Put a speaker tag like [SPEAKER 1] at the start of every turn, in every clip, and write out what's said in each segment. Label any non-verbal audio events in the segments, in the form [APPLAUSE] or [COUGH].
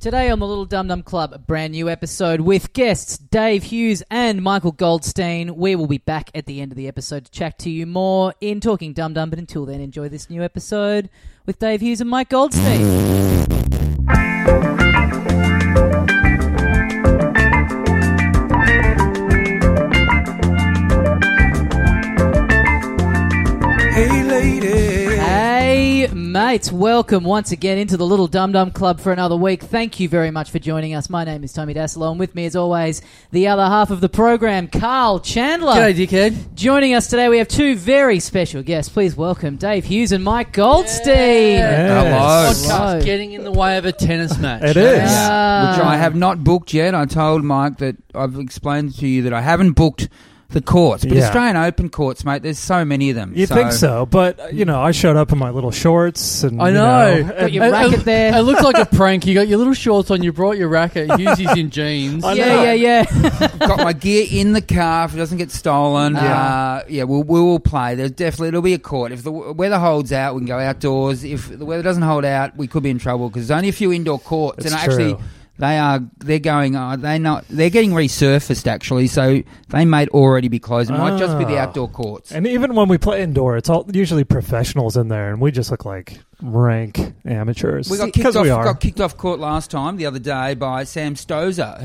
[SPEAKER 1] Today on the Little Dum Dum Club, a brand new episode with guests Dave Hughes and Michael Goldstein. We will be back at the end of the episode to chat to you more in Talking Dum Dum, but until then, enjoy this new episode with Dave Hughes and Mike Goldstein.
[SPEAKER 2] Hey, lady.
[SPEAKER 1] Hey, mates, welcome once again into the Little Dum Dum Club for another week. Thank you very much for joining us. My name is Tommy Dassolo, and with me, as always, the other half of the program, Carl Chandler.
[SPEAKER 3] dickhead.
[SPEAKER 1] Joining us today, we have two very special guests. Please welcome Dave Hughes and Mike Goldstein.
[SPEAKER 3] Podcast
[SPEAKER 1] Hello.
[SPEAKER 3] getting in the way of a tennis match.
[SPEAKER 4] It is.
[SPEAKER 1] Ah.
[SPEAKER 5] which I have not booked yet. I told Mike that I've explained to you that I haven't booked the courts, but
[SPEAKER 4] Yeah.
[SPEAKER 5] Australian Open courts, mate. There's so many of them.
[SPEAKER 4] You think so, but uh, you know, I showed up in my little shorts and
[SPEAKER 3] I
[SPEAKER 4] you
[SPEAKER 3] know.
[SPEAKER 4] know,
[SPEAKER 1] Got
[SPEAKER 4] and-
[SPEAKER 1] your racket
[SPEAKER 3] It
[SPEAKER 1] there.
[SPEAKER 3] looks like a prank. You got your little shorts on. You brought your racket. Hughesy's
[SPEAKER 1] [LAUGHS]
[SPEAKER 3] in jeans.
[SPEAKER 4] I know.
[SPEAKER 1] Yeah, yeah, yeah.
[SPEAKER 5] Got my gear in the car if it doesn't get stolen.
[SPEAKER 1] Yeah.
[SPEAKER 5] Yeah, uh, yeah. We'll, we will play. There's definitely it'll be a court. If the w- weather holds out, we can go outdoors. If the weather doesn't hold out, we could be in trouble because there's only a few indoor courts.
[SPEAKER 4] It's
[SPEAKER 5] and actually,
[SPEAKER 4] true.
[SPEAKER 5] they are they're going. Uh, they not they're getting resurfaced actually. So they may already be closed. It might just be the
[SPEAKER 4] Ah.
[SPEAKER 5] outdoor courts.
[SPEAKER 4] And even when we play indoor, it's all usually professionals in there, and we just look like rank amateurs.
[SPEAKER 5] We got
[SPEAKER 4] Because
[SPEAKER 5] kicked off.
[SPEAKER 4] we are.
[SPEAKER 5] Got kicked off court last time the other day by Sam Stosur, who-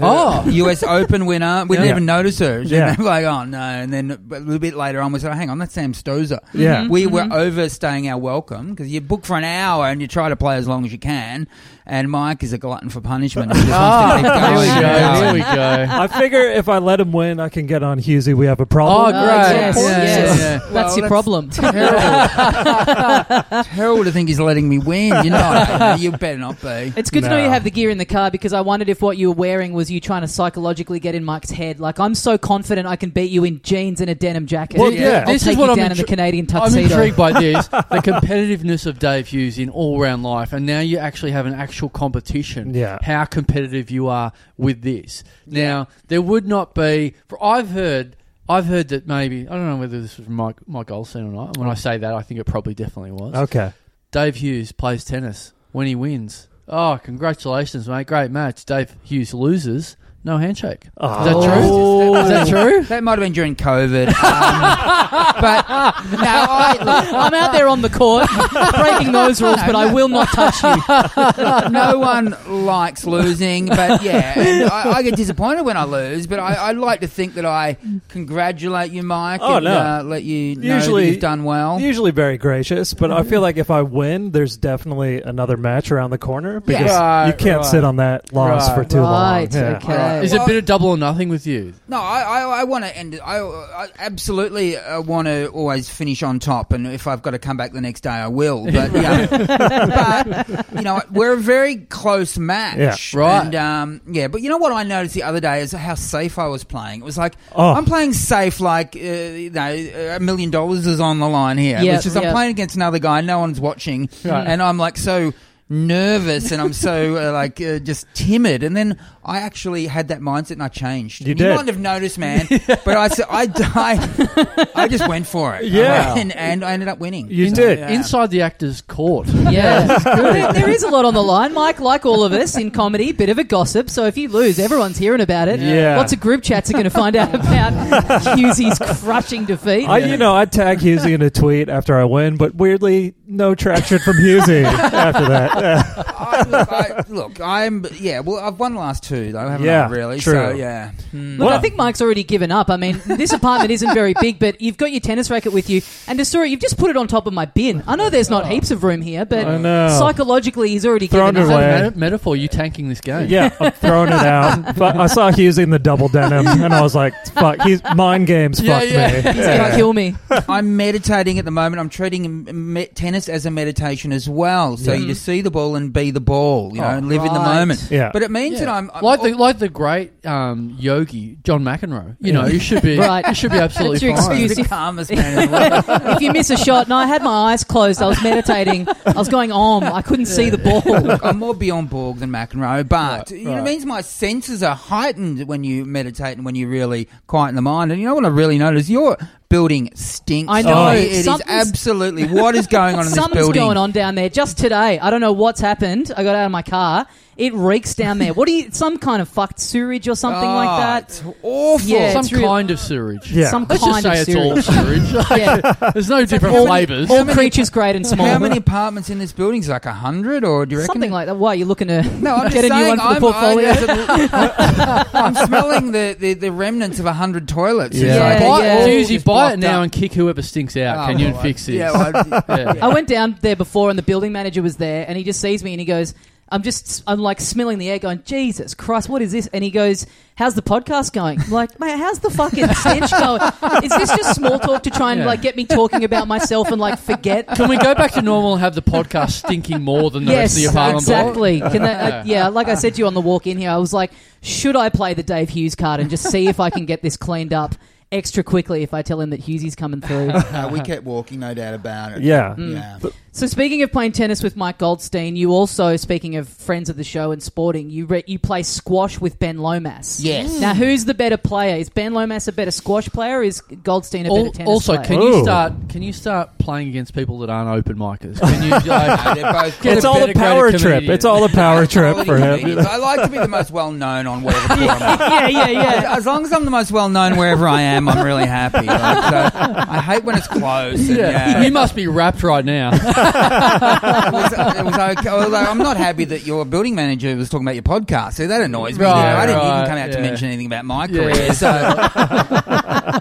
[SPEAKER 5] [LAUGHS]
[SPEAKER 3] Oh.
[SPEAKER 5] U.S. Open winner. We didn't
[SPEAKER 4] Yeah.
[SPEAKER 5] even notice her. She
[SPEAKER 4] Yeah.
[SPEAKER 5] was [LAUGHS] like, oh no. And then but a little bit later on, we said, oh, hang on, that's Sam Stosur.
[SPEAKER 4] yeah,
[SPEAKER 5] We were overstaying our welcome because you book for an hour and you try to play as long as you can. And Mike is a glutton for punishment. He just
[SPEAKER 4] Ah. [LAUGHS]
[SPEAKER 5] wants to keep
[SPEAKER 3] Here we
[SPEAKER 5] going and
[SPEAKER 3] go.
[SPEAKER 5] going.
[SPEAKER 3] Here we
[SPEAKER 4] [LAUGHS]
[SPEAKER 3] go.
[SPEAKER 4] I figure if I let him win, I can get on Husey. We have a
[SPEAKER 3] Oh,
[SPEAKER 4] problem.
[SPEAKER 3] great.
[SPEAKER 1] yes,
[SPEAKER 3] Yeah,
[SPEAKER 1] yes.
[SPEAKER 3] yeah.
[SPEAKER 1] That's
[SPEAKER 5] Well,
[SPEAKER 1] your
[SPEAKER 5] that's-
[SPEAKER 1] problem.
[SPEAKER 3] [LAUGHS]
[SPEAKER 5] [LAUGHS] Terrible. Terrible to think he's letting me win. You
[SPEAKER 4] [LAUGHS]
[SPEAKER 5] know, you better not be.
[SPEAKER 1] It's good to know
[SPEAKER 4] No.
[SPEAKER 1] you have the gear in the car because I wondered if what you were wearing was you trying to psychologically get in Mike's head. Like, I'm so confident I can beat you in jeans and a denim jacket.
[SPEAKER 4] Well, yeah.
[SPEAKER 1] I'll
[SPEAKER 3] This
[SPEAKER 1] take
[SPEAKER 3] is what
[SPEAKER 1] you
[SPEAKER 3] I'm
[SPEAKER 1] down in the
[SPEAKER 3] intri-
[SPEAKER 1] Canadian
[SPEAKER 3] I'm
[SPEAKER 1] tuxedo. [LAUGHS]
[SPEAKER 3] intrigued by this. The competitiveness of Dave Hughes in all round life, and now you actually have an actual competition.
[SPEAKER 4] Yeah.
[SPEAKER 3] How competitive you are with this. Now, there would not be for I've heard I've heard that maybe I don't know whether this was from Mike Mike Goldstein or not. When I say that I think it probably definitely was.
[SPEAKER 4] Okay.
[SPEAKER 3] Dave Hughes plays tennis when he wins. Oh, congratulations, mate. Great match. Dave Hughes loses. No handshake.
[SPEAKER 4] Oh.
[SPEAKER 3] Is that true? Is that true?
[SPEAKER 5] That might have been during COVID. Um, but
[SPEAKER 4] [LAUGHS]
[SPEAKER 5] no, I, look,
[SPEAKER 1] I'm out there on the court [LAUGHS] breaking those rules, but I will not touch you.
[SPEAKER 5] no one likes losing, but yeah, and I, I get disappointed when I lose. But I, I like to think that I congratulate you, Mike.
[SPEAKER 4] Oh,
[SPEAKER 5] and,
[SPEAKER 4] no.
[SPEAKER 5] uh, let you know
[SPEAKER 4] Usually-
[SPEAKER 5] that you've done well.
[SPEAKER 4] Usually very gracious, but I feel like if I win, there's definitely another match around the corner because
[SPEAKER 3] Right,
[SPEAKER 4] you can't
[SPEAKER 3] right.
[SPEAKER 4] sit on that loss
[SPEAKER 3] Right.
[SPEAKER 4] for [LAUGHS] too
[SPEAKER 1] right,
[SPEAKER 4] long. Yeah.
[SPEAKER 1] okay.
[SPEAKER 3] Is it a bit of double or nothing with you?
[SPEAKER 5] no, I, I, I want to end. it. I, I absolutely uh, want to always finish on top, and if I've got to come back the next day, I will. But yeah, but you know, we're a very close match,
[SPEAKER 3] Yeah. Right.
[SPEAKER 5] And, um, yeah, but you know what I noticed the other day is how safe I was playing. It was like
[SPEAKER 4] Oh.
[SPEAKER 5] I'm playing safe, like uh, you know, a million dollars is on the line here.
[SPEAKER 1] Yeah,
[SPEAKER 5] which is
[SPEAKER 1] yeah.
[SPEAKER 5] I'm playing against another guy, no one's watching,
[SPEAKER 3] Right.
[SPEAKER 5] and I'm like so nervous and I'm
[SPEAKER 4] [LAUGHS]
[SPEAKER 5] so uh, like uh, just timid. And then I actually had that mindset and I changed.
[SPEAKER 4] You
[SPEAKER 5] And
[SPEAKER 4] did.
[SPEAKER 5] might have noticed,
[SPEAKER 4] [LAUGHS]
[SPEAKER 5] man, but I s- I I, I just went for it. I
[SPEAKER 4] Yeah.
[SPEAKER 5] went [LAUGHS] and I ended up winning.
[SPEAKER 4] You
[SPEAKER 3] In-
[SPEAKER 4] did.
[SPEAKER 5] Yeah.
[SPEAKER 3] Inside the actor's court.
[SPEAKER 1] [LAUGHS]
[SPEAKER 3] [LAUGHS]
[SPEAKER 1] Yeah, there, there is a lot on the line, Mike. Like all of us in comedy, bit of a gossip. So if you lose, everyone's hearing about it.
[SPEAKER 4] Yeah.
[SPEAKER 1] lots of group chats are going to find
[SPEAKER 3] [LAUGHS]
[SPEAKER 1] out about Hughesy's crushing defeat.
[SPEAKER 4] I, you know, I tag Husey in a tweet after I win, but weirdly, no traction from Husey after that.
[SPEAKER 5] I, look, I, look, I'm yeah. Well, I've won the last two though, haven't
[SPEAKER 4] Yeah,
[SPEAKER 5] I? Really?
[SPEAKER 4] true.
[SPEAKER 5] So yeah. Hmm.
[SPEAKER 1] Look, I think Mike's already given up. I mean, this apartment isn't very big, but you've got your tennis racket with you, and Desura, you've just put it on top of my bin. I know there's not heaps of room here, but
[SPEAKER 4] I know.
[SPEAKER 1] psychologically, he's already
[SPEAKER 4] Thrown
[SPEAKER 1] given
[SPEAKER 3] Is
[SPEAKER 1] up.
[SPEAKER 4] away.
[SPEAKER 3] that a meta- metaphor? You tanking this game?
[SPEAKER 4] yeah, I'm throwing it out. But I saw Husey in the double denim, and I was like, "Fuck, he's mind games.
[SPEAKER 3] Yeah,
[SPEAKER 4] fuck
[SPEAKER 3] yeah.
[SPEAKER 4] me."
[SPEAKER 1] He's going to kill me.
[SPEAKER 5] I'm meditating at the moment. I'm treating me- tennis as a meditation as well. So
[SPEAKER 1] Yeah.
[SPEAKER 5] you just see the ball and be the ball, you know,
[SPEAKER 3] Oh,
[SPEAKER 5] and live in the
[SPEAKER 1] right.
[SPEAKER 5] moment.
[SPEAKER 4] Yeah.
[SPEAKER 5] But it means
[SPEAKER 3] Yeah.
[SPEAKER 5] that I'm, I'm
[SPEAKER 3] Like the
[SPEAKER 1] [LAUGHS]
[SPEAKER 3] like the great um, yogi John McEnroe, you know, you should
[SPEAKER 1] [LAUGHS]
[SPEAKER 3] be
[SPEAKER 1] Right.
[SPEAKER 3] you should be absolutely
[SPEAKER 1] That's your
[SPEAKER 3] fine.
[SPEAKER 1] excuse.
[SPEAKER 5] the calmest man in the
[SPEAKER 1] [LAUGHS]
[SPEAKER 5] world.
[SPEAKER 1] if you miss a shot, and I had my eyes closed, I was meditating. I was going on. I couldn't see the ball.
[SPEAKER 5] Look, I'm more beyond Borg than McEnroe, but you know,
[SPEAKER 3] right.
[SPEAKER 5] it means my senses are heightened when you meditate and when you really quieten the mind. And you know what I really noticed? Your building stinks.
[SPEAKER 1] I know.
[SPEAKER 5] It- it is
[SPEAKER 1] Something's-
[SPEAKER 5] absolutely what is going on in this
[SPEAKER 1] Something's
[SPEAKER 5] building.
[SPEAKER 1] going on down there. Just today, I don't know what's happened. I got out of my car It reeks down there. What do you? Some kind of fucked sewage or something like
[SPEAKER 5] Oh,
[SPEAKER 1] that.
[SPEAKER 5] It's awful.
[SPEAKER 1] Yeah,
[SPEAKER 3] some
[SPEAKER 1] it's real-
[SPEAKER 3] kind of sewage.
[SPEAKER 4] Yeah.
[SPEAKER 1] Some
[SPEAKER 3] Let's just
[SPEAKER 1] kind
[SPEAKER 3] say
[SPEAKER 1] of
[SPEAKER 3] it's
[SPEAKER 1] sewage. [LAUGHS]
[SPEAKER 3] all sewage.
[SPEAKER 1] yeah,
[SPEAKER 3] There's no different
[SPEAKER 1] all-
[SPEAKER 3] flavours.
[SPEAKER 1] all creatures great and small.
[SPEAKER 5] How many apartments in this building is like a hundred, or do you reckon?
[SPEAKER 1] Something like that. Why are you looking to
[SPEAKER 5] no,
[SPEAKER 1] [LAUGHS]
[SPEAKER 5] I'm
[SPEAKER 1] get
[SPEAKER 5] just
[SPEAKER 1] a new one
[SPEAKER 5] saying.
[SPEAKER 1] for the
[SPEAKER 5] I'm,
[SPEAKER 1] portfolio?
[SPEAKER 5] I, [LAUGHS] am smelling the, the, the remnants of a hundred toilets. It's
[SPEAKER 4] Yeah.
[SPEAKER 5] like
[SPEAKER 1] Yeah,
[SPEAKER 5] all-
[SPEAKER 3] buy,
[SPEAKER 1] yeah.
[SPEAKER 5] all
[SPEAKER 3] do you usually
[SPEAKER 5] just
[SPEAKER 3] buy it
[SPEAKER 5] blocked
[SPEAKER 3] now
[SPEAKER 5] up.
[SPEAKER 3] and kick whoever stinks out.
[SPEAKER 5] Oh,
[SPEAKER 3] Can you
[SPEAKER 5] well,
[SPEAKER 3] fix this?
[SPEAKER 5] Yeah, well, [LAUGHS] Oh.
[SPEAKER 3] Yeah.
[SPEAKER 1] I went down there before, and the building manager was there, and he just sees me, and he goes, "I'm just, I'm like smelling the air, going, Jesus Christ, what is this?" And he goes, "How's the podcast going?" I'm like, "Mate, how's the
[SPEAKER 5] [LAUGHS]
[SPEAKER 1] fucking stench going? Is this just small talk to try and
[SPEAKER 3] Yeah.
[SPEAKER 1] like get me talking about myself and like
[SPEAKER 5] [LAUGHS]
[SPEAKER 1] forget?"
[SPEAKER 3] Can we go back to normal and have the podcast stinking more than the
[SPEAKER 1] yes,
[SPEAKER 3] rest of the apartment
[SPEAKER 5] [LAUGHS]
[SPEAKER 3] block?
[SPEAKER 1] exactly. Can that, uh, yeah, like I said to you on the walk in here, I was like, should I play the Dave Hughes card and just see if I can get this cleaned up extra quickly if I tell him that Hughesy's coming through?
[SPEAKER 6] No, we kept walking, no doubt about it.
[SPEAKER 4] Yeah.
[SPEAKER 5] Mm.
[SPEAKER 3] Mm.
[SPEAKER 6] Yeah.
[SPEAKER 1] So speaking of playing tennis with Mike Goldstein, you also speaking of friends of the show and sporting, you re- you play squash with Ben Lomas.
[SPEAKER 6] Yes.
[SPEAKER 1] Now, who's the better player? Is Ben Lomas a better squash player? Or is Goldstein a better
[SPEAKER 3] Al-
[SPEAKER 1] tennis
[SPEAKER 3] also,
[SPEAKER 1] player?
[SPEAKER 3] can
[SPEAKER 4] Ooh.
[SPEAKER 3] you start? Can you start playing against people that aren't open micers? Can you?
[SPEAKER 4] [LAUGHS]
[SPEAKER 6] No,
[SPEAKER 3] Like,
[SPEAKER 6] they're both
[SPEAKER 3] [LAUGHS] Get
[SPEAKER 4] it's
[SPEAKER 3] a
[SPEAKER 4] all
[SPEAKER 3] better
[SPEAKER 4] a power
[SPEAKER 3] creative
[SPEAKER 4] trip.
[SPEAKER 3] comedian.
[SPEAKER 4] It's all a power trip for him.
[SPEAKER 5] Comedians.
[SPEAKER 4] Yeah.
[SPEAKER 5] I like to be the most well known on
[SPEAKER 3] [LAUGHS]
[SPEAKER 5] whatever forum. I'm on.
[SPEAKER 1] yeah, yeah,
[SPEAKER 5] [LAUGHS]
[SPEAKER 1] yeah.
[SPEAKER 5] As long as I'm the most well known wherever I am, I'm really happy. Like, so I hate when it's close. and, yeah.
[SPEAKER 3] You must be wrapped
[SPEAKER 4] [LAUGHS]
[SPEAKER 3] right now.
[SPEAKER 5] it was, it was okay. Although I'm not happy that your building manager was talking about your podcast. See, that annoys me.
[SPEAKER 3] Right,
[SPEAKER 5] I didn't
[SPEAKER 3] right,
[SPEAKER 5] even come out
[SPEAKER 3] yeah.
[SPEAKER 5] to mention anything about my
[SPEAKER 3] Yeah.
[SPEAKER 5] career. So.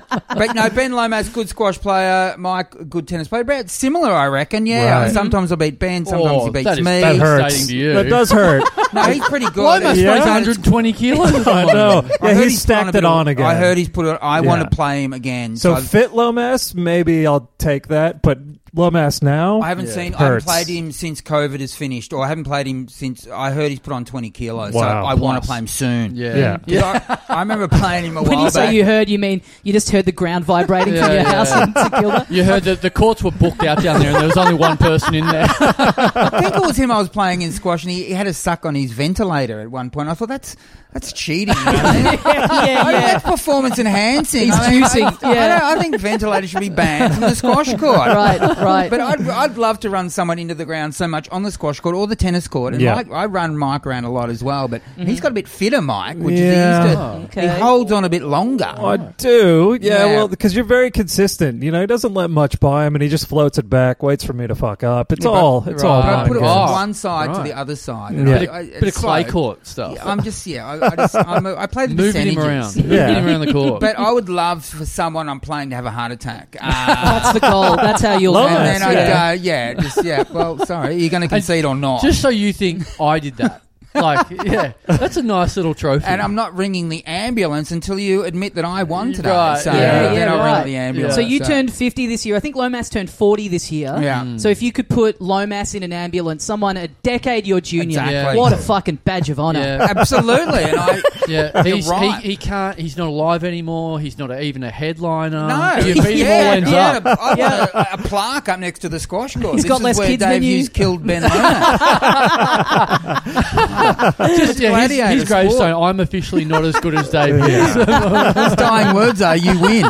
[SPEAKER 4] [LAUGHS]
[SPEAKER 5] but no, Ben Lomas, good squash player. Mike, good tennis player. About similar, I reckon. Yeah.
[SPEAKER 4] Right.
[SPEAKER 5] Sometimes I beat Ben. Sometimes
[SPEAKER 3] Oh,
[SPEAKER 5] he beats
[SPEAKER 3] that is-
[SPEAKER 5] me.
[SPEAKER 4] That
[SPEAKER 3] He's
[SPEAKER 4] hurts.
[SPEAKER 3] stating to you.
[SPEAKER 4] That does hurt.
[SPEAKER 5] No, he's pretty good.
[SPEAKER 3] Why
[SPEAKER 5] It's-
[SPEAKER 3] must
[SPEAKER 4] Yeah.
[SPEAKER 3] weigh
[SPEAKER 5] it's-
[SPEAKER 3] 120 kilos?
[SPEAKER 4] I
[SPEAKER 5] I
[SPEAKER 4] know. Yeah,
[SPEAKER 5] heard
[SPEAKER 4] he's
[SPEAKER 5] he's trying to
[SPEAKER 4] stacked it
[SPEAKER 5] be-
[SPEAKER 4] on again.
[SPEAKER 5] I heard he's put it. I
[SPEAKER 4] Yeah.
[SPEAKER 5] want to play him again.
[SPEAKER 4] So
[SPEAKER 5] I've-
[SPEAKER 4] fit Lomas, maybe I'll take that. But Lomas now,
[SPEAKER 5] I haven't seen. I haven't
[SPEAKER 4] Hurts.
[SPEAKER 5] played him since COVID is finished, or I haven't played him since. I heard he's put on twenty kilos,
[SPEAKER 4] Wow.
[SPEAKER 5] so I want
[SPEAKER 3] Plus.
[SPEAKER 5] to play him soon.
[SPEAKER 3] Yeah.
[SPEAKER 4] Yeah.
[SPEAKER 5] Yeah. I, I remember playing him
[SPEAKER 1] [LAUGHS]
[SPEAKER 5] a
[SPEAKER 1] When
[SPEAKER 5] while
[SPEAKER 1] you
[SPEAKER 5] back.
[SPEAKER 1] say you heard, you mean you just heard the ground vibrating
[SPEAKER 3] Yeah,
[SPEAKER 1] from your
[SPEAKER 3] yeah.
[SPEAKER 1] house in St
[SPEAKER 3] [LAUGHS]
[SPEAKER 1] Kilda?
[SPEAKER 3] You heard that the courts were booked out down there, and there was only one person
[SPEAKER 4] [LAUGHS]
[SPEAKER 3] in there.
[SPEAKER 5] I think it was him I was playing in squash, and he, he had a suck on his ventilator at one point. I thought that's that's cheating. you know what I mean? I
[SPEAKER 1] [LAUGHS] yeah,
[SPEAKER 5] mean,
[SPEAKER 1] yeah.
[SPEAKER 5] that's performance enhancing.
[SPEAKER 1] He's
[SPEAKER 5] I mean, I-
[SPEAKER 1] juicing,
[SPEAKER 5] I,
[SPEAKER 1] yeah.
[SPEAKER 5] don't- I, think ventilators should be banned from the squash court.
[SPEAKER 1] Right, right.
[SPEAKER 5] But I'd, I'd love to run someone into the ground so much on the squash court or the tennis court. And
[SPEAKER 4] Yeah.
[SPEAKER 5] Mike, I run Mike around a lot as well, but he's got a bit fitter, Mike, which is
[SPEAKER 4] Yeah.
[SPEAKER 5] he, used
[SPEAKER 1] Okay.
[SPEAKER 5] to, he holds on a bit longer.
[SPEAKER 4] I do. Yeah,
[SPEAKER 5] Oh. Yeah.
[SPEAKER 4] well, because you're very consistent. You know, he doesn't let much by him, and he just floats it back, waits for me to fuck up. It's
[SPEAKER 5] Yeah, but-
[SPEAKER 4] all. It's
[SPEAKER 3] right.
[SPEAKER 4] all.
[SPEAKER 5] but I
[SPEAKER 4] mind
[SPEAKER 5] put it
[SPEAKER 4] games.
[SPEAKER 5] from
[SPEAKER 3] Oh,
[SPEAKER 5] one side to
[SPEAKER 3] right.
[SPEAKER 5] the other side.
[SPEAKER 4] Yeah.
[SPEAKER 5] I-
[SPEAKER 3] Bit,
[SPEAKER 5] I-
[SPEAKER 3] of, bit of
[SPEAKER 5] it's
[SPEAKER 3] clay
[SPEAKER 5] slow.
[SPEAKER 3] court stuff.
[SPEAKER 5] Yeah, I'm just yeah. I, I just I'm a, I play the
[SPEAKER 3] Moving him around.
[SPEAKER 5] percentages.
[SPEAKER 3] Moving
[SPEAKER 4] Yeah.
[SPEAKER 3] him around the court.
[SPEAKER 5] But I would love for someone I'm playing to have a heart attack.
[SPEAKER 1] [LAUGHS] That's
[SPEAKER 5] Uh,
[SPEAKER 1] the goal. That's how you'll
[SPEAKER 4] Love
[SPEAKER 1] win.
[SPEAKER 5] and
[SPEAKER 4] Nice,
[SPEAKER 5] then I'd
[SPEAKER 4] yeah.
[SPEAKER 5] go, yeah, just yeah. Well, sorry,
[SPEAKER 1] [LAUGHS]
[SPEAKER 5] you're going to concede or not.
[SPEAKER 3] Just so you think I did that. Like, yeah, that's a nice little trophy.
[SPEAKER 5] and I'm not ringing the ambulance until you admit that I won today.
[SPEAKER 3] Right,
[SPEAKER 5] So
[SPEAKER 3] yeah,
[SPEAKER 5] then
[SPEAKER 1] yeah,
[SPEAKER 5] I'll
[SPEAKER 1] right.
[SPEAKER 5] ring the ambulance.
[SPEAKER 1] So you turned 50 this year. I think Lomas turned 40 this year.
[SPEAKER 5] Yeah.
[SPEAKER 1] So if you could put Lomas in an ambulance, someone a decade your junior,
[SPEAKER 5] Exactly. [LAUGHS]
[SPEAKER 1] what a fucking badge of honor.
[SPEAKER 3] yeah.
[SPEAKER 5] Absolutely. And
[SPEAKER 1] [LAUGHS]
[SPEAKER 5] I [LAUGHS]
[SPEAKER 3] Yeah, he's,
[SPEAKER 5] right.
[SPEAKER 3] he, he can't. He's not alive anymore. He's not even a
[SPEAKER 1] Um,
[SPEAKER 3] headliner.
[SPEAKER 5] no, [LAUGHS]
[SPEAKER 3] you beat him all ends
[SPEAKER 5] yeah,
[SPEAKER 3] up.
[SPEAKER 5] I want a, a plaque up next to the squash court.
[SPEAKER 1] He's
[SPEAKER 5] this
[SPEAKER 1] got
[SPEAKER 5] is
[SPEAKER 1] less
[SPEAKER 5] where
[SPEAKER 1] kids
[SPEAKER 5] Dave
[SPEAKER 1] than you.
[SPEAKER 5] Hughes killed
[SPEAKER 1] [LAUGHS]
[SPEAKER 5] Ben Lomas.
[SPEAKER 3] Just, yeah, his-
[SPEAKER 5] gladiator
[SPEAKER 3] his,
[SPEAKER 5] sport.
[SPEAKER 3] gravestone. I'm officially not as
[SPEAKER 5] [LAUGHS]
[SPEAKER 3] good as Dave. Hughes."
[SPEAKER 5] His dying words are, "You win."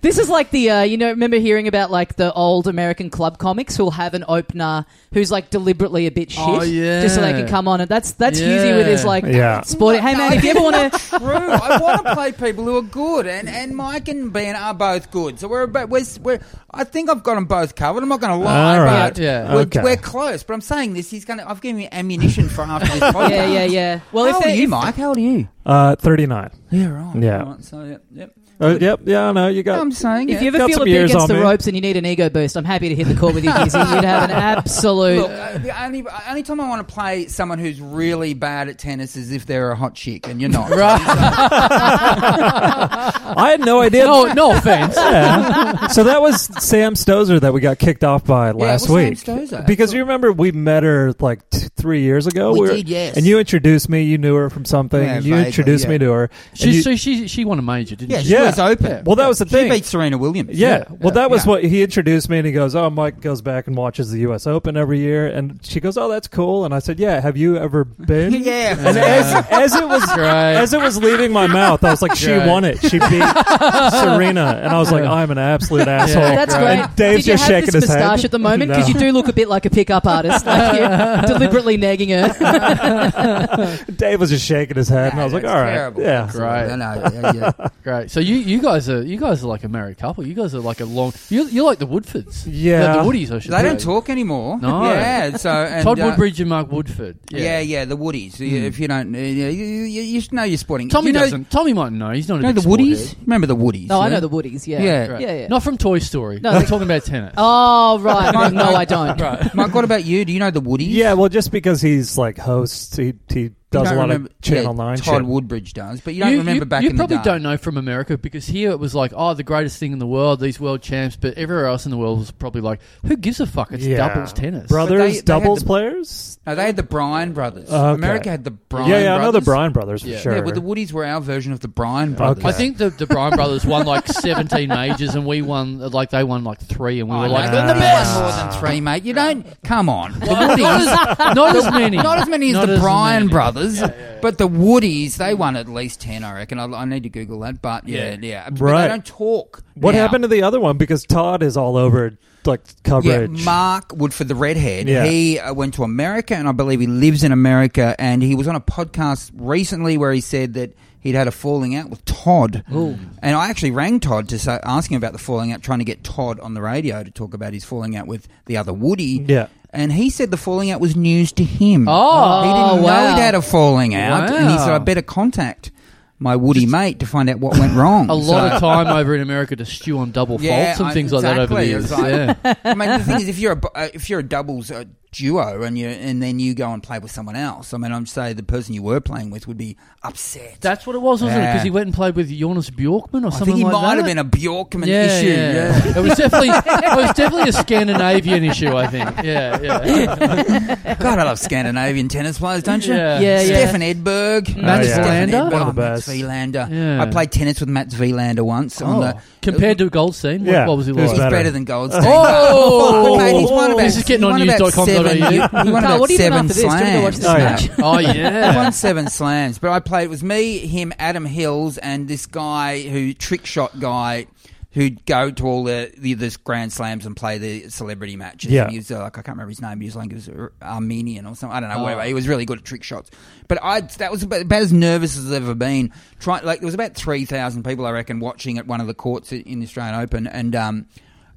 [SPEAKER 1] This is like the, uh, you know, remember hearing about like the old American club comics who'll have an opener who's like deliberately a bit shit.
[SPEAKER 3] Oh, yeah.
[SPEAKER 1] Just so they can come on. And that's, that's
[SPEAKER 3] Yeah.
[SPEAKER 1] usually with his like
[SPEAKER 4] Yeah.
[SPEAKER 1] sporting. Hey man, if you ever want to.
[SPEAKER 5] True. I want to play people who are good, and, and Mike and Ben are both good. So we're about we're, we're I think I've got them both covered. I'm not going to lie,
[SPEAKER 4] All right.
[SPEAKER 5] but
[SPEAKER 3] Yeah.
[SPEAKER 5] we're,
[SPEAKER 4] Okay.
[SPEAKER 5] we're close. But I'm saying this. He's going to. I've given you ammunition for after
[SPEAKER 4] [LAUGHS]
[SPEAKER 5] this podcast.
[SPEAKER 1] Yeah, yeah, yeah. Well,
[SPEAKER 5] How
[SPEAKER 1] if
[SPEAKER 5] old
[SPEAKER 1] they-
[SPEAKER 5] are you,
[SPEAKER 1] if-
[SPEAKER 5] Mike? How old are you?
[SPEAKER 4] Uh, Thirty-nine.
[SPEAKER 5] Yeah, right.
[SPEAKER 4] Yeah.
[SPEAKER 5] Right, so yeah, yep.
[SPEAKER 4] Uh, yep. Yeah. I know. You got.
[SPEAKER 5] I'm saying
[SPEAKER 1] If
[SPEAKER 5] yeah.
[SPEAKER 1] you ever
[SPEAKER 4] Got
[SPEAKER 1] feel
[SPEAKER 4] some
[SPEAKER 1] a bit
[SPEAKER 4] years
[SPEAKER 1] against
[SPEAKER 4] on
[SPEAKER 1] the
[SPEAKER 4] me.
[SPEAKER 1] ropes and you need an ego boost, I'm happy to hit the court with you, Gizzy. You'd have an absolute.
[SPEAKER 5] Look, uh, the only only time I want to play someone who's really bad at tennis is if they're a hot chick, and you're
[SPEAKER 4] [LAUGHS]
[SPEAKER 5] not. right.
[SPEAKER 4] I had
[SPEAKER 5] [LAUGHS]
[SPEAKER 4] no idea.
[SPEAKER 3] no, no offense.
[SPEAKER 4] Yeah. So that was Sam Stozer that we got kicked off by last
[SPEAKER 5] it was Sam
[SPEAKER 4] week.
[SPEAKER 5] Stosur.
[SPEAKER 4] Because you remember we met her like t- three years ago.
[SPEAKER 5] We
[SPEAKER 4] were-
[SPEAKER 5] did, yes.
[SPEAKER 4] And you introduced me. You knew her from something.
[SPEAKER 5] Yeah,
[SPEAKER 4] and you
[SPEAKER 5] vaguely,
[SPEAKER 4] introduced
[SPEAKER 5] yeah.
[SPEAKER 4] me to her. and
[SPEAKER 3] She,
[SPEAKER 4] you-
[SPEAKER 3] so she she won a major, didn't
[SPEAKER 5] Yeah,
[SPEAKER 3] she?
[SPEAKER 5] she was open.
[SPEAKER 4] Well, that was the
[SPEAKER 5] He
[SPEAKER 4] thing.
[SPEAKER 5] beat Serena Williams.
[SPEAKER 4] Yeah. Well, that was
[SPEAKER 5] Yeah.
[SPEAKER 4] what he introduced me, and he goes, "Oh, Mike goes back and watches the U.S. Open every year," and she goes, "Oh, that's cool." And I said, "Yeah, have you ever been?"
[SPEAKER 1] [LAUGHS]
[SPEAKER 5] Yeah.
[SPEAKER 4] And as, as it was
[SPEAKER 3] Great.
[SPEAKER 4] as it was leaving my mouth, I was like, "She
[SPEAKER 3] Right.
[SPEAKER 4] won it. She beat
[SPEAKER 5] [LAUGHS]
[SPEAKER 4] Serena," and I was like, "I'm an absolute asshole."
[SPEAKER 1] That's
[SPEAKER 3] Right.
[SPEAKER 1] great.
[SPEAKER 4] And Oh, Dave's
[SPEAKER 1] Did you
[SPEAKER 4] just
[SPEAKER 1] have
[SPEAKER 4] shaking
[SPEAKER 1] this
[SPEAKER 4] his head.
[SPEAKER 1] moustache at the moment? Because
[SPEAKER 4] No.
[SPEAKER 1] you do look a bit like a pickup artist. Like you're deliberately nagging her.
[SPEAKER 4] Dave was just shaking his head, and I was like,
[SPEAKER 5] That's
[SPEAKER 4] "All right,
[SPEAKER 5] terrible.
[SPEAKER 4] yeah."
[SPEAKER 3] Great.
[SPEAKER 5] No, no, yeah, yeah.
[SPEAKER 4] [LAUGHS]
[SPEAKER 3] Great. So you, you guys are you guys are like a married couple. You guys are like a long. You're, you're like the Woodfords.
[SPEAKER 4] Yeah.
[SPEAKER 3] You're like the Woodies. I should.
[SPEAKER 5] They
[SPEAKER 3] say.
[SPEAKER 5] don't talk anymore.
[SPEAKER 3] No.
[SPEAKER 5] Yeah. So and,
[SPEAKER 3] Todd
[SPEAKER 5] uh,
[SPEAKER 3] Woodbridge and Mark Woodford.
[SPEAKER 5] Yeah. yeah, the Woodies. You- If you don't, uh, you, you, you should know your sporting.
[SPEAKER 3] Tommy
[SPEAKER 5] you know,
[SPEAKER 3] doesn't. Tommy might know. He's not.
[SPEAKER 5] You
[SPEAKER 3] a
[SPEAKER 5] know
[SPEAKER 3] big
[SPEAKER 5] the
[SPEAKER 3] sport
[SPEAKER 5] Woodies.
[SPEAKER 3] head.
[SPEAKER 5] Remember the Woodies?
[SPEAKER 1] No, I
[SPEAKER 5] yeah?
[SPEAKER 1] know the Woodies. Yeah.
[SPEAKER 5] Yeah.
[SPEAKER 1] Yeah. yeah.
[SPEAKER 3] Not from Toy Story.
[SPEAKER 1] No,
[SPEAKER 3] No, we're
[SPEAKER 1] they-
[SPEAKER 3] talking about tennis.
[SPEAKER 1] Oh right.
[SPEAKER 5] [LAUGHS]
[SPEAKER 1] no, I don't. [LAUGHS]
[SPEAKER 5] Mike, what about you? Do you know the Woodies?
[SPEAKER 4] Yeah, well, just because he's like hosts, he he
[SPEAKER 5] You
[SPEAKER 4] does a
[SPEAKER 5] don't
[SPEAKER 4] lot
[SPEAKER 5] remember-
[SPEAKER 4] of Channel
[SPEAKER 5] yeah,
[SPEAKER 4] Nine
[SPEAKER 5] Todd
[SPEAKER 4] shit.
[SPEAKER 5] Woodbridge does, but you don't remember back
[SPEAKER 3] you
[SPEAKER 5] in the
[SPEAKER 3] probably
[SPEAKER 5] day.
[SPEAKER 3] don't know from America because here it was like, oh, the greatest thing in the world, these world champs. But everywhere else in the world was probably like, who gives a fuck? It's
[SPEAKER 4] Yeah.
[SPEAKER 3] doubles tennis.
[SPEAKER 4] brothers,
[SPEAKER 5] But they- they had
[SPEAKER 4] doubles
[SPEAKER 5] the-
[SPEAKER 4] players.
[SPEAKER 5] No, they had the Bryan brothers.
[SPEAKER 4] Oh, okay.
[SPEAKER 5] America had the Bryan.
[SPEAKER 4] yeah, yeah, I know the
[SPEAKER 5] brothers.
[SPEAKER 4] Bryan brothers for
[SPEAKER 3] Yeah.
[SPEAKER 4] sure.
[SPEAKER 5] Yeah, but the Woodies were our version of the Bryan brothers.
[SPEAKER 3] I think the, the Bryan brothers won like 17 majors and we won, like, they won like three and we
[SPEAKER 5] Oh,
[SPEAKER 3] were
[SPEAKER 5] no,
[SPEAKER 3] like,
[SPEAKER 5] you
[SPEAKER 3] "They're the
[SPEAKER 5] won
[SPEAKER 3] best!
[SPEAKER 5] more than three, mate. You don't. Come on.
[SPEAKER 3] Well, [LAUGHS] not, as, not as
[SPEAKER 5] [LAUGHS]
[SPEAKER 3] many.
[SPEAKER 5] Not as many as
[SPEAKER 3] Not
[SPEAKER 5] the Bryan
[SPEAKER 3] many.
[SPEAKER 5] brothers, but the Woodies, they won at least 10, I reckon. I, I need to Google that, but yeah, yeah.
[SPEAKER 3] Yeah.
[SPEAKER 5] But
[SPEAKER 4] Right.
[SPEAKER 5] They don't talk.
[SPEAKER 4] What
[SPEAKER 5] now.
[SPEAKER 4] happened to the other one? Because Todd is all over like
[SPEAKER 5] Yeah,
[SPEAKER 4] coverage.
[SPEAKER 5] Mark Woodford, the redhead,
[SPEAKER 4] Yeah.
[SPEAKER 5] he uh, went to America, and I believe he lives in America. And he was on a podcast recently where he said that he'd had a falling out with Todd. And I actually rang Todd to say, ask him about the falling out, trying to get Todd on the radio to talk about his falling out with the other Woody.
[SPEAKER 4] Yeah.
[SPEAKER 5] And he said the falling out was news to him.
[SPEAKER 3] Oh.
[SPEAKER 5] he didn't know
[SPEAKER 1] wow.
[SPEAKER 5] he'd had a falling out, and he said,
[SPEAKER 3] Wow.
[SPEAKER 5] "I better contact my Woody mate to find out what went wrong."
[SPEAKER 3] [LAUGHS] A lot
[SPEAKER 5] So-
[SPEAKER 3] of time over in America to stew on double
[SPEAKER 5] Yeah,
[SPEAKER 3] faults and
[SPEAKER 5] I-
[SPEAKER 3] things like that over the
[SPEAKER 5] exactly.
[SPEAKER 3] years.
[SPEAKER 5] It's like-
[SPEAKER 3] yeah.
[SPEAKER 5] I mean, the thing is, if you're a bu- uh, if you're a doubles uh, duo and you and then you go and play with someone else, I mean, I'm say the person you were playing with would be upset.
[SPEAKER 3] That's what it was, wasn't it?
[SPEAKER 5] Yeah.
[SPEAKER 3] Because he went and played with Jonas Bjorkman or
[SPEAKER 5] I
[SPEAKER 3] something
[SPEAKER 5] think he
[SPEAKER 3] like
[SPEAKER 5] might
[SPEAKER 3] that.
[SPEAKER 5] have been a Bjorkman issue. yeah.
[SPEAKER 3] it was
[SPEAKER 5] [LAUGHS]
[SPEAKER 3] definitely it was definitely a Scandinavian issue. I think. Yeah, yeah.
[SPEAKER 5] [LAUGHS] God, I love Scandinavian tennis players, don't you?
[SPEAKER 3] Yeah. Oh,
[SPEAKER 1] Yeah, yeah.
[SPEAKER 5] Stefan Edberg,
[SPEAKER 3] Mats
[SPEAKER 4] yeah.
[SPEAKER 5] Stefan
[SPEAKER 3] Wilander?
[SPEAKER 5] Edberg.
[SPEAKER 4] One of the
[SPEAKER 5] Oh, Mats
[SPEAKER 4] best.
[SPEAKER 5] Wilander.
[SPEAKER 3] Yeah. Oh.
[SPEAKER 5] I played tennis with Mats Wilander once. On the,
[SPEAKER 3] Compared to Goldstein,
[SPEAKER 4] Yeah.
[SPEAKER 3] what, what was he
[SPEAKER 4] It was
[SPEAKER 3] like?
[SPEAKER 5] he's
[SPEAKER 4] better.
[SPEAKER 5] better than Goldstein.
[SPEAKER 3] [LAUGHS] Oh!
[SPEAKER 5] Mate, he's won about,
[SPEAKER 3] This is getting
[SPEAKER 5] he
[SPEAKER 3] on
[SPEAKER 5] won about
[SPEAKER 3] news.com.au.
[SPEAKER 5] seven- He he won
[SPEAKER 1] Carl,
[SPEAKER 5] about
[SPEAKER 1] what are you doing
[SPEAKER 5] seven
[SPEAKER 1] after this? Do you want me to watch
[SPEAKER 5] slams.
[SPEAKER 1] this
[SPEAKER 4] Oh, yeah.
[SPEAKER 1] match?
[SPEAKER 5] [LAUGHS]
[SPEAKER 3] Oh
[SPEAKER 5] He
[SPEAKER 3] yeah.
[SPEAKER 5] won seven slams, but I played. It was me, him, Adam Hills, and this guy who trick shot guy who'd go to all the, the this grand slams and play the celebrity matches.
[SPEAKER 4] Yeah.
[SPEAKER 5] And he was uh, like I can't remember his name. He was like he was Ar- Armenian or something. I don't know.
[SPEAKER 3] Oh.
[SPEAKER 5] Whatever. He was really good at trick shots. But I that was about, about as nervous as I've ever been. Try like there was about three thousand people I reckon watching at one of the courts i- in the Australian Open, and um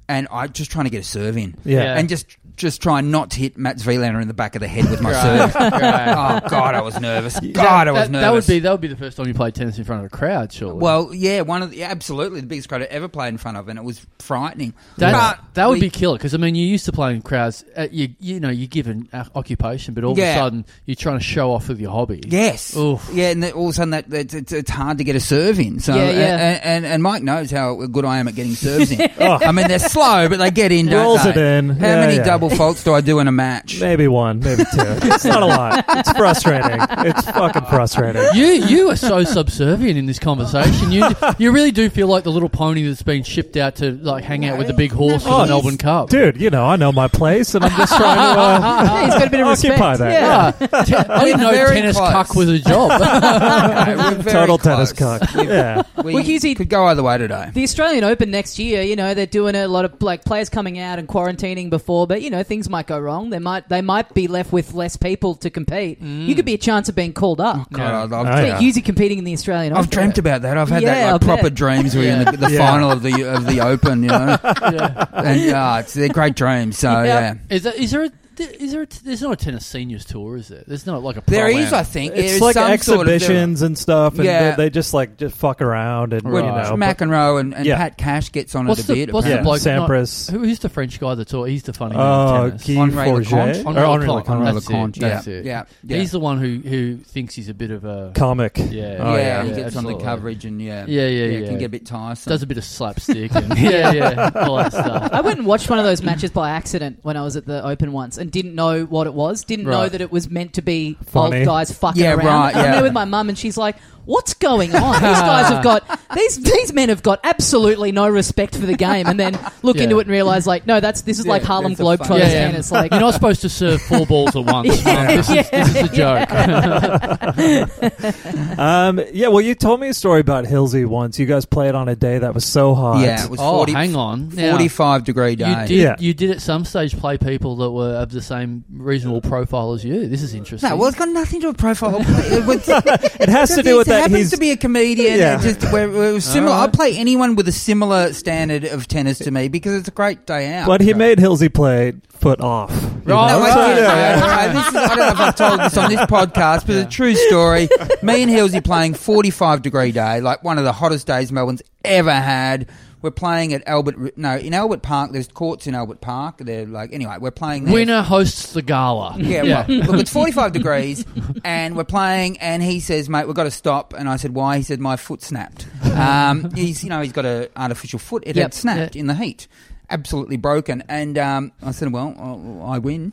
[SPEAKER 5] and I just trying to get a serve in.
[SPEAKER 4] Yeah.
[SPEAKER 3] Yeah.
[SPEAKER 5] And just just try not to hit Mats Velander in the back of the head with my serve. Oh God, I was nervous. God, I was
[SPEAKER 3] that,
[SPEAKER 5] nervous.
[SPEAKER 3] that would be that would be the first time you played tennis in front of a crowd, surely.
[SPEAKER 5] well, yeah, one of the, yeah, absolutely the biggest crowd I ever played in front of, and it was frightening.
[SPEAKER 3] that,
[SPEAKER 5] But
[SPEAKER 3] that would
[SPEAKER 5] we-
[SPEAKER 3] be killer because I mean you're used to playing crowds. At you you know you're given a- occupation, but all
[SPEAKER 5] Yeah.
[SPEAKER 3] of a sudden you're trying to show off with your hobby.
[SPEAKER 5] Yes.
[SPEAKER 3] Oof.
[SPEAKER 5] Yeah, and then all of a sudden that, that it's, it's hard to get a serve in. So
[SPEAKER 1] Yeah, yeah.
[SPEAKER 5] And, and and Mike knows how good I am at getting serves in. I mean, they're slow, but they get in. Don't
[SPEAKER 4] Rolls
[SPEAKER 5] they?
[SPEAKER 4] it in.
[SPEAKER 5] How
[SPEAKER 4] Yeah,
[SPEAKER 5] many
[SPEAKER 4] yeah.
[SPEAKER 5] double faults do I do in a match?
[SPEAKER 4] Maybe one, maybe
[SPEAKER 5] [LAUGHS]
[SPEAKER 4] two. It's not a lot. It's frustrating. It's fucking frustrating.
[SPEAKER 3] You you are so subservient in this conversation. You you really do feel like the little pony that's been shipped out to like hang out with the big horse for the
[SPEAKER 5] Oh,
[SPEAKER 3] Melbourne Cup.
[SPEAKER 4] Dude, you know, I know my place and I'm just trying to uh,
[SPEAKER 1] Yeah, he's got a bit of respect.
[SPEAKER 4] occupy that.
[SPEAKER 1] Yeah.
[SPEAKER 3] Ah, te- [LAUGHS] I didn't know
[SPEAKER 5] Very
[SPEAKER 3] tennis
[SPEAKER 5] close.
[SPEAKER 3] cuck was a job.
[SPEAKER 5] No, we're [LAUGHS] very
[SPEAKER 4] [LAUGHS] Total
[SPEAKER 5] close. [LAUGHS]
[SPEAKER 4] tennis cock. Yeah.
[SPEAKER 5] We
[SPEAKER 1] Well, you see-
[SPEAKER 5] could go either way today.
[SPEAKER 1] The Australian Open next year, you know, they're doing a lot of like players coming out and quarantining before, but you know, things might go wrong. They might they might be left with less people to compete. You could be a chance of being called up.
[SPEAKER 5] God, I love
[SPEAKER 4] Oh,
[SPEAKER 5] tennis.
[SPEAKER 4] yeah.
[SPEAKER 1] But Husey competing in the Australian
[SPEAKER 5] I've
[SPEAKER 1] Open.
[SPEAKER 5] dreamt about that. I've had
[SPEAKER 1] Yeah,
[SPEAKER 5] that like,
[SPEAKER 1] I
[SPEAKER 5] proper
[SPEAKER 1] bet.
[SPEAKER 5] dreams. We're in
[SPEAKER 3] [LAUGHS]
[SPEAKER 5] the, the
[SPEAKER 4] Yeah.
[SPEAKER 5] final of the of the Open, you know, and uh, it's they're great dreams. So
[SPEAKER 1] Yeah.
[SPEAKER 5] Oh, yeah,
[SPEAKER 3] Is there is there a, is there a, there's not a tennis seniors tour, is there? There's not like a pro
[SPEAKER 5] there is, I
[SPEAKER 3] am.
[SPEAKER 5] think, there
[SPEAKER 4] It's
[SPEAKER 5] is
[SPEAKER 4] like
[SPEAKER 5] some
[SPEAKER 4] exhibitions and stuff and
[SPEAKER 5] Yeah.
[SPEAKER 4] they, they just like just fuck around and
[SPEAKER 5] Sort of,
[SPEAKER 4] you know.
[SPEAKER 5] when McEnroe and, and
[SPEAKER 4] Yeah.
[SPEAKER 5] Pat Cash gets on
[SPEAKER 3] What's
[SPEAKER 5] it a
[SPEAKER 3] the
[SPEAKER 5] bit.
[SPEAKER 3] what's the
[SPEAKER 4] Yeah.
[SPEAKER 5] apparently.
[SPEAKER 3] bloke? not-
[SPEAKER 4] Sampras.
[SPEAKER 3] who- who's the French guy that's all? He's the funny
[SPEAKER 4] but-
[SPEAKER 3] man.
[SPEAKER 4] Oh,
[SPEAKER 3] in tennis.
[SPEAKER 4] Guy
[SPEAKER 5] Henri
[SPEAKER 4] Forget.
[SPEAKER 5] Leconte?
[SPEAKER 4] Or Henri Leconte.
[SPEAKER 5] Henri
[SPEAKER 3] Oh, That's it,
[SPEAKER 5] Leconte, yeah.
[SPEAKER 3] that's it.
[SPEAKER 5] Yeah, yeah.
[SPEAKER 3] He's the one who who thinks he's a bit of a
[SPEAKER 4] Comic.
[SPEAKER 3] Yeah.
[SPEAKER 4] Oh,
[SPEAKER 5] yeah,
[SPEAKER 4] yeah.
[SPEAKER 5] he gets on
[SPEAKER 3] Absolutely.
[SPEAKER 5] the coverage and yeah,
[SPEAKER 3] Yeah, yeah,
[SPEAKER 5] It
[SPEAKER 3] yeah.
[SPEAKER 5] can get a bit tiresome.
[SPEAKER 3] does a bit of slapstick
[SPEAKER 5] [LAUGHS]
[SPEAKER 3] and yeah, yeah, all that stuff.
[SPEAKER 1] I went and watched one of those matches by accident when I was at the Open once and didn't know what it was. Didn't know
[SPEAKER 3] Right.
[SPEAKER 1] that it was meant to be
[SPEAKER 4] Funny.
[SPEAKER 1] old guys fucking
[SPEAKER 5] Yeah,
[SPEAKER 1] around.
[SPEAKER 5] right,
[SPEAKER 1] I'm
[SPEAKER 5] yeah.
[SPEAKER 1] there with my mum and she's like, what's going
[SPEAKER 3] [LAUGHS]
[SPEAKER 1] on? these guys have got these these men have got absolutely no respect for the game, and then look
[SPEAKER 3] Yeah.
[SPEAKER 1] into it and realize like, no, that's this is like Harlem
[SPEAKER 5] that's a fun-
[SPEAKER 1] Globetrotters,
[SPEAKER 3] Yeah, yeah.
[SPEAKER 1] and it's like.
[SPEAKER 3] [LAUGHS] You're not supposed to serve four balls
[SPEAKER 5] [LAUGHS]
[SPEAKER 3] at once.
[SPEAKER 1] Yeah.
[SPEAKER 3] man. This, is, this is a joke.
[SPEAKER 4] Um, yeah, well, you told me a story about Hillsy once. You guys played on a day that was so hot.
[SPEAKER 5] Yeah, it was
[SPEAKER 3] oh,
[SPEAKER 5] 40,
[SPEAKER 3] hang on. Now,
[SPEAKER 5] 45 degree
[SPEAKER 3] you
[SPEAKER 5] day.
[SPEAKER 3] did,
[SPEAKER 4] Yeah.
[SPEAKER 3] you did at some stage play people that were of the same reasonable profile as you. This is interesting.
[SPEAKER 5] No, well, it's got nothing to do with
[SPEAKER 3] [LAUGHS]
[SPEAKER 5] profile. it was-
[SPEAKER 4] It has to do with
[SPEAKER 5] it
[SPEAKER 4] that.
[SPEAKER 5] happens
[SPEAKER 4] He's
[SPEAKER 5] to be a comedian.
[SPEAKER 4] Yeah.
[SPEAKER 5] and Just we're, we're similar.
[SPEAKER 3] All right.
[SPEAKER 5] I'll play anyone with a similar standard of tennis to me because it's a great day out.
[SPEAKER 4] but he made Hillsy play foot off. you
[SPEAKER 3] Right.
[SPEAKER 5] No, I,
[SPEAKER 4] know?
[SPEAKER 3] Oh,
[SPEAKER 4] So,
[SPEAKER 5] did. [LAUGHS]
[SPEAKER 4] yeah, yeah.
[SPEAKER 5] I- I- this is- I don't know if I've told this on this podcast, but
[SPEAKER 3] Yeah.
[SPEAKER 5] it's a true story. Me and Hillsy playing 45 degree day, like one of the hottest days Melbourne's ever had. We're playing at Albert, no, in Albert Park. There's courts in Albert Park. They're like, anyway, we're playing there.
[SPEAKER 3] Winner hosts the gala.
[SPEAKER 5] Yeah, Well, look, it's 45 degrees, and we're playing, and he says, "Mate, we've got to stop." And I said, "Why?" He said, "My foot snapped." Um, he's, you know, he's got an artificial foot. It
[SPEAKER 1] Yep.
[SPEAKER 5] had snapped in the heat, absolutely broken. And um, I said, "Well, I- I win."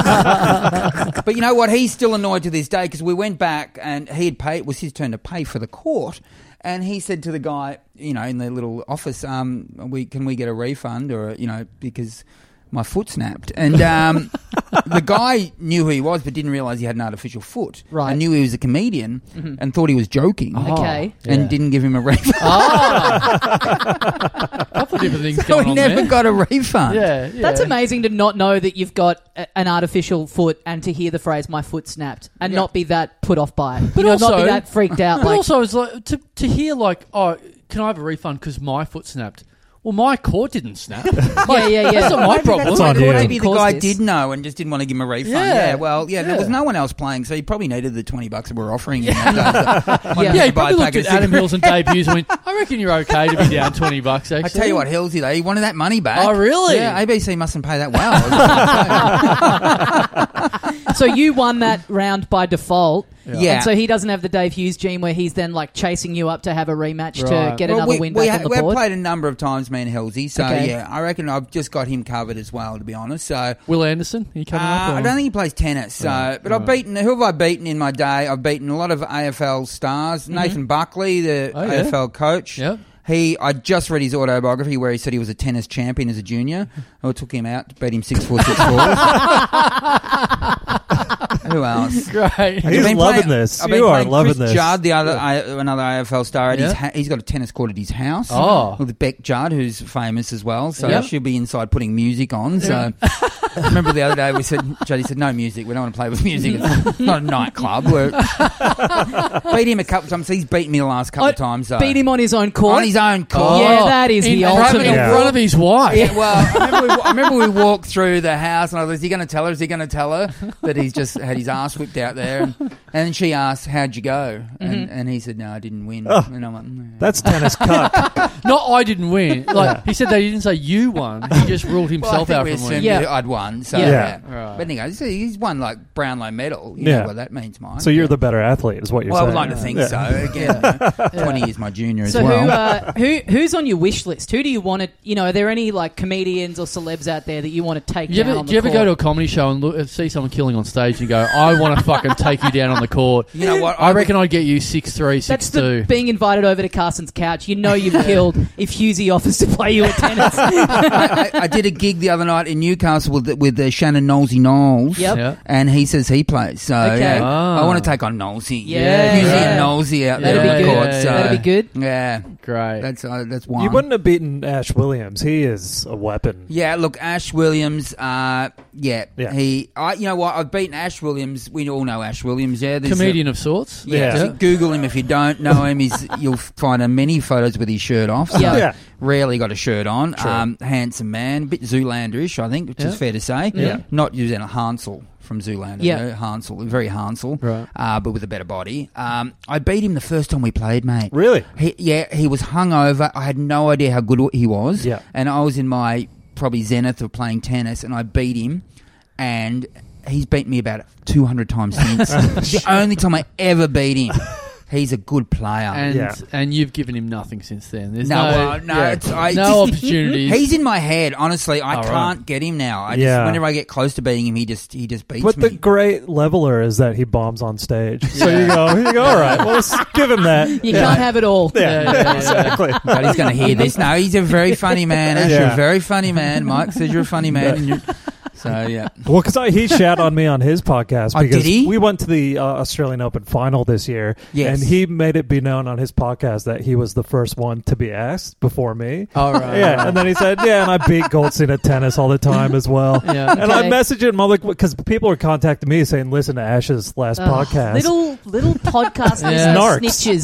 [SPEAKER 5] but you know what? He's still annoyed to this day because we went back, and he had paid. It was his turn to pay for the court. And he said to the guy, you know, in the little office, um, "We can we get a refund, or you know, because my foot snapped." And
[SPEAKER 3] [LAUGHS]
[SPEAKER 5] um, the guy knew who he was, but didn't realize he had an artificial foot.
[SPEAKER 1] Right.
[SPEAKER 5] And knew he was a comedian, and thought he was joking,
[SPEAKER 3] Oh,
[SPEAKER 1] Okay.
[SPEAKER 3] Mm-hmm. yeah.
[SPEAKER 5] and didn't give
[SPEAKER 3] [LAUGHS]
[SPEAKER 5] him a refund.
[SPEAKER 3] Ah. couple of different
[SPEAKER 5] [LAUGHS]
[SPEAKER 3] things
[SPEAKER 5] so
[SPEAKER 3] going
[SPEAKER 5] he
[SPEAKER 3] on
[SPEAKER 5] never
[SPEAKER 3] there.
[SPEAKER 5] got a refund.
[SPEAKER 3] yeah, yeah.
[SPEAKER 1] That's amazing to not know that you've got a, an artificial foot and to hear the phrase "my foot snapped" and
[SPEAKER 5] Yeah.
[SPEAKER 1] not be that put off by it,
[SPEAKER 3] But
[SPEAKER 1] you know, not
[SPEAKER 3] also-
[SPEAKER 1] be that freaked out.
[SPEAKER 3] But
[SPEAKER 1] like,
[SPEAKER 3] also, it's like to to hear like, oh, can I have a refund because my foot snapped? Well, my core
[SPEAKER 5] [LAUGHS]
[SPEAKER 3] didn't snap.
[SPEAKER 1] "Oh, yeah, yeah, yeah.
[SPEAKER 3] That's not my problem.
[SPEAKER 4] That's on
[SPEAKER 5] Or
[SPEAKER 4] you.
[SPEAKER 5] maybe the
[SPEAKER 1] Caused
[SPEAKER 5] guy
[SPEAKER 1] this.
[SPEAKER 5] did know and just didn't want to give him a refund.
[SPEAKER 3] Yeah.
[SPEAKER 5] Yeah, well, yeah, there was
[SPEAKER 3] Yeah.
[SPEAKER 5] no one else playing, so he probably needed the 20 bucks that we're offering him. that
[SPEAKER 3] [LAUGHS]
[SPEAKER 5] day, so
[SPEAKER 1] Yeah.
[SPEAKER 5] might have to
[SPEAKER 3] Yeah, he
[SPEAKER 5] buy a
[SPEAKER 3] probably looked
[SPEAKER 5] packet
[SPEAKER 3] at
[SPEAKER 5] of
[SPEAKER 3] Adam
[SPEAKER 5] cigarettes. [LAUGHS]
[SPEAKER 3] Hills and Dave Hughes and went, I reckon you're okay to be down 20 bucks, actually.
[SPEAKER 5] I tell you what, Hillsy, though, he wanted that money back.
[SPEAKER 3] Oh, really?
[SPEAKER 5] Yeah, ABC mustn't pay that
[SPEAKER 3] [LAUGHS]
[SPEAKER 5] well.
[SPEAKER 1] so you won that round by default.
[SPEAKER 3] Yeah.
[SPEAKER 5] Yeah.
[SPEAKER 1] And so he doesn't have the Dave Hughes gene where he's then like chasing you up to have a rematch to
[SPEAKER 3] Right.
[SPEAKER 1] get
[SPEAKER 5] Well,
[SPEAKER 1] another
[SPEAKER 5] we,
[SPEAKER 1] win
[SPEAKER 5] we
[SPEAKER 1] back
[SPEAKER 5] ha-
[SPEAKER 1] on the
[SPEAKER 5] we've
[SPEAKER 1] board.
[SPEAKER 5] played a number of times, me and Hillsy, so
[SPEAKER 1] Okay.
[SPEAKER 5] yeah, I reckon I've just got him covered as well, to be honest. So
[SPEAKER 3] Will Anderson, are you coming up?
[SPEAKER 5] Uh,
[SPEAKER 3] or-
[SPEAKER 5] I don't think he plays tennis. So, but I've beaten who have I beaten in my day? I've beaten a lot of AFL stars.
[SPEAKER 1] Mm-hmm.
[SPEAKER 5] Nathan Buckley, the
[SPEAKER 3] Oh, yeah.
[SPEAKER 5] AFL coach.
[SPEAKER 3] Yep.
[SPEAKER 5] He, I just read his autobiography where he said he was a tennis champion as
[SPEAKER 1] [LAUGHS]
[SPEAKER 5] a junior. I took him out, beat him six four six four. [LAUGHS] Who else?
[SPEAKER 4] [LAUGHS]
[SPEAKER 3] Great.
[SPEAKER 4] He's
[SPEAKER 5] I've been
[SPEAKER 4] loving
[SPEAKER 5] playing-
[SPEAKER 4] this.
[SPEAKER 5] I've been
[SPEAKER 4] you are
[SPEAKER 5] playing
[SPEAKER 4] loving
[SPEAKER 5] Chris
[SPEAKER 4] this.
[SPEAKER 5] Judd, the other I, another AFL star, at his
[SPEAKER 3] Yeah.
[SPEAKER 5] ha- he's got a tennis court at his house.
[SPEAKER 3] Oh.
[SPEAKER 5] with Beck Judd, who's famous as well. So
[SPEAKER 3] Yep.
[SPEAKER 5] she'll be inside putting music on. So I [LAUGHS] remember the other day we said, Jodie said, "No music. We don't want to play with music.
[SPEAKER 4] [LAUGHS]
[SPEAKER 5] It's not a nightclub." We're [LAUGHS] beat him a couple of times. He's beaten me the last couple of
[SPEAKER 1] I
[SPEAKER 5] times. So.
[SPEAKER 1] Beat him on his own court.
[SPEAKER 5] on his own court.
[SPEAKER 4] Oh.
[SPEAKER 1] Yeah, that is
[SPEAKER 3] Oh, in
[SPEAKER 1] the
[SPEAKER 3] front of-
[SPEAKER 1] ultimate.
[SPEAKER 3] In
[SPEAKER 4] Yeah.
[SPEAKER 3] front of his wife.
[SPEAKER 5] Yeah, well, I remember, we, I remember we walked through the house and I was like, is he going to tell her? Is he going to tell her that he's just had his ass whipped out there? And, and then she asked, how'd you go? And, and he said, no, I didn't win.
[SPEAKER 4] Oh.
[SPEAKER 5] And I'm like, "Mm."
[SPEAKER 4] That's tennis cup.
[SPEAKER 3] Not I didn't win. Like he said, they didn't say you won. He just ruled
[SPEAKER 5] well, I
[SPEAKER 3] himself
[SPEAKER 5] think
[SPEAKER 3] out
[SPEAKER 5] we
[SPEAKER 3] from winning.
[SPEAKER 5] assumed
[SPEAKER 1] Yeah.
[SPEAKER 5] that I'd won. So,
[SPEAKER 1] Yeah.
[SPEAKER 5] yeah.
[SPEAKER 3] Right.
[SPEAKER 5] But anyway, so he's won like Brownlow medal. You
[SPEAKER 4] Yeah.
[SPEAKER 5] know what that means, Mike.
[SPEAKER 4] so you're the better athlete, is what you're
[SPEAKER 5] well, I would
[SPEAKER 4] saying.
[SPEAKER 5] like to think
[SPEAKER 4] Yeah.
[SPEAKER 5] [LAUGHS] so. Again, 20 years my junior
[SPEAKER 1] So
[SPEAKER 5] as well.
[SPEAKER 1] who, uh, who who's on your wish list? Who do you want to? You know, are there any like comedians or celebs out there that you want to take?
[SPEAKER 3] You
[SPEAKER 1] down
[SPEAKER 3] ever,
[SPEAKER 1] on
[SPEAKER 3] do
[SPEAKER 1] the
[SPEAKER 3] you ever go
[SPEAKER 1] court?
[SPEAKER 3] to a comedy show and look, see someone killing on stage and go, "I want to fucking take you down on the court"?
[SPEAKER 5] you know what?
[SPEAKER 3] I reckon I'd get you six three,
[SPEAKER 1] That's
[SPEAKER 3] six
[SPEAKER 1] the
[SPEAKER 3] two.
[SPEAKER 1] being invited over to Carson's couch. You know
[SPEAKER 3] [LAUGHS]
[SPEAKER 1] you've killed if Husey offers to play you at tennis.
[SPEAKER 5] I, I, I did a gig the other night in Newcastle with, with uh, Shannon Knowlesy Knowles.
[SPEAKER 1] Yep.
[SPEAKER 3] Yeah.
[SPEAKER 5] and he says he plays. So
[SPEAKER 1] Okay.
[SPEAKER 5] yeah.
[SPEAKER 3] Ah.
[SPEAKER 5] I want to take on Nosey.
[SPEAKER 1] Yeah.
[SPEAKER 5] Usually
[SPEAKER 1] Yeah.
[SPEAKER 5] Nosey out
[SPEAKER 3] That'd
[SPEAKER 5] there
[SPEAKER 1] That'd
[SPEAKER 5] on
[SPEAKER 1] be
[SPEAKER 5] the
[SPEAKER 1] good.
[SPEAKER 5] court.
[SPEAKER 3] Yeah,
[SPEAKER 5] so.
[SPEAKER 1] That'd be good.
[SPEAKER 5] Yeah,
[SPEAKER 3] Great.
[SPEAKER 5] that's uh, that's one.
[SPEAKER 4] You wouldn't have beaten Ash Williams. He is a weapon.
[SPEAKER 5] Yeah, look, Ash Williams. Uh, yeah,
[SPEAKER 4] Yeah.
[SPEAKER 5] he. I, you know what? I've beaten Ash Williams. We all know Ash Williams. Yeah, there's a-
[SPEAKER 3] Comedian of sorts.
[SPEAKER 5] yeah,
[SPEAKER 4] Yeah.
[SPEAKER 5] just Google him if you don't know him. He's you'll find him many photos with his shirt off. So
[SPEAKER 1] Yeah.
[SPEAKER 4] Yeah.
[SPEAKER 5] rarely got a shirt on.
[SPEAKER 4] True.
[SPEAKER 5] Um, handsome man, bit Zoolander-ish, I think, which
[SPEAKER 3] Yeah.
[SPEAKER 5] is fair to say.
[SPEAKER 4] Yeah.
[SPEAKER 5] not using a Hansel from Zoolander.
[SPEAKER 1] Yeah.
[SPEAKER 5] you know, Hansel, very Hansel,
[SPEAKER 3] Right.
[SPEAKER 5] uh, but with a better body. Um, I beat him the first time we played, mate.
[SPEAKER 4] Really?
[SPEAKER 5] He, yeah, he was hungover. I had no idea how good he was.
[SPEAKER 4] Yeah.
[SPEAKER 5] And I was in my probably zenith of playing tennis, and I beat him, and he's beat me about 200 times since. the only time I ever beat him. He's a good player.
[SPEAKER 3] and
[SPEAKER 4] Yeah.
[SPEAKER 3] and you've given him nothing since then. There's
[SPEAKER 5] No,
[SPEAKER 3] no,
[SPEAKER 5] well, no, it's- I-
[SPEAKER 3] no
[SPEAKER 5] [LAUGHS]
[SPEAKER 3] opportunities.
[SPEAKER 5] He's in my head, honestly. I
[SPEAKER 3] All right.
[SPEAKER 5] can't get him now. I
[SPEAKER 4] Yeah.
[SPEAKER 5] just whenever I get close to beating him, he just he just beats
[SPEAKER 4] But
[SPEAKER 5] me.
[SPEAKER 4] the great leveler is that he bombs on stage. So
[SPEAKER 3] Yeah.
[SPEAKER 4] you go, you go, all right, well, let's give him that.
[SPEAKER 1] You
[SPEAKER 4] yeah.
[SPEAKER 1] can't have it all.
[SPEAKER 3] Yeah, yeah, yeah, yeah.
[SPEAKER 4] exactly.
[SPEAKER 5] God, he's going to
[SPEAKER 3] [LAUGHS]
[SPEAKER 5] hear this. No, he's a very funny man. Ash, you're
[SPEAKER 4] Yeah.
[SPEAKER 5] a very funny man. Mike says you're a funny man.
[SPEAKER 4] [LAUGHS]
[SPEAKER 5] And you so yeah,
[SPEAKER 4] Well, because he shat on me on his podcast
[SPEAKER 5] Oh, did
[SPEAKER 4] because
[SPEAKER 5] he?
[SPEAKER 4] we went to the uh, Australian Open final this year,
[SPEAKER 5] Yes.
[SPEAKER 4] and he made it be known on his podcast that he was the first one to be asked before me.
[SPEAKER 3] [LAUGHS] All right.
[SPEAKER 4] Yeah, and then he said, "Yeah, and I beat Goldstein at tennis all the time as well."
[SPEAKER 3] [LAUGHS] Yeah.
[SPEAKER 4] And I
[SPEAKER 1] Okay.
[SPEAKER 4] messaged him, I'm like, because people are contacting me saying, "Listen to Ash's last
[SPEAKER 1] Ugh,
[SPEAKER 4] podcast."
[SPEAKER 1] Little little
[SPEAKER 3] [LAUGHS]
[SPEAKER 1] podcast
[SPEAKER 3] Yeah.
[SPEAKER 1] listeners,
[SPEAKER 4] Narcs.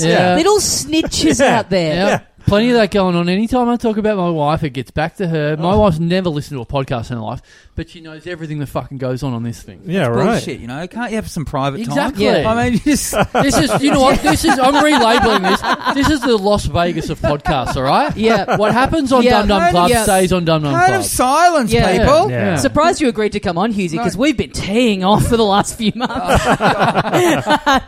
[SPEAKER 1] snitches.
[SPEAKER 3] Yeah.
[SPEAKER 1] Little snitches
[SPEAKER 4] Yeah.
[SPEAKER 1] out there.
[SPEAKER 3] Yeah. Plenty of that going on. Anytime I talk about my wife, it gets back to her. My
[SPEAKER 5] Oh.
[SPEAKER 3] wife's never listened to a podcast in her life, but she knows everything that fucking goes on on this thing.
[SPEAKER 4] yeah, right.
[SPEAKER 5] bullshit. You know, can't you have some private
[SPEAKER 3] Exactly.
[SPEAKER 5] time? I mean, you just
[SPEAKER 3] This is, you know what? This is, I'm relabeling this. This is the Las Vegas of podcasts, all right?
[SPEAKER 1] Yeah.
[SPEAKER 3] What happens on
[SPEAKER 1] Yeah.
[SPEAKER 3] Dum Dum Club
[SPEAKER 1] Yeah.
[SPEAKER 3] stays on Dum Dum
[SPEAKER 5] kind
[SPEAKER 3] Club.
[SPEAKER 5] of silence,
[SPEAKER 1] Yeah.
[SPEAKER 5] people.
[SPEAKER 4] Yeah.
[SPEAKER 1] Surprised you agreed to come on, Husey, because
[SPEAKER 5] No.
[SPEAKER 1] we've been teeing off for the last few months. [LAUGHS]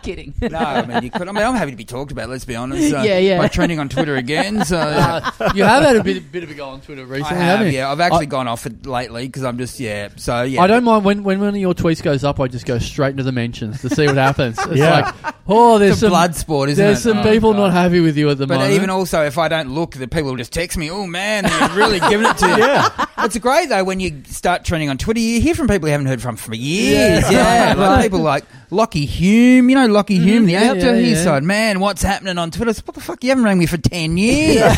[SPEAKER 1] Kidding.
[SPEAKER 5] Oh, No, I mean you could. I mean, I'm happy to be talked about. Let's be honest. Uh,
[SPEAKER 1] Yeah, yeah.
[SPEAKER 5] By trending on Twitter again.
[SPEAKER 3] [LAUGHS]
[SPEAKER 5] So
[SPEAKER 3] Uh, you have had a bit, bit of a go on Twitter
[SPEAKER 5] I
[SPEAKER 3] recently,
[SPEAKER 5] have.
[SPEAKER 3] not you?
[SPEAKER 5] Yeah, I've actually gone off it lately because I'm just yeah. So yeah,
[SPEAKER 3] I don't mind when, when one of your tweets goes up. I just go straight into the mentions to see what happens. It's
[SPEAKER 4] Yeah.
[SPEAKER 3] like, oh, there's
[SPEAKER 5] It's a
[SPEAKER 3] some
[SPEAKER 5] blood sport, isn't
[SPEAKER 3] there's
[SPEAKER 5] it?
[SPEAKER 3] some
[SPEAKER 5] Oh,
[SPEAKER 3] people
[SPEAKER 5] God.
[SPEAKER 3] not happy with you at the
[SPEAKER 5] But
[SPEAKER 3] moment.
[SPEAKER 5] even also, if I don't look, the people will just text me. Oh man, they're really giving it to
[SPEAKER 3] [LAUGHS]
[SPEAKER 5] you.
[SPEAKER 4] Yeah,
[SPEAKER 5] It's great though when you start trending on Twitter. You hear from people you haven't heard from for years.
[SPEAKER 1] Yeah.
[SPEAKER 5] Yeah,
[SPEAKER 1] Yeah,
[SPEAKER 5] like people like Lockie Hume. You know Lockie Hume, the
[SPEAKER 3] Yeah,
[SPEAKER 5] actor.
[SPEAKER 3] Mm-hmm. yeah,
[SPEAKER 5] He's
[SPEAKER 3] yeah.
[SPEAKER 5] like, man, what's happening on Twitter? I said, what the fuck? You haven't rang me for ten years. [LAUGHS]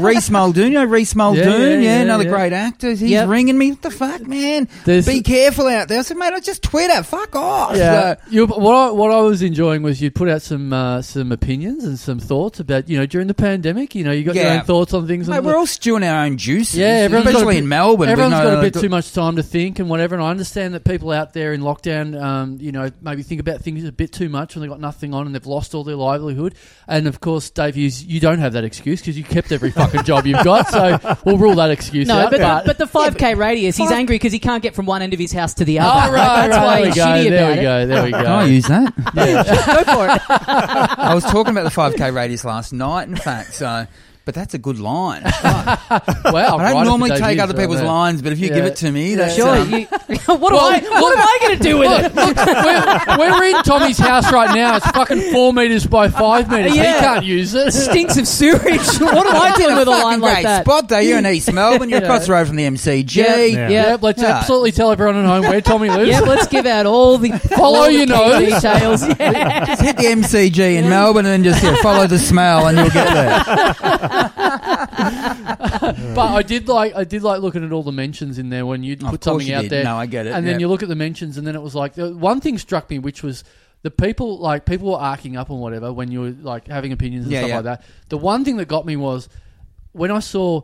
[SPEAKER 5] Reese Muldoon, you know Reese Muldoon.
[SPEAKER 3] Yeah,
[SPEAKER 5] Yeah,
[SPEAKER 3] yeah, yeah,
[SPEAKER 5] another
[SPEAKER 3] yeah.
[SPEAKER 5] great actor. He's
[SPEAKER 1] Yep.
[SPEAKER 5] ringing me. What the fuck, man?
[SPEAKER 3] There's-
[SPEAKER 5] Be careful out there. I said, mate, it's just Twitter. Fuck off.
[SPEAKER 3] Yeah.
[SPEAKER 5] So-
[SPEAKER 3] You, what, I, what I was enjoying was you put out some uh, some opinions and some thoughts about you know during the pandemic. You know you got your
[SPEAKER 5] Yeah.
[SPEAKER 3] own thoughts on things.
[SPEAKER 5] Mate,
[SPEAKER 3] and
[SPEAKER 5] we're
[SPEAKER 3] the-
[SPEAKER 5] all stewing our own juices.
[SPEAKER 3] yeah, everyone's got a
[SPEAKER 5] especially
[SPEAKER 3] bit-
[SPEAKER 5] in Melbourne.
[SPEAKER 3] Everyone's
[SPEAKER 5] We've
[SPEAKER 3] got a
[SPEAKER 5] no-
[SPEAKER 3] bit too much time to think and whatever. And I understand that people out there in lockdown, um, you know, maybe think about things a bit too much when they've got nothing on and they've lost all their livelihood. And of course, Dave, you, you don't have that excuse because you kept every fucking job you've got. So we'll rule that excuse
[SPEAKER 1] No,
[SPEAKER 3] out.
[SPEAKER 1] but, the, but the 5K radius, he's
[SPEAKER 5] Five-
[SPEAKER 1] angry because he can't get from one end of his house to the other.
[SPEAKER 3] all Oh, right,
[SPEAKER 1] That's why he's
[SPEAKER 3] there we
[SPEAKER 1] shitty
[SPEAKER 3] go.
[SPEAKER 1] about
[SPEAKER 3] There we
[SPEAKER 1] it.
[SPEAKER 3] go. There we go.
[SPEAKER 5] Can I use
[SPEAKER 1] [LAUGHS]
[SPEAKER 5] that?
[SPEAKER 1] Go for it.
[SPEAKER 5] [LAUGHS] I was talking about the 5K radius last night, in fact, so. But that's a good line. I
[SPEAKER 3] Wow,
[SPEAKER 5] don't
[SPEAKER 3] right at
[SPEAKER 5] normally
[SPEAKER 3] the
[SPEAKER 5] take
[SPEAKER 3] debut,
[SPEAKER 5] other
[SPEAKER 3] so
[SPEAKER 5] people's
[SPEAKER 3] there.
[SPEAKER 5] lines, but if you
[SPEAKER 3] Yeah.
[SPEAKER 5] give it to me, that's
[SPEAKER 1] Sure.
[SPEAKER 5] um,
[SPEAKER 1] Oh, you- [LAUGHS] what am
[SPEAKER 3] Well,
[SPEAKER 1] I? What
[SPEAKER 3] look-
[SPEAKER 1] am I going to do with it?
[SPEAKER 3] Look, look, we're, we're in Tommy's house right now. It's fucking four meters by five meters.
[SPEAKER 1] Yeah.
[SPEAKER 3] He can't use it.
[SPEAKER 1] Stinks of sewage.
[SPEAKER 3] [LAUGHS]
[SPEAKER 1] What am I
[SPEAKER 5] That's in
[SPEAKER 1] doing
[SPEAKER 5] a
[SPEAKER 1] with a
[SPEAKER 5] fucking
[SPEAKER 1] line like
[SPEAKER 5] great
[SPEAKER 1] that?
[SPEAKER 5] spot though. You're in East Melbourne. You're
[SPEAKER 3] Yeah.
[SPEAKER 5] across the road from the MCG.
[SPEAKER 1] Yeah.
[SPEAKER 4] Yeah.
[SPEAKER 3] Yep, let's
[SPEAKER 5] Yeah.
[SPEAKER 3] absolutely tell everyone at home where [LAUGHS] Tommy lives.
[SPEAKER 1] Yep, let's give out all the
[SPEAKER 3] [LAUGHS] Follow
[SPEAKER 1] all the
[SPEAKER 3] your
[SPEAKER 1] key
[SPEAKER 3] nose. [LAUGHS]
[SPEAKER 1] details. Yeah.
[SPEAKER 5] Just hit the MCG in Melbourne and just yeah, follow the smell, and you'll get there.
[SPEAKER 3] But I did like I did like looking at all the mentions in there when you
[SPEAKER 5] Of
[SPEAKER 3] put
[SPEAKER 5] course
[SPEAKER 3] something
[SPEAKER 5] you
[SPEAKER 3] out
[SPEAKER 5] did.
[SPEAKER 3] there.
[SPEAKER 5] No, I get it.
[SPEAKER 3] And then
[SPEAKER 5] Yeah.
[SPEAKER 3] you look at the mentions, and then it was like the one thing struck me, which was the people like people were arcing up on whatever when you were like having opinions and
[SPEAKER 5] Yeah,
[SPEAKER 3] stuff
[SPEAKER 5] yeah.
[SPEAKER 3] like that. The one thing that got me was when I saw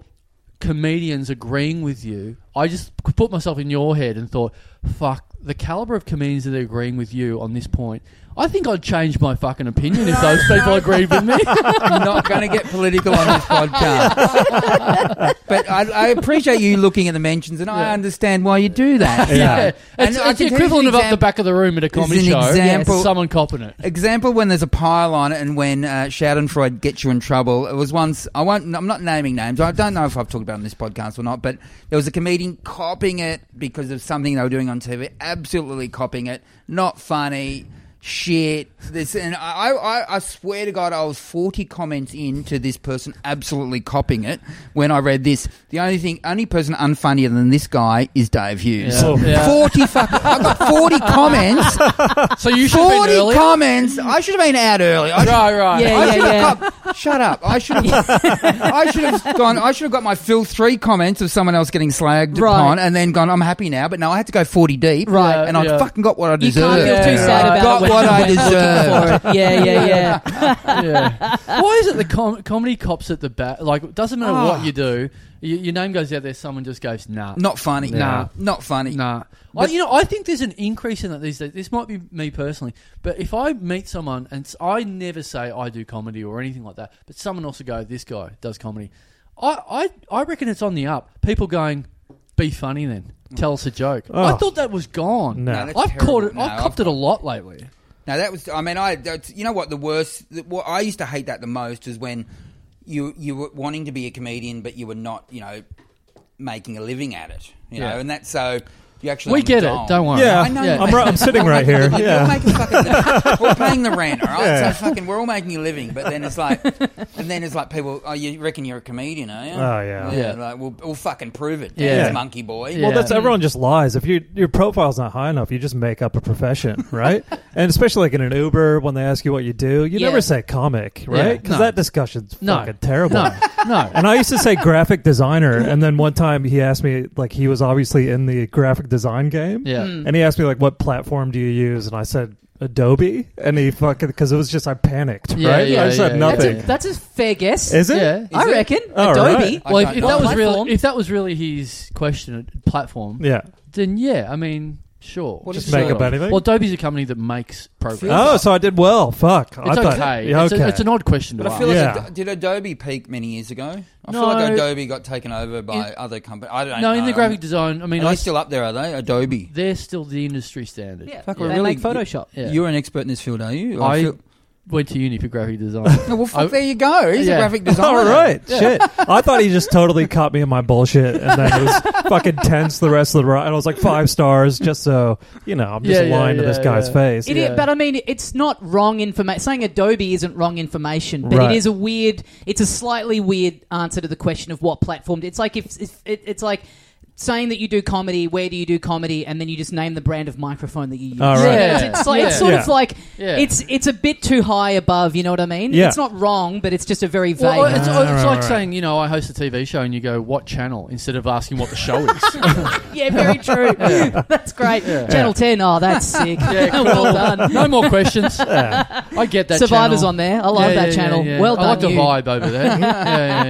[SPEAKER 3] comedians agreeing with you. I just c- put myself in your head and thought, "Fuck." The caliber of comedians that are agreeing with you on this point, I think I'd change my fucking opinion if those people agreed with [LAUGHS] me.
[SPEAKER 5] I'm not going to get political on this podcast.
[SPEAKER 3] [LAUGHS]
[SPEAKER 5] but I, I appreciate you looking at the mentions, and I
[SPEAKER 3] Yeah.
[SPEAKER 5] understand why you do that.
[SPEAKER 4] Yeah.
[SPEAKER 5] [LAUGHS]
[SPEAKER 3] Yeah,
[SPEAKER 5] And
[SPEAKER 3] it's,
[SPEAKER 5] I
[SPEAKER 3] it's the
[SPEAKER 5] can tell you
[SPEAKER 3] equivalent of
[SPEAKER 5] an
[SPEAKER 3] up the
[SPEAKER 5] examp-
[SPEAKER 3] back of the room at a comedy
[SPEAKER 5] an
[SPEAKER 3] show.
[SPEAKER 5] example-
[SPEAKER 3] Yes. Someone copping it.
[SPEAKER 5] Example when there's a pile on it and when uh, Schadenfreude gets you in trouble. It was once I won't. I'm not naming names. I don't know if I've talked about it on this podcast or not, but there was a comedian copying it because of something they were doing on TV. Absolutely copying it. Not funny. Shit. This and I, I, I swear to God, I was 40 comments in to this person absolutely copying it when I read this. The only thing, only person unfunnier than this guy is Dave Hughes.
[SPEAKER 3] Yeah. Oh, Yeah.
[SPEAKER 5] 40 fucking, I got 40 comments
[SPEAKER 3] So you should have been
[SPEAKER 5] 40
[SPEAKER 3] earlier.
[SPEAKER 5] comments. I should have been out early. I should,
[SPEAKER 3] [LAUGHS] right, right.
[SPEAKER 1] Yeah.
[SPEAKER 5] I should have come- Shut up. I
[SPEAKER 1] [LAUGHS]
[SPEAKER 5] should have I should have gone I should have got my fill 3 comments of someone else getting slagged
[SPEAKER 1] Right.
[SPEAKER 5] upon and then gone I'm happy now, but no, I had to go 40 deep.
[SPEAKER 1] Right.
[SPEAKER 5] And I
[SPEAKER 3] Yeah.
[SPEAKER 5] fucking got what I
[SPEAKER 1] You
[SPEAKER 5] deserved.
[SPEAKER 1] can't feel too
[SPEAKER 3] Yeah.
[SPEAKER 1] sad
[SPEAKER 5] I
[SPEAKER 1] about
[SPEAKER 5] got
[SPEAKER 1] it when
[SPEAKER 5] what
[SPEAKER 1] you
[SPEAKER 5] I
[SPEAKER 1] went looking
[SPEAKER 5] deserved.
[SPEAKER 1] for it. Yeah, yeah, yeah.
[SPEAKER 5] [LAUGHS]
[SPEAKER 3] Yeah. Why is it the com- comedy cops at the back? Like, it doesn't matter what
[SPEAKER 5] Ah.
[SPEAKER 3] you do, y- your name goes out there, someone just goes, nah.
[SPEAKER 5] Not funny.
[SPEAKER 3] Yeah.
[SPEAKER 5] Nah. Not funny.
[SPEAKER 3] Nah. I,
[SPEAKER 5] But-
[SPEAKER 3] you know, I think there's an increase in that these days. This might be me personally, but if I meet someone and s- I never say I do comedy or anything like that, but someone else will go, this guy does comedy. I, I, I reckon it's on the up. People going, be funny then. Tell us a joke. I
[SPEAKER 4] Oh.
[SPEAKER 3] thought that was gone.
[SPEAKER 4] No.
[SPEAKER 5] No,
[SPEAKER 3] I've
[SPEAKER 5] that's terrible.
[SPEAKER 3] caught it.
[SPEAKER 5] No, [LAUGHS]
[SPEAKER 3] I've copped it a lot lately.
[SPEAKER 5] Now that was, I mean, I that's, you know what the worst. the- What I used to hate that the most was when you you were wanting to be a comedian, but you were not, you know, making a living at it. You know,
[SPEAKER 3] Yeah.
[SPEAKER 5] and that's so you actually
[SPEAKER 3] We
[SPEAKER 5] on
[SPEAKER 3] get
[SPEAKER 5] dole.
[SPEAKER 3] it. Don't worry.
[SPEAKER 4] Yeah,
[SPEAKER 5] I know.
[SPEAKER 3] Yeah.
[SPEAKER 4] I'm, ri- I'm sitting right
[SPEAKER 5] [LAUGHS]
[SPEAKER 4] here.
[SPEAKER 5] Like,
[SPEAKER 4] Yeah.
[SPEAKER 5] We're making fucking, living. we're paying the rent, all right?
[SPEAKER 4] Yeah.
[SPEAKER 5] So fucking, we're all making a living. But then it's like, and then it's like people, oh, you reckon you're a comedian, are you?
[SPEAKER 4] Oh, yeah.
[SPEAKER 5] Yeah.
[SPEAKER 3] Yeah.
[SPEAKER 5] Like, we'll, we'll fucking prove it.
[SPEAKER 3] Yeah.
[SPEAKER 5] Yeah. monkey boy.
[SPEAKER 3] Yeah.
[SPEAKER 4] Well, that's everyone just lies. If your your profile's not high enough, you just make up a profession, [LAUGHS] right? and especially like in an Uber, when they ask you what you do, you
[SPEAKER 1] Yeah.
[SPEAKER 4] never say comic, right?
[SPEAKER 3] Yeah,
[SPEAKER 4] Because
[SPEAKER 3] no.
[SPEAKER 4] that discussion's
[SPEAKER 3] No.
[SPEAKER 4] fucking terrible.
[SPEAKER 3] No,
[SPEAKER 5] [LAUGHS]
[SPEAKER 3] no.
[SPEAKER 4] And I used to say graphic designer, and then one time he asked me, like, he was obviously in the graphic design game,
[SPEAKER 3] Yeah.
[SPEAKER 5] Hmm.
[SPEAKER 4] and he asked me like, what platform do you use? And I said Adobe, and he fucking because it was just I panicked,
[SPEAKER 3] Yeah,
[SPEAKER 4] right?
[SPEAKER 3] yeah,
[SPEAKER 4] I said
[SPEAKER 3] yeah,
[SPEAKER 1] That's a,
[SPEAKER 4] nothing.
[SPEAKER 1] that's a fair guess.
[SPEAKER 4] Is it?
[SPEAKER 3] Yeah.
[SPEAKER 1] I
[SPEAKER 5] Is it?
[SPEAKER 1] reckon.
[SPEAKER 4] All
[SPEAKER 1] Adobe.
[SPEAKER 4] right.
[SPEAKER 5] I
[SPEAKER 3] Well,
[SPEAKER 5] don't
[SPEAKER 3] if, if
[SPEAKER 5] know.
[SPEAKER 3] that was
[SPEAKER 1] Platform.
[SPEAKER 3] really, if that was really his question, platform,
[SPEAKER 4] Yeah.
[SPEAKER 3] then yeah, I mean, sure.
[SPEAKER 5] What
[SPEAKER 3] Just
[SPEAKER 5] is Make
[SPEAKER 3] sort
[SPEAKER 5] up
[SPEAKER 3] of.
[SPEAKER 4] anything?
[SPEAKER 3] Well, Adobe's a company that makes programs.
[SPEAKER 4] Oh, so I did well. Fuck. I
[SPEAKER 3] It's
[SPEAKER 4] thought,
[SPEAKER 3] okay.
[SPEAKER 4] Yeah,
[SPEAKER 3] It's,
[SPEAKER 4] okay.
[SPEAKER 3] a, it's an odd question to
[SPEAKER 5] But I
[SPEAKER 3] ask.
[SPEAKER 5] feel like
[SPEAKER 4] Yeah.
[SPEAKER 5] Ad- did Adobe peak many years ago? I
[SPEAKER 3] No.
[SPEAKER 5] feel like Adobe got taken over by
[SPEAKER 3] In-
[SPEAKER 5] other companies. I don't
[SPEAKER 3] no,
[SPEAKER 5] know.
[SPEAKER 3] in the graphic design, I mean,
[SPEAKER 5] Are
[SPEAKER 3] I,
[SPEAKER 5] they still up there? Are they Adobe?
[SPEAKER 3] they're still the industry standard.
[SPEAKER 1] Yeah.
[SPEAKER 5] Fuck,
[SPEAKER 1] they
[SPEAKER 5] we're really-
[SPEAKER 1] make Photoshop.
[SPEAKER 3] Yeah.
[SPEAKER 5] You're an expert in this field, are you?
[SPEAKER 3] I-
[SPEAKER 5] feel-
[SPEAKER 3] Went to uni for
[SPEAKER 4] [LAUGHS]
[SPEAKER 3] graphic design.
[SPEAKER 5] no, well, fuck.
[SPEAKER 3] I-
[SPEAKER 5] there you go. He's
[SPEAKER 3] Yeah.
[SPEAKER 5] a
[SPEAKER 3] [LAUGHS]
[SPEAKER 5] graphic designer.
[SPEAKER 4] All right, shit. I thought he just totally caught me in my bullshit, and then it was fucking tense the rest of the ride. And I was like five stars, just so you know, I'm just
[SPEAKER 3] Yeah, yeah,
[SPEAKER 4] lying to
[SPEAKER 3] yeah,
[SPEAKER 4] this guy's
[SPEAKER 3] yeah.
[SPEAKER 4] face.
[SPEAKER 1] It is-
[SPEAKER 3] Yeah.
[SPEAKER 1] but I mean, it's not wrong information. Saying Adobe isn't wrong information, but
[SPEAKER 4] Right.
[SPEAKER 1] it is a weird. It's a slightly weird answer to the question of what platform. It's like if, if it, it's like saying that you do comedy. Where do you do comedy? And then you just name the brand of microphone that you use.
[SPEAKER 4] All Oh, right.
[SPEAKER 1] It's- It's, like, it's
[SPEAKER 3] Yeah.
[SPEAKER 1] sort
[SPEAKER 4] Yeah.
[SPEAKER 1] of like
[SPEAKER 3] Yeah.
[SPEAKER 1] it's it's a bit too high above. You know what I mean?
[SPEAKER 4] Yeah.
[SPEAKER 1] It's not wrong, but it's just a very vague.
[SPEAKER 3] Well, it's, it's
[SPEAKER 4] Ah, right,
[SPEAKER 3] like
[SPEAKER 4] right.
[SPEAKER 3] saying, you know, I host a TV show and you go, what channel? Instead of asking what the show is. [LAUGHS]
[SPEAKER 1] yeah, very [LAUGHS] true. that's great. Channel Ten. Oh, that's sick.
[SPEAKER 3] Yeah,
[SPEAKER 1] [LAUGHS]
[SPEAKER 3] cool.
[SPEAKER 1] well done.
[SPEAKER 3] no
[SPEAKER 4] [LAUGHS]
[SPEAKER 3] more questions. I get that
[SPEAKER 1] Survivors
[SPEAKER 3] channel.
[SPEAKER 1] on there. I love
[SPEAKER 3] Yeah,
[SPEAKER 1] that
[SPEAKER 3] yeah,
[SPEAKER 1] channel.
[SPEAKER 3] yeah, yeah.
[SPEAKER 1] Well
[SPEAKER 3] I
[SPEAKER 1] done.
[SPEAKER 3] like the
[SPEAKER 1] you.
[SPEAKER 3] vibe
[SPEAKER 1] [LAUGHS]
[SPEAKER 3] over there. yeah, yeah,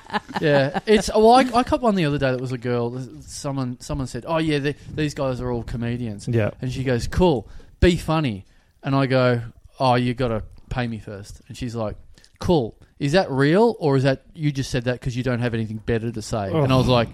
[SPEAKER 3] yeah. Yeah, it's. Well, I, I caught one the other day that was a girl. Someone, someone said, "Oh yeah, the these guys are all comedians."
[SPEAKER 4] Yeah.
[SPEAKER 3] and she goes, "Cool, be funny," and I go, "Oh, you got to pay me first. and she's like, "Cool, is that real or is that you just said that because you don't have anything better to say?" And I was like.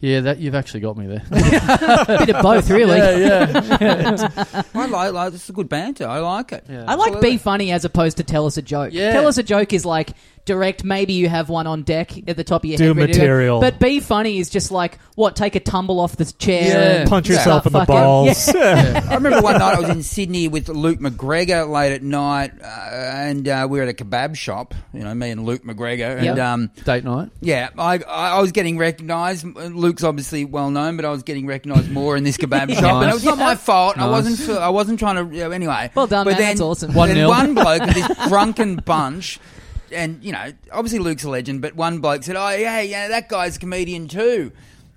[SPEAKER 3] Yeah, that you've actually got me there.
[SPEAKER 1] bit of both, really.
[SPEAKER 3] [LAUGHS] yeah, yeah.
[SPEAKER 5] I like, like this is good banter. I like it.
[SPEAKER 3] Yeah.
[SPEAKER 1] I like
[SPEAKER 5] Absolutely.
[SPEAKER 1] be funny as opposed to tell us a joke.
[SPEAKER 3] Yeah.
[SPEAKER 1] Tell us a joke is like direct. Maybe you have one on deck at the top of your
[SPEAKER 4] Do
[SPEAKER 1] head. ready to go.
[SPEAKER 4] material.
[SPEAKER 1] But be funny is just like what? Take a tumble off this chair.
[SPEAKER 3] Yeah.
[SPEAKER 1] And
[SPEAKER 4] Punch
[SPEAKER 5] Yeah.
[SPEAKER 4] yourself in the
[SPEAKER 1] Fucking-
[SPEAKER 4] balls.
[SPEAKER 5] I remember one night I was in Sydney with Luke McGregor late at night, uh, and uh, we were at a kebab shop. You know, me and Luke McGregor, and
[SPEAKER 1] Yep.
[SPEAKER 5] um,
[SPEAKER 3] Date night.
[SPEAKER 5] yeah, I, I I was getting recognised. Luke's obviously well known, but I was getting recognised more in this kebab
[SPEAKER 1] [LAUGHS]
[SPEAKER 5] shop, and it was not my fault. I
[SPEAKER 3] Nice.
[SPEAKER 5] wasn't fe- I wasn't trying to. You know, anyway,
[SPEAKER 1] Well done,
[SPEAKER 5] but
[SPEAKER 1] man.
[SPEAKER 5] Then,
[SPEAKER 1] That's awesome.
[SPEAKER 3] One
[SPEAKER 5] then
[SPEAKER 3] nil.
[SPEAKER 5] one bloke
[SPEAKER 1] [LAUGHS]
[SPEAKER 5] with this drunken bunch. And you know, obviously Luke's a legend, but one bloke said, "Oh yeah, yeah, that guy's a comedian too."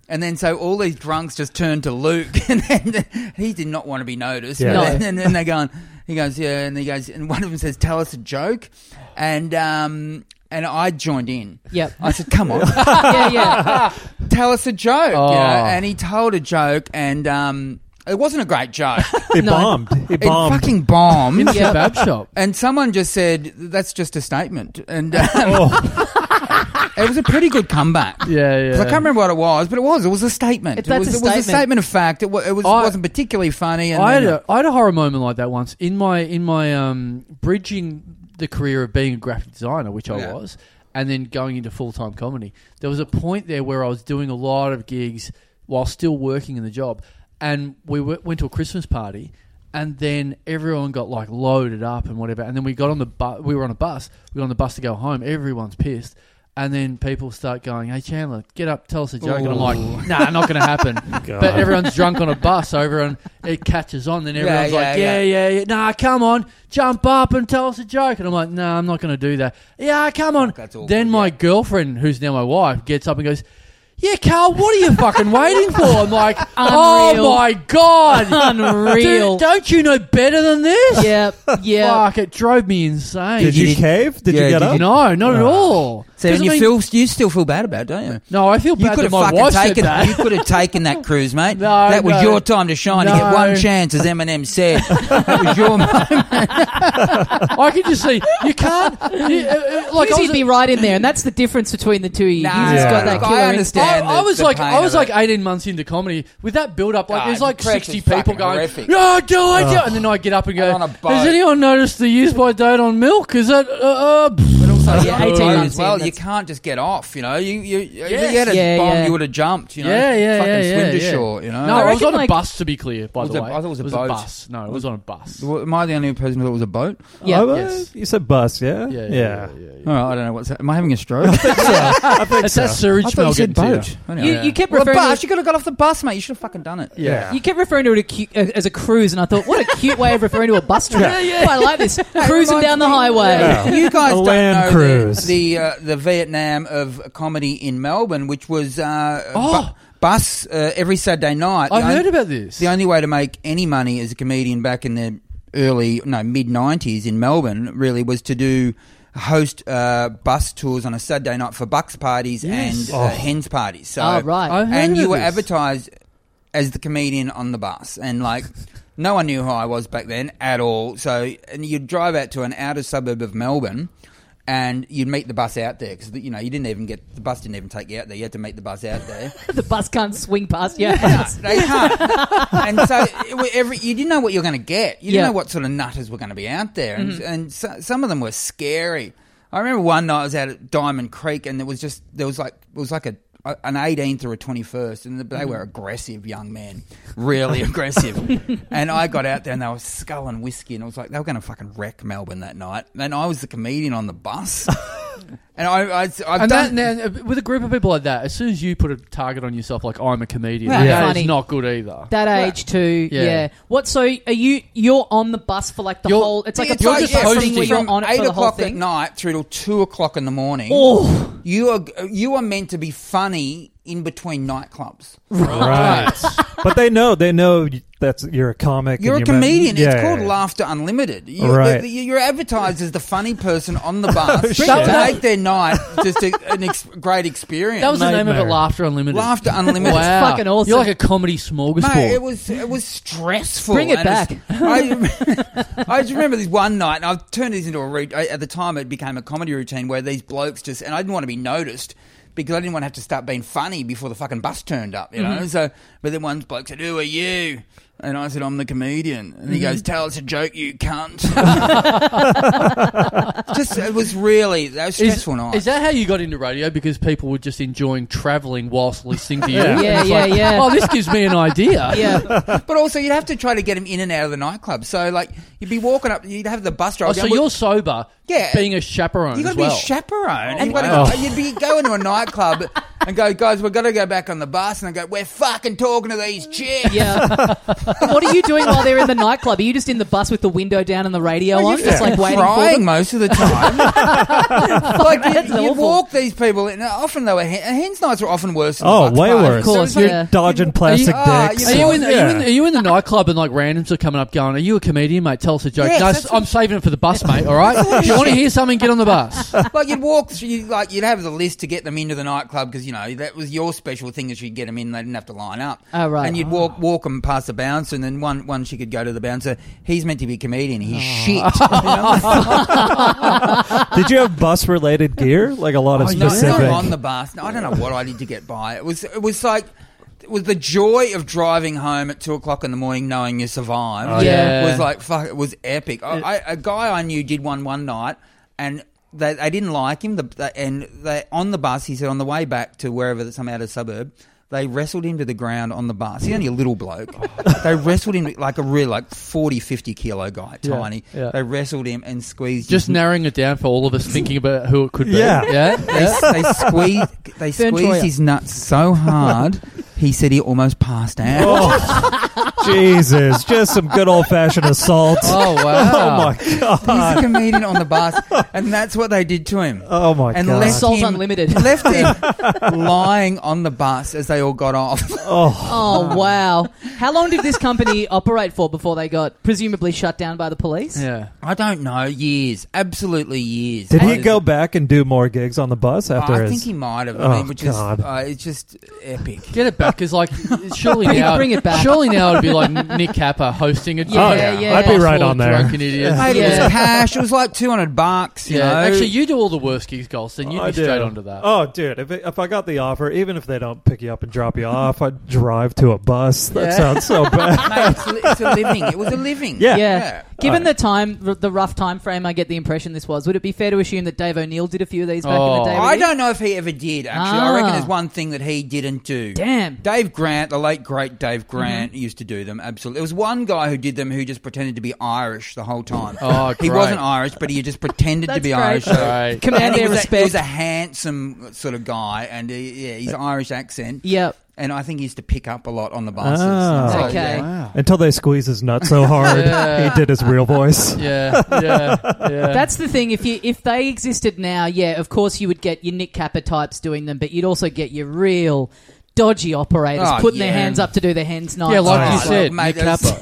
[SPEAKER 5] And then so all these drunks just turned to Luke, [LAUGHS] and then he did not want to be noticed.
[SPEAKER 4] Yeah.
[SPEAKER 5] And
[SPEAKER 1] No.
[SPEAKER 5] then- and then they go on. He goes, yeah, and he goes, and one of them says, "Tell us a joke," and um, and I joined in.
[SPEAKER 1] Yep.
[SPEAKER 5] I said, "Come on,
[SPEAKER 4] [LAUGHS]
[SPEAKER 1] yeah, yeah.
[SPEAKER 5] tell us a joke.
[SPEAKER 3] Oh.
[SPEAKER 5] You know? And he told a joke, and um, it wasn't a great joke.
[SPEAKER 4] [LAUGHS] He
[SPEAKER 1] No.
[SPEAKER 4] bombed. He
[SPEAKER 5] it
[SPEAKER 4] bombed.
[SPEAKER 5] fucking
[SPEAKER 3] [LAUGHS]
[SPEAKER 5] bombed.
[SPEAKER 1] Yeah.
[SPEAKER 3] Kebab shop.
[SPEAKER 5] And someone just said, "That's just a statement," and um, [LAUGHS] it was a pretty good comeback.
[SPEAKER 3] Yeah,
[SPEAKER 5] 'Cause
[SPEAKER 3] yeah.
[SPEAKER 5] I can't remember what it was, but it was. It was a statement.
[SPEAKER 1] It- that's
[SPEAKER 5] it was,
[SPEAKER 1] a
[SPEAKER 5] it was
[SPEAKER 1] statement.
[SPEAKER 5] statement of fact. It, wa- it was,
[SPEAKER 3] I-
[SPEAKER 5] wasn't particularly funny. And
[SPEAKER 3] I had,
[SPEAKER 5] then-
[SPEAKER 3] a, I had a horror moment like that once in my in my um, bridging the career of being a graphic designer, which I
[SPEAKER 5] Yeah.
[SPEAKER 3] was, and then going into full time comedy. There was a point there where I was doing a lot of gigs while still working in the job, and we w- went to a Christmas party, and then everyone got like loaded up and whatever, and then we got on the bu- we were on a bus, we got on the bus to go home. Everyone's pissed. And then people start going, "Hey Chandler, get up, tell us a joke." And I'm like, "Nah, not going to happen."
[SPEAKER 4] [LAUGHS] God.
[SPEAKER 3] But everyone's drunk on a bus over and it catches on. Then everyone's
[SPEAKER 5] yeah,
[SPEAKER 3] like, yeah, yeah, yeah, nah, come on, jump up and tell us a joke. And I'm like, nah, I'm not going to do that. Yeah, come on.
[SPEAKER 5] That's awkward,
[SPEAKER 3] then my
[SPEAKER 5] yeah.
[SPEAKER 3] girlfriend, who's now my wife, gets up and goes, yeah, Carl, what are you fucking waiting for? I'm like,
[SPEAKER 1] Unreal.
[SPEAKER 3] oh my God.
[SPEAKER 1] Unreal.
[SPEAKER 3] Dude, don't you know better than this?
[SPEAKER 1] yep. Yeah.
[SPEAKER 3] Fuck, it drove me insane.
[SPEAKER 4] Did you
[SPEAKER 5] Did-
[SPEAKER 4] cave? Did you
[SPEAKER 5] yeah,
[SPEAKER 4] get
[SPEAKER 5] did
[SPEAKER 4] up?
[SPEAKER 3] No, not at
[SPEAKER 4] Oh.
[SPEAKER 3] all.
[SPEAKER 5] so
[SPEAKER 3] 'Cause
[SPEAKER 5] then
[SPEAKER 3] I
[SPEAKER 5] you
[SPEAKER 3] mean-
[SPEAKER 5] feel you still feel bad about, it, don't you?
[SPEAKER 3] no, I feel
[SPEAKER 5] You
[SPEAKER 3] bad
[SPEAKER 5] could
[SPEAKER 3] that
[SPEAKER 5] have
[SPEAKER 3] my
[SPEAKER 5] fucking
[SPEAKER 3] wife said
[SPEAKER 5] taken.
[SPEAKER 3] that.
[SPEAKER 5] You could have taken that cruise, mate.
[SPEAKER 3] [LAUGHS] No,
[SPEAKER 5] that was
[SPEAKER 3] no.
[SPEAKER 5] your time to shine. You get
[SPEAKER 3] No. [LAUGHS]
[SPEAKER 5] one chance, as Eminem said. it was your moment.
[SPEAKER 3] I can just see you can't. You, uh, uh, like I
[SPEAKER 1] Because
[SPEAKER 3] was,
[SPEAKER 1] he'd be right in there, and that's the difference between the two. of you.
[SPEAKER 5] No,
[SPEAKER 1] He's just got
[SPEAKER 4] Yeah.
[SPEAKER 1] that
[SPEAKER 5] look, I
[SPEAKER 1] killer
[SPEAKER 5] understand.
[SPEAKER 1] instinct.
[SPEAKER 3] I,
[SPEAKER 5] and
[SPEAKER 3] I
[SPEAKER 5] the-
[SPEAKER 3] was
[SPEAKER 5] the
[SPEAKER 3] like
[SPEAKER 5] pain
[SPEAKER 3] I was
[SPEAKER 5] of
[SPEAKER 3] like
[SPEAKER 5] it.
[SPEAKER 3] eighteen months into comedy with that build up. Like
[SPEAKER 5] God,
[SPEAKER 3] there's like
[SPEAKER 5] the press
[SPEAKER 3] sixty
[SPEAKER 5] is
[SPEAKER 3] people
[SPEAKER 5] fucking
[SPEAKER 3] going,
[SPEAKER 5] horrific.
[SPEAKER 3] "Yeah, do I do," and then I get up and go,
[SPEAKER 5] And on a boat.
[SPEAKER 3] "Has anyone noticed the use by date on milk? Is that uh, uh,
[SPEAKER 5] But also,
[SPEAKER 1] Yeah,
[SPEAKER 5] yeah,
[SPEAKER 1] 18
[SPEAKER 5] 18
[SPEAKER 1] months
[SPEAKER 5] as well.
[SPEAKER 1] in,
[SPEAKER 5] you
[SPEAKER 1] that's-
[SPEAKER 5] can't just get off. You know, you you, if
[SPEAKER 3] Yes.
[SPEAKER 5] you had a
[SPEAKER 1] Yeah,
[SPEAKER 5] bomb,
[SPEAKER 1] yeah.
[SPEAKER 5] you would have jumped. You know,
[SPEAKER 3] Yeah, yeah,
[SPEAKER 5] fucking
[SPEAKER 3] yeah, yeah,
[SPEAKER 5] Swindon
[SPEAKER 3] yeah.
[SPEAKER 5] Shore, You know,
[SPEAKER 3] No, I, was
[SPEAKER 1] reckon,
[SPEAKER 3] on
[SPEAKER 1] like-
[SPEAKER 3] a bus to be clear. By
[SPEAKER 5] Was
[SPEAKER 3] the
[SPEAKER 5] it-
[SPEAKER 3] way,
[SPEAKER 5] I thought it was a boat.
[SPEAKER 3] bus. No, it was on a bus.
[SPEAKER 5] W- Am I the only person who thought it was a boat?
[SPEAKER 1] Yeah.
[SPEAKER 4] Oh, uh,
[SPEAKER 3] Yes.
[SPEAKER 4] You said bus, yeah?
[SPEAKER 3] Yeah, yeah,
[SPEAKER 4] yeah.
[SPEAKER 3] yeah. yeah, yeah.
[SPEAKER 5] All right, I don't know what's. That. Am I having a stroke?
[SPEAKER 3] [LAUGHS]
[SPEAKER 4] I think
[SPEAKER 3] It's
[SPEAKER 4] so.
[SPEAKER 3] that sewage
[SPEAKER 5] I thought
[SPEAKER 3] smell
[SPEAKER 5] you said
[SPEAKER 3] getting to you.
[SPEAKER 5] boat. Anyway.
[SPEAKER 1] You,
[SPEAKER 3] Yeah.
[SPEAKER 1] you kept
[SPEAKER 5] Well, a
[SPEAKER 1] referring.
[SPEAKER 5] bus.
[SPEAKER 1] to,
[SPEAKER 5] You could have got off the bus, mate. You should have fucking done it.
[SPEAKER 4] Yeah.
[SPEAKER 1] you kept referring to it a cu- uh, as a cruise, and I thought, what a cute way of referring to a
[SPEAKER 3] [LAUGHS]
[SPEAKER 1] bus trip.
[SPEAKER 3] Yeah, yeah.
[SPEAKER 1] Oh, I like this cruising down the highway.
[SPEAKER 4] Yeah. Wow.
[SPEAKER 5] You guys
[SPEAKER 4] A
[SPEAKER 5] don't
[SPEAKER 4] land
[SPEAKER 5] know
[SPEAKER 4] cruise.
[SPEAKER 5] the the, uh, the Vietnam of comedy in Melbourne, which was uh, bu-
[SPEAKER 3] Oh.
[SPEAKER 5] bus uh, every Saturday night.
[SPEAKER 3] I've
[SPEAKER 5] The on-
[SPEAKER 3] heard about this.
[SPEAKER 5] The only way to make any money as a comedian back in the early no mid nineties in Melbourne really was to do host uh, bus tours on a Saturday night for bucks parties
[SPEAKER 3] Yes.
[SPEAKER 5] and uh,
[SPEAKER 4] Oh.
[SPEAKER 5] hens parties. So
[SPEAKER 1] oh right.
[SPEAKER 3] I've heard
[SPEAKER 5] and you
[SPEAKER 3] of
[SPEAKER 5] were
[SPEAKER 3] this.
[SPEAKER 5] advertised as the comedian on the bus, and like no one knew who I was back then at all. So, and you'd drive out to an outer suburb of Melbourne, and you'd meet the bus out there because you know you didn't even get the bus didn't even take you out there. You had to meet the bus out there.
[SPEAKER 1] [LAUGHS] the bus can't swing past you.
[SPEAKER 5] They can't. and so it, wa- every you didn't know what you were going to get. You didn't
[SPEAKER 1] Yeah.
[SPEAKER 5] know what sort of nutters were going to be out there, and,
[SPEAKER 3] Mm-hmm.
[SPEAKER 5] and so, some of them were scary. I remember one night I was out at Diamond Creek, and there was just there was like it was like a an 18th or a 21st, and they
[SPEAKER 3] Mm-hmm.
[SPEAKER 5] were aggressive young men, really
[SPEAKER 3] [LAUGHS]
[SPEAKER 5] aggressive. and I got out there, and they were sculling whiskey, and I was like, they were going to fucking wreck Melbourne that night. And I was the comedian on the
[SPEAKER 3] [LAUGHS]
[SPEAKER 5] bus, and I, I I've
[SPEAKER 3] and
[SPEAKER 5] done
[SPEAKER 3] that, now, uh, with a group of people like that, as soon as you put a target on yourself, like I'm a comedian,
[SPEAKER 1] Right.
[SPEAKER 3] that is
[SPEAKER 1] Funny.
[SPEAKER 3] not good either.
[SPEAKER 1] That age too, yeah.
[SPEAKER 3] Yeah.
[SPEAKER 1] What? So are you? You're on the bus for like the
[SPEAKER 3] You're-
[SPEAKER 1] whole. It's like a
[SPEAKER 5] It's
[SPEAKER 3] you're
[SPEAKER 1] bus
[SPEAKER 3] just
[SPEAKER 1] thing
[SPEAKER 3] hosting.
[SPEAKER 1] where you're
[SPEAKER 5] from
[SPEAKER 1] on it
[SPEAKER 5] eight
[SPEAKER 1] for the whole
[SPEAKER 5] o'clock
[SPEAKER 1] thing.
[SPEAKER 5] at night through till two o'clock in the morning.
[SPEAKER 1] Oh,
[SPEAKER 5] You are you are meant to be funny in between nightclubs.
[SPEAKER 4] Right. [LAUGHS] but they know, they know y- that's you're a comic. and
[SPEAKER 5] You're a
[SPEAKER 4] meant-
[SPEAKER 5] comedian.
[SPEAKER 4] Yeah,
[SPEAKER 5] it's called
[SPEAKER 4] yeah, yeah.
[SPEAKER 5] Laughter Unlimited. You,
[SPEAKER 4] Right. Oh,
[SPEAKER 5] the- you're advertised as the funny person on
[SPEAKER 4] [LAUGHS]
[SPEAKER 5] the bus to
[SPEAKER 4] shit.
[SPEAKER 5] make their night just a, an ex- great experience.
[SPEAKER 3] That was the name of it,
[SPEAKER 4] Nightmare.
[SPEAKER 3] Laughter Unlimited.
[SPEAKER 5] Laughter Unlimited.
[SPEAKER 3] Wow.
[SPEAKER 1] fucking awesome.
[SPEAKER 3] You're like a comedy smorgasbord.
[SPEAKER 5] Mate, it was it was stressful.
[SPEAKER 1] Bring it
[SPEAKER 5] and it's- I,
[SPEAKER 3] [LAUGHS]
[SPEAKER 5] I just remember this one night, and I've turned this into a route. At the time, it became a comedy routine where these blokes just and I didn't want to be noticed because I didn't want to have to start being funny before the fucking bus turned up, you know.
[SPEAKER 3] Mm-hmm.
[SPEAKER 5] So, but then one bloke said, "Who are you?" And I said, "I'm the comedian." And
[SPEAKER 3] Mm-hmm.
[SPEAKER 5] he goes, "Tell us a joke, you cunt." [LAUGHS] just it was really that was
[SPEAKER 3] Is-
[SPEAKER 5] stressful night.
[SPEAKER 3] Is that how you got into radio? Because people were just enjoying travelling whilst listening to you.
[SPEAKER 4] Yeah.
[SPEAKER 3] And
[SPEAKER 1] [LAUGHS] Yeah,
[SPEAKER 3] it's
[SPEAKER 1] yeah,
[SPEAKER 3] like,
[SPEAKER 1] yeah.
[SPEAKER 3] Oh, this gives me an idea.
[SPEAKER 1] [LAUGHS] yeah.
[SPEAKER 5] but also, you'd have to try to get him in and out of the nightclub. So, like, you'd be walking up, you'd have the bus driver.
[SPEAKER 3] Oh, so
[SPEAKER 5] going, "Look,
[SPEAKER 3] you're sober.
[SPEAKER 5] Yeah.
[SPEAKER 3] Being a chaperone
[SPEAKER 5] You got
[SPEAKER 3] as
[SPEAKER 5] to be
[SPEAKER 3] well.
[SPEAKER 5] a chaperone. you
[SPEAKER 3] wow.
[SPEAKER 5] gotta, You'd be going to a nightclub and go, guys, we've got to go back on the bus, and I go, we're fucking talking to these chicks.
[SPEAKER 1] Yeah. what are you doing while they're in the nightclub? Are you just in the bus with the window down and the radio
[SPEAKER 5] Well,
[SPEAKER 1] on,
[SPEAKER 5] you're
[SPEAKER 1] just like
[SPEAKER 5] fucking
[SPEAKER 1] waiting for
[SPEAKER 5] crying
[SPEAKER 1] them?
[SPEAKER 5] most of the time. [LAUGHS] like
[SPEAKER 1] That's
[SPEAKER 5] you, you
[SPEAKER 1] awful.
[SPEAKER 5] walk these people, and often they were hen- hens nights were often worse. Than
[SPEAKER 4] Oh,
[SPEAKER 5] bucks
[SPEAKER 4] way
[SPEAKER 5] parties.
[SPEAKER 4] worse.
[SPEAKER 1] Of course,
[SPEAKER 5] So it's
[SPEAKER 1] yeah.
[SPEAKER 4] Dodging plastic
[SPEAKER 5] Ah,
[SPEAKER 4] dicks.
[SPEAKER 3] Are you, in, are, you
[SPEAKER 4] Yeah.
[SPEAKER 3] in, are you in the nightclub and like randoms are coming up going, Are you a comedian, mate? Tell us a joke.
[SPEAKER 5] Yes,
[SPEAKER 3] no,
[SPEAKER 5] that's
[SPEAKER 3] s- I'm saving it for the bus, mate,
[SPEAKER 5] [LAUGHS]
[SPEAKER 3] all right? if you want to hear something, get on the bus.
[SPEAKER 5] like, like you'd walk, through, you like you'd have the list to get them into the nightclub because you know that was your special thing that you'd get them in. They didn't have to line up.
[SPEAKER 1] Oh, right.
[SPEAKER 5] And you'd walk walk them past the bouncer, and then one one she could go to the bouncer. He's meant to be a comedian.
[SPEAKER 1] Oh.
[SPEAKER 5] He's
[SPEAKER 1] [LAUGHS]
[SPEAKER 5] shit. You know?
[SPEAKER 4] Did you have bus related gear? Like a lot of
[SPEAKER 3] Oh,
[SPEAKER 5] No,
[SPEAKER 3] yeah.
[SPEAKER 4] specific.
[SPEAKER 5] not on the bus. No, I don't know what I did to get by. It was it was like it was the joy of driving home at two o'clock in the morning, knowing you survived.
[SPEAKER 1] Oh, yeah.
[SPEAKER 5] was like fuck. It was epic. I, I, a guy I knew did one one night, and they, they didn't like him. The, the, and they on the bus, he said on the way back to wherever some outer suburb. They wrestled him to the ground on the bus. He's only a little bloke. [LAUGHS] they wrestled him like a real, like 40, 50 kilo guy,
[SPEAKER 3] Yeah,
[SPEAKER 5] tiny.
[SPEAKER 3] yeah.
[SPEAKER 5] They wrestled him and squeezed
[SPEAKER 3] Just
[SPEAKER 5] his
[SPEAKER 3] narrowing it down for all of us thinking about who it could be.
[SPEAKER 4] Mm-hmm. Yeah.
[SPEAKER 3] Yeah.
[SPEAKER 4] [LAUGHS]
[SPEAKER 3] yeah?
[SPEAKER 5] they, they squeezed they
[SPEAKER 1] Don't
[SPEAKER 5] squeezed
[SPEAKER 1] try it.
[SPEAKER 5] his nuts so hard he said he almost passed out.
[SPEAKER 4] [LAUGHS] Oh, Jesus. Just some good old fashioned assault.
[SPEAKER 3] Oh, wow.
[SPEAKER 4] [LAUGHS] Oh, my God.
[SPEAKER 5] He's a comedian on the bus, and that's what they did to him.
[SPEAKER 4] Oh, my
[SPEAKER 5] And
[SPEAKER 4] God.
[SPEAKER 5] less-
[SPEAKER 1] Salt
[SPEAKER 5] Him-
[SPEAKER 1] unlimited.
[SPEAKER 5] [LAUGHS] Left him lying on the bus as they all got off. [LAUGHS]
[SPEAKER 4] oh,
[SPEAKER 1] Oh wow! How long did this company operate for before they got presumably shut down by the police?
[SPEAKER 3] Yeah.
[SPEAKER 5] I don't know, years, absolutely years.
[SPEAKER 4] did
[SPEAKER 5] I-
[SPEAKER 4] he go back and do more gigs on the bus after
[SPEAKER 5] Oh, I
[SPEAKER 4] his?
[SPEAKER 5] think he might have.
[SPEAKER 4] Oh,
[SPEAKER 5] I mean, which
[SPEAKER 4] God.
[SPEAKER 5] is uh, it's just epic.
[SPEAKER 3] Get it back
[SPEAKER 1] [LAUGHS]
[SPEAKER 3] Because like, surely
[SPEAKER 1] Bring-
[SPEAKER 3] now,
[SPEAKER 1] bring it back.
[SPEAKER 3] surely now it'd be like Nick Capper
[SPEAKER 1] [LAUGHS]
[SPEAKER 3] hosting a
[SPEAKER 4] Oh,
[SPEAKER 1] Yeah,
[SPEAKER 3] drunk-
[SPEAKER 1] yeah. I'd be
[SPEAKER 3] possible
[SPEAKER 4] right on there.
[SPEAKER 3] Drunken idiot.
[SPEAKER 5] Mate, it
[SPEAKER 1] Yeah.
[SPEAKER 5] was cash. It was like two hundred bucks. You
[SPEAKER 3] Yeah,
[SPEAKER 5] know?
[SPEAKER 3] actually, you do all the worst gigs, Golston. You'd
[SPEAKER 4] I
[SPEAKER 3] be straight
[SPEAKER 4] do.
[SPEAKER 3] onto that.
[SPEAKER 4] Oh, dude, if, it, if I got the offer, even if they don't pick you up and drop you off, I'd drive to a bus.
[SPEAKER 5] Yeah.
[SPEAKER 4] That sounds so
[SPEAKER 5] [LAUGHS] [LAUGHS]
[SPEAKER 4] bad.
[SPEAKER 5] Mate, it's, li- it's a living. It was a living.
[SPEAKER 4] Yeah.
[SPEAKER 1] Yeah.
[SPEAKER 5] Yeah.
[SPEAKER 1] Given
[SPEAKER 4] Alright.
[SPEAKER 1] the time, r- the rough time frame, I get the impression this was. Would it be fair to assume that Dave O'Neill did a few of these back in
[SPEAKER 3] Oh.
[SPEAKER 1] the day?
[SPEAKER 5] I
[SPEAKER 1] with you?
[SPEAKER 5] don't know if he ever did. Actually, I
[SPEAKER 1] Ah.
[SPEAKER 5] reckon there's one thing that he didn't do.
[SPEAKER 1] Damn.
[SPEAKER 5] Dave Grant, the late great
[SPEAKER 3] Mm-hmm.
[SPEAKER 5] Dave Grant, used to do them. Absolutely, there was one guy who did them who just pretended to be Irish the whole time. [LAUGHS]
[SPEAKER 3] Oh,
[SPEAKER 5] he
[SPEAKER 3] great.
[SPEAKER 5] wasn't Irish, but he just pretended to
[SPEAKER 1] That's
[SPEAKER 5] be
[SPEAKER 1] great.
[SPEAKER 5] Irish. So
[SPEAKER 4] [LAUGHS]
[SPEAKER 5] [LAUGHS]
[SPEAKER 3] Right.
[SPEAKER 1] Command
[SPEAKER 5] he
[SPEAKER 1] their
[SPEAKER 5] was A, he was
[SPEAKER 1] respect.
[SPEAKER 5] a handsome sort of guy, and he, yeah, his Irish accent.
[SPEAKER 1] Yep.
[SPEAKER 5] and I think he used to pick up a lot on the buses.
[SPEAKER 3] Ah.
[SPEAKER 4] Oh.
[SPEAKER 5] So,
[SPEAKER 1] Okay.
[SPEAKER 5] yeah.
[SPEAKER 4] Until they squeeze his nut so hard,
[SPEAKER 3] Yeah.
[SPEAKER 4] he did his real voice.
[SPEAKER 3] Yeah, yeah, yeah.
[SPEAKER 4] [LAUGHS]
[SPEAKER 1] That's the thing. If you if they existed now, yeah, of course you would get your Nick Capper types doing them, but you'd also get your real dodgy operators
[SPEAKER 5] Oh,
[SPEAKER 1] putting
[SPEAKER 5] yeah.
[SPEAKER 1] their hands up to do their hands knives.
[SPEAKER 3] yeah, like
[SPEAKER 1] and
[SPEAKER 3] Oh, you
[SPEAKER 1] stuff.
[SPEAKER 3] said,
[SPEAKER 5] Mate,
[SPEAKER 3] Nick
[SPEAKER 5] that's-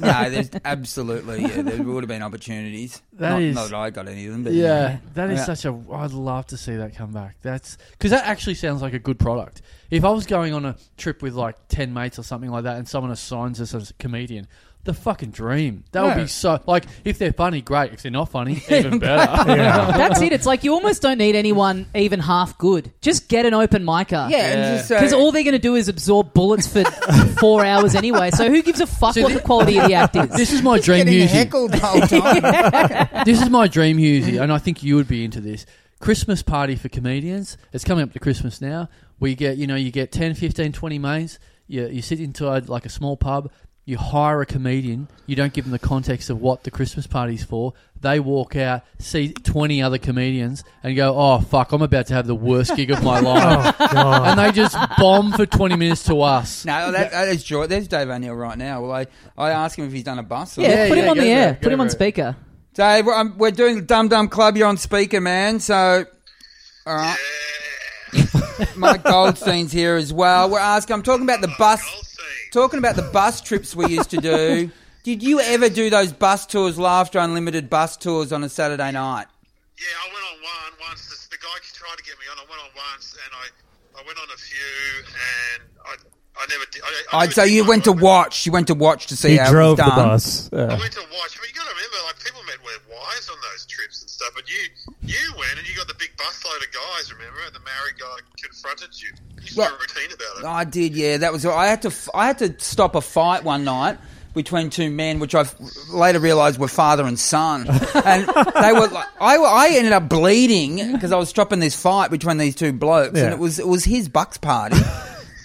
[SPEAKER 5] [LAUGHS]
[SPEAKER 3] [LAUGHS]
[SPEAKER 5] no, there's absolutely yeah, there would have been opportunities.
[SPEAKER 3] That
[SPEAKER 5] not,
[SPEAKER 3] is-
[SPEAKER 5] not that I got any of them, but
[SPEAKER 3] Yeah, that is
[SPEAKER 5] Yeah.
[SPEAKER 3] such a. I'd love to see that come back. That's because that actually sounds like a good product. If I was going on a trip with like ten mates or something like that, and someone assigns us as a comedian, the fucking dream. That would
[SPEAKER 5] Yeah.
[SPEAKER 3] be so. Like, if they're funny, great. If they're
[SPEAKER 5] [LAUGHS]
[SPEAKER 3] not funny, even better.
[SPEAKER 4] Yeah.
[SPEAKER 1] That's it. It's like you almost don't need anyone even half good. Just get an open micer.
[SPEAKER 5] yeah, and just, uh,
[SPEAKER 1] Because all they're going to do is absorb bullets for [LAUGHS] four hours anyway. So who gives a fuck
[SPEAKER 3] So
[SPEAKER 1] what
[SPEAKER 3] thi-
[SPEAKER 1] the quality of the act is?
[SPEAKER 5] [LAUGHS]
[SPEAKER 3] this is my
[SPEAKER 5] just
[SPEAKER 3] dream
[SPEAKER 5] getting
[SPEAKER 3] music.
[SPEAKER 5] heckled the [LAUGHS] whole time.
[SPEAKER 3] this is my dream Husey, and I think you would be into this. Christmas party for comedians. It's coming up to Christmas now. We get, you know, you get 10, 15, 20 mates. You, you sit inside like a small pub. You hire a comedian. You don't give them the context of what the Christmas party's for. They walk out, see 20 other comedians, and go, oh, fuck, I'm about to have the worst
[SPEAKER 4] [LAUGHS]
[SPEAKER 3] gig of my life.
[SPEAKER 4] Oh, God.
[SPEAKER 3] and they just bomb for 20 minutes to us.
[SPEAKER 5] No, that, that is joy. There's Dave O'Neill right now. Well, I, I ask him if he's done a bus. Or
[SPEAKER 1] yeah,
[SPEAKER 3] Yeah,
[SPEAKER 1] put him
[SPEAKER 3] yeah,
[SPEAKER 1] on
[SPEAKER 3] go
[SPEAKER 1] the
[SPEAKER 3] for
[SPEAKER 1] air.
[SPEAKER 3] it, go
[SPEAKER 1] Put him on
[SPEAKER 3] for it.
[SPEAKER 1] speaker.
[SPEAKER 5] Dave, we're, um, we're doing the Dum Dum Club. You're on speaker, man. So, all right. Mike Goldstein's here as well. We're asking. I'm talking about the bus. Talking about the bus trips we used to do. Did you ever do those bus tours, Laughter Unlimited bus tours on a Saturday night?
[SPEAKER 7] Yeah, I went on one once. This, the guy tried to get me on. I went on once, and I, I went on a few, and I, I never did. I, I
[SPEAKER 5] I'd
[SPEAKER 7] never
[SPEAKER 5] say
[SPEAKER 7] did
[SPEAKER 5] Oh, you
[SPEAKER 7] one.
[SPEAKER 5] went to
[SPEAKER 7] I
[SPEAKER 5] watch. You went to watch to see
[SPEAKER 4] He
[SPEAKER 5] how
[SPEAKER 4] drove
[SPEAKER 5] it
[SPEAKER 4] the
[SPEAKER 5] was done.
[SPEAKER 4] bus.
[SPEAKER 7] I
[SPEAKER 4] Yeah.
[SPEAKER 7] went to watch, but you got to remember, like people met their wives on those trips and stuff. But you, you went, and you got the big busload of guys. Remember, and the married guy confronted you. You used to do
[SPEAKER 5] Well-
[SPEAKER 7] a routine about it.
[SPEAKER 5] I did, yeah. That was. I had to. f- I had to stop a fight one night between two men, which I later realised were father and
[SPEAKER 4] [LAUGHS]
[SPEAKER 5] son, and they were. Like, I, I ended up bleeding because I was stopping this fight between these two blokes,
[SPEAKER 4] Yeah.
[SPEAKER 5] and it was it was his bucks
[SPEAKER 4] [LAUGHS]
[SPEAKER 5] party.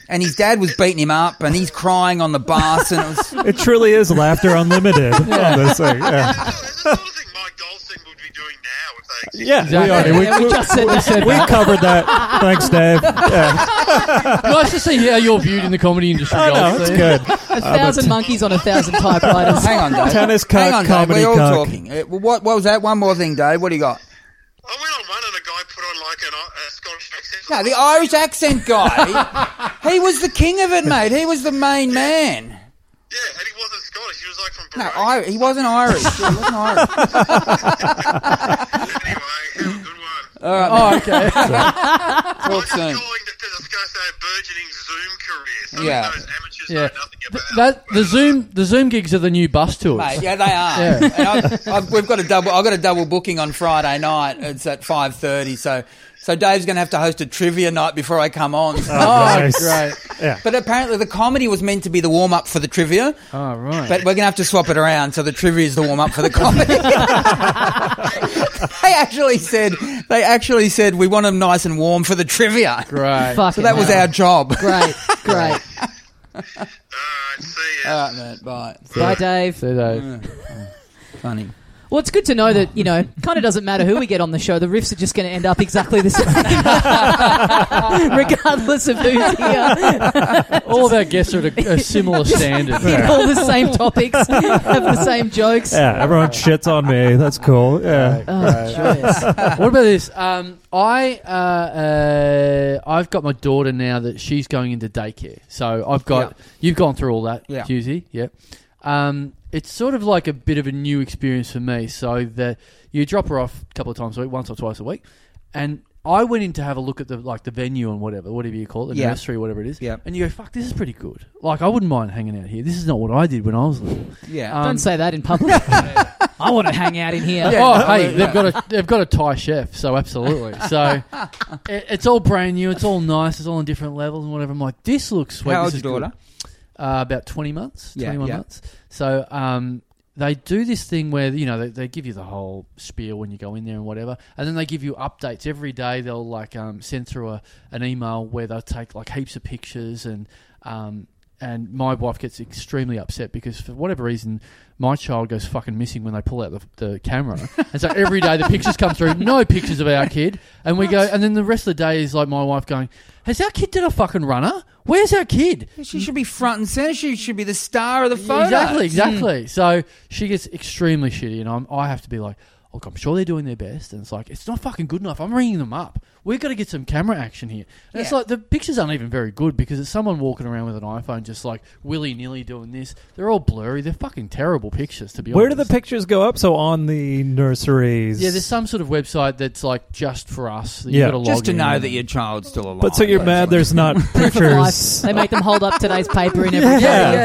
[SPEAKER 5] And his dad was beating him up, and he's crying on the bus, and it was
[SPEAKER 4] It truly is
[SPEAKER 5] [LAUGHS]
[SPEAKER 4] laughter unlimited on this thing. Yeah.
[SPEAKER 7] It's the sort of thing Mike Goldstein would be doing now if they existed.
[SPEAKER 4] Yeah,
[SPEAKER 3] Exactly.
[SPEAKER 4] we
[SPEAKER 1] Yeah,
[SPEAKER 4] already
[SPEAKER 1] we
[SPEAKER 4] we,
[SPEAKER 1] just said
[SPEAKER 4] we-
[SPEAKER 1] that.
[SPEAKER 4] we covered that. Thanks, Dave. Yeah,
[SPEAKER 3] nice to see how you're viewed in the comedy
[SPEAKER 4] [LAUGHS]
[SPEAKER 3] industry.
[SPEAKER 4] I know
[SPEAKER 3] Goldstein.
[SPEAKER 4] it's good.
[SPEAKER 1] A thousand monkeys on a thousand typewriters.
[SPEAKER 5] Uh, [LAUGHS] hang on, Dave.
[SPEAKER 4] Tennis cock,
[SPEAKER 5] hang on, Dave.
[SPEAKER 4] comedy
[SPEAKER 5] We're all
[SPEAKER 4] cock.
[SPEAKER 5] talking. Uh, What, what was that? One more thing, Dave. What do you got?
[SPEAKER 7] I went on one, and a guy put on like an, I- a Scottish accent.
[SPEAKER 5] No, the Irish accent guy.
[SPEAKER 4] [LAUGHS]
[SPEAKER 5] he was the king of it, mate. He was the main man.
[SPEAKER 7] Yeah, and he wasn't Scottish. He was like from.
[SPEAKER 5] No, I,
[SPEAKER 7] Bahrain.
[SPEAKER 5] he wasn't Irish. He wasn't Irish.
[SPEAKER 7] Anyway, have a good one.
[SPEAKER 3] Oh, okay.
[SPEAKER 5] Talk
[SPEAKER 7] I'm
[SPEAKER 5] soon.
[SPEAKER 7] just calling to to discuss our burgeoning Zoom career. Some
[SPEAKER 5] Yeah.
[SPEAKER 7] of those amateurs
[SPEAKER 3] Yeah.
[SPEAKER 7] know nothing
[SPEAKER 3] Th-
[SPEAKER 7] about.
[SPEAKER 3] that the Zoom the Zoom gigs are the new bus tours.
[SPEAKER 5] Mate, yeah, they are. And I've, I've, we've got a double. I've got a double booking on Friday night. It's at five thirty. So, so Dave's going to have to host a trivia night before I come on. Oh,
[SPEAKER 4] nice. Yeah.
[SPEAKER 5] But apparently, the comedy was meant to be the warm up for the trivia.
[SPEAKER 3] Oh right.
[SPEAKER 5] But we're going to have to swap it around. So the trivia is the warm up for the comedy. [LAUGHS] they actually said. They actually said we want them nice and warm for the trivia.
[SPEAKER 3] Great.
[SPEAKER 1] Fuck
[SPEAKER 5] So that was our job. [LAUGHS]
[SPEAKER 1] great, great.
[SPEAKER 7] Alright, see ya.
[SPEAKER 5] All right, mate. Bye.
[SPEAKER 1] Bye, Dave.
[SPEAKER 3] So uh, they-
[SPEAKER 5] Funny.
[SPEAKER 1] Well, it's good to know that you know. Kind of doesn't matter who we get on the show. The riffs are just going to end up exactly the same, [LAUGHS] regardless of who's here.
[SPEAKER 3] all of our guests are at a,
[SPEAKER 5] [LAUGHS]
[SPEAKER 3] a similar standard.
[SPEAKER 1] Hit [LAUGHS] all the same topics, have the same jokes.
[SPEAKER 4] Yeah, everyone shits on me. That's cool. Yeah.
[SPEAKER 1] Oh, joyous.
[SPEAKER 3] what about this? Um, I uh, uh, I've got my daughter now that she's going into daycare. So I've got you've gone through all that,
[SPEAKER 5] Yeah.
[SPEAKER 3] Husey. Yep. Um, it's sort of like a bit of a new experience for me. So that you drop her off a couple of times a week, once or twice a week, and I went in to have a look at the like the venue and whatever, whatever you call it, the
[SPEAKER 5] Yeah.
[SPEAKER 3] nursery, whatever it is.
[SPEAKER 5] Yeah.
[SPEAKER 3] And you go, fuck, this is pretty good. Like I wouldn't mind hanging out here. This is not what I did when I was little.
[SPEAKER 5] Yeah.
[SPEAKER 3] Um,
[SPEAKER 1] Don't say that in public. I want to hang out in here.
[SPEAKER 5] Yeah.
[SPEAKER 3] oh, hey,
[SPEAKER 5] yeah.
[SPEAKER 3] they've got a they've got a Thai chef, so absolutely.
[SPEAKER 5] [LAUGHS]
[SPEAKER 3] So it, it's all brand new. It's all nice. It's all on different levels and whatever. I'm like, this looks sweet.
[SPEAKER 5] How
[SPEAKER 3] this
[SPEAKER 5] old's
[SPEAKER 3] is
[SPEAKER 5] your
[SPEAKER 3] good.
[SPEAKER 5] daughter?
[SPEAKER 3] Uh, about twenty months,
[SPEAKER 5] Yeah,
[SPEAKER 3] twenty one
[SPEAKER 5] yeah.
[SPEAKER 3] months. So um, they do this thing where you know they, they give you the whole spiel when you go in there and whatever, and then they give you updates every day. They'll like um, send through a, an email where they'll take like heaps of pictures and um, and my wife gets extremely upset because for whatever reason my child goes fucking missing when they pull out the, the camera
[SPEAKER 5] [LAUGHS]
[SPEAKER 3] and so every day the pictures come through no pictures of our kid and we go and then the rest of the day is like my wife going has our kid done a fucking runner where's our kid
[SPEAKER 5] She should be front and center. She should be the star of the photo.
[SPEAKER 3] Exactly, exactly. So she gets extremely shitty, and I'm, I have to be like, look, I'm sure they're doing their best, and it's like it's not fucking good enough. I'm ringing them up. We've got to get some camera action here. And It's
[SPEAKER 5] Yeah.
[SPEAKER 3] like the pictures aren't even very good because it's someone walking around with an iPhone, just like willy nilly doing this. They're all blurry. They're fucking terrible pictures, to be
[SPEAKER 4] Where do
[SPEAKER 3] honest.
[SPEAKER 4] the pictures go up? So on the nurseries.
[SPEAKER 3] yeah, there's some sort of website that's like just for us. That
[SPEAKER 4] Yeah.
[SPEAKER 3] you got to
[SPEAKER 5] Just to
[SPEAKER 3] in
[SPEAKER 5] know
[SPEAKER 3] and-
[SPEAKER 5] that your child's still alive.
[SPEAKER 4] But so you're mad there's not
[SPEAKER 1] Proof of life.
[SPEAKER 4] pictures.
[SPEAKER 1] They make them hold up today's paper in every
[SPEAKER 4] Yeah.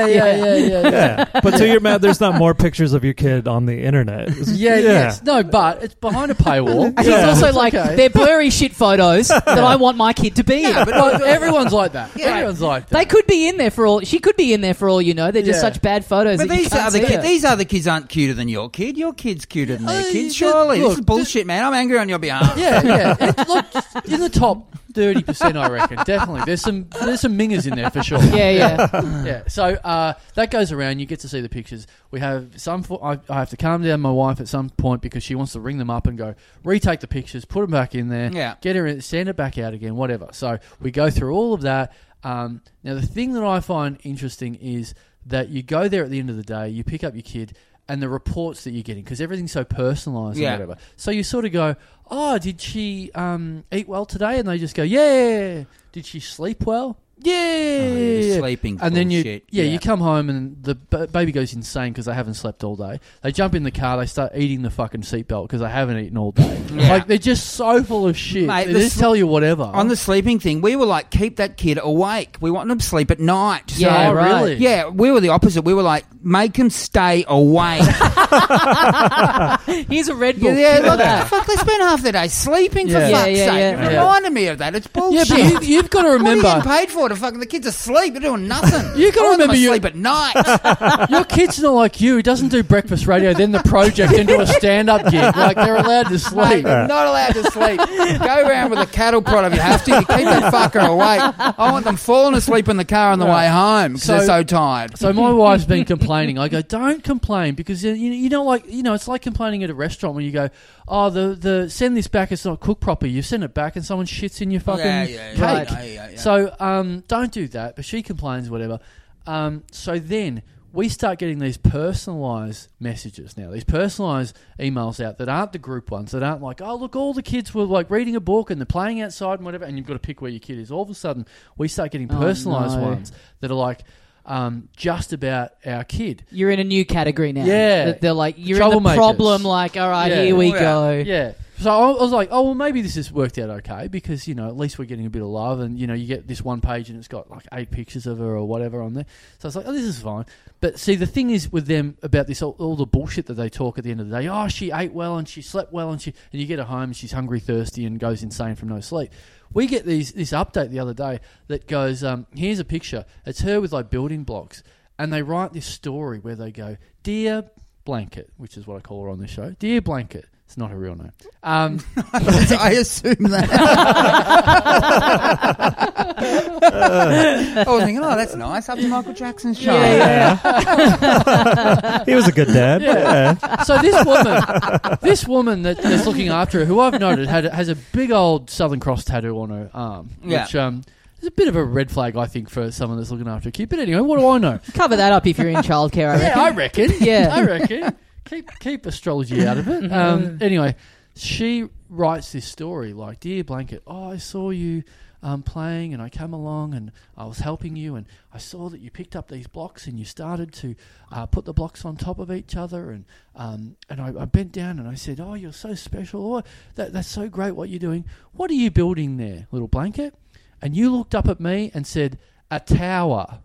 [SPEAKER 1] day.
[SPEAKER 3] [LAUGHS] yeah, yeah, yeah, yeah. yeah.
[SPEAKER 4] yeah. But so you're mad there's not more pictures of your kid on the internet.
[SPEAKER 3] Yeah, yes. No, but it's behind a paywall.
[SPEAKER 1] And
[SPEAKER 4] [LAUGHS] Yeah.
[SPEAKER 1] It's also like
[SPEAKER 3] okay.
[SPEAKER 1] they're blurry shit photos that I want my kid to be in.
[SPEAKER 3] [LAUGHS] Yeah, but like, everyone's like that.
[SPEAKER 5] Yeah.
[SPEAKER 3] Everyone's like that.
[SPEAKER 1] They could be in there for all. She could be in there for all you know. They're just
[SPEAKER 3] Yeah.
[SPEAKER 1] such bad photos.
[SPEAKER 5] But
[SPEAKER 1] that you
[SPEAKER 5] these
[SPEAKER 1] can't
[SPEAKER 5] other
[SPEAKER 1] see
[SPEAKER 5] kids,
[SPEAKER 1] it.
[SPEAKER 5] these other kids aren't cuter than your kid. Your kid's cuter than
[SPEAKER 3] Uh,
[SPEAKER 5] their
[SPEAKER 3] you
[SPEAKER 5] kids.
[SPEAKER 3] just-
[SPEAKER 5] Surely
[SPEAKER 3] look,
[SPEAKER 5] this is bullshit, man. I'm angry on your behalf.
[SPEAKER 3] Yeah, yeah. It's, look, in the top thirty percent, I reckon. Definitely, there's some there's some mingers in there for sure.
[SPEAKER 1] Yeah, yeah.
[SPEAKER 3] yeah. So uh, that goes around. You get to see the pictures. We have some. fo- I, I have to calm down my wife at some point because she wants to ring them up and go retake the pictures, put them back in there,
[SPEAKER 5] Yeah.
[SPEAKER 3] get her in, send it back out again, whatever. So we go through all of that. Um, now the thing that I find interesting is that you go there at the end of the day, you pick up your kid. And the reports that you're getting, because everything's so personalised
[SPEAKER 5] Yeah.
[SPEAKER 3] and whatever. So you sort of go, "Oh, did she um, eat well today?" And they just go, "Yeah." Did she sleep well? [LAUGHS] Yeah.
[SPEAKER 5] yeah, sleeping
[SPEAKER 3] And then you,
[SPEAKER 5] bullshit.
[SPEAKER 3] yeah,
[SPEAKER 5] Yeah.
[SPEAKER 3] you come home and the b- baby goes insane because they haven't slept all day. They jump in the car, they start eating the fucking seatbelt because they haven't eaten
[SPEAKER 5] [LAUGHS]
[SPEAKER 3] all day.
[SPEAKER 5] Yeah.
[SPEAKER 3] Like they're just so full of shit.
[SPEAKER 5] Mate,
[SPEAKER 3] they
[SPEAKER 5] the
[SPEAKER 3] just
[SPEAKER 5] sl-
[SPEAKER 3] tell you whatever.
[SPEAKER 5] On the sleeping thing, we were like, keep that kid awake. We want them to sleep at night. So-
[SPEAKER 1] Yeah,
[SPEAKER 3] oh,
[SPEAKER 1] right.
[SPEAKER 3] really?
[SPEAKER 5] Yeah, we were the opposite. We were like, make him stay
[SPEAKER 3] [LAUGHS]
[SPEAKER 5] awake.
[SPEAKER 1] Here's a Red Bull. [LAUGHS]
[SPEAKER 5] yeah, look,
[SPEAKER 3] [LAUGHS]
[SPEAKER 5] fuck, they spend half the day sleeping for
[SPEAKER 3] Yeah.
[SPEAKER 5] fuck's
[SPEAKER 1] Yeah, yeah,
[SPEAKER 5] sake.
[SPEAKER 1] yeah.
[SPEAKER 5] It
[SPEAKER 3] Yeah.
[SPEAKER 5] reminded me of that. It's
[SPEAKER 3] yeah,
[SPEAKER 5] bullshit.
[SPEAKER 3] but you, you've got to
[SPEAKER 5] What are you
[SPEAKER 3] remember.
[SPEAKER 5] getting paid for? To fucking the kids asleep, they're doing nothing.
[SPEAKER 3] You gotta
[SPEAKER 5] I want them
[SPEAKER 3] remember
[SPEAKER 5] to
[SPEAKER 3] you-
[SPEAKER 5] sleep at
[SPEAKER 3] [LAUGHS]
[SPEAKER 5] night.
[SPEAKER 3] Your kid's not like you. He doesn't do breakfast radio, then the project, then do a stand up gig. Like, they're allowed to
[SPEAKER 5] Mate,
[SPEAKER 3] sleep.
[SPEAKER 5] you're not allowed to sleep. Go around with a cattle prod if you have to. You keep that fucker awake. I want them falling asleep in the car on the way home because
[SPEAKER 3] So-
[SPEAKER 5] they're so
[SPEAKER 3] [LAUGHS]
[SPEAKER 5] tired.
[SPEAKER 3] So my wife's been complaining. I go, don't complain because you you know like you know it's like complaining at a restaurant when you go, oh the the send this back, it's not cooked properly. You send it back and someone shits in your fucking
[SPEAKER 5] Yeah, yeah, yeah,
[SPEAKER 3] cake.
[SPEAKER 5] yeah, yeah, yeah.
[SPEAKER 3] So um, don't do that. But she complains, whatever. Um, so then we start getting these personalized messages now, these personalized emails out that aren't the group ones, that aren't like, oh, look, all the kids were like reading a book and they're playing outside and whatever, and you've got to pick where your kid is. All of a sudden, we start getting
[SPEAKER 1] Oh,
[SPEAKER 3] personalized
[SPEAKER 1] no.
[SPEAKER 3] ones that are like, um, just about our kid.
[SPEAKER 1] You're in a new category now.
[SPEAKER 3] Yeah.
[SPEAKER 1] That They're like, you're in the
[SPEAKER 3] Troublemakers.
[SPEAKER 1] problem, like, all right,
[SPEAKER 3] Yeah.
[SPEAKER 1] here we
[SPEAKER 5] Yeah.
[SPEAKER 1] go.
[SPEAKER 3] Yeah. So I I was like, oh, well, maybe this has worked out okay because, you know, at least we're getting a bit of love and, you know, you get this one page and it's got like eight pictures of her or whatever on there. So I was like, oh, this is fine. But see, the thing is with them about this, all, all the bullshit that they talk at the end of the day, oh, she ate well and she slept well and she, and you get her home and she's hungry, thirsty and goes insane from no sleep. We get these, this update the other day that goes, um, here's a picture. It's her with like building blocks and they write this story where they go, Dear Blanket, which is what I call her on this show, Dear Blanket, it's not her real name. Um,
[SPEAKER 5] I assume that. [LAUGHS] I was thinking, oh, that's nice. Up to Michael Jackson's show.
[SPEAKER 4] [LAUGHS] he was a good dad. Yeah.
[SPEAKER 3] so this woman, this woman that, that's looking after her, who I've noted had, has a big old Southern Cross tattoo on her arm,
[SPEAKER 5] Yeah.
[SPEAKER 3] which um, is a bit of a red flag, I think, for someone that's looking after a kid. But anyway, what do I know?
[SPEAKER 1] Cover that up if you're in childcare, I reckon.
[SPEAKER 3] Yeah, I reckon.
[SPEAKER 1] [LAUGHS] Yeah. Mm-hmm.
[SPEAKER 3] I reckon. Keep keep astrology out of it. Um, anyway, she writes this story like, "Dear blanket, oh, I saw you um, playing, and I came along and I was helping you, and I saw that you picked up these blocks and you started to uh, put the blocks on top of each other, and um, and I, I bent down and I said, "Oh, you're so special! Oh, that, that's so great what you're doing. What are you building there, little blanket?" And you looked up at me and said, "A tower."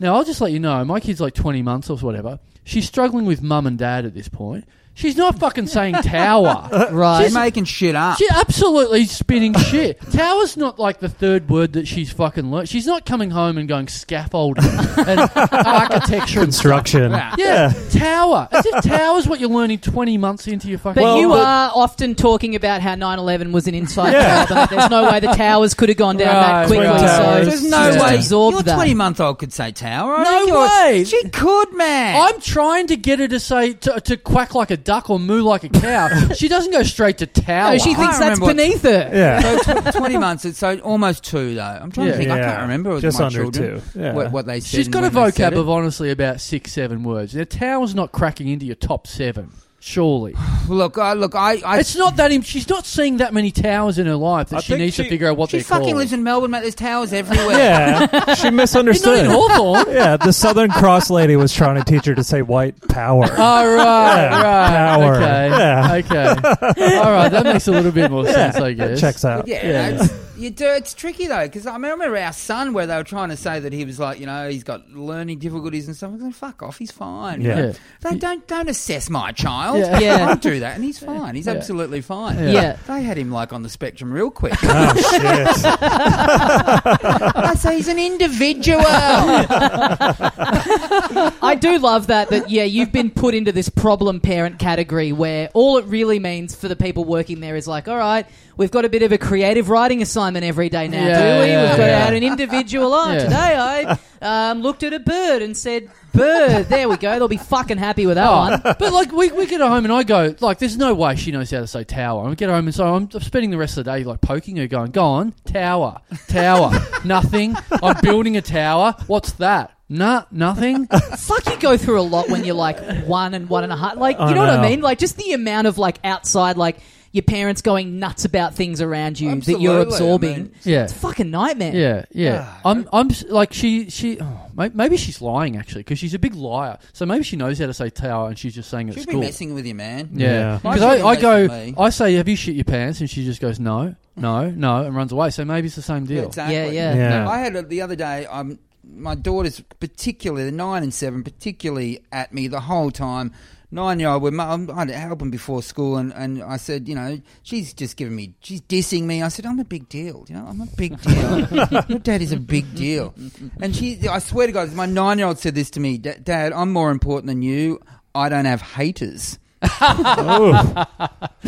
[SPEAKER 3] Now, I'll just let you know, my kid's like 20 months or whatever. She's struggling with mum and dad at this point. She's not fucking
[SPEAKER 1] [LAUGHS]
[SPEAKER 3] saying tower.
[SPEAKER 1] Right.
[SPEAKER 5] She's making shit up.
[SPEAKER 3] She's absolutely spinning shit. Tower's not like the third word that she's fucking learned. She's not coming home and going scaffolding and
[SPEAKER 1] [LAUGHS]
[SPEAKER 3] architecture and stuff.
[SPEAKER 4] Construction.
[SPEAKER 3] Yeah, tower. As if tower's what you're learning 20 months into your fucking
[SPEAKER 1] But
[SPEAKER 4] Well,
[SPEAKER 1] you
[SPEAKER 4] but-
[SPEAKER 1] are often talking about how 9/11 was an inside
[SPEAKER 4] Yeah.
[SPEAKER 1] job, and there's no way the towers could have gone down
[SPEAKER 3] Right,
[SPEAKER 1] that quickly.
[SPEAKER 4] twin
[SPEAKER 1] So
[SPEAKER 4] towers.
[SPEAKER 5] There's no
[SPEAKER 1] just
[SPEAKER 5] way.
[SPEAKER 1] absorb
[SPEAKER 5] Your
[SPEAKER 1] that.
[SPEAKER 5] 20 month old could say tower. I
[SPEAKER 3] No
[SPEAKER 5] think you're-
[SPEAKER 3] way.
[SPEAKER 5] She could, man.
[SPEAKER 3] I'm trying to get her to say to, to quack like a duck or moo like
[SPEAKER 1] [LAUGHS]
[SPEAKER 3] a cow. she doesn't go straight to tower.
[SPEAKER 1] no, she
[SPEAKER 5] I
[SPEAKER 1] thinks that's
[SPEAKER 5] remember what-
[SPEAKER 1] beneath her.
[SPEAKER 4] Yeah.
[SPEAKER 5] [LAUGHS] so tw- 20 months, it's so almost two, though. I'm trying
[SPEAKER 3] Yeah.
[SPEAKER 5] to think. I
[SPEAKER 4] Yeah.
[SPEAKER 5] can't remember with
[SPEAKER 4] Just
[SPEAKER 5] my
[SPEAKER 4] under
[SPEAKER 5] children
[SPEAKER 4] two. Yeah.
[SPEAKER 5] what, what they said.
[SPEAKER 3] She's got a
[SPEAKER 5] and when they said
[SPEAKER 3] vocab of honestly about six, seven words. Now, tower's not cracking into your top seven, surely.
[SPEAKER 5] it. Look, I, look, I. I
[SPEAKER 3] it's not that im- she's not seeing that many towers in her life that
[SPEAKER 4] I
[SPEAKER 3] she
[SPEAKER 4] think
[SPEAKER 3] needs to
[SPEAKER 4] she-
[SPEAKER 3] figure out what
[SPEAKER 5] she
[SPEAKER 3] they're
[SPEAKER 5] fucking
[SPEAKER 3] called.
[SPEAKER 5] lives in Melbourne, mate. There's towers everywhere.
[SPEAKER 4] Yeah. She
[SPEAKER 3] It's not in
[SPEAKER 4] misunderstood. [LAUGHS]
[SPEAKER 3] Hawthorne.
[SPEAKER 4] Yeah, the Southern Cross lady was trying to teach her to say white
[SPEAKER 5] [LAUGHS]
[SPEAKER 4] power.
[SPEAKER 5] Oh,
[SPEAKER 3] All Oh, right,
[SPEAKER 4] Yeah,
[SPEAKER 3] right,
[SPEAKER 4] power.
[SPEAKER 3] okay,
[SPEAKER 4] Yeah.
[SPEAKER 3] okay. All right, that makes a little bit more sense,
[SPEAKER 4] That
[SPEAKER 3] I guess.
[SPEAKER 4] checks out.
[SPEAKER 5] Yeah,
[SPEAKER 3] Yeah.
[SPEAKER 5] It's, you do. It's tricky though, because I, mean, I remember our son, where they were trying to say that he was like, you know, he's got learning difficulties and stuff. I was like, fuck off, he's fine.
[SPEAKER 4] Yeah.
[SPEAKER 3] Yeah.
[SPEAKER 5] They don't don't assess my child.
[SPEAKER 3] Yeah.
[SPEAKER 1] Yeah.
[SPEAKER 5] don't do that, and he's fine. He's
[SPEAKER 3] Yeah.
[SPEAKER 5] absolutely fine.
[SPEAKER 3] Yeah.
[SPEAKER 1] Yeah.
[SPEAKER 5] They had him like on the spectrum real quick.
[SPEAKER 4] Oh
[SPEAKER 5] [LAUGHS]
[SPEAKER 4] shit!
[SPEAKER 5] I say he's an individual. yeah,
[SPEAKER 1] I do love that. That yeah, you've been put into this problem parent category where all it really means for the people working there is like, all right, we've got a bit of a creative writing assignment every day now,
[SPEAKER 3] Yeah,
[SPEAKER 1] do we?
[SPEAKER 3] yeah,
[SPEAKER 1] we've got
[SPEAKER 3] yeah.
[SPEAKER 1] out an individual. Oh,
[SPEAKER 3] Yeah.
[SPEAKER 1] today I um, looked at a bird and said, bird. There we go. They'll be fucking happy with that
[SPEAKER 3] Oh,
[SPEAKER 1] one.
[SPEAKER 3] but like we, we get home and I go like there's no way she knows how to say tower. I get home and so I'm spending the rest of the day like poking her, going, "Go on, tower, tower, [LAUGHS] nothing. I'm building a tower. What's that? Nah, nothing.
[SPEAKER 1] Fuck, you go through a lot when you're like one and one and a half. Like, you
[SPEAKER 4] I
[SPEAKER 1] know, what I
[SPEAKER 4] know.
[SPEAKER 1] mean? Like, just the amount of like outside, like your parents going nuts about things around you that you're
[SPEAKER 5] Absolutely, I
[SPEAKER 1] absorbing.
[SPEAKER 5] mean-
[SPEAKER 3] Yeah,
[SPEAKER 1] It's a fucking nightmare.
[SPEAKER 3] yeah, yeah.
[SPEAKER 5] Ah.
[SPEAKER 3] I'm I'm s- like she she oh, may- maybe she's lying actually because she's a big liar. So maybe she knows how to say tower and she's just saying it at
[SPEAKER 5] she'll be
[SPEAKER 3] school.
[SPEAKER 5] messing with you, man.
[SPEAKER 3] Yeah,
[SPEAKER 4] Yeah.
[SPEAKER 5] Why
[SPEAKER 3] because
[SPEAKER 5] should
[SPEAKER 3] I,
[SPEAKER 5] you
[SPEAKER 3] I
[SPEAKER 5] messing
[SPEAKER 3] go,
[SPEAKER 5] me?
[SPEAKER 3] I say, "Have you shit your pants?" and she just goes, "No, no, no," and runs away. So maybe it's the same deal.
[SPEAKER 5] Exactly.
[SPEAKER 1] Yeah, yeah.
[SPEAKER 4] Yeah.
[SPEAKER 5] I had a, the other day. Um, my daughters, particularly the nine and seven, particularly at me the whole time. Nine year old, with mum, I'd help them before school, and, and I said, you know, she's just giving me, she's dissing me. I said, I'm a big deal, you know, I'm a big
[SPEAKER 3] [LAUGHS]
[SPEAKER 5] deal. Your dad is a big deal, and she, I swear to God, my nine year old said this to me, "Da- Dad, I'm more important than you. I don't have haters.
[SPEAKER 4] Ooh.
[SPEAKER 5] Fuck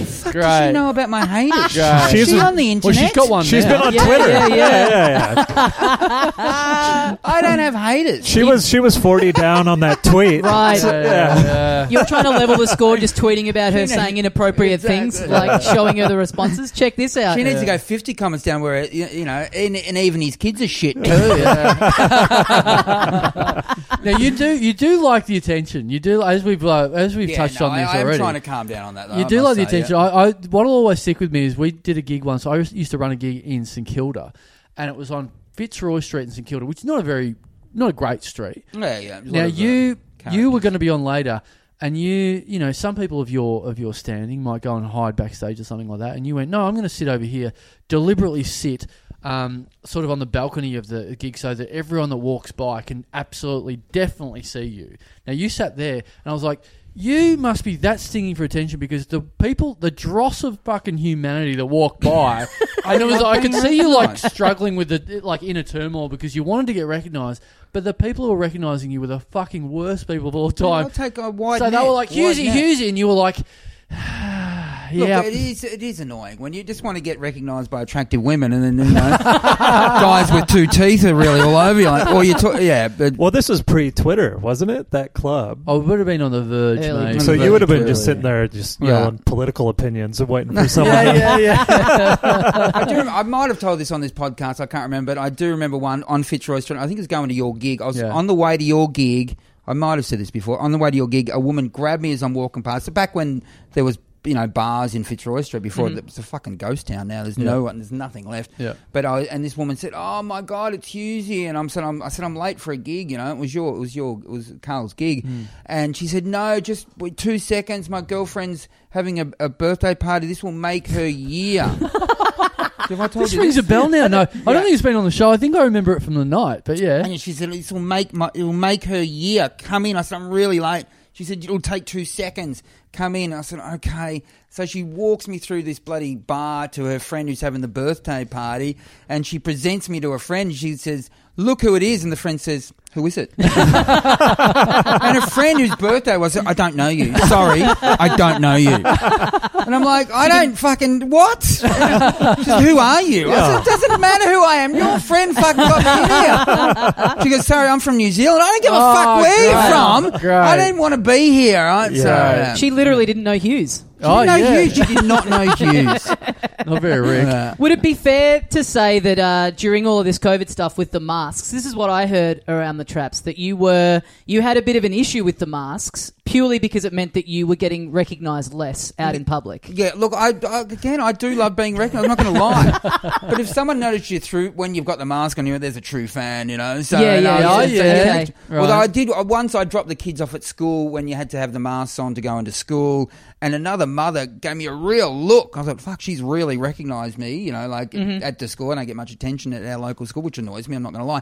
[SPEAKER 5] does she know about my haters?
[SPEAKER 3] [LAUGHS] Great.
[SPEAKER 5] She's
[SPEAKER 4] She's a-
[SPEAKER 5] on the internet.
[SPEAKER 3] Well, she's got one.
[SPEAKER 4] She's
[SPEAKER 3] now.
[SPEAKER 4] been on
[SPEAKER 1] Yeah,
[SPEAKER 4] Twitter.
[SPEAKER 1] yeah, yeah.
[SPEAKER 4] yeah, yeah.
[SPEAKER 5] [LAUGHS] I don't have haters.
[SPEAKER 4] She was she was forty down on that tweet.
[SPEAKER 1] Right.
[SPEAKER 4] So, yeah.
[SPEAKER 1] You're trying to level the score just tweeting about her saying inappropriate things,
[SPEAKER 5] Exactly.
[SPEAKER 1] like showing her the responses. Check this out.
[SPEAKER 3] Uh,
[SPEAKER 5] She needs to go 50 comments down where, you you know, and, and even his kids are shit [LAUGHS] too.
[SPEAKER 3] [LAUGHS] now you do you do like the attention. You do as we've uh, as we've
[SPEAKER 5] Yeah,
[SPEAKER 3] touched
[SPEAKER 5] no,
[SPEAKER 3] on this
[SPEAKER 5] I, I'm
[SPEAKER 3] already.
[SPEAKER 5] trying to calm down on that. Though,
[SPEAKER 3] you
[SPEAKER 5] I
[SPEAKER 3] do
[SPEAKER 5] must
[SPEAKER 3] like the
[SPEAKER 5] say, yeah.
[SPEAKER 3] attention. I, I what'll always stick with me is we did a gig once. I used to run a gig in St Kilda, and it was on Fitzroy Street in St Kilda, which is not a very not a great street.
[SPEAKER 5] Yeah, yeah. there's a
[SPEAKER 3] Now
[SPEAKER 5] lot of, uh,
[SPEAKER 3] you you were
[SPEAKER 5] characters.
[SPEAKER 3] going to be on later, and you you know some people of your of your standing might go and hide backstage or something like that, and you went no, I'm going to sit over here, deliberately sit. Um, sort of on the balcony of the gig, so that everyone that walks by can absolutely, definitely see you. Now you sat there, and I was like, "You must be that stinging for attention because the people, the dross of fucking humanity that
[SPEAKER 5] [LAUGHS]
[SPEAKER 3] walk by, and it was I could see you like struggling with the like inner turmoil because you wanted to get recognised, but the people who were recognising you were the fucking worst people of all time.
[SPEAKER 5] I'll take a
[SPEAKER 3] So
[SPEAKER 5] wide
[SPEAKER 3] they
[SPEAKER 5] net,
[SPEAKER 3] were like
[SPEAKER 5] wide
[SPEAKER 3] Husey,
[SPEAKER 5] net.
[SPEAKER 3] Husey, and you were like, [SIGHS]
[SPEAKER 5] Look,
[SPEAKER 3] yeah,
[SPEAKER 5] it is it is annoying when you just want to get recognised by attractive women, and then you
[SPEAKER 3] [LAUGHS]
[SPEAKER 5] know, guys with two teeth are really all over you. Like, or you, talk, yeah, but
[SPEAKER 4] Well, this was pre-Twitter, wasn't it? That club.
[SPEAKER 5] Oh,
[SPEAKER 3] I would have been on the verge,
[SPEAKER 1] Early
[SPEAKER 3] mate.
[SPEAKER 4] so
[SPEAKER 5] on the
[SPEAKER 4] you would have
[SPEAKER 5] verge,
[SPEAKER 4] been just
[SPEAKER 5] really.
[SPEAKER 4] sitting there, just
[SPEAKER 5] Yeah.
[SPEAKER 4] yelling political opinions
[SPEAKER 5] [LAUGHS]
[SPEAKER 4] and waiting for someone. to-
[SPEAKER 5] I, do, rem- I might have told this on this podcast. I can't remember, but I do remember one on Fitzroy Street. I think it was going to your gig. I was
[SPEAKER 3] Yeah.
[SPEAKER 5] on the way to your gig. I might have said this before. On the way to your gig, a woman grabbed me as I'm walking past. So back when there was you know bars in Fitzroy Street before. It was a fucking ghost town now. There's no one. There's nothing left.
[SPEAKER 3] Mm-hmm. Yeah.
[SPEAKER 5] But I and this woman said, "Oh my god, it's Hughesy," and I'm said, I'm, "I said I'm late for a gig. You know, it was your, it was your, it was Carl's gig."
[SPEAKER 3] Mm.
[SPEAKER 5] And she said, "No, just wait two seconds. My girlfriend's having a, a birthday party. This will make her year." Have I told
[SPEAKER 3] This
[SPEAKER 5] you
[SPEAKER 3] rings
[SPEAKER 5] this?
[SPEAKER 3] a bell now. No, I don't think it's been on the show. I think I remember it from the night. But yeah,
[SPEAKER 5] And she said, "This will make my, it will make her year. Come in." I said, "I'm really late." She said, "It'll take two seconds. Come in." I said, "Okay." So she walks me through this bloody bar to her friend who's having the birthday party, and she presents me to her friend. She says, "Look who it is," and the friend says, "Who is it?" [LAUGHS] and a friend whose birthday was, "I don't know you. Sorry, I don't know you." And I'm like, "I don't fucking what? She said, who are you?" I said, "It doesn't matter who I am. Your friend fucking got me here." She goes, sorry, I'm from New Zealand. I don't give a
[SPEAKER 3] Oh,
[SPEAKER 5] fuck where
[SPEAKER 3] great.
[SPEAKER 5] you're from.
[SPEAKER 3] Great.
[SPEAKER 5] I didn't want to be here. I, so,
[SPEAKER 4] Yeah.
[SPEAKER 5] uh,
[SPEAKER 1] She literally didn't know Hughes.
[SPEAKER 5] she didn't know
[SPEAKER 3] Oh, yeah.
[SPEAKER 5] Hughes. She did not
[SPEAKER 3] [LAUGHS]
[SPEAKER 5] know Hughes.
[SPEAKER 3] not very rare.
[SPEAKER 5] Uh,
[SPEAKER 1] Would it be fair to say that uh, during all of this COVID stuff with the masks, this is what I heard around the traps that you were you had a bit of an issue with the masks purely because it meant that you were getting recognised less out in public.
[SPEAKER 5] yeah, look, I, I- again, I do love being recognised. I'm not going to lie. but if someone noticed you through when you've got the mask on, you there's a true fan, you know. So,
[SPEAKER 1] Yeah,
[SPEAKER 5] and
[SPEAKER 1] yeah,
[SPEAKER 5] I was
[SPEAKER 3] yeah,
[SPEAKER 5] just-
[SPEAKER 3] yeah.
[SPEAKER 5] and-
[SPEAKER 1] Okay.
[SPEAKER 5] Although I
[SPEAKER 3] Right.
[SPEAKER 5] did uh, once, I dropped the kids off at school when you had to have the masks on to go into school, and another mother gave me a real look. I thought, "Fuck, she's really recognised me," you know, like at the school. I don't get much attention at our local school, which annoys me. I'm not going to lie,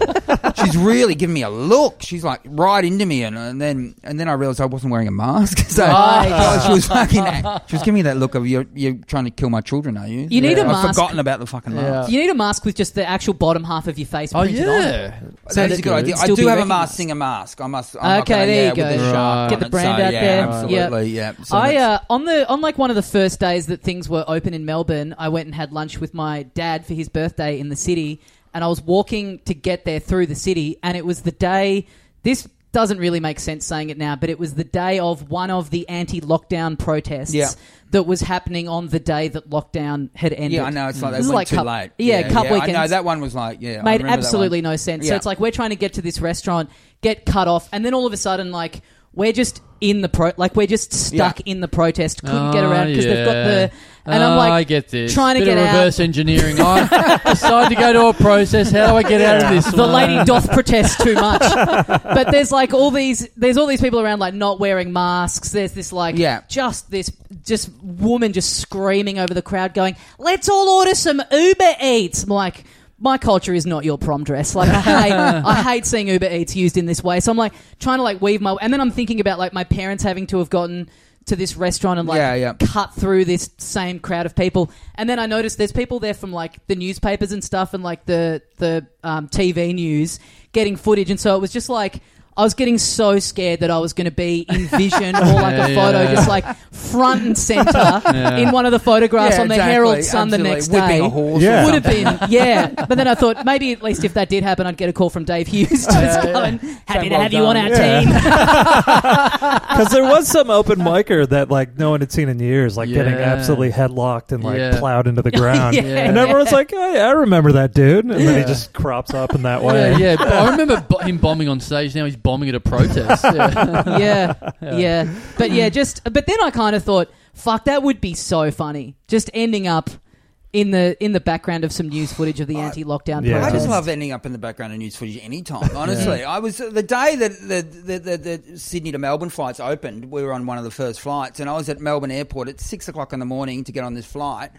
[SPEAKER 5] but um, she's really giving me a look. She's like right into me, and, and then and then I realised I wasn't wearing a mask, [LAUGHS] so
[SPEAKER 1] Right.
[SPEAKER 5] so she was fucking. She was giving me that look of you're you're trying to kill my children, are you?
[SPEAKER 1] You need a
[SPEAKER 5] I've
[SPEAKER 1] mask.
[SPEAKER 5] forgotten about the fucking mask.
[SPEAKER 3] Yeah.
[SPEAKER 1] You need a mask with just the actual bottom half of your face
[SPEAKER 3] Oh
[SPEAKER 1] printed on it.
[SPEAKER 3] yeah,
[SPEAKER 5] So that's a good idea. I
[SPEAKER 1] Still
[SPEAKER 5] do
[SPEAKER 1] be
[SPEAKER 5] have a
[SPEAKER 1] recognised.
[SPEAKER 5] mask, singer mask. I must. I'm not
[SPEAKER 1] Okay,
[SPEAKER 5] gonna,
[SPEAKER 1] there
[SPEAKER 5] yeah,
[SPEAKER 1] you go.
[SPEAKER 5] With a shark
[SPEAKER 3] Right.
[SPEAKER 1] Get the
[SPEAKER 5] on it.
[SPEAKER 1] brand
[SPEAKER 5] So,
[SPEAKER 1] out
[SPEAKER 5] yeah,
[SPEAKER 1] there.
[SPEAKER 5] Absolutely, yeah. So
[SPEAKER 1] I
[SPEAKER 5] that's-
[SPEAKER 1] uh, on the on like one of the first days that things were open in Melbourne, I went and had lunch with my dad for his birthday in the city, and I was walking to get there through the city, and it was the day. This doesn't really make sense saying it now, but it was the day of one of the anti-lockdown protests
[SPEAKER 5] Yeah.
[SPEAKER 1] that was happening on the day that lockdown had ended.
[SPEAKER 5] yeah, I know it's like
[SPEAKER 1] This
[SPEAKER 5] they
[SPEAKER 1] is
[SPEAKER 5] went
[SPEAKER 1] like
[SPEAKER 5] too
[SPEAKER 1] coup-
[SPEAKER 5] late.
[SPEAKER 1] yeah, cup
[SPEAKER 5] I know
[SPEAKER 1] weekends.
[SPEAKER 5] that one was like yeah, I
[SPEAKER 1] made
[SPEAKER 5] remember that
[SPEAKER 1] absolutely
[SPEAKER 5] one.
[SPEAKER 1] no sense. So
[SPEAKER 5] Yeah.
[SPEAKER 1] it's like we're trying to get to this restaurant, get cut off, and then all of a sudden, like we're just in the pro, like we're just stuck in the protest, couldn't get
[SPEAKER 3] Ah,
[SPEAKER 1] around because they've got the.
[SPEAKER 3] yeah.
[SPEAKER 1] And I'm
[SPEAKER 3] Ah,
[SPEAKER 1] like,
[SPEAKER 3] I get this.
[SPEAKER 1] trying to
[SPEAKER 3] Bit
[SPEAKER 1] get
[SPEAKER 3] of
[SPEAKER 1] out.
[SPEAKER 3] reverse engineering.
[SPEAKER 1] [LAUGHS]
[SPEAKER 3] I decide to go to a process. How do I get out of this?
[SPEAKER 1] the
[SPEAKER 3] one?
[SPEAKER 1] lady doth protest too
[SPEAKER 3] [LAUGHS]
[SPEAKER 1] much, but there's like all these, there's all these people around like not wearing masks. There's this like,
[SPEAKER 5] Yeah.
[SPEAKER 1] just this, just woman just screaming over the crowd, going, "Let's all order some Uber Eats." I'm like, my culture is not your prom dress. Like I hate, I hate seeing Uber Eats used in this way. So I'm like trying to like weave my, and then I'm thinking about like my parents having to have gotten. To this restaurant and like
[SPEAKER 5] Yeah, yeah.
[SPEAKER 1] cut through this same crowd of people. And then I noticed there's people there from like the newspapers and stuff and like the the um, TV news getting footage. And so it was just like I was getting so scared that I was going to be in vision or
[SPEAKER 5] [LAUGHS]
[SPEAKER 1] like a
[SPEAKER 3] Yeah,
[SPEAKER 1] photo,
[SPEAKER 3] yeah.
[SPEAKER 1] just like front and center in one of the photographs
[SPEAKER 5] Yeah,
[SPEAKER 1] on the
[SPEAKER 5] exactly,
[SPEAKER 1] Herald Sun
[SPEAKER 5] absolutely.
[SPEAKER 1] the next
[SPEAKER 5] Whipping
[SPEAKER 1] day.
[SPEAKER 5] a horse
[SPEAKER 4] Yeah.
[SPEAKER 5] or
[SPEAKER 1] Would have
[SPEAKER 5] something.
[SPEAKER 1] been, yeah. But then I thought maybe at least if that did happen, I'd get a call from Dave Hughes just going, happy to
[SPEAKER 5] well
[SPEAKER 1] have you on
[SPEAKER 5] done."
[SPEAKER 1] our
[SPEAKER 4] Yeah.
[SPEAKER 1] team.
[SPEAKER 4] Because there was some open micer that like no one had seen in years, like getting
[SPEAKER 3] Yeah.
[SPEAKER 4] absolutely headlocked and like
[SPEAKER 3] Yeah.
[SPEAKER 4] plowed into the ground,
[SPEAKER 1] Yeah.
[SPEAKER 4] and everyone's like, oh, yeah, "I remember that dude," and then he just crops up in that way.
[SPEAKER 3] Yeah, yeah. But I remember bo- him bombing on stage. Now he's bombing at
[SPEAKER 1] [LAUGHS]
[SPEAKER 3] a protest. [LAUGHS] Yeah.
[SPEAKER 1] yeah, yeah. But yeah, just but then I kind of thought, fuck, that would be so funny. Just ending up in the in the background of some news footage of the anti-lockdown
[SPEAKER 4] Yeah.
[SPEAKER 5] I
[SPEAKER 1] protest.
[SPEAKER 5] just love ending up in the background of news footage any
[SPEAKER 3] [LAUGHS]
[SPEAKER 5] time. Honestly, I was the day that the, the, the, the Sydney to Melbourne flights opened. We were on one of the first flights, and I was at Melbourne Airport at six o'clock in the morning to get on this flight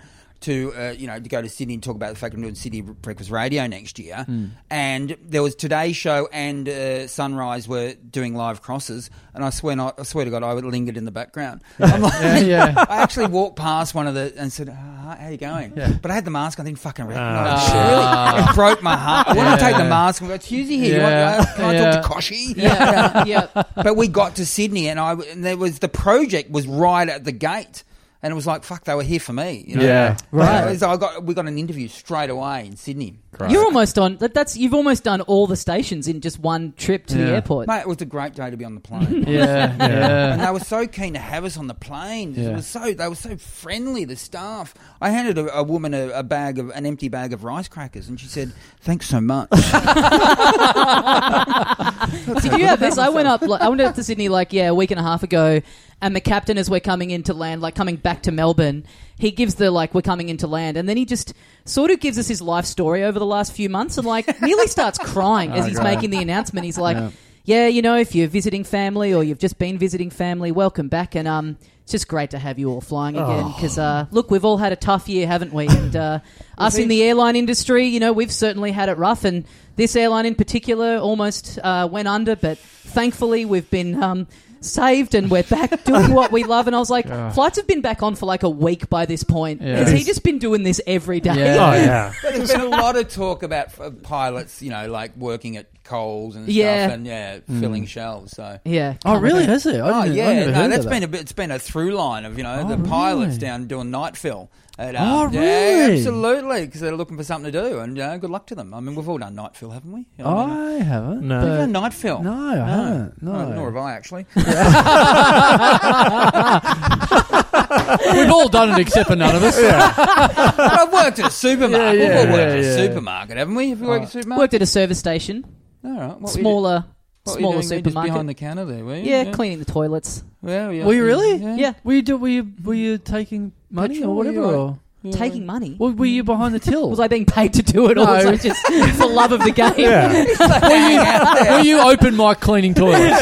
[SPEAKER 5] to uh, you know to go to Sydney and talk about the fact I'm doing Sydney Breakfast Radio next year.
[SPEAKER 3] Hmm.
[SPEAKER 5] And there was Today Show and uh, Sunrise were doing live crosses, and I swear not, I swear to God, I lingered in the
[SPEAKER 3] [LAUGHS]
[SPEAKER 5] background. I'm like,
[SPEAKER 3] yeah.
[SPEAKER 5] [LAUGHS] I actually walked past one of the and said, "Ah, "How you going?" But I had the mask. I didn't fucking recognize. it. [LAUGHS]
[SPEAKER 3] Ah.
[SPEAKER 5] Really, it broke my heart. I wanted to take the
[SPEAKER 3] Yeah.
[SPEAKER 5] mask and go, "It's Husey here. You
[SPEAKER 3] Yeah.
[SPEAKER 5] want, uh, can I
[SPEAKER 3] Yeah.
[SPEAKER 5] talk to Koshy?"
[SPEAKER 1] yeah, yeah.
[SPEAKER 5] [LAUGHS] but we got to Sydney, and I and there was the project was right at the gate, and it was like, "Fuck, they were here for me." You know?
[SPEAKER 4] Yeah.
[SPEAKER 5] [LAUGHS] right. So I got we got an interview straight away in Sydney.
[SPEAKER 1] You're almost on. that- That's you've almost done all the stations in just one trip to the
[SPEAKER 3] Yeah.
[SPEAKER 1] airport.
[SPEAKER 5] Mate, it was a great day to be on the plane.
[SPEAKER 3] [LAUGHS] Yeah, yeah.
[SPEAKER 5] and they were so keen to have us on the plane. It
[SPEAKER 3] Yeah.
[SPEAKER 5] was so they were so friendly. The staff. I handed a, a woman a, a bag of an empty bag of rice crackers, and she said, "Thanks so much." [LAUGHS]
[SPEAKER 1] Did you have this? I went up. like, I went up to Sydney like yeah a week and a half ago, And the captain, as we're coming into land, like coming back to Melbourne, he gives the like we're coming into land, and then he just sort of gives us his life story over the last few months, and like nearly starts crying as
[SPEAKER 3] [LAUGHS] Oh,
[SPEAKER 1] he's
[SPEAKER 3] God.
[SPEAKER 1] making the announcement. He's like,
[SPEAKER 3] Yeah.
[SPEAKER 1] yeah. you know, if you're visiting family or you've just been visiting family, welcome back, and um." It's just great to have you all flying
[SPEAKER 3] Oh.
[SPEAKER 1] again because, uh, look, we've all had a tough year, haven't we? And
[SPEAKER 3] [LAUGHS]
[SPEAKER 1] uh, us in the airline industry, you know, we've certainly had it rough, and this airline in particular almost uh, went under, but thankfully we've been um, saved and we're
[SPEAKER 3] [LAUGHS]
[SPEAKER 1] back doing what we love. And I was like,
[SPEAKER 3] Yeah.
[SPEAKER 1] flights have been back on for like a week by this point.
[SPEAKER 3] Yeah.
[SPEAKER 1] Has he just been doing this every day?
[SPEAKER 3] Yeah.
[SPEAKER 4] Oh yeah.
[SPEAKER 5] But there's been a lot of talk about uh, pilots, you know, like working at Coles and
[SPEAKER 1] Yeah.
[SPEAKER 5] stuff, and yeah, filling shelves. So.
[SPEAKER 1] Yeah.
[SPEAKER 3] Oh, really? Has it? I
[SPEAKER 5] Oh
[SPEAKER 3] didn't- I
[SPEAKER 5] yeah,
[SPEAKER 3] never
[SPEAKER 5] no,
[SPEAKER 3] heard
[SPEAKER 5] that's
[SPEAKER 3] of
[SPEAKER 5] been a bit. It's been a through line of you know
[SPEAKER 3] Oh,
[SPEAKER 5] the pilots
[SPEAKER 3] really?
[SPEAKER 5] down doing night fill. At, uh,
[SPEAKER 3] Oh,
[SPEAKER 5] yeah,
[SPEAKER 3] really?
[SPEAKER 5] absolutely, because they're looking for something to do, and uh, good luck to them. I mean, we've all done night fill, haven't we? You know, I mean,
[SPEAKER 3] I haven't.
[SPEAKER 4] No.
[SPEAKER 5] I've [LAUGHS]
[SPEAKER 3] but-
[SPEAKER 5] done night fill.
[SPEAKER 3] Oh, uh,
[SPEAKER 5] Oh,
[SPEAKER 3] No, I haven't. No.
[SPEAKER 5] nor have I
[SPEAKER 3] [LAUGHS]
[SPEAKER 5] actually.
[SPEAKER 3] We've all done it except for none
[SPEAKER 1] [LAUGHS]
[SPEAKER 3] of us.
[SPEAKER 5] but I've worked at a supermarket.
[SPEAKER 3] Yeah, yeah,
[SPEAKER 5] We've all worked at
[SPEAKER 3] yeah,
[SPEAKER 5] a
[SPEAKER 3] yeah.
[SPEAKER 5] supermarket, haven't we? Have you worked at a supermarket?
[SPEAKER 1] Worked at a service station,
[SPEAKER 5] All right. What were you-
[SPEAKER 1] smaller,
[SPEAKER 5] what were you
[SPEAKER 1] smaller
[SPEAKER 5] doing there? Just
[SPEAKER 1] supermarket.
[SPEAKER 5] behind the counter there. Were you?
[SPEAKER 1] yeah, cleaning the toilets.
[SPEAKER 5] Well, yeah.
[SPEAKER 3] Were you really?
[SPEAKER 1] Yeah.
[SPEAKER 3] Were you, do, were you were you taking money
[SPEAKER 5] Petrol,
[SPEAKER 3] or whatever?
[SPEAKER 5] were you
[SPEAKER 3] Or,
[SPEAKER 5] Yeah.
[SPEAKER 1] Taking money.
[SPEAKER 3] Well, were you behind the
[SPEAKER 1] [LAUGHS]
[SPEAKER 3] till?
[SPEAKER 1] was I being paid to do it, or was
[SPEAKER 3] No.
[SPEAKER 1] I just for love
[SPEAKER 5] [LAUGHS]
[SPEAKER 1] of the game?
[SPEAKER 4] Yeah.
[SPEAKER 3] [LAUGHS] were you open mic cleaning toilets?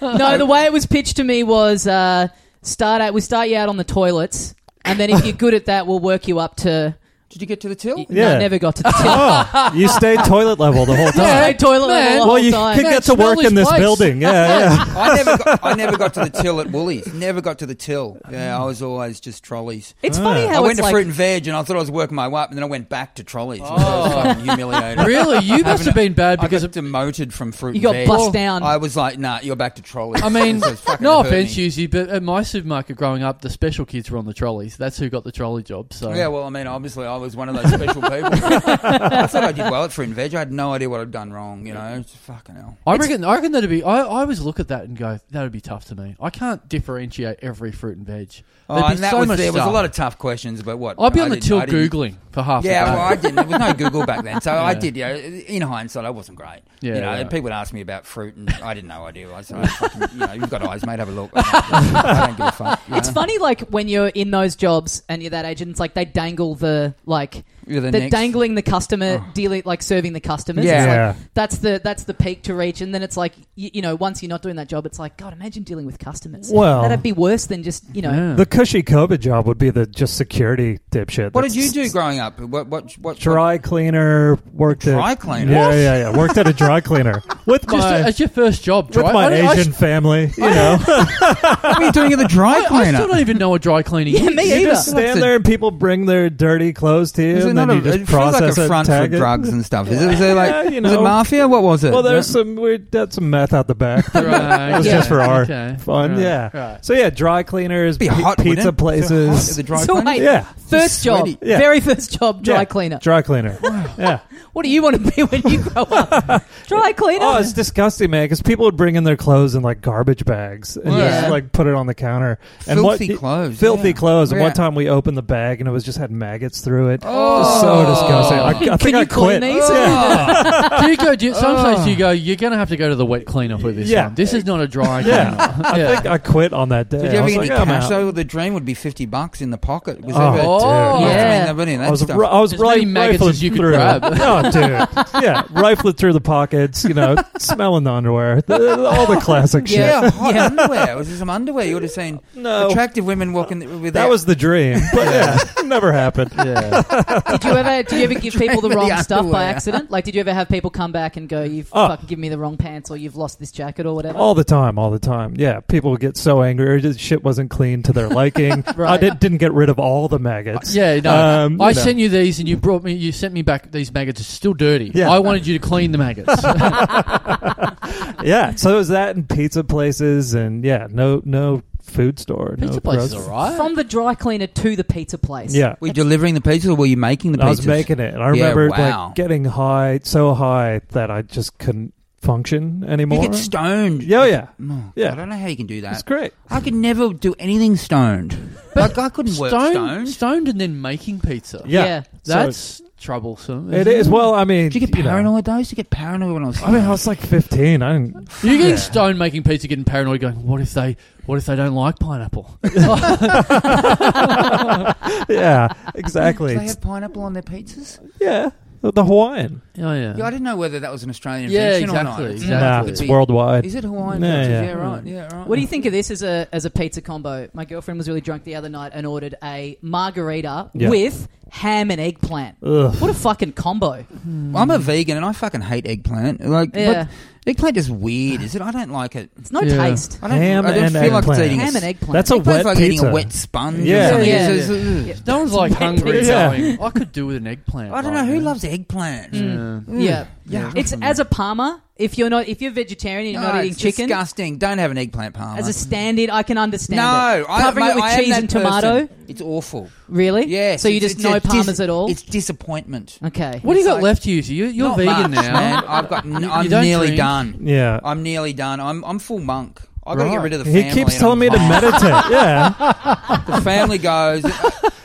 [SPEAKER 1] No, the way it was pitched to me was uh, start out. We start you out on the toilets, and then if you're good at that, we'll work you up to.
[SPEAKER 5] Did you get to the till?
[SPEAKER 1] No,
[SPEAKER 4] Yeah.
[SPEAKER 1] never got
[SPEAKER 5] [LAUGHS]
[SPEAKER 1] to the tip.
[SPEAKER 4] Oh, you stayed toilet level the whole time.
[SPEAKER 1] Stayed toilet level the
[SPEAKER 4] well,
[SPEAKER 1] whole
[SPEAKER 4] you
[SPEAKER 1] time.
[SPEAKER 4] could get to
[SPEAKER 3] smell
[SPEAKER 4] work in
[SPEAKER 3] this
[SPEAKER 4] this
[SPEAKER 3] place.
[SPEAKER 4] building.
[SPEAKER 5] [LAUGHS]
[SPEAKER 4] Yeah, yeah.
[SPEAKER 5] I never, got, I never got to the till at Woolies. Never got to the till. Yeah, I was always just trolleys.
[SPEAKER 1] It's funny
[SPEAKER 5] I
[SPEAKER 1] how
[SPEAKER 5] went
[SPEAKER 1] it's
[SPEAKER 5] to
[SPEAKER 1] like
[SPEAKER 5] fruit and veg, and I thought I was working my way up, and then I went back to trolleys. Oh. I was fucking humiliated.
[SPEAKER 3] really? You must have been bad
[SPEAKER 5] I
[SPEAKER 3] because
[SPEAKER 5] got
[SPEAKER 3] of.
[SPEAKER 5] demoted from
[SPEAKER 1] you
[SPEAKER 5] fruit. and
[SPEAKER 1] got
[SPEAKER 5] veg.
[SPEAKER 1] bust down.
[SPEAKER 5] I was like, nah, you're back to trolleys. [LAUGHS]
[SPEAKER 3] I mean,
[SPEAKER 5] This is fucking
[SPEAKER 3] no
[SPEAKER 5] hurt me.
[SPEAKER 3] offense, Yuzi, but at my supermarket growing up, the special kids were on the trolleys. That's who got the trolley job. So
[SPEAKER 5] Yeah, well, I mean, obviously, I was one of those
[SPEAKER 3] [LAUGHS]
[SPEAKER 5] special people. I thought I did well at fruit and veg. I had no idea what I'd done wrong. You know, It's fucking hell.
[SPEAKER 3] I reckon I reckon that'd be. I, I always look at that and go, that'd be tough to me. I can't differentiate every fruit and veg.
[SPEAKER 5] Oh,
[SPEAKER 3] There'd be
[SPEAKER 5] and that
[SPEAKER 3] so
[SPEAKER 5] was
[SPEAKER 3] much
[SPEAKER 5] there was a
[SPEAKER 3] stuff.
[SPEAKER 5] lot of tough questions, but what?
[SPEAKER 3] I'd be
[SPEAKER 5] I
[SPEAKER 3] on the
[SPEAKER 5] didn't-
[SPEAKER 3] till
[SPEAKER 5] I didn't-
[SPEAKER 3] googling for half.
[SPEAKER 5] Yeah,
[SPEAKER 3] the day.
[SPEAKER 5] well, I didn't. There was no Google back then, so
[SPEAKER 4] [LAUGHS]
[SPEAKER 5] I
[SPEAKER 3] Yeah.
[SPEAKER 5] did. Yeah, in hindsight, I wasn't great.
[SPEAKER 3] Yeah,
[SPEAKER 5] you know,
[SPEAKER 3] yeah.
[SPEAKER 5] people would ask me about fruit, and I didn't know idea. I said, oh, fucking, you know, you've got eyes, mate. Have a look. [LAUGHS] I don't give a fuck. you
[SPEAKER 1] it's
[SPEAKER 5] know.
[SPEAKER 1] funny, like when you're in those jobs and you're that agent. It's like they dangle the like
[SPEAKER 5] You're the
[SPEAKER 1] they're
[SPEAKER 5] next-
[SPEAKER 1] dangling the customer, dealing like serving the customers.
[SPEAKER 5] Yeah.
[SPEAKER 1] It's like,
[SPEAKER 4] Oh. Yeah.
[SPEAKER 1] that's the that's the peak to reach, and then it's like you, you know once you're not doing that job, it's like God, imagine dealing with customers.
[SPEAKER 4] Well-
[SPEAKER 1] that'd be worse than just you know.
[SPEAKER 3] Yeah.
[SPEAKER 4] The cushy COVID job would be the just security dipshit.
[SPEAKER 5] What
[SPEAKER 4] that's
[SPEAKER 5] did you do growing up? What? What? What?
[SPEAKER 4] Dry cleaner. Worked at
[SPEAKER 5] Dry cleaner?
[SPEAKER 4] Yeah, yeah, yeah. Worked at a dry cleaner with
[SPEAKER 3] Just
[SPEAKER 4] my
[SPEAKER 3] as your first job,
[SPEAKER 4] with
[SPEAKER 3] dry-
[SPEAKER 4] my
[SPEAKER 3] I- I-
[SPEAKER 4] Asian family. You know,
[SPEAKER 5] What were you doing at the
[SPEAKER 4] [LAUGHS]
[SPEAKER 5] dry
[SPEAKER 3] I, I still don't even know what
[SPEAKER 5] [LAUGHS]
[SPEAKER 3] dry cleaning
[SPEAKER 1] Yeah,
[SPEAKER 3] is.
[SPEAKER 1] me
[SPEAKER 4] you
[SPEAKER 1] either.
[SPEAKER 4] just stand there and people bring their dirty clothes to you,
[SPEAKER 5] Is it
[SPEAKER 4] and
[SPEAKER 5] not
[SPEAKER 4] then
[SPEAKER 5] a,
[SPEAKER 4] you just
[SPEAKER 5] it feels like
[SPEAKER 4] process
[SPEAKER 5] a
[SPEAKER 4] it,
[SPEAKER 5] front for
[SPEAKER 4] tag it.
[SPEAKER 5] drugs and stuff. Is it, is it like
[SPEAKER 4] Yeah, you
[SPEAKER 5] was it
[SPEAKER 4] know.
[SPEAKER 5] mafia? What was it?
[SPEAKER 4] Well, there's some weird. That's some meth out the back.
[SPEAKER 5] [LAUGHS]
[SPEAKER 3] Right,
[SPEAKER 4] It was
[SPEAKER 3] yeah,
[SPEAKER 4] just for our
[SPEAKER 3] okay,
[SPEAKER 4] fun.
[SPEAKER 3] right,
[SPEAKER 4] yeah.
[SPEAKER 3] right.
[SPEAKER 4] So yeah, dry cleaners,
[SPEAKER 5] It'd be
[SPEAKER 4] pi-
[SPEAKER 5] hot, wouldn't it?
[SPEAKER 4] pizza
[SPEAKER 5] It'd be [LAUGHS] hot at
[SPEAKER 4] places. [LAUGHS]
[SPEAKER 5] the
[SPEAKER 1] [LAUGHS]
[SPEAKER 5] dry
[SPEAKER 1] So
[SPEAKER 5] cleaner?
[SPEAKER 1] wait,
[SPEAKER 4] Yeah.
[SPEAKER 1] first job,
[SPEAKER 5] sweaty.
[SPEAKER 4] Yeah.
[SPEAKER 1] very first job, dry
[SPEAKER 4] Yeah,
[SPEAKER 1] cleaner.
[SPEAKER 4] Dry cleaner. Yeah.
[SPEAKER 1] What do you want to be when you grow
[SPEAKER 4] [LAUGHS]
[SPEAKER 1] up? dry cleaner.
[SPEAKER 4] Oh, it's disgusting, man. Because people would bring in their clothes in like garbage bags and
[SPEAKER 5] Yeah.
[SPEAKER 4] just like put it on the counter. and
[SPEAKER 5] Filthy clothes,
[SPEAKER 4] Filthy
[SPEAKER 5] yeah.
[SPEAKER 4] clothes. And
[SPEAKER 5] Yeah.
[SPEAKER 4] one time we opened the bag and it was just had maggots through it.
[SPEAKER 5] Oh.
[SPEAKER 4] Just so disgusting. I, I
[SPEAKER 1] Can-
[SPEAKER 4] think
[SPEAKER 1] can
[SPEAKER 4] I
[SPEAKER 1] you clean
[SPEAKER 4] quit.
[SPEAKER 1] these?
[SPEAKER 4] Yeah.
[SPEAKER 1] [LAUGHS]
[SPEAKER 3] do you go? Do you, some places you go. You're going to have to go to the wet cleaner for this
[SPEAKER 4] Oh. Yeah.
[SPEAKER 3] one. This is not a dry cleaner.
[SPEAKER 4] Yeah. I think I quit on that day.
[SPEAKER 5] Did you
[SPEAKER 4] I
[SPEAKER 5] ever
[SPEAKER 4] was
[SPEAKER 5] get
[SPEAKER 4] like,
[SPEAKER 5] any
[SPEAKER 4] I'm
[SPEAKER 5] cash
[SPEAKER 4] out.
[SPEAKER 5] though? The dream would be fifty bucks in the pocket. Was
[SPEAKER 4] Oh,
[SPEAKER 5] that a-
[SPEAKER 4] dude.
[SPEAKER 3] Oh,
[SPEAKER 5] Must have
[SPEAKER 1] Yeah.
[SPEAKER 5] been that, that
[SPEAKER 4] I was,
[SPEAKER 5] stuff.
[SPEAKER 4] ri- I was
[SPEAKER 3] As many
[SPEAKER 4] right,
[SPEAKER 3] maggots
[SPEAKER 4] rifling
[SPEAKER 3] as you could
[SPEAKER 4] through.
[SPEAKER 3] grab.
[SPEAKER 4] oh, dude, yeah, rifling through the pockets, you
[SPEAKER 3] [LAUGHS]
[SPEAKER 4] know, smelling the underwear, the- the- all the classic
[SPEAKER 5] [LAUGHS]
[SPEAKER 4] shit.
[SPEAKER 5] Yeah, hot underwear. Was there some underwear you would have seen?
[SPEAKER 4] No.
[SPEAKER 5] Attractive women walking th- with
[SPEAKER 4] That was the dream, but yeah, never happened.
[SPEAKER 3] Yeah.
[SPEAKER 1] Did you ever did you ever
[SPEAKER 4] [LAUGHS]
[SPEAKER 1] give people the
[SPEAKER 5] Dream
[SPEAKER 1] wrong
[SPEAKER 5] of the
[SPEAKER 1] stuff by
[SPEAKER 5] underwear.
[SPEAKER 1] accident? Like, did you ever have people come back and go, "You've
[SPEAKER 4] Oh.
[SPEAKER 1] fucking given me the wrong pants," or "You've lost this jacket," or whatever?
[SPEAKER 4] All the time, all the time. Yeah, people would get so angry. Or just shit wasn't clean to
[SPEAKER 5] [LAUGHS]
[SPEAKER 4] their liking. I
[SPEAKER 1] Right.
[SPEAKER 4] did, didn't get rid of all the maggots.
[SPEAKER 3] [LAUGHS] Yeah, no.
[SPEAKER 4] Um,
[SPEAKER 3] I
[SPEAKER 4] you know.
[SPEAKER 3] sent you these, and you brought me. You sent me back these maggots. It's still dirty.
[SPEAKER 4] Yeah.
[SPEAKER 3] I wanted you to clean
[SPEAKER 4] [LAUGHS]
[SPEAKER 3] the maggots.
[SPEAKER 4] yeah. So it was that and pizza places, and yeah, no, no food store. no
[SPEAKER 3] Pizza places
[SPEAKER 4] grocery-
[SPEAKER 3] are right.
[SPEAKER 1] From the dry cleaner to the pizza place.
[SPEAKER 4] Yeah,
[SPEAKER 5] Were you delivering the pizza or were you making the pizza?
[SPEAKER 4] I was making it, and I
[SPEAKER 5] Yeah,
[SPEAKER 4] remember
[SPEAKER 5] wow.
[SPEAKER 4] like getting high, so high that I just couldn't function
[SPEAKER 5] You
[SPEAKER 4] anymore.
[SPEAKER 5] get stoned.
[SPEAKER 4] Yeah, oh, yeah,
[SPEAKER 5] Oh,
[SPEAKER 4] Yeah.
[SPEAKER 5] I don't know how you can do that.
[SPEAKER 4] it's great.
[SPEAKER 5] I could never do anything stoned. like I couldn't work
[SPEAKER 3] stoned,
[SPEAKER 5] stoned.
[SPEAKER 3] stoned, and then making pizza.
[SPEAKER 4] Yeah,
[SPEAKER 1] Yeah.
[SPEAKER 4] So
[SPEAKER 3] That's troublesome.
[SPEAKER 4] It is. Well, I mean,
[SPEAKER 5] Mm-hmm. Did you get
[SPEAKER 4] know.
[SPEAKER 5] paranoid though? Did you get paranoid when I was?
[SPEAKER 4] I mean, I was like 15. I
[SPEAKER 5] [LAUGHS]
[SPEAKER 4] didn't.
[SPEAKER 3] You're getting stoned making pizza, getting paranoid, going, "What if they? What if they don't
[SPEAKER 4] [LAUGHS]
[SPEAKER 3] like pineapple?" Oh,
[SPEAKER 4] Yeah,
[SPEAKER 5] Do
[SPEAKER 4] exactly.
[SPEAKER 5] they have pineapple on their pizzas?
[SPEAKER 4] yeah, the, the Hawaiian.
[SPEAKER 3] Oh yeah.
[SPEAKER 5] Yeah, I didn't know whether that was an Australian
[SPEAKER 3] Yeah,
[SPEAKER 5] invention or
[SPEAKER 3] exactly.
[SPEAKER 5] not.
[SPEAKER 3] exactly.
[SPEAKER 4] Nah,
[SPEAKER 5] could
[SPEAKER 4] it's
[SPEAKER 5] be-
[SPEAKER 4] worldwide.
[SPEAKER 5] Is it Hawaiian?
[SPEAKER 4] Yeah,
[SPEAKER 5] Yeah,
[SPEAKER 4] yeah.
[SPEAKER 5] yeah. right. Yeah, right.
[SPEAKER 1] What do you think of this as a as a pizza combo? My girlfriend was really drunk the other night and ordered a margarita
[SPEAKER 4] Yeah.
[SPEAKER 1] with ham and eggplant.
[SPEAKER 4] Ugh.
[SPEAKER 1] What a fucking combo!
[SPEAKER 5] I'm a vegan and I fucking hate eggplant. Like,
[SPEAKER 1] Yeah.
[SPEAKER 5] but eggplant is weird, is it? I don't like it.
[SPEAKER 1] It's no
[SPEAKER 3] Yeah.
[SPEAKER 1] taste.
[SPEAKER 5] I don't,
[SPEAKER 4] Ham
[SPEAKER 5] I don't
[SPEAKER 4] and
[SPEAKER 5] feel like
[SPEAKER 4] eggplant.
[SPEAKER 5] it's eating
[SPEAKER 1] Ham
[SPEAKER 5] a,
[SPEAKER 1] and eggplant.
[SPEAKER 4] That's a
[SPEAKER 5] Eggplant's
[SPEAKER 4] wet
[SPEAKER 5] like eating
[SPEAKER 4] pizza.
[SPEAKER 5] a wet sponge.
[SPEAKER 4] Yeah.
[SPEAKER 5] Or something.
[SPEAKER 1] Yeah.
[SPEAKER 5] It's- it's-
[SPEAKER 1] Yeah.
[SPEAKER 3] No one's like hungry.
[SPEAKER 4] Yeah.
[SPEAKER 3] Going, I could do with an eggplant.
[SPEAKER 5] I don't
[SPEAKER 3] right
[SPEAKER 5] know who
[SPEAKER 3] now."
[SPEAKER 5] loves eggplant.
[SPEAKER 1] Mm.
[SPEAKER 3] Yeah.
[SPEAKER 1] Yeah.
[SPEAKER 5] Mm. Yeah.
[SPEAKER 1] It's as a Palmer. If you're not, if you're vegetarian and you're
[SPEAKER 5] No,
[SPEAKER 1] not eating
[SPEAKER 5] it's
[SPEAKER 1] chicken,
[SPEAKER 5] Disgusting. Don't have an eggplant palm.
[SPEAKER 1] as a stand-in, I can understand.
[SPEAKER 5] no,
[SPEAKER 1] it.
[SPEAKER 5] I,
[SPEAKER 1] covering
[SPEAKER 5] mate,
[SPEAKER 1] it with
[SPEAKER 5] I am
[SPEAKER 1] cheese
[SPEAKER 5] that
[SPEAKER 1] and tomato.
[SPEAKER 5] person. It's awful.
[SPEAKER 1] Really?
[SPEAKER 5] Yes.
[SPEAKER 1] So you
[SPEAKER 5] it's-
[SPEAKER 1] just
[SPEAKER 5] it's
[SPEAKER 1] no
[SPEAKER 5] a dis-
[SPEAKER 1] palms at all?
[SPEAKER 5] It's disappointment.
[SPEAKER 1] okay.
[SPEAKER 3] What do you
[SPEAKER 5] It's
[SPEAKER 3] got
[SPEAKER 5] like-
[SPEAKER 3] left to you? So you you're
[SPEAKER 5] Not
[SPEAKER 3] vegan
[SPEAKER 5] much,
[SPEAKER 3] now.
[SPEAKER 5] man. I've got. N-
[SPEAKER 3] You-
[SPEAKER 5] I'm
[SPEAKER 3] you don't
[SPEAKER 5] nearly
[SPEAKER 3] drink.
[SPEAKER 5] done.
[SPEAKER 4] Yeah.
[SPEAKER 5] I'm nearly done. I'm I'm full monk. I've got to get
[SPEAKER 3] Right.
[SPEAKER 5] rid of the family.
[SPEAKER 4] He keeps
[SPEAKER 5] and
[SPEAKER 4] telling me
[SPEAKER 5] I'm
[SPEAKER 4] to
[SPEAKER 5] fine.
[SPEAKER 4] meditate. Yeah,
[SPEAKER 5] [LAUGHS] The family
[SPEAKER 4] [LAUGHS]
[SPEAKER 5] goes.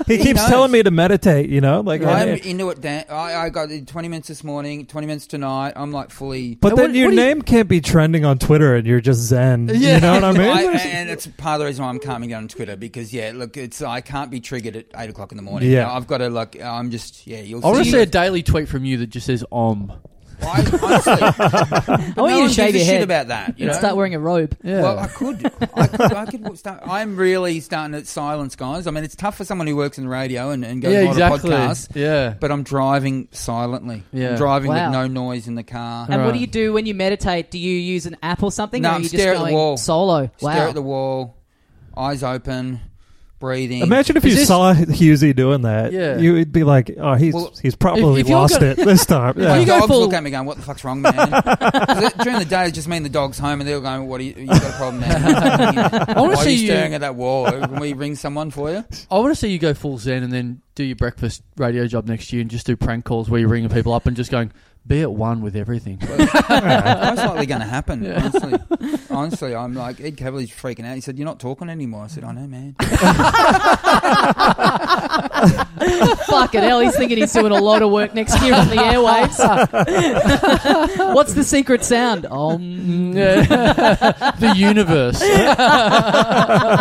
[SPEAKER 4] he
[SPEAKER 5] He
[SPEAKER 4] keeps
[SPEAKER 5] knows.
[SPEAKER 4] telling me to meditate. You know, like
[SPEAKER 5] I'm
[SPEAKER 4] I-
[SPEAKER 5] into it. Dan- I, I got the 20 minutes this morning, 20 minutes tonight. I'm like fully.
[SPEAKER 4] But
[SPEAKER 3] And
[SPEAKER 4] then
[SPEAKER 3] what-
[SPEAKER 4] your
[SPEAKER 3] what do you-
[SPEAKER 4] name can't be trending on Twitter, and you're just zen. You know what I mean?
[SPEAKER 5] [LAUGHS] I- and it's part of the reason why I'm calming down on Twitter because yeah, look, it's I can't be triggered at eight o'clock in the morning.
[SPEAKER 4] Yeah.
[SPEAKER 5] You know, I've got to like I'm just yeah. You'll
[SPEAKER 3] I want to
[SPEAKER 5] see.
[SPEAKER 3] see a daily tweet from you that just says "Um." "om."
[SPEAKER 5] I, honestly,
[SPEAKER 1] I want you to shave your
[SPEAKER 5] shit
[SPEAKER 1] head
[SPEAKER 5] about that. You
[SPEAKER 1] and
[SPEAKER 5] know?
[SPEAKER 1] start wearing a robe.
[SPEAKER 3] Yeah.
[SPEAKER 5] Well, I could. I could. I could start, I'm really starting to silence, guys. I mean, it's tough for someone who works in radio and, and goes
[SPEAKER 3] yeah,
[SPEAKER 5] on
[SPEAKER 3] exactly.
[SPEAKER 5] a podcast.
[SPEAKER 3] [LAUGHS]
[SPEAKER 5] [LAUGHS]
[SPEAKER 3] Yeah.
[SPEAKER 5] But I'm driving silently. I'm
[SPEAKER 3] Yeah.
[SPEAKER 5] driving
[SPEAKER 1] Wow.
[SPEAKER 5] with no noise in the car.
[SPEAKER 1] And what
[SPEAKER 3] Right.
[SPEAKER 1] do you do when you meditate? Do you use an app or something?
[SPEAKER 5] No,
[SPEAKER 1] or are
[SPEAKER 5] I'm
[SPEAKER 1] you just
[SPEAKER 5] stare at the
[SPEAKER 1] going
[SPEAKER 5] wall.
[SPEAKER 1] solo? Wow.
[SPEAKER 5] Stare at the wall, eyes open, breathing.
[SPEAKER 4] Imagine if
[SPEAKER 3] Is
[SPEAKER 4] you
[SPEAKER 3] this-
[SPEAKER 4] saw Husey doing that.
[SPEAKER 3] Yeah.
[SPEAKER 4] you would be like, "Oh, he's
[SPEAKER 5] Well,
[SPEAKER 4] he's probably
[SPEAKER 3] if you're
[SPEAKER 4] lost
[SPEAKER 3] gonna-
[SPEAKER 4] it this time."
[SPEAKER 5] My
[SPEAKER 4] Yeah.
[SPEAKER 3] you go
[SPEAKER 5] dogs
[SPEAKER 3] full-
[SPEAKER 5] look at me going, "What the fuck's wrong,
[SPEAKER 3] [LAUGHS]
[SPEAKER 5] man?" 'Cause it- During the day, it's just me and the dogs home, and they're going, "What? Are you, you got a problem, man?" I Why
[SPEAKER 3] wanna
[SPEAKER 5] are
[SPEAKER 3] see
[SPEAKER 5] you
[SPEAKER 3] you-
[SPEAKER 5] staring at that wall? Can we ring someone for
[SPEAKER 3] [LAUGHS]
[SPEAKER 5] you?
[SPEAKER 3] I want to see you go full zen and then do your breakfast radio job next year and just do prank calls where you're ringing people up and just going, be at one
[SPEAKER 5] [LAUGHS]
[SPEAKER 3] with everything.
[SPEAKER 5] That's likely going to happen. Honestly, honestly, I'm like Ed Cavali's freaking out. He said, "You're not talking anymore." I said, "I know, man."
[SPEAKER 1] Fucking hell, he's thinking he's doing a lot of work next year on the
[SPEAKER 5] [LAUGHS]
[SPEAKER 1] airwaves. What's the secret sound?
[SPEAKER 5] [LAUGHS] Mm,
[SPEAKER 1] Um,
[SPEAKER 3] [LAUGHS] the universe.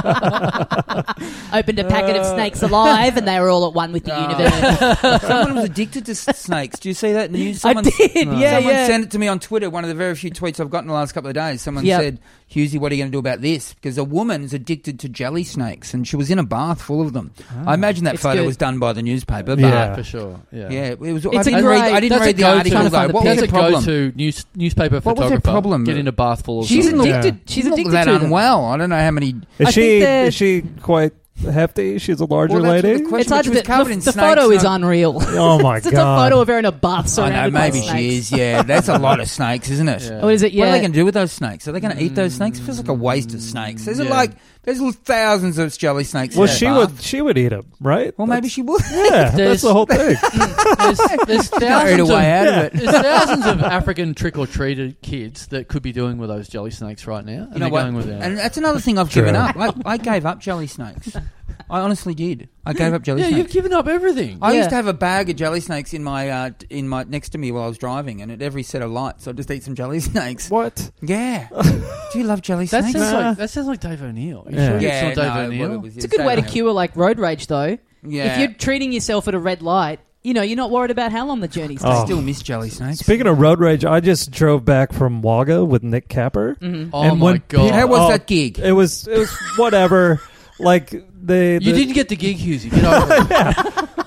[SPEAKER 1] opened a packet of snakes alive, and they were all at one with the
[SPEAKER 5] Ah. [LAUGHS]
[SPEAKER 1] universe.
[SPEAKER 5] Someone was addicted to s- snakes. Do you see that news?
[SPEAKER 1] I
[SPEAKER 5] Someone,
[SPEAKER 1] did, yeah,
[SPEAKER 5] someone
[SPEAKER 1] yeah.
[SPEAKER 5] sent it to me on Twitter. One of the very few tweets I've got in the last couple of days. Someone
[SPEAKER 1] Yep.
[SPEAKER 5] said, "Husey, what are you going to do about this?" Because a woman's addicted to jelly snakes, and she was in a bath full of them. I imagine that
[SPEAKER 1] Ah, It's
[SPEAKER 5] photo
[SPEAKER 1] good.
[SPEAKER 5] was done by the newspaper. But
[SPEAKER 4] Yeah.
[SPEAKER 5] yeah,
[SPEAKER 3] For sure. Yeah.
[SPEAKER 5] it was. I
[SPEAKER 1] a
[SPEAKER 5] didn't read, I
[SPEAKER 1] great-
[SPEAKER 5] didn't read the
[SPEAKER 3] go-to.
[SPEAKER 5] article
[SPEAKER 1] Trying to
[SPEAKER 5] though.
[SPEAKER 1] find the
[SPEAKER 5] What was
[SPEAKER 3] That's
[SPEAKER 5] the
[SPEAKER 3] a
[SPEAKER 5] problem?
[SPEAKER 3] go-to news, newspaper
[SPEAKER 5] What was
[SPEAKER 3] photographer.
[SPEAKER 5] her problem?
[SPEAKER 3] Get in a bath full of
[SPEAKER 5] She's
[SPEAKER 1] She's
[SPEAKER 3] something.
[SPEAKER 5] in the-
[SPEAKER 1] addicted. She's
[SPEAKER 5] She's
[SPEAKER 1] addicted
[SPEAKER 5] not that
[SPEAKER 1] to them.
[SPEAKER 5] unwell. I don't know how many.
[SPEAKER 4] Is
[SPEAKER 1] I
[SPEAKER 4] she
[SPEAKER 1] think that-
[SPEAKER 4] is she quite hefty? She's a larger
[SPEAKER 5] Well, that's what
[SPEAKER 4] lady.
[SPEAKER 5] the question-
[SPEAKER 1] It's hard to.
[SPEAKER 5] She was
[SPEAKER 1] The,
[SPEAKER 5] covered in
[SPEAKER 1] the
[SPEAKER 5] snakes,
[SPEAKER 1] photo is
[SPEAKER 5] no?
[SPEAKER 1] unreal.
[SPEAKER 4] Oh
[SPEAKER 1] [LAUGHS]
[SPEAKER 4] my
[SPEAKER 1] it's a
[SPEAKER 4] god!
[SPEAKER 1] photo of her in a bath
[SPEAKER 5] I know,
[SPEAKER 1] surrounded by
[SPEAKER 5] maybe
[SPEAKER 1] snakes.
[SPEAKER 5] she is. Yeah, that's a lot of snakes, isn't it?
[SPEAKER 3] [LAUGHS] Yeah.
[SPEAKER 1] What is it? Yeah.
[SPEAKER 5] What are they going to do with those snakes? Are they going to eat those snakes? It feels like a waste of snakes. There's
[SPEAKER 3] Yeah.
[SPEAKER 5] like there's thousands of jelly snakes. in
[SPEAKER 4] well,
[SPEAKER 5] that
[SPEAKER 4] she
[SPEAKER 5] bath.
[SPEAKER 4] would she would eat him, right?
[SPEAKER 5] Well, maybe she would.
[SPEAKER 4] yeah, that's
[SPEAKER 3] There's-
[SPEAKER 4] the whole thing.
[SPEAKER 1] [LAUGHS]
[SPEAKER 3] There's, there's
[SPEAKER 5] Carried
[SPEAKER 3] thousands of,
[SPEAKER 5] away out of it.
[SPEAKER 3] there's thousands of African trick or treated kids that could be doing with those jelly snakes right now, and
[SPEAKER 5] You know
[SPEAKER 3] they're
[SPEAKER 5] what?
[SPEAKER 3] going without.
[SPEAKER 5] And that's another thing I've
[SPEAKER 4] True.
[SPEAKER 5] given up. I, I gave up jelly snakes. I honestly did. I gave up jelly
[SPEAKER 3] yeah, you've
[SPEAKER 5] snakes.
[SPEAKER 3] given up everything.
[SPEAKER 5] I
[SPEAKER 1] Yeah.
[SPEAKER 5] used to have a bag of jelly snakes in my uh, t- in my next to me while I was driving, and at every set of lights, I'd just eat some jelly [LAUGHS] snakes.
[SPEAKER 4] What?
[SPEAKER 5] Yeah. Do you love jelly
[SPEAKER 3] that
[SPEAKER 5] snakes?
[SPEAKER 3] sounds
[SPEAKER 4] Nah.
[SPEAKER 3] like that sounds like Dave O'Neill. Are you
[SPEAKER 4] Yeah.
[SPEAKER 3] sure
[SPEAKER 5] yeah,
[SPEAKER 3] it's not Dave
[SPEAKER 5] no,
[SPEAKER 3] O'Neill?
[SPEAKER 5] well, it was-
[SPEAKER 1] It's a good way to cure like road rage, though.
[SPEAKER 5] Yeah.
[SPEAKER 1] If you're treating yourself at a red light, you know you're not worried about how long the journey's.
[SPEAKER 4] Oh.
[SPEAKER 5] I still miss jelly snakes.
[SPEAKER 4] Speaking of road rage, I just drove back from Waga with Nick Capper.
[SPEAKER 3] oh
[SPEAKER 4] And
[SPEAKER 3] my
[SPEAKER 4] when
[SPEAKER 3] god!
[SPEAKER 5] How was
[SPEAKER 4] Oh.
[SPEAKER 5] that gig?
[SPEAKER 4] It was it was whatever. like they,
[SPEAKER 3] you
[SPEAKER 4] the-
[SPEAKER 3] didn't get the gig, Husey.
[SPEAKER 4] [LAUGHS]
[SPEAKER 3] Get over it.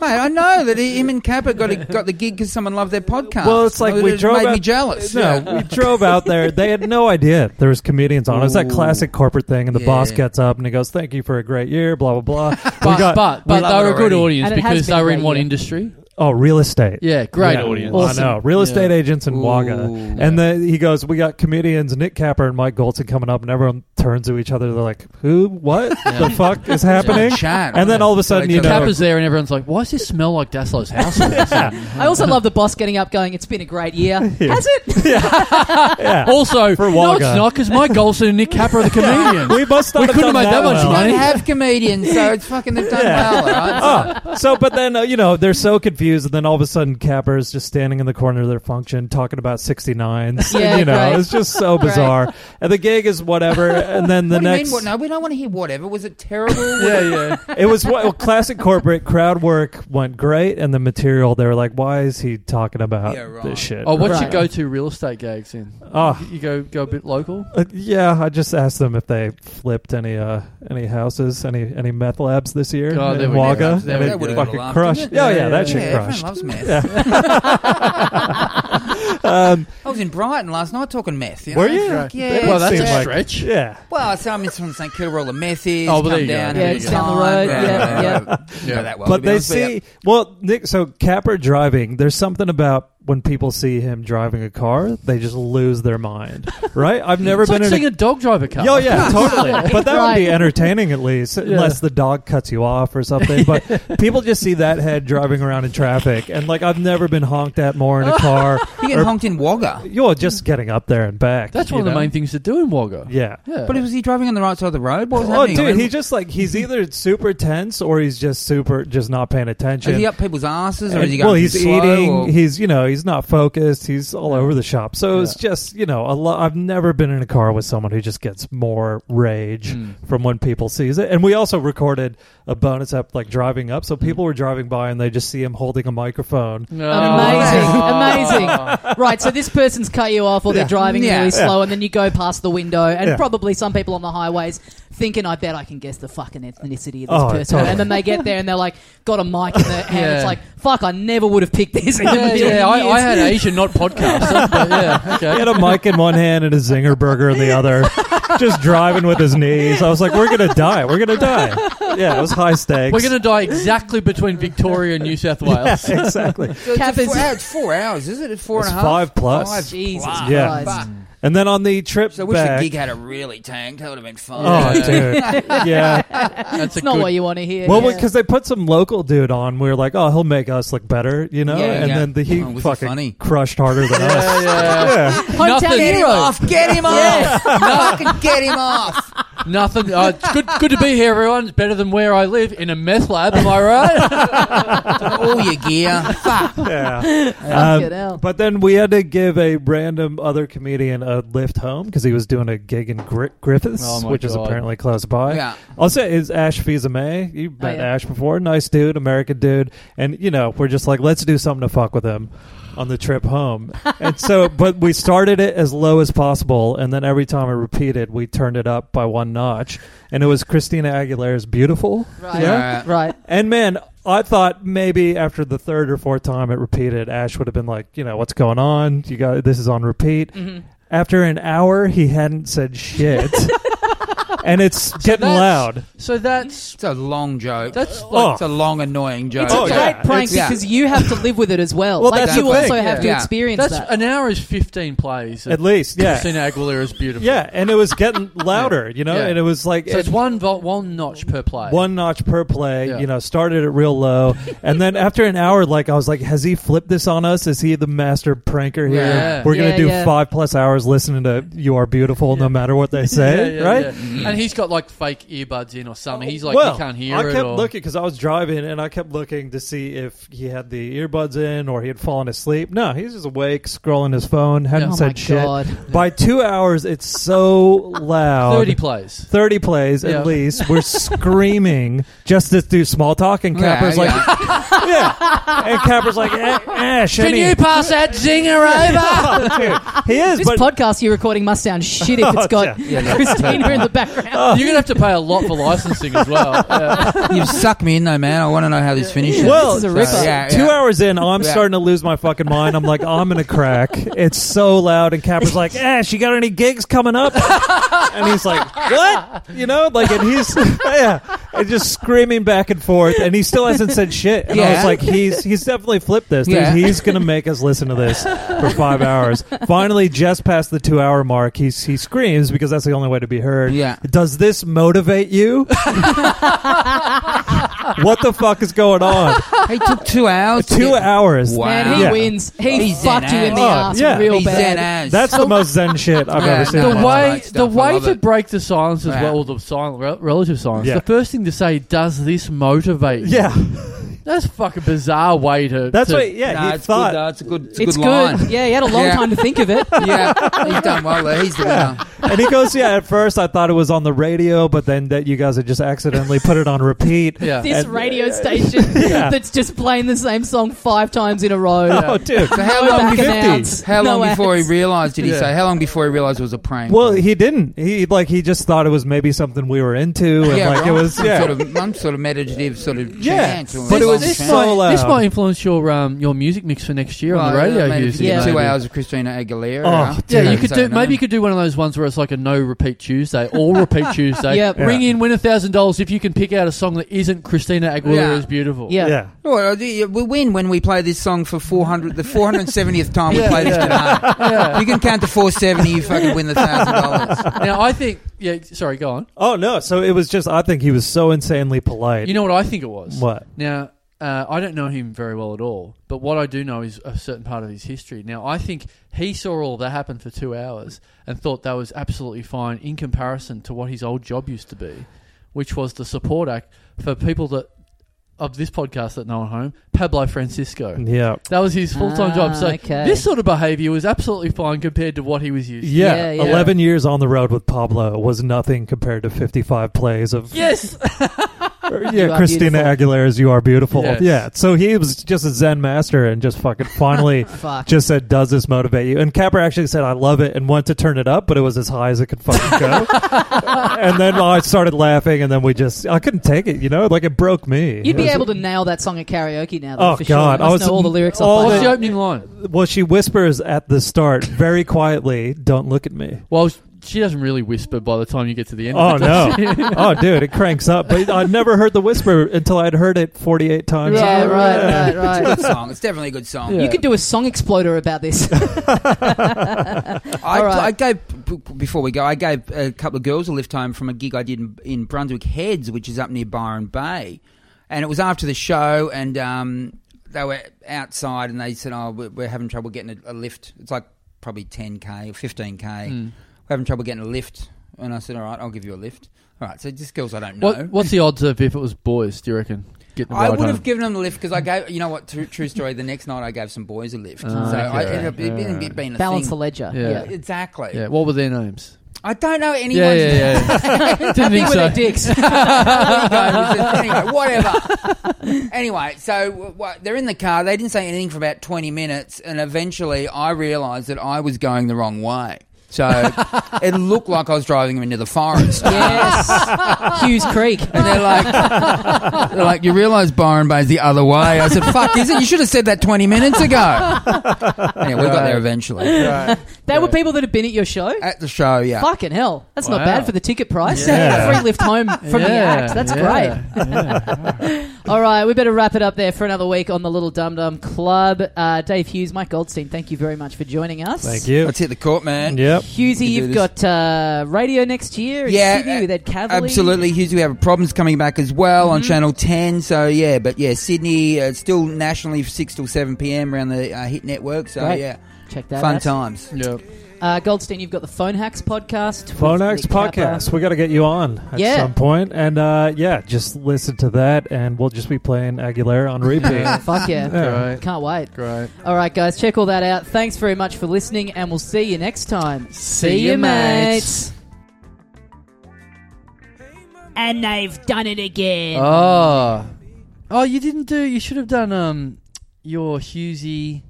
[SPEAKER 5] Mate, I know that he- him and Kappa got a, got the gig because someone loved their podcast.
[SPEAKER 4] Well, it's like
[SPEAKER 5] It
[SPEAKER 4] we drove
[SPEAKER 5] made
[SPEAKER 4] out-
[SPEAKER 5] me jealous.
[SPEAKER 4] [LAUGHS] No,
[SPEAKER 5] Yeah. [LAUGHS]
[SPEAKER 4] we drove out there. They had no idea there was comedians on. It was that
[SPEAKER 5] Ooh.
[SPEAKER 4] classic corporate thing, and the
[SPEAKER 5] Yeah.
[SPEAKER 4] boss gets up and he goes, "Thank you for a great year." Blah blah blah.
[SPEAKER 3] But,
[SPEAKER 4] we got
[SPEAKER 3] but,
[SPEAKER 5] we
[SPEAKER 3] but
[SPEAKER 5] love
[SPEAKER 3] they were
[SPEAKER 5] it
[SPEAKER 3] a good
[SPEAKER 5] already.
[SPEAKER 3] audience
[SPEAKER 1] And it has
[SPEAKER 3] because
[SPEAKER 1] been
[SPEAKER 3] they were
[SPEAKER 1] great,
[SPEAKER 3] in what
[SPEAKER 1] yeah.
[SPEAKER 3] industry?
[SPEAKER 4] oh, real estate.
[SPEAKER 3] Yeah, great
[SPEAKER 4] Yeah.
[SPEAKER 3] audience.
[SPEAKER 1] Awesome.
[SPEAKER 4] I know. Real estate
[SPEAKER 3] Yeah.
[SPEAKER 4] agents in Waga.
[SPEAKER 5] Ooh.
[SPEAKER 4] And then he goes, We got comedians Nick Capper and Mike Goldson coming up, and everyone turns to each other. They're like, Who? What the fuck is
[SPEAKER 5] [LAUGHS]
[SPEAKER 4] happening?
[SPEAKER 5] Chat.
[SPEAKER 4] And then all of a sudden, you know, [LAUGHS]
[SPEAKER 3] Kappa's there, and everyone's like, "Why does this smell like Daslow's house?" all of a sudden?"
[SPEAKER 1] I also love the boss getting up, going, "It's been a great year,
[SPEAKER 4] Yeah.
[SPEAKER 1] has it?"
[SPEAKER 4] yeah.
[SPEAKER 3] also,
[SPEAKER 4] For
[SPEAKER 3] no,
[SPEAKER 4] Wagga.
[SPEAKER 3] it's not because Mike Golson and Nick Kappa
[SPEAKER 4] [LAUGHS]
[SPEAKER 3] are the comedians.
[SPEAKER 4] We must not
[SPEAKER 3] We
[SPEAKER 4] have
[SPEAKER 3] couldn't
[SPEAKER 4] done
[SPEAKER 3] have made that much
[SPEAKER 4] well.
[SPEAKER 5] We
[SPEAKER 3] money.
[SPEAKER 5] don't have comedians, so it's fucking they've done
[SPEAKER 4] Yeah. [LAUGHS]
[SPEAKER 5] well. all right?
[SPEAKER 4] Oh, so, but then, uh, you know, they're so confused. interviews, and then all of a sudden, Capper's just standing in the corner of their function talking about 69s.
[SPEAKER 1] Yeah,
[SPEAKER 4] you know,
[SPEAKER 1] great.
[SPEAKER 4] it's just so bizarre. And the gig is whatever, and then the
[SPEAKER 5] what do you
[SPEAKER 4] next.
[SPEAKER 5] mean? What? No, we don't want to hear whatever. Was it
[SPEAKER 4] [LAUGHS]
[SPEAKER 5] terrible?
[SPEAKER 3] yeah, yeah.
[SPEAKER 4] it was what well, classic corporate crowd work went great, and the material they were like, "Why is he talking about
[SPEAKER 5] Yeah, right.
[SPEAKER 4] this shit?"
[SPEAKER 3] Oh, what's
[SPEAKER 1] Right.
[SPEAKER 3] your go-to real estate gags in?
[SPEAKER 4] Ah.
[SPEAKER 3] You go go a bit local.
[SPEAKER 4] Uh, yeah, I just asked them if they flipped any uh, any houses, any any meth labs this year
[SPEAKER 3] Oh, they
[SPEAKER 4] in
[SPEAKER 3] would
[SPEAKER 4] Wagga.
[SPEAKER 3] never- they
[SPEAKER 4] and
[SPEAKER 3] would
[SPEAKER 4] it
[SPEAKER 3] never
[SPEAKER 4] fucking
[SPEAKER 5] laugh,
[SPEAKER 4] crushed.
[SPEAKER 5] didn't
[SPEAKER 4] Yeah,
[SPEAKER 3] it?
[SPEAKER 4] yeah,
[SPEAKER 3] Yeah,
[SPEAKER 4] that shit
[SPEAKER 5] Yeah, everyone
[SPEAKER 4] crushed.
[SPEAKER 5] loves meth.
[SPEAKER 4] Um,
[SPEAKER 5] I was in Brighton last night talking meth. You know?
[SPEAKER 4] Were you?
[SPEAKER 5] Like, yeah.
[SPEAKER 4] That
[SPEAKER 5] it's-
[SPEAKER 3] well, that's a
[SPEAKER 4] seems like-
[SPEAKER 3] stretch.
[SPEAKER 4] yeah,
[SPEAKER 5] Well, so I'm in from St Kilda where all the meth is.
[SPEAKER 3] Oh, well, there
[SPEAKER 5] come
[SPEAKER 3] you go.
[SPEAKER 5] down,
[SPEAKER 3] Yeah,
[SPEAKER 5] have a
[SPEAKER 3] it's
[SPEAKER 5] good
[SPEAKER 1] down the
[SPEAKER 5] time.
[SPEAKER 1] road,
[SPEAKER 5] Right,
[SPEAKER 1] yeah,
[SPEAKER 5] right,
[SPEAKER 1] yeah.
[SPEAKER 5] right, right. You know that well, to
[SPEAKER 4] but
[SPEAKER 5] be
[SPEAKER 4] they
[SPEAKER 5] honest with you.
[SPEAKER 4] see well, Nick. So Capper driving. There's something about when people see him driving a car, they just lose
[SPEAKER 5] [LAUGHS]
[SPEAKER 4] their mind, right? I've never
[SPEAKER 3] It's
[SPEAKER 4] been
[SPEAKER 3] like
[SPEAKER 4] in a
[SPEAKER 3] seeing a dog drive a car.
[SPEAKER 4] Oh
[SPEAKER 3] [LAUGHS]
[SPEAKER 4] yeah, totally. But that would be
[SPEAKER 1] Right.
[SPEAKER 4] entertaining at least, unless the dog cuts you off or something.
[SPEAKER 3] [LAUGHS]
[SPEAKER 4] But people just see that head driving around in traffic, and like I've never been honked at more in a
[SPEAKER 3] [LAUGHS]
[SPEAKER 4] car.
[SPEAKER 5] You get
[SPEAKER 4] or-
[SPEAKER 5] honked in Wagga.
[SPEAKER 4] You're just getting up there and back.
[SPEAKER 3] That's
[SPEAKER 4] you
[SPEAKER 3] one of the
[SPEAKER 4] know?
[SPEAKER 3] main things to do in Wagga.
[SPEAKER 4] Yeah.
[SPEAKER 3] yeah.
[SPEAKER 5] But was he driving on the right side of the road? What was
[SPEAKER 4] Oh,
[SPEAKER 5] happening? I
[SPEAKER 4] dude,
[SPEAKER 5] mean,
[SPEAKER 4] he just like he's either super tense or he's just super just not paying attention.
[SPEAKER 5] is he up people's asses or is he
[SPEAKER 4] And-
[SPEAKER 5] going
[SPEAKER 4] well, he's
[SPEAKER 5] too slow,
[SPEAKER 4] eating.
[SPEAKER 5] or-
[SPEAKER 4] He's you know he's not focused. He's all over the shop. So it's just you know a lo- I've never been in a car with someone who just gets more rage
[SPEAKER 5] Hmm.
[SPEAKER 4] from when people sees it. And we also recorded a bonus up like driving up, so
[SPEAKER 5] Hmm.
[SPEAKER 4] people were driving by and they just see him holding a microphone. [LAUGHS]
[SPEAKER 1] Amazing, amazing. Right, so this person's cut you off, or they're
[SPEAKER 4] Yeah.
[SPEAKER 1] driving
[SPEAKER 5] Yeah.
[SPEAKER 1] really slow, and then you go past the window, and
[SPEAKER 4] Yeah.
[SPEAKER 1] probably some people on the highways thinking, "I bet I can guess the fucking ethnicity of this
[SPEAKER 4] Oh,
[SPEAKER 1] person."
[SPEAKER 4] totally.
[SPEAKER 1] And then they get there, and they're like, "Got a mic in their hand." It's
[SPEAKER 3] Yeah.
[SPEAKER 1] like, "Fuck, I never would have picked this." In a
[SPEAKER 3] Yeah,
[SPEAKER 1] million
[SPEAKER 3] yeah. I, I
[SPEAKER 1] years."
[SPEAKER 3] had
[SPEAKER 1] [LAUGHS]
[SPEAKER 3] Asian, not podcast. but yeah, okay.
[SPEAKER 4] He had a mic in one hand and a zinger burger in
[SPEAKER 5] [LAUGHS]
[SPEAKER 4] the other, just driving with his knees. I was like, "We're gonna die! We're gonna die!" Yeah, it was high stakes.
[SPEAKER 3] We're going to die exactly between Victoria and
[SPEAKER 4] [LAUGHS]
[SPEAKER 3] New South Wales.
[SPEAKER 4] Yeah, [LAUGHS]
[SPEAKER 5] So
[SPEAKER 4] exactly.
[SPEAKER 5] it's, a
[SPEAKER 1] Cap
[SPEAKER 5] four,
[SPEAKER 1] is-
[SPEAKER 5] hours- it's four hours, is it? It's four
[SPEAKER 4] It's
[SPEAKER 5] and a half?
[SPEAKER 4] five plus.
[SPEAKER 5] Five
[SPEAKER 1] Jesus
[SPEAKER 5] plus.
[SPEAKER 4] Yeah.
[SPEAKER 1] Christ.
[SPEAKER 5] Fuck.
[SPEAKER 4] And then on the trip
[SPEAKER 5] So I wish
[SPEAKER 4] back,
[SPEAKER 5] the gig had a really tanked. That would have been fun.
[SPEAKER 4] Oh,
[SPEAKER 3] Yeah.
[SPEAKER 5] [LAUGHS]
[SPEAKER 4] dude. Yeah.
[SPEAKER 3] That's a
[SPEAKER 1] It's not
[SPEAKER 3] good.
[SPEAKER 1] what you want to hear.
[SPEAKER 4] Well,
[SPEAKER 1] yeah.
[SPEAKER 4] because they put some local dude on, we were like, oh, he'll make us look better, you know?
[SPEAKER 5] Yeah,
[SPEAKER 4] and
[SPEAKER 5] yeah.
[SPEAKER 4] then the, he
[SPEAKER 5] Oh, was he
[SPEAKER 4] fucking
[SPEAKER 5] funny?
[SPEAKER 4] crushed harder
[SPEAKER 5] [LAUGHS]
[SPEAKER 4] than us. Yeah.
[SPEAKER 1] hometown
[SPEAKER 3] nothing.
[SPEAKER 5] Get him
[SPEAKER 1] hero.
[SPEAKER 5] off! Get him
[SPEAKER 1] [LAUGHS]
[SPEAKER 5] off! Fucking get him off! [LAUGHS]
[SPEAKER 3] Nothing. Uh, it's good. Good to be here, everyone. It's better than where I live in a meth lab. Am
[SPEAKER 4] [LAUGHS]
[SPEAKER 3] I right?
[SPEAKER 5] All your gear. Fuck.
[SPEAKER 4] Yeah.
[SPEAKER 1] Fucking hell.
[SPEAKER 4] Um, But then we had to give a random other comedian a lift home because he was doing a gig in Gri- Griffiths,
[SPEAKER 3] Oh, my
[SPEAKER 4] which is
[SPEAKER 3] God.
[SPEAKER 4] apparently close by.
[SPEAKER 5] Yeah.
[SPEAKER 4] I'll say is Ash Fizame. You met
[SPEAKER 1] Oh, yeah.
[SPEAKER 4] Ash before. Nice dude, American dude. And, you know, we're just like, let's do something to fuck with him on the trip
[SPEAKER 1] [LAUGHS]
[SPEAKER 4] home. and so, but we started it as low as possible. And then every time it repeated, we turned it up by one notch. And it was Christina Aguilera's Beautiful.
[SPEAKER 1] Right.
[SPEAKER 4] Yeah.
[SPEAKER 5] Alright.
[SPEAKER 1] right.
[SPEAKER 4] And man, I thought maybe after the third or fourth time it repeated, Ash would have been like, you know, what's going on? You got this is on repeat.
[SPEAKER 1] Mm-hmm.
[SPEAKER 4] After an hour, he hadn't
[SPEAKER 1] [LAUGHS]
[SPEAKER 4] said shit, and it's getting
[SPEAKER 3] that's-
[SPEAKER 4] loud.
[SPEAKER 3] so that's
[SPEAKER 5] It's a long joke.
[SPEAKER 3] that's like,
[SPEAKER 4] Oh.
[SPEAKER 5] It's a long, annoying joke.
[SPEAKER 1] It's
[SPEAKER 4] Oh,
[SPEAKER 1] a great
[SPEAKER 4] yeah.
[SPEAKER 1] prank
[SPEAKER 4] It's- yeah.
[SPEAKER 1] because you have to live with it as well.
[SPEAKER 4] Well,
[SPEAKER 1] like
[SPEAKER 4] that's
[SPEAKER 1] you
[SPEAKER 4] the thing.
[SPEAKER 1] also have to
[SPEAKER 5] Yeah.
[SPEAKER 1] experience
[SPEAKER 3] that's
[SPEAKER 1] that.
[SPEAKER 3] an hour is fifteen plays.
[SPEAKER 4] At least, yeah.
[SPEAKER 3] Christina Aguilera's beautiful.
[SPEAKER 4] Yeah, and it was getting louder, you know,
[SPEAKER 3] [LAUGHS] Yeah.
[SPEAKER 4] and it was like
[SPEAKER 3] So it's one vol- one notch per play.
[SPEAKER 4] one notch per play.
[SPEAKER 3] Yeah.
[SPEAKER 4] You know, started at real low, and then after an hour, like I was like, has he flipped this on us? Is he the master pranker here?
[SPEAKER 3] Yeah.
[SPEAKER 4] We're gonna
[SPEAKER 1] Yeah,
[SPEAKER 4] do
[SPEAKER 1] yeah.
[SPEAKER 4] five plus hours listening to "You Are Beautiful" no matter what they
[SPEAKER 3] Yeah,
[SPEAKER 4] say,
[SPEAKER 3] [LAUGHS] yeah,
[SPEAKER 4] right?
[SPEAKER 3] yeah. And he's got like fake earbuds in or something. He's like,
[SPEAKER 4] well,
[SPEAKER 3] he can't hear
[SPEAKER 4] I
[SPEAKER 3] it.
[SPEAKER 4] kept
[SPEAKER 3] or,
[SPEAKER 4] looking because I was driving and I kept looking to see if he had the earbuds in or he had fallen asleep. No, he's just awake, scrolling his phone, hadn't
[SPEAKER 1] Oh
[SPEAKER 4] said
[SPEAKER 1] my
[SPEAKER 4] shit.
[SPEAKER 1] God.
[SPEAKER 4] By two hours, it's
[SPEAKER 3] [LAUGHS]
[SPEAKER 4] so loud.
[SPEAKER 3] Thirty plays.
[SPEAKER 4] 30 plays
[SPEAKER 3] Yeah.
[SPEAKER 4] at least.
[SPEAKER 3] [LAUGHS]
[SPEAKER 4] We're screaming just to do small talk, and
[SPEAKER 5] Yeah,
[SPEAKER 4] Capper's
[SPEAKER 5] yeah.
[SPEAKER 4] like, [LAUGHS] yeah, and Capper's like, "Eh, "A- Ash,
[SPEAKER 3] Can
[SPEAKER 4] any-"
[SPEAKER 3] you pass that zinger over?
[SPEAKER 4] Oh, dude, he
[SPEAKER 1] [LAUGHS]
[SPEAKER 4] is,
[SPEAKER 1] This
[SPEAKER 4] but
[SPEAKER 1] podcast you're recording must sound shit if it's got Christina in the background.
[SPEAKER 3] You're gonna have to pay a lot for licensing as well. Yeah.
[SPEAKER 5] You've sucked me in, though, man. I want to know how this finishes.
[SPEAKER 4] Well, uh,
[SPEAKER 1] This is a
[SPEAKER 5] So,
[SPEAKER 1] rip-off.
[SPEAKER 5] yeah,
[SPEAKER 4] Two
[SPEAKER 5] yeah.
[SPEAKER 4] hours in, I'm
[SPEAKER 5] Yeah.
[SPEAKER 4] starting to lose my fucking mind. I'm like, I'm gonna crack. It's so loud, and
[SPEAKER 5] [LAUGHS]
[SPEAKER 4] Capper's like, Ash, you got any gigs coming up? and he's like, What? You know, like, and he's [LAUGHS] yeah, and just screaming back and forth, and he still hasn't said shit. And I was
[SPEAKER 5] Yeah.
[SPEAKER 4] like, He's he's definitely flipped this. dude.
[SPEAKER 5] Yeah.
[SPEAKER 4] He's gonna make us listen to this for five hours. Finally, just past the two hour mark, he's he screams because that's the only way to be heard.
[SPEAKER 5] Yeah.
[SPEAKER 4] Does this
[SPEAKER 5] [LAUGHS]
[SPEAKER 4] motivate you? what the fuck is going
[SPEAKER 5] [LAUGHS]
[SPEAKER 4] on?
[SPEAKER 5] He took two hours. to
[SPEAKER 4] Two
[SPEAKER 5] get-
[SPEAKER 4] hours.
[SPEAKER 5] Wow.
[SPEAKER 1] Man, he
[SPEAKER 4] Oh, Yeah.
[SPEAKER 1] wins. He
[SPEAKER 5] He's
[SPEAKER 1] fucked
[SPEAKER 5] zen
[SPEAKER 1] you in the
[SPEAKER 5] ass.
[SPEAKER 1] ass
[SPEAKER 4] Oh, yeah.
[SPEAKER 1] real
[SPEAKER 5] He's
[SPEAKER 1] bad.
[SPEAKER 5] zen ass.
[SPEAKER 4] That's the most zen shit I've
[SPEAKER 5] Yeah,
[SPEAKER 4] ever seen.
[SPEAKER 5] no,
[SPEAKER 4] in my
[SPEAKER 3] the
[SPEAKER 5] I
[SPEAKER 4] life.
[SPEAKER 3] way
[SPEAKER 5] like stuff.
[SPEAKER 3] the
[SPEAKER 5] I
[SPEAKER 3] way
[SPEAKER 5] love
[SPEAKER 3] to
[SPEAKER 5] it.
[SPEAKER 3] break the silence as
[SPEAKER 5] Yeah.
[SPEAKER 3] well, or the silent rel- relative silence.
[SPEAKER 4] Yeah.
[SPEAKER 3] The first thing to say, does this motivate? you?"
[SPEAKER 4] Yeah.
[SPEAKER 3] That's a fucking bizarre way to.
[SPEAKER 4] That's
[SPEAKER 3] to,
[SPEAKER 4] what. Yeah,
[SPEAKER 5] Nah,
[SPEAKER 4] he
[SPEAKER 5] it's
[SPEAKER 4] thought.
[SPEAKER 5] good. Though. It's a good. It's a
[SPEAKER 1] It's
[SPEAKER 5] good,
[SPEAKER 1] good.
[SPEAKER 5] line.
[SPEAKER 1] Yeah, he had a long
[SPEAKER 5] Yeah.
[SPEAKER 1] time to think of it.
[SPEAKER 5] Yeah. he's done well. There. He's the winner.
[SPEAKER 4] and he goes, "Yeah." At first, I thought it was on the radio, but then that you guys had just accidentally put it on
[SPEAKER 5] [LAUGHS]
[SPEAKER 4] repeat.
[SPEAKER 3] [LAUGHS]
[SPEAKER 1] [LAUGHS]
[SPEAKER 3] Yeah.
[SPEAKER 1] This
[SPEAKER 4] And-
[SPEAKER 1] radio station
[SPEAKER 4] Yeah.
[SPEAKER 1] that's just playing the same song five times in a row.
[SPEAKER 4] [LAUGHS] Oh, dude.
[SPEAKER 5] So how
[SPEAKER 1] No
[SPEAKER 5] long
[SPEAKER 1] back
[SPEAKER 5] before?
[SPEAKER 1] announce.
[SPEAKER 5] How
[SPEAKER 1] No
[SPEAKER 5] long before he
[SPEAKER 1] ads.
[SPEAKER 5] realised? Did he
[SPEAKER 3] Yeah.
[SPEAKER 5] say? How long before he realised it was a prank?
[SPEAKER 4] Well, he didn't. He like he just thought it was maybe something we were into, and
[SPEAKER 5] yeah,
[SPEAKER 4] like
[SPEAKER 5] right.
[SPEAKER 4] it was
[SPEAKER 5] Some
[SPEAKER 4] yeah.
[SPEAKER 5] sort of some sort of meditative sort of
[SPEAKER 4] Yeah.
[SPEAKER 5] chant or
[SPEAKER 4] But it was
[SPEAKER 5] long
[SPEAKER 3] this,
[SPEAKER 5] chant.
[SPEAKER 4] so
[SPEAKER 3] might, this
[SPEAKER 4] loud.
[SPEAKER 3] might influence your um, your music mix for next year on the
[SPEAKER 5] Well,
[SPEAKER 3] radio.
[SPEAKER 5] maybe if
[SPEAKER 3] music,
[SPEAKER 5] you get two
[SPEAKER 3] maybe.
[SPEAKER 5] hours of Christina Aguilera.
[SPEAKER 4] Oh,
[SPEAKER 5] huh?
[SPEAKER 3] Yeah,
[SPEAKER 4] Yeah,
[SPEAKER 3] you
[SPEAKER 5] Don't
[SPEAKER 3] could
[SPEAKER 5] say
[SPEAKER 3] do.
[SPEAKER 5] no.
[SPEAKER 3] Maybe you could do one of those ones where it's like a no repeat Tuesday
[SPEAKER 5] [LAUGHS]
[SPEAKER 3] or repeat Tuesday.
[SPEAKER 1] Yep. Yeah.
[SPEAKER 3] Ring in, win a thousand dollars if you can pick out a song that isn't Christina Aguilera's "Beautiful."
[SPEAKER 1] Yeah.
[SPEAKER 4] yeah.
[SPEAKER 5] Well, we win when we play this song for 400, the 470th time we
[SPEAKER 3] Yeah,
[SPEAKER 5] play this
[SPEAKER 3] yeah.
[SPEAKER 5] guitar. [LAUGHS] You can count to 470, you fucking win the $1,000.
[SPEAKER 3] Now I think. Yeah, sorry, go on.
[SPEAKER 4] Oh no! So it was just. I think he was so insanely polite.
[SPEAKER 3] You know what I think it was.
[SPEAKER 4] what?
[SPEAKER 3] Now, uh, I don't know him very well at all, but what I do know is a certain part of his history. Now, I think he saw all that happen for two hours and thought that was absolutely fine in comparison to what his old job used to be, which was the support act for people that of this podcast that know at home, Pablo Francisco.
[SPEAKER 4] Yeah.
[SPEAKER 3] That was his full time job.
[SPEAKER 1] Ah,
[SPEAKER 3] So
[SPEAKER 1] okay.
[SPEAKER 3] this sort of behaviour was absolutely fine compared to what he was used. to.
[SPEAKER 4] Yeah,
[SPEAKER 1] Yeah, yeah.
[SPEAKER 4] eleven years on the road with Pablo was nothing compared to fifty-five plays of [LAUGHS]
[SPEAKER 3] Yes.
[SPEAKER 4] or,
[SPEAKER 1] You
[SPEAKER 4] yeah
[SPEAKER 1] Are
[SPEAKER 4] Christina Aguilera's "You Are Beautiful."
[SPEAKER 3] Yes.
[SPEAKER 4] Yeah, so he was just a Zen master and just fucking
[SPEAKER 1] [LAUGHS]
[SPEAKER 4] finally
[SPEAKER 1] Fuck.
[SPEAKER 4] just said, "Does this motivate you?" And Capper actually said, "I love it," and went to turn it up, but it was as high as it could
[SPEAKER 1] [LAUGHS]
[SPEAKER 4] fucking go. and then I started laughing, and then we just I couldn't take it, you know, like it broke me.
[SPEAKER 1] You'd
[SPEAKER 4] It
[SPEAKER 1] be
[SPEAKER 4] was-
[SPEAKER 1] able to nail that song at karaoke now. Though,
[SPEAKER 4] Oh,
[SPEAKER 1] for
[SPEAKER 4] God.
[SPEAKER 1] sure.
[SPEAKER 4] I
[SPEAKER 1] I
[SPEAKER 4] was-
[SPEAKER 1] must know all the lyrics.
[SPEAKER 4] all
[SPEAKER 1] off by
[SPEAKER 3] What's the
[SPEAKER 1] heart.
[SPEAKER 3] opening line?
[SPEAKER 4] Well, she whispers at the start very quietly, "Don't look at
[SPEAKER 1] [LAUGHS]
[SPEAKER 4] me."
[SPEAKER 3] Well, she doesn't really whisper by the time you get to the end.
[SPEAKER 4] Oh
[SPEAKER 3] of it, does
[SPEAKER 4] no!
[SPEAKER 3] she?
[SPEAKER 4] oh dude, it cranks up. But I'd never heard the whisper until I'd heard it forty-eight times.
[SPEAKER 1] Yeah,
[SPEAKER 4] Yeah.
[SPEAKER 1] right, right, right.
[SPEAKER 5] Good song. It's definitely a good song.
[SPEAKER 3] Yeah.
[SPEAKER 1] You could do a song exploder about
[SPEAKER 4] [LAUGHS]
[SPEAKER 1] this.
[SPEAKER 5] I,
[SPEAKER 1] All right.
[SPEAKER 5] I gave b- b- before we go. I gave a couple of girls a lift home from a gig I did in, in Brunswick Heads, which is up near Byron Bay, and it was after the show, and um, they were outside, and they said, "Oh, we're, we're having trouble getting a, a lift. It's like probably ten k or fifteen k.
[SPEAKER 3] Hmm. Mm.
[SPEAKER 5] We're having trouble getting a lift." And I said, "All right, I'll give you a lift." All right, so just girls I don't know.
[SPEAKER 3] What, what's the odds of if it was boys? Do you reckon? Getting the
[SPEAKER 5] I
[SPEAKER 3] ride
[SPEAKER 5] would
[SPEAKER 3] home?
[SPEAKER 5] have given them the lift because I gave, you know what, true, true story. The next night I gave some boys a lift, so I,
[SPEAKER 3] Ah, okay.
[SPEAKER 5] it, it, it, it, it been a
[SPEAKER 1] Balance the
[SPEAKER 5] thing.
[SPEAKER 1] ledger.
[SPEAKER 3] Yeah.
[SPEAKER 1] Yeah.
[SPEAKER 5] Exactly.
[SPEAKER 3] Yeah. What were their names?
[SPEAKER 5] I don't know anyone's
[SPEAKER 3] Yeah, yeah,
[SPEAKER 1] [LAUGHS]
[SPEAKER 3] yeah. Didn't think
[SPEAKER 1] With their
[SPEAKER 3] so.
[SPEAKER 1] dicks.
[SPEAKER 5] anyway, whatever. Anyway, so w- w- they're in the car. They didn't say anything for about 20 minutes, and eventually I realised that I was going the wrong way. So it looked like I was driving them into the forest.
[SPEAKER 1] yes. Hughes Creek.
[SPEAKER 5] And they're like, they're like, you realise Byron Bay's the other way. I said, fuck, is it? You should have said that 20 minutes ago. Yeah, we got there eventually.
[SPEAKER 1] [LAUGHS] They were people that have been at your show.
[SPEAKER 5] At the show, yeah.
[SPEAKER 1] Fucking hell. That's not
[SPEAKER 3] Wow.
[SPEAKER 1] bad for the ticket price.
[SPEAKER 4] Yeah.
[SPEAKER 1] Free lift home from the act. That's great. All right, we better wrap it up there for another week on the Little Dum Dum Club. Uh, Dave Hughes, Mike Goldstein, thank you very much for joining us.
[SPEAKER 4] Thank you.
[SPEAKER 5] Let's hit the court, man.
[SPEAKER 4] Yep.
[SPEAKER 1] Hughesy,
[SPEAKER 5] You can do
[SPEAKER 1] you've got uh, radio next year in
[SPEAKER 5] Yeah,
[SPEAKER 1] Sydney
[SPEAKER 5] uh,
[SPEAKER 1] with Ed Cavalier.
[SPEAKER 5] Absolutely, Hughes. We have problems coming back as well
[SPEAKER 1] Mm-hmm.
[SPEAKER 5] on Channel Ten. So yeah, but yeah, Sydney uh, still nationally six till seven p.m. around the uh, Hit Network. So
[SPEAKER 1] Great.
[SPEAKER 5] yeah,
[SPEAKER 1] Check that
[SPEAKER 5] fun
[SPEAKER 1] out.
[SPEAKER 5] times.
[SPEAKER 3] Yeah.
[SPEAKER 1] Uh, Goldstein, you've got the Phone Hacks podcast. with
[SPEAKER 4] Phone X
[SPEAKER 1] Nick Capper.
[SPEAKER 4] podcast. We got to get you on at
[SPEAKER 1] Yeah.
[SPEAKER 4] some point, and uh, yeah, just listen to that, and we'll just be playing Aguilera on repeat.
[SPEAKER 1] Oh, fuck yeah.
[SPEAKER 4] [LAUGHS] Yeah.
[SPEAKER 3] Great.
[SPEAKER 1] Can't wait.
[SPEAKER 3] Great.
[SPEAKER 1] All right, guys, check all that out. Thanks very much for listening, and we'll see you next time.
[SPEAKER 3] See
[SPEAKER 1] ya,
[SPEAKER 3] ya, mates.
[SPEAKER 8] And they've done it again.
[SPEAKER 3] Oh. Oh, you didn't do. You should have done um your Hughesy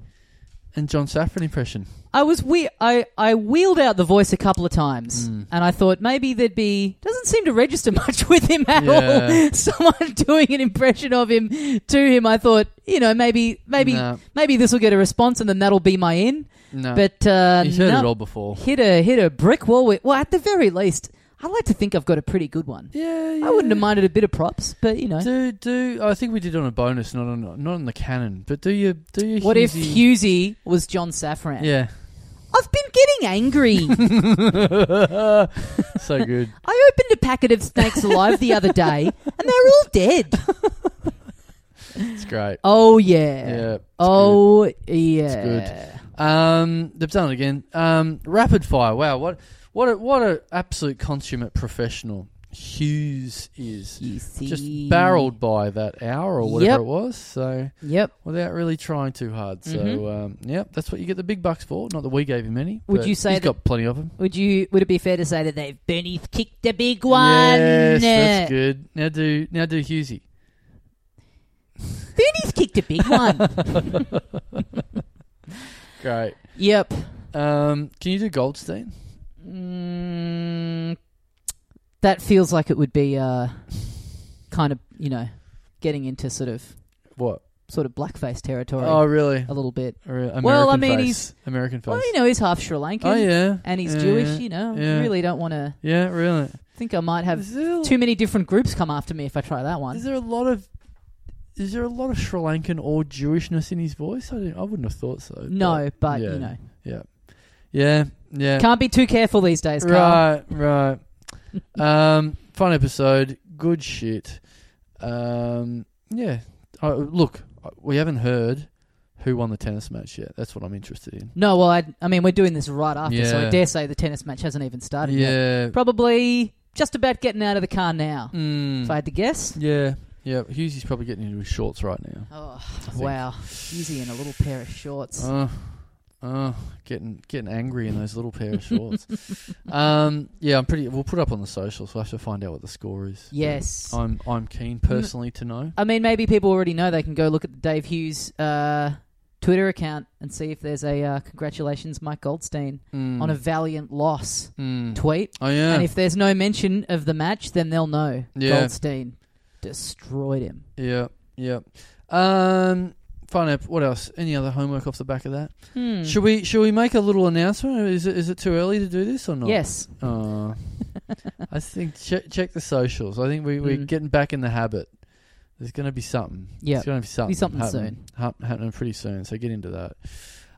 [SPEAKER 3] and John Safran impression.
[SPEAKER 1] I was we I I wheeled out the voice a couple of times,
[SPEAKER 3] Mm.
[SPEAKER 1] and I thought maybe there'd be doesn't seem to register [LAUGHS] much with him at
[SPEAKER 3] Yeah.
[SPEAKER 1] all. [LAUGHS] Someone doing an impression of him to him. I thought you know maybe maybe
[SPEAKER 3] No.
[SPEAKER 1] maybe this will get a response, and then that'll be my in.
[SPEAKER 3] No.
[SPEAKER 1] But uh,
[SPEAKER 3] He's heard
[SPEAKER 1] no.
[SPEAKER 3] it all before.
[SPEAKER 1] hit a hit a brick wall. With, well, at the very least, I like to think I've got a pretty good one.
[SPEAKER 3] Yeah,
[SPEAKER 1] I wouldn't have minded a bit of props, but you know.
[SPEAKER 3] Do do. I think we did on a bonus, not on not on the canon. But do you do you?
[SPEAKER 1] What if Husey was John Safran?
[SPEAKER 3] Yeah.
[SPEAKER 1] I've been getting
[SPEAKER 3] [LAUGHS]
[SPEAKER 1] angry.
[SPEAKER 3] so good.
[SPEAKER 1] I opened a packet of snakes alive the other day, and they're all dead.
[SPEAKER 3] It's great.
[SPEAKER 1] Oh yeah.
[SPEAKER 3] Yeah. it's
[SPEAKER 1] oh yeah.
[SPEAKER 3] good. Um, they've done it again. Um, rapid fire. Wow. What what a, what a absolute consummate professional. Hughes is
[SPEAKER 1] You see.
[SPEAKER 3] just barreled by that hour or whatever
[SPEAKER 1] Yep.
[SPEAKER 3] it was. So
[SPEAKER 1] Yep.
[SPEAKER 3] without really trying too hard. So
[SPEAKER 1] Mhm.
[SPEAKER 3] um, yeah, that's what you get the big bucks for. Not that we gave him any.
[SPEAKER 1] Would
[SPEAKER 3] but
[SPEAKER 1] you say
[SPEAKER 3] he's
[SPEAKER 1] that-
[SPEAKER 3] got plenty of them?
[SPEAKER 1] Would you? Would it be fair to say that they've Bernie's kicked the big one?
[SPEAKER 3] Yes, that's good. Now do now do
[SPEAKER 1] [LAUGHS]
[SPEAKER 3] Hughesy.
[SPEAKER 1] Bernie's kicked a big one.
[SPEAKER 3] [LAUGHS] Great.
[SPEAKER 1] yep.
[SPEAKER 3] Um, can you do Goldstein?
[SPEAKER 1] Mm, that feels like it would be uh, kind of you know getting into sort of
[SPEAKER 3] What?
[SPEAKER 1] sort of blackface territory
[SPEAKER 3] Oh, really?
[SPEAKER 1] a little bit.
[SPEAKER 3] Or American
[SPEAKER 1] Well, I mean,
[SPEAKER 3] face.
[SPEAKER 1] he's-
[SPEAKER 3] American face.
[SPEAKER 1] Well, you know, he's half Sri Lankan.
[SPEAKER 3] oh yeah,
[SPEAKER 1] And he's
[SPEAKER 3] Yeah,
[SPEAKER 1] Jewish,
[SPEAKER 3] yeah.
[SPEAKER 1] you know.
[SPEAKER 3] yeah.
[SPEAKER 1] I really don't want to
[SPEAKER 3] Yeah, really.
[SPEAKER 1] think I might have
[SPEAKER 3] Is there,
[SPEAKER 1] too many different groups come after me if I try that
[SPEAKER 3] is
[SPEAKER 1] one.
[SPEAKER 3] there a lot of is there a lot of Sri Lankan or Jewishness in his voice? I, didn't, I wouldn't have thought so.
[SPEAKER 1] No, but
[SPEAKER 3] Yeah.
[SPEAKER 1] you know,
[SPEAKER 3] Yeah, yeah.
[SPEAKER 1] can't be too careful these days, Carl.
[SPEAKER 3] right,
[SPEAKER 1] [LAUGHS]
[SPEAKER 3] right. um, fun episode. Good shit. Um, yeah. Uh, look, uh, we haven't heard who won the tennis match yet. That's what I'm interested in.
[SPEAKER 1] No, well, I, I mean, we're doing this right after, so I
[SPEAKER 3] Yeah.
[SPEAKER 1] dare say the tennis match hasn't even started yet.
[SPEAKER 3] yeah.
[SPEAKER 1] Probably just about getting out of the car now,
[SPEAKER 3] Mm.
[SPEAKER 1] if I had to guess.
[SPEAKER 3] Yeah, yeah. Hughesy's probably getting into his shorts right now.
[SPEAKER 1] Oh,
[SPEAKER 3] think.
[SPEAKER 1] wow. Easy in a little pair of shorts.
[SPEAKER 3] Oh, oh, getting getting angry in those little pair of [LAUGHS] shorts. um, yeah, I'm pretty. We'll put up on the socials. We'll have to find out what the score is.
[SPEAKER 1] yes.
[SPEAKER 3] I'm I'm keen personally to know.
[SPEAKER 1] I mean, maybe people already know they can go look at the Dave Hughes uh, Twitter account and see if there's a uh, congratulations, Mike Goldstein,
[SPEAKER 3] Mm,
[SPEAKER 1] on a valiant loss
[SPEAKER 3] mm.
[SPEAKER 1] tweet.
[SPEAKER 3] Oh yeah.
[SPEAKER 1] And if there's no mention of the match, then they'll know
[SPEAKER 3] Yeah.
[SPEAKER 1] Goldstein destroyed him.
[SPEAKER 3] Yeah, yeah. Um, fun app. What else? Any other homework off the back of that?
[SPEAKER 1] Hmm.
[SPEAKER 3] Should we should we make a little announcement? Is it is it too early to do this or not?
[SPEAKER 1] Yes.
[SPEAKER 3] Oh. [LAUGHS] I think check check the socials. I think we we're
[SPEAKER 1] Mm.
[SPEAKER 3] getting back in the habit. There's going to be something.
[SPEAKER 1] Yeah.
[SPEAKER 3] It's going to be something.
[SPEAKER 1] something
[SPEAKER 3] happening, hap- happening pretty soon. So get into that.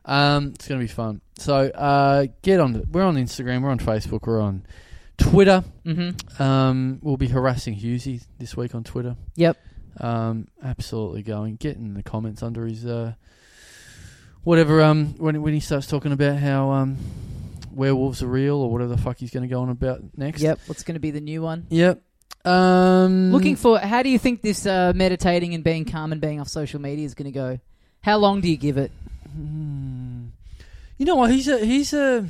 [SPEAKER 3] Um, it's going to be fun. So uh, get on. We're on Instagram. We're on Facebook. We're on Twitter.
[SPEAKER 1] hmm
[SPEAKER 3] Um, we'll be harassing Husey this week on Twitter.
[SPEAKER 1] Yep.
[SPEAKER 3] Um, absolutely going. Get in the comments under his uh, whatever. Um, when when he starts talking about how um, werewolves are real or whatever the fuck he's going to go on about next.
[SPEAKER 1] Yep. What's going to be the new one?
[SPEAKER 3] Yep. Um,
[SPEAKER 1] Looking for how do you think this uh, meditating and being calm and being off social media is going to go? How long do you give it?
[SPEAKER 3] Hmm. You know what? He's a he's a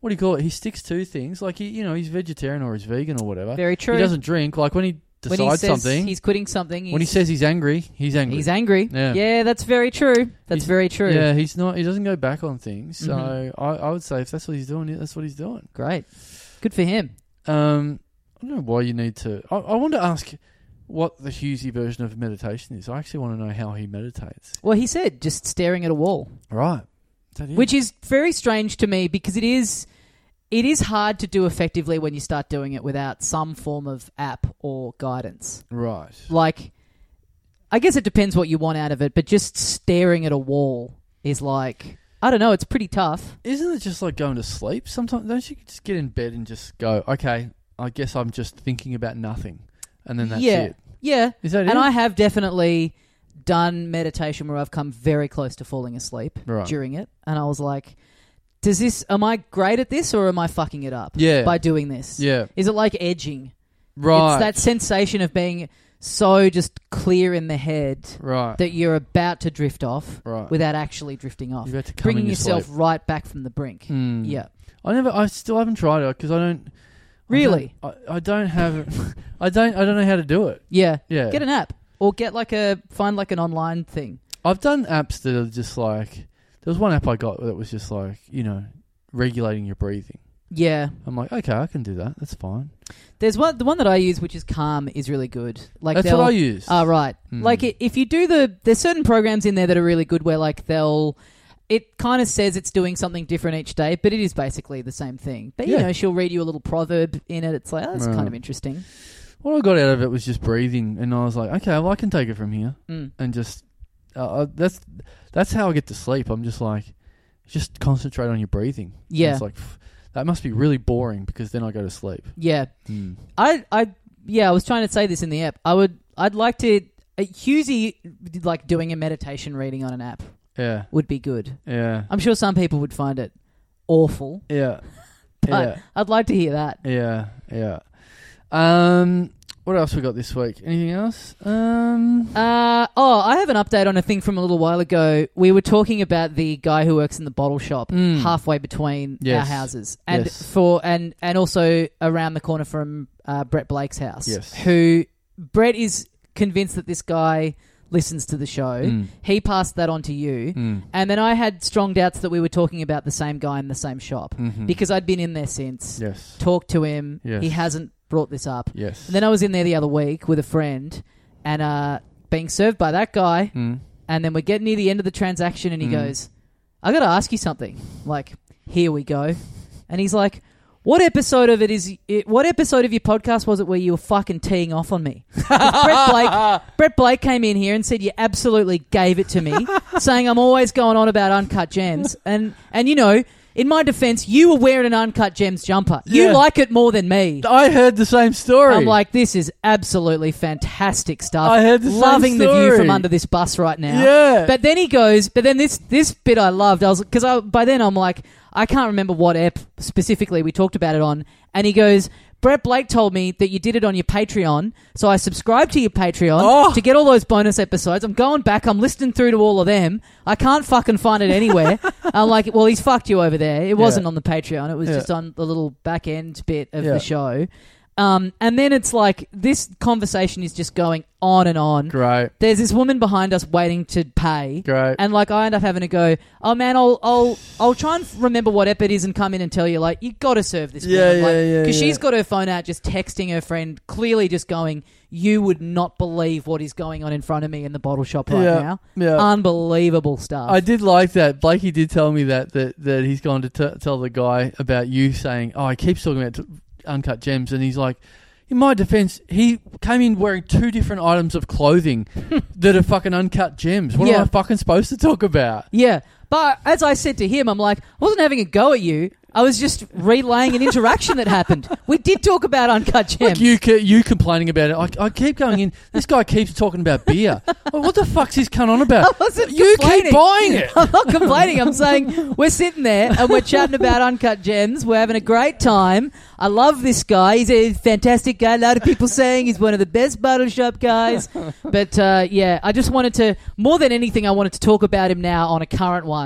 [SPEAKER 3] what do you call it? He sticks to things. Like he, you know, he's vegetarian or he's vegan or whatever.
[SPEAKER 1] Very true.
[SPEAKER 3] He doesn't drink. Like when he
[SPEAKER 1] when
[SPEAKER 3] decides
[SPEAKER 1] he says
[SPEAKER 3] something,
[SPEAKER 1] he's quitting something, he's,
[SPEAKER 3] when he says he's angry, he's angry.
[SPEAKER 1] he's angry.
[SPEAKER 3] Yeah.
[SPEAKER 1] that's very true. That's
[SPEAKER 3] He's-
[SPEAKER 1] very true.
[SPEAKER 3] Yeah, he's not. He doesn't go back on things. So
[SPEAKER 1] Mhm.
[SPEAKER 3] I, I would say if that's what he's doing, that's what he's doing.
[SPEAKER 1] Great. Good for him.
[SPEAKER 3] Um, I don't know why you need to. I, I want to ask what the Hughesy version of meditation is. I actually want to know how he meditates.
[SPEAKER 1] Well, he said just staring at a wall,
[SPEAKER 3] Right. Is that it?
[SPEAKER 1] which is very strange to me because it is it is hard to do effectively when you start doing it without some form of app or guidance.
[SPEAKER 3] right.
[SPEAKER 1] Like I guess it depends what you want out of it, but just staring at a wall is like I don't know, it's pretty tough.
[SPEAKER 3] Isn't it just like going to sleep? Sometimes don't you just get in bed and just go, okay, I guess I'm just thinking about nothing, and then that's
[SPEAKER 1] yeah.
[SPEAKER 3] it.
[SPEAKER 1] Yeah.
[SPEAKER 3] Is that it?
[SPEAKER 1] And I have definitely done meditation where I've come very close to falling asleep
[SPEAKER 3] Right.
[SPEAKER 1] during it. And I was like, does this, am I great at this or am I fucking it up
[SPEAKER 3] Yeah.
[SPEAKER 1] by doing this?
[SPEAKER 3] yeah.
[SPEAKER 1] Is it like edging?
[SPEAKER 3] Right.
[SPEAKER 1] It's that sensation of being so just clear in the head
[SPEAKER 3] right.
[SPEAKER 1] that you're about to drift off
[SPEAKER 3] right.
[SPEAKER 1] without actually drifting off.
[SPEAKER 3] You've had to come
[SPEAKER 1] Bringing
[SPEAKER 3] in your
[SPEAKER 1] yourself
[SPEAKER 3] sleep.
[SPEAKER 1] right back from the brink.
[SPEAKER 3] Hmm.
[SPEAKER 1] Yeah.
[SPEAKER 3] I never. I still haven't tried it because I don't.
[SPEAKER 1] Really?
[SPEAKER 3] I don't, I, I don't have. [LAUGHS] I don't. I don't know how to do it.
[SPEAKER 1] Yeah.
[SPEAKER 3] Yeah.
[SPEAKER 1] Get an app or get like a, find like an online thing.
[SPEAKER 3] I've done apps that are just like. There was one app I got that was just like you know regulating your breathing.
[SPEAKER 1] Yeah.
[SPEAKER 3] I'm like, okay, I can do that. That's fine.
[SPEAKER 1] There's one. The one that I use, which is Calm, is really good. Like
[SPEAKER 3] That's
[SPEAKER 1] they'll,
[SPEAKER 3] what I use.
[SPEAKER 1] Ah, right.
[SPEAKER 3] Hmm.
[SPEAKER 1] Like i if you do the, there's certain programs in there that are really good where like they'll, it kind of says it's doing something different each day, but it is basically the same thing. But you
[SPEAKER 3] Yeah.
[SPEAKER 1] know, she'll read you a little proverb in it. It's like oh, that's
[SPEAKER 3] Right.
[SPEAKER 1] kind of interesting.
[SPEAKER 3] What I got out of it was just breathing, and I was like, okay, well, I can take it from here,
[SPEAKER 1] Mm.
[SPEAKER 3] and just uh, uh, that's that's how I get to sleep. I'm just like, just concentrate on your breathing. And
[SPEAKER 1] Yeah.
[SPEAKER 3] it's like pff, that must be really boring because then I go to sleep.
[SPEAKER 1] Yeah, I, I, yeah, I was trying to say this in the app. I would, I'd like to. Uh, Husey, like doing a meditation reading on an app
[SPEAKER 3] Yeah,
[SPEAKER 1] would be good.
[SPEAKER 3] yeah,
[SPEAKER 1] I'm sure some people would find it awful,
[SPEAKER 3] yeah,
[SPEAKER 1] [LAUGHS] but I'd like to hear that.
[SPEAKER 3] yeah, yeah, yeah. Um, what else we got this week? Anything else? Um,
[SPEAKER 1] Uh, oh, I have an update on a thing from a little while ago. We were talking about the guy who works in the bottle shop
[SPEAKER 3] Mm.
[SPEAKER 1] halfway between our
[SPEAKER 3] Yes.
[SPEAKER 1] houses, and
[SPEAKER 3] Yes.
[SPEAKER 1] for and and also around the corner from uh, Brett Blake's house.
[SPEAKER 3] Yes.
[SPEAKER 1] Who Brett is convinced that this guy listens to the show.
[SPEAKER 3] Mm.
[SPEAKER 1] He passed that on to you,
[SPEAKER 3] mm,
[SPEAKER 1] and then I had strong doubts that we were talking about the same guy in the same shop
[SPEAKER 3] mhm.
[SPEAKER 1] because I'd been in there since,
[SPEAKER 3] yes,
[SPEAKER 1] talked to him.
[SPEAKER 3] Yes.
[SPEAKER 1] He hasn't brought this up.
[SPEAKER 3] yes.
[SPEAKER 1] And then I was in there the other week with a friend and uh, being served by that guy.
[SPEAKER 3] mm.
[SPEAKER 1] And then we're getting near the end of the transaction and he
[SPEAKER 3] Mm.
[SPEAKER 1] goes, I got to ask you something. Like, here we go. And he's like, what episode of it is? It, what episode of your podcast was it where you were fucking teeing off on me? 'Cause [LAUGHS]
[SPEAKER 3] [LAUGHS]
[SPEAKER 1] Brett Blake, Brett Blake came in here and said you absolutely gave it to
[SPEAKER 3] [LAUGHS]
[SPEAKER 1] me, saying I'm always going on about uncut gems, and and you know, in my defence, you were wearing an uncut gems jumper. You
[SPEAKER 3] Yeah.
[SPEAKER 1] like it more than me.
[SPEAKER 3] I heard the same story.
[SPEAKER 1] I'm like, this is absolutely fantastic stuff.
[SPEAKER 3] I heard the same
[SPEAKER 1] loving the view
[SPEAKER 3] story.
[SPEAKER 1] from under this bus right now.
[SPEAKER 3] Yeah.
[SPEAKER 1] But then he goes, but then this this bit I loved. I was because I by then I'm like, I can't remember what ep specifically we talked about it on. And he goes. Brett Blake told me that you did it on your Patreon, so I subscribed to your Patreon
[SPEAKER 3] Oh.
[SPEAKER 1] to get all those bonus episodes. I'm going back, I'm listening through to all of them. I can't fucking find it
[SPEAKER 3] [LAUGHS]
[SPEAKER 1] anywhere. I'm like, well, he's fucked you over there. It wasn't on the Patreon, it was
[SPEAKER 3] Yeah.
[SPEAKER 1] just on the little back end bit of
[SPEAKER 3] Yeah.
[SPEAKER 1] the show. Um, and then it's like this conversation is just going on and on.
[SPEAKER 3] great,
[SPEAKER 1] There's this woman behind us waiting to pay.
[SPEAKER 3] great.
[SPEAKER 1] And like I end up having to go, oh man, I'll I'll I'll try and remember what app it is and come in and tell you like you got to serve this.
[SPEAKER 3] Yeah,
[SPEAKER 1] woman. like,
[SPEAKER 3] yeah, yeah,
[SPEAKER 1] Because
[SPEAKER 3] yeah.
[SPEAKER 1] she's got her phone out, just texting her friend, clearly just going, you would not believe what is going on in front of me in the bottle shop right
[SPEAKER 3] yeah,
[SPEAKER 1] now.
[SPEAKER 3] yeah.
[SPEAKER 1] Unbelievable stuff.
[SPEAKER 3] I did like that. Blakey did tell me that that, that he's gone to t- tell the guy about you saying, "Oh, he keeps talking about t- uncut gems," and he's like, "In my defense, he came in wearing two different items
[SPEAKER 1] [LAUGHS]
[SPEAKER 3] of clothing that are fucking uncut gems. What
[SPEAKER 1] Yeah.
[SPEAKER 3] am I fucking supposed to talk about?"
[SPEAKER 1] Yeah. But as I said to him, I'm like, I wasn't having a go at you. I was just relaying an interaction that happened. We did talk about uncut gems.
[SPEAKER 3] Like you, ca- you complaining about it. I, I keep going in. This guy keeps talking
[SPEAKER 1] [LAUGHS]
[SPEAKER 3] about beer. Well, what the fuck's this cunt on about?
[SPEAKER 1] I wasn't
[SPEAKER 3] You
[SPEAKER 1] complaining.
[SPEAKER 3] keep buying it.
[SPEAKER 1] I'm not complaining. I'm saying we're sitting there and we're chatting about uncut gems. We're having a great time. I love this guy. He's a fantastic guy. A lot of people saying he's one of the best bottle shop
[SPEAKER 3] [LAUGHS]
[SPEAKER 1] guys. But uh, yeah, I just wanted to, more than anything, I wanted to talk about him now on a current one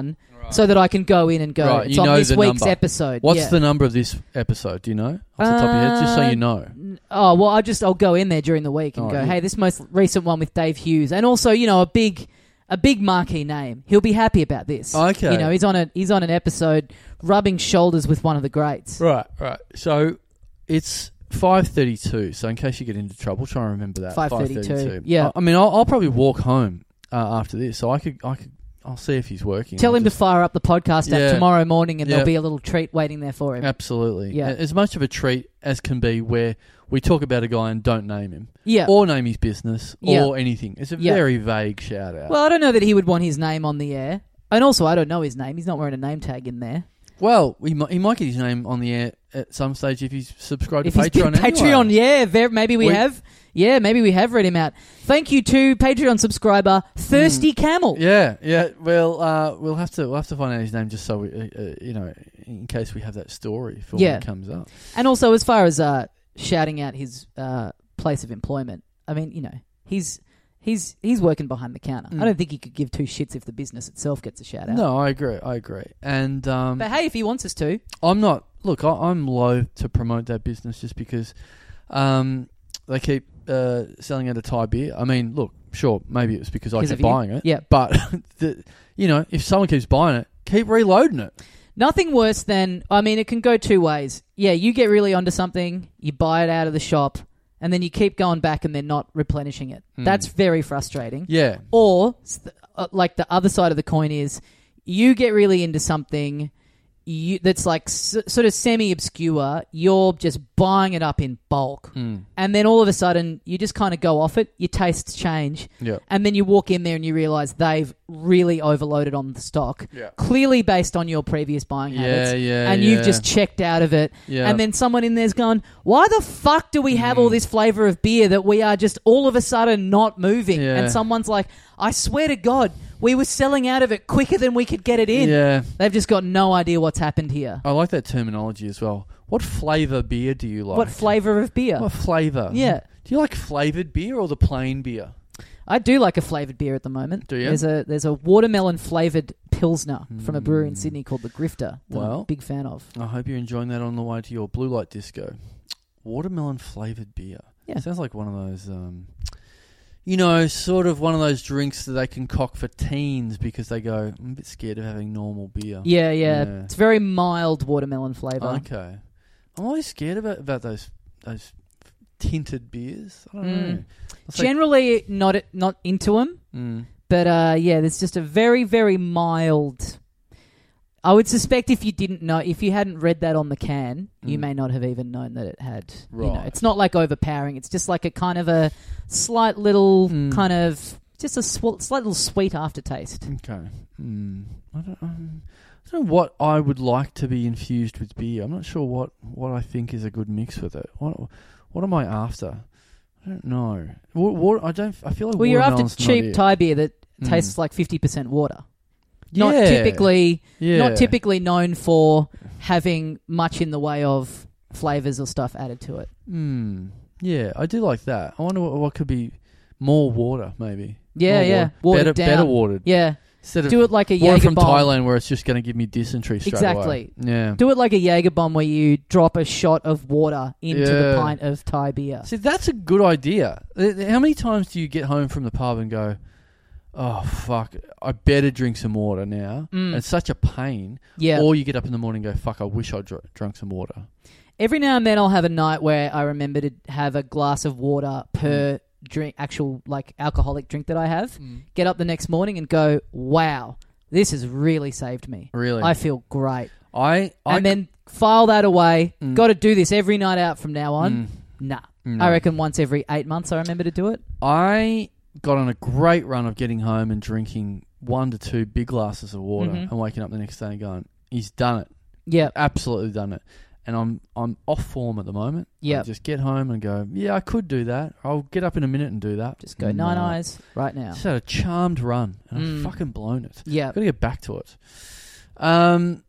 [SPEAKER 1] so that I can go in and go.
[SPEAKER 3] Right,
[SPEAKER 1] it's
[SPEAKER 3] you
[SPEAKER 1] on
[SPEAKER 3] know
[SPEAKER 1] this
[SPEAKER 3] the
[SPEAKER 1] week's
[SPEAKER 3] number.
[SPEAKER 1] episode.
[SPEAKER 3] What's
[SPEAKER 1] yeah.
[SPEAKER 3] the number of this episode? Do you know? Off the top of your head, just so
[SPEAKER 1] Uh,
[SPEAKER 3] you know.
[SPEAKER 1] Oh well, I just I'll go in there during the week and
[SPEAKER 3] Oh,
[SPEAKER 1] go,
[SPEAKER 3] yeah.
[SPEAKER 1] hey, this most recent one with Dave Hughes, and also you know a big a big marquee name. He'll be happy about this.
[SPEAKER 3] Okay.
[SPEAKER 1] you know he's on a he's on an episode rubbing shoulders with one of the greats.
[SPEAKER 3] Right, right. So it's five thirty-two. So in case you get into trouble, try and remember that.
[SPEAKER 1] 5:32,
[SPEAKER 3] 5:32.
[SPEAKER 1] yeah.
[SPEAKER 3] I, I mean, I'll, I'll probably walk home uh, after this, so I could, I could, I'll see if he's working.
[SPEAKER 1] Tell
[SPEAKER 3] I'll
[SPEAKER 1] him
[SPEAKER 3] just-
[SPEAKER 1] to fire up the podcast
[SPEAKER 3] Yeah.
[SPEAKER 1] app tomorrow morning, and
[SPEAKER 3] Yeah.
[SPEAKER 1] there'll be a little treat waiting there for him.
[SPEAKER 3] Absolutely.
[SPEAKER 1] Yeah.
[SPEAKER 3] A- As much of a treat as can be, where we talk about a guy and don't name him
[SPEAKER 1] Yeah.
[SPEAKER 3] or name his business
[SPEAKER 1] Yeah.
[SPEAKER 3] or anything. It's a
[SPEAKER 1] Yeah.
[SPEAKER 3] very vague shout out.
[SPEAKER 1] well, I don't know that he would want his name on the air, and also I don't know his name. He's not wearing a name tag in there.
[SPEAKER 3] well, he might, he might get his name on the air at some stage if he's subscribed
[SPEAKER 1] if
[SPEAKER 3] to
[SPEAKER 1] he's
[SPEAKER 3] Patreon.
[SPEAKER 1] been Patreon,
[SPEAKER 3] anyway.
[SPEAKER 1] yeah, there, maybe we,
[SPEAKER 3] We-
[SPEAKER 1] have. Yeah, maybe we have read him out. Thank you to Patreon subscriber Thirsty
[SPEAKER 3] Hmm.
[SPEAKER 1] Camel.
[SPEAKER 3] Yeah, yeah. Well, uh, we'll have to we'll have to find out his name just so we, uh, uh, you know, in case we have that story for
[SPEAKER 1] Yeah.
[SPEAKER 3] when it comes up.
[SPEAKER 1] And also, as far as uh, shouting out his uh, place of employment, I mean, you know, he's he's he's working behind the counter.
[SPEAKER 3] Mm.
[SPEAKER 1] I don't think he could give two shits if the business itself gets a shout out.
[SPEAKER 3] No, I agree. I agree. And um,
[SPEAKER 1] But hey, if he wants us to,
[SPEAKER 3] I'm not. Look, I, I'm loath to promote that business just because um, they keep uh, selling out a Thai beer. I mean, look, sure, maybe it was because I
[SPEAKER 1] 'Cause of
[SPEAKER 3] kept
[SPEAKER 1] you.
[SPEAKER 3] buying it.
[SPEAKER 1] Yeah.
[SPEAKER 3] But [LAUGHS] the, you know, if someone keeps buying it, keep reloading it.
[SPEAKER 1] nothing worse than I mean, it can go two ways. Yeah, you get really onto something, you buy it out of the shop, and then you keep going back and they're not replenishing it.
[SPEAKER 3] Mm.
[SPEAKER 1] That's very frustrating.
[SPEAKER 3] Yeah.
[SPEAKER 1] Or, s- th- uh, like, the other side of the coin is you get really into something you, that's like s- sort of semi obscure. You're just buying it up in bulk.
[SPEAKER 3] Mm.
[SPEAKER 1] And then all of a sudden, you just kind of go off it. Your tastes change.
[SPEAKER 3] Yeah.
[SPEAKER 1] And then you walk in there and you realize they've really overloaded on the stock,
[SPEAKER 3] Yeah.
[SPEAKER 1] clearly based on your previous buying
[SPEAKER 3] Yeah.
[SPEAKER 1] habits.
[SPEAKER 3] Yeah.
[SPEAKER 1] And
[SPEAKER 3] yeah.
[SPEAKER 1] you've just checked out of it.
[SPEAKER 3] Yeah. Mm.
[SPEAKER 1] And then someone in there's going, why the fuck do we have all this flavor of beer that we are just all of a sudden not moving?
[SPEAKER 3] Yeah.
[SPEAKER 1] And someone's like, I swear to God, we were selling out of it quicker than we could get it in.
[SPEAKER 3] Yeah. Oh,
[SPEAKER 1] They've just got no idea what's happened here.
[SPEAKER 3] I like that terminology as well. What flavour beer do you like?
[SPEAKER 1] What flavour of beer?
[SPEAKER 3] What flavour?
[SPEAKER 1] Yeah.
[SPEAKER 3] Do you like flavoured beer or the plain beer?
[SPEAKER 1] I do like a flavored beer at the moment.
[SPEAKER 3] Do you?
[SPEAKER 1] There's a there's a watermelon flavored pilsner from a brewery in Sydney called the Grifter. That I'm
[SPEAKER 3] Mm. Well.
[SPEAKER 1] a big fan of.
[SPEAKER 3] I hope you're enjoying that on the way to your blue light disco. Watermelon flavoured beer.
[SPEAKER 1] Yeah.
[SPEAKER 3] Sounds like one of those, um, you know, sort of one of those drinks that they concoct for teens because they go, I'm a bit scared of having normal beer.
[SPEAKER 1] Yeah, yeah.
[SPEAKER 3] Yeah.
[SPEAKER 1] It's very mild watermelon flavor.
[SPEAKER 3] Okay. I'm always scared about, about those those tinted beers. I don't
[SPEAKER 1] Mm.
[SPEAKER 3] know. It's like-
[SPEAKER 1] Generally not not into them,
[SPEAKER 3] Mm.
[SPEAKER 1] but uh, yeah, there's just a very very mild. I would suspect if you didn't know, if you hadn't read that on the can, you
[SPEAKER 3] Mm.
[SPEAKER 1] may not have even known that it had. You know,
[SPEAKER 3] Right.
[SPEAKER 1] it's not like overpowering. It's just like a kind of a slight little
[SPEAKER 3] Mm.
[SPEAKER 1] kind of just a sw- slight little sweet aftertaste.
[SPEAKER 3] Okay. Mm. I, don't, um, I don't know what I would like to be infused with beer. I'm not sure what, what I think is a good mix with it. What what am I after? I don't know. What, what I don't. I feel like
[SPEAKER 1] Well, you're after
[SPEAKER 3] watermelon's not
[SPEAKER 1] cheap
[SPEAKER 3] it.
[SPEAKER 1] Thai beer that
[SPEAKER 3] Mm.
[SPEAKER 1] tastes like fifty percent water. Not
[SPEAKER 3] Yeah.
[SPEAKER 1] typically,
[SPEAKER 3] Yeah.
[SPEAKER 1] not typically known for having much in the way of flavors or stuff added to it.
[SPEAKER 3] Mm. Yeah, I do like that. I wonder what, what could be more water, maybe.
[SPEAKER 1] Yeah,
[SPEAKER 3] More
[SPEAKER 1] yeah.
[SPEAKER 3] Water.
[SPEAKER 1] Water
[SPEAKER 3] better,
[SPEAKER 1] down.
[SPEAKER 3] better watered.
[SPEAKER 1] Yeah,
[SPEAKER 3] Instead of
[SPEAKER 1] do it like a
[SPEAKER 3] water
[SPEAKER 1] Jaeger
[SPEAKER 3] from
[SPEAKER 1] bomb.
[SPEAKER 3] Thailand, where it's just going to give me dysentery straight away.
[SPEAKER 1] Exactly.
[SPEAKER 3] Yeah.
[SPEAKER 1] Do it like a Jaeger bomb where you drop a shot of water into the
[SPEAKER 3] Yeah.
[SPEAKER 1] pint of Thai beer.
[SPEAKER 3] See, that's a good idea. Uh, Th- th- How many times do you get home from the pub and go, "Oh fuck, I better drink some water now."
[SPEAKER 1] Mm.
[SPEAKER 3] It's such a pain.
[SPEAKER 1] Yeah.
[SPEAKER 3] Or you get up in the morning and go, "Fuck, I wish I dr- drunk some water."
[SPEAKER 1] Every now and then I'll have a night where I remember to have a glass of water
[SPEAKER 3] Mm.
[SPEAKER 1] per drink, actual like alcoholic drink that I have. Get up the next morning and go, wow, this has really saved me.
[SPEAKER 3] Really,
[SPEAKER 1] I feel great.
[SPEAKER 3] I, I Mm.
[SPEAKER 1] and then file that away. Got to do this every night out from now on. Nah.
[SPEAKER 3] No.
[SPEAKER 1] I reckon once every eight months I remember to do it.
[SPEAKER 3] I got on a great run of getting home and drinking one to two big glasses of water
[SPEAKER 1] Mm-hmm.
[SPEAKER 3] and waking up the next day and going, "He's done it,
[SPEAKER 1] Yeah.
[SPEAKER 3] absolutely done it." And I'm I'm off form at the moment. I
[SPEAKER 1] Yep.
[SPEAKER 3] just get home and go, "Yeah, I could do that. I'll get up in a minute and do that."
[SPEAKER 1] Just go nine
[SPEAKER 3] No.
[SPEAKER 1] eyes right now.
[SPEAKER 3] Just had a charmed run, and
[SPEAKER 1] Mm.
[SPEAKER 3] I've fucking blown it.
[SPEAKER 1] Yeah.
[SPEAKER 3] I've got to get back to it. Um,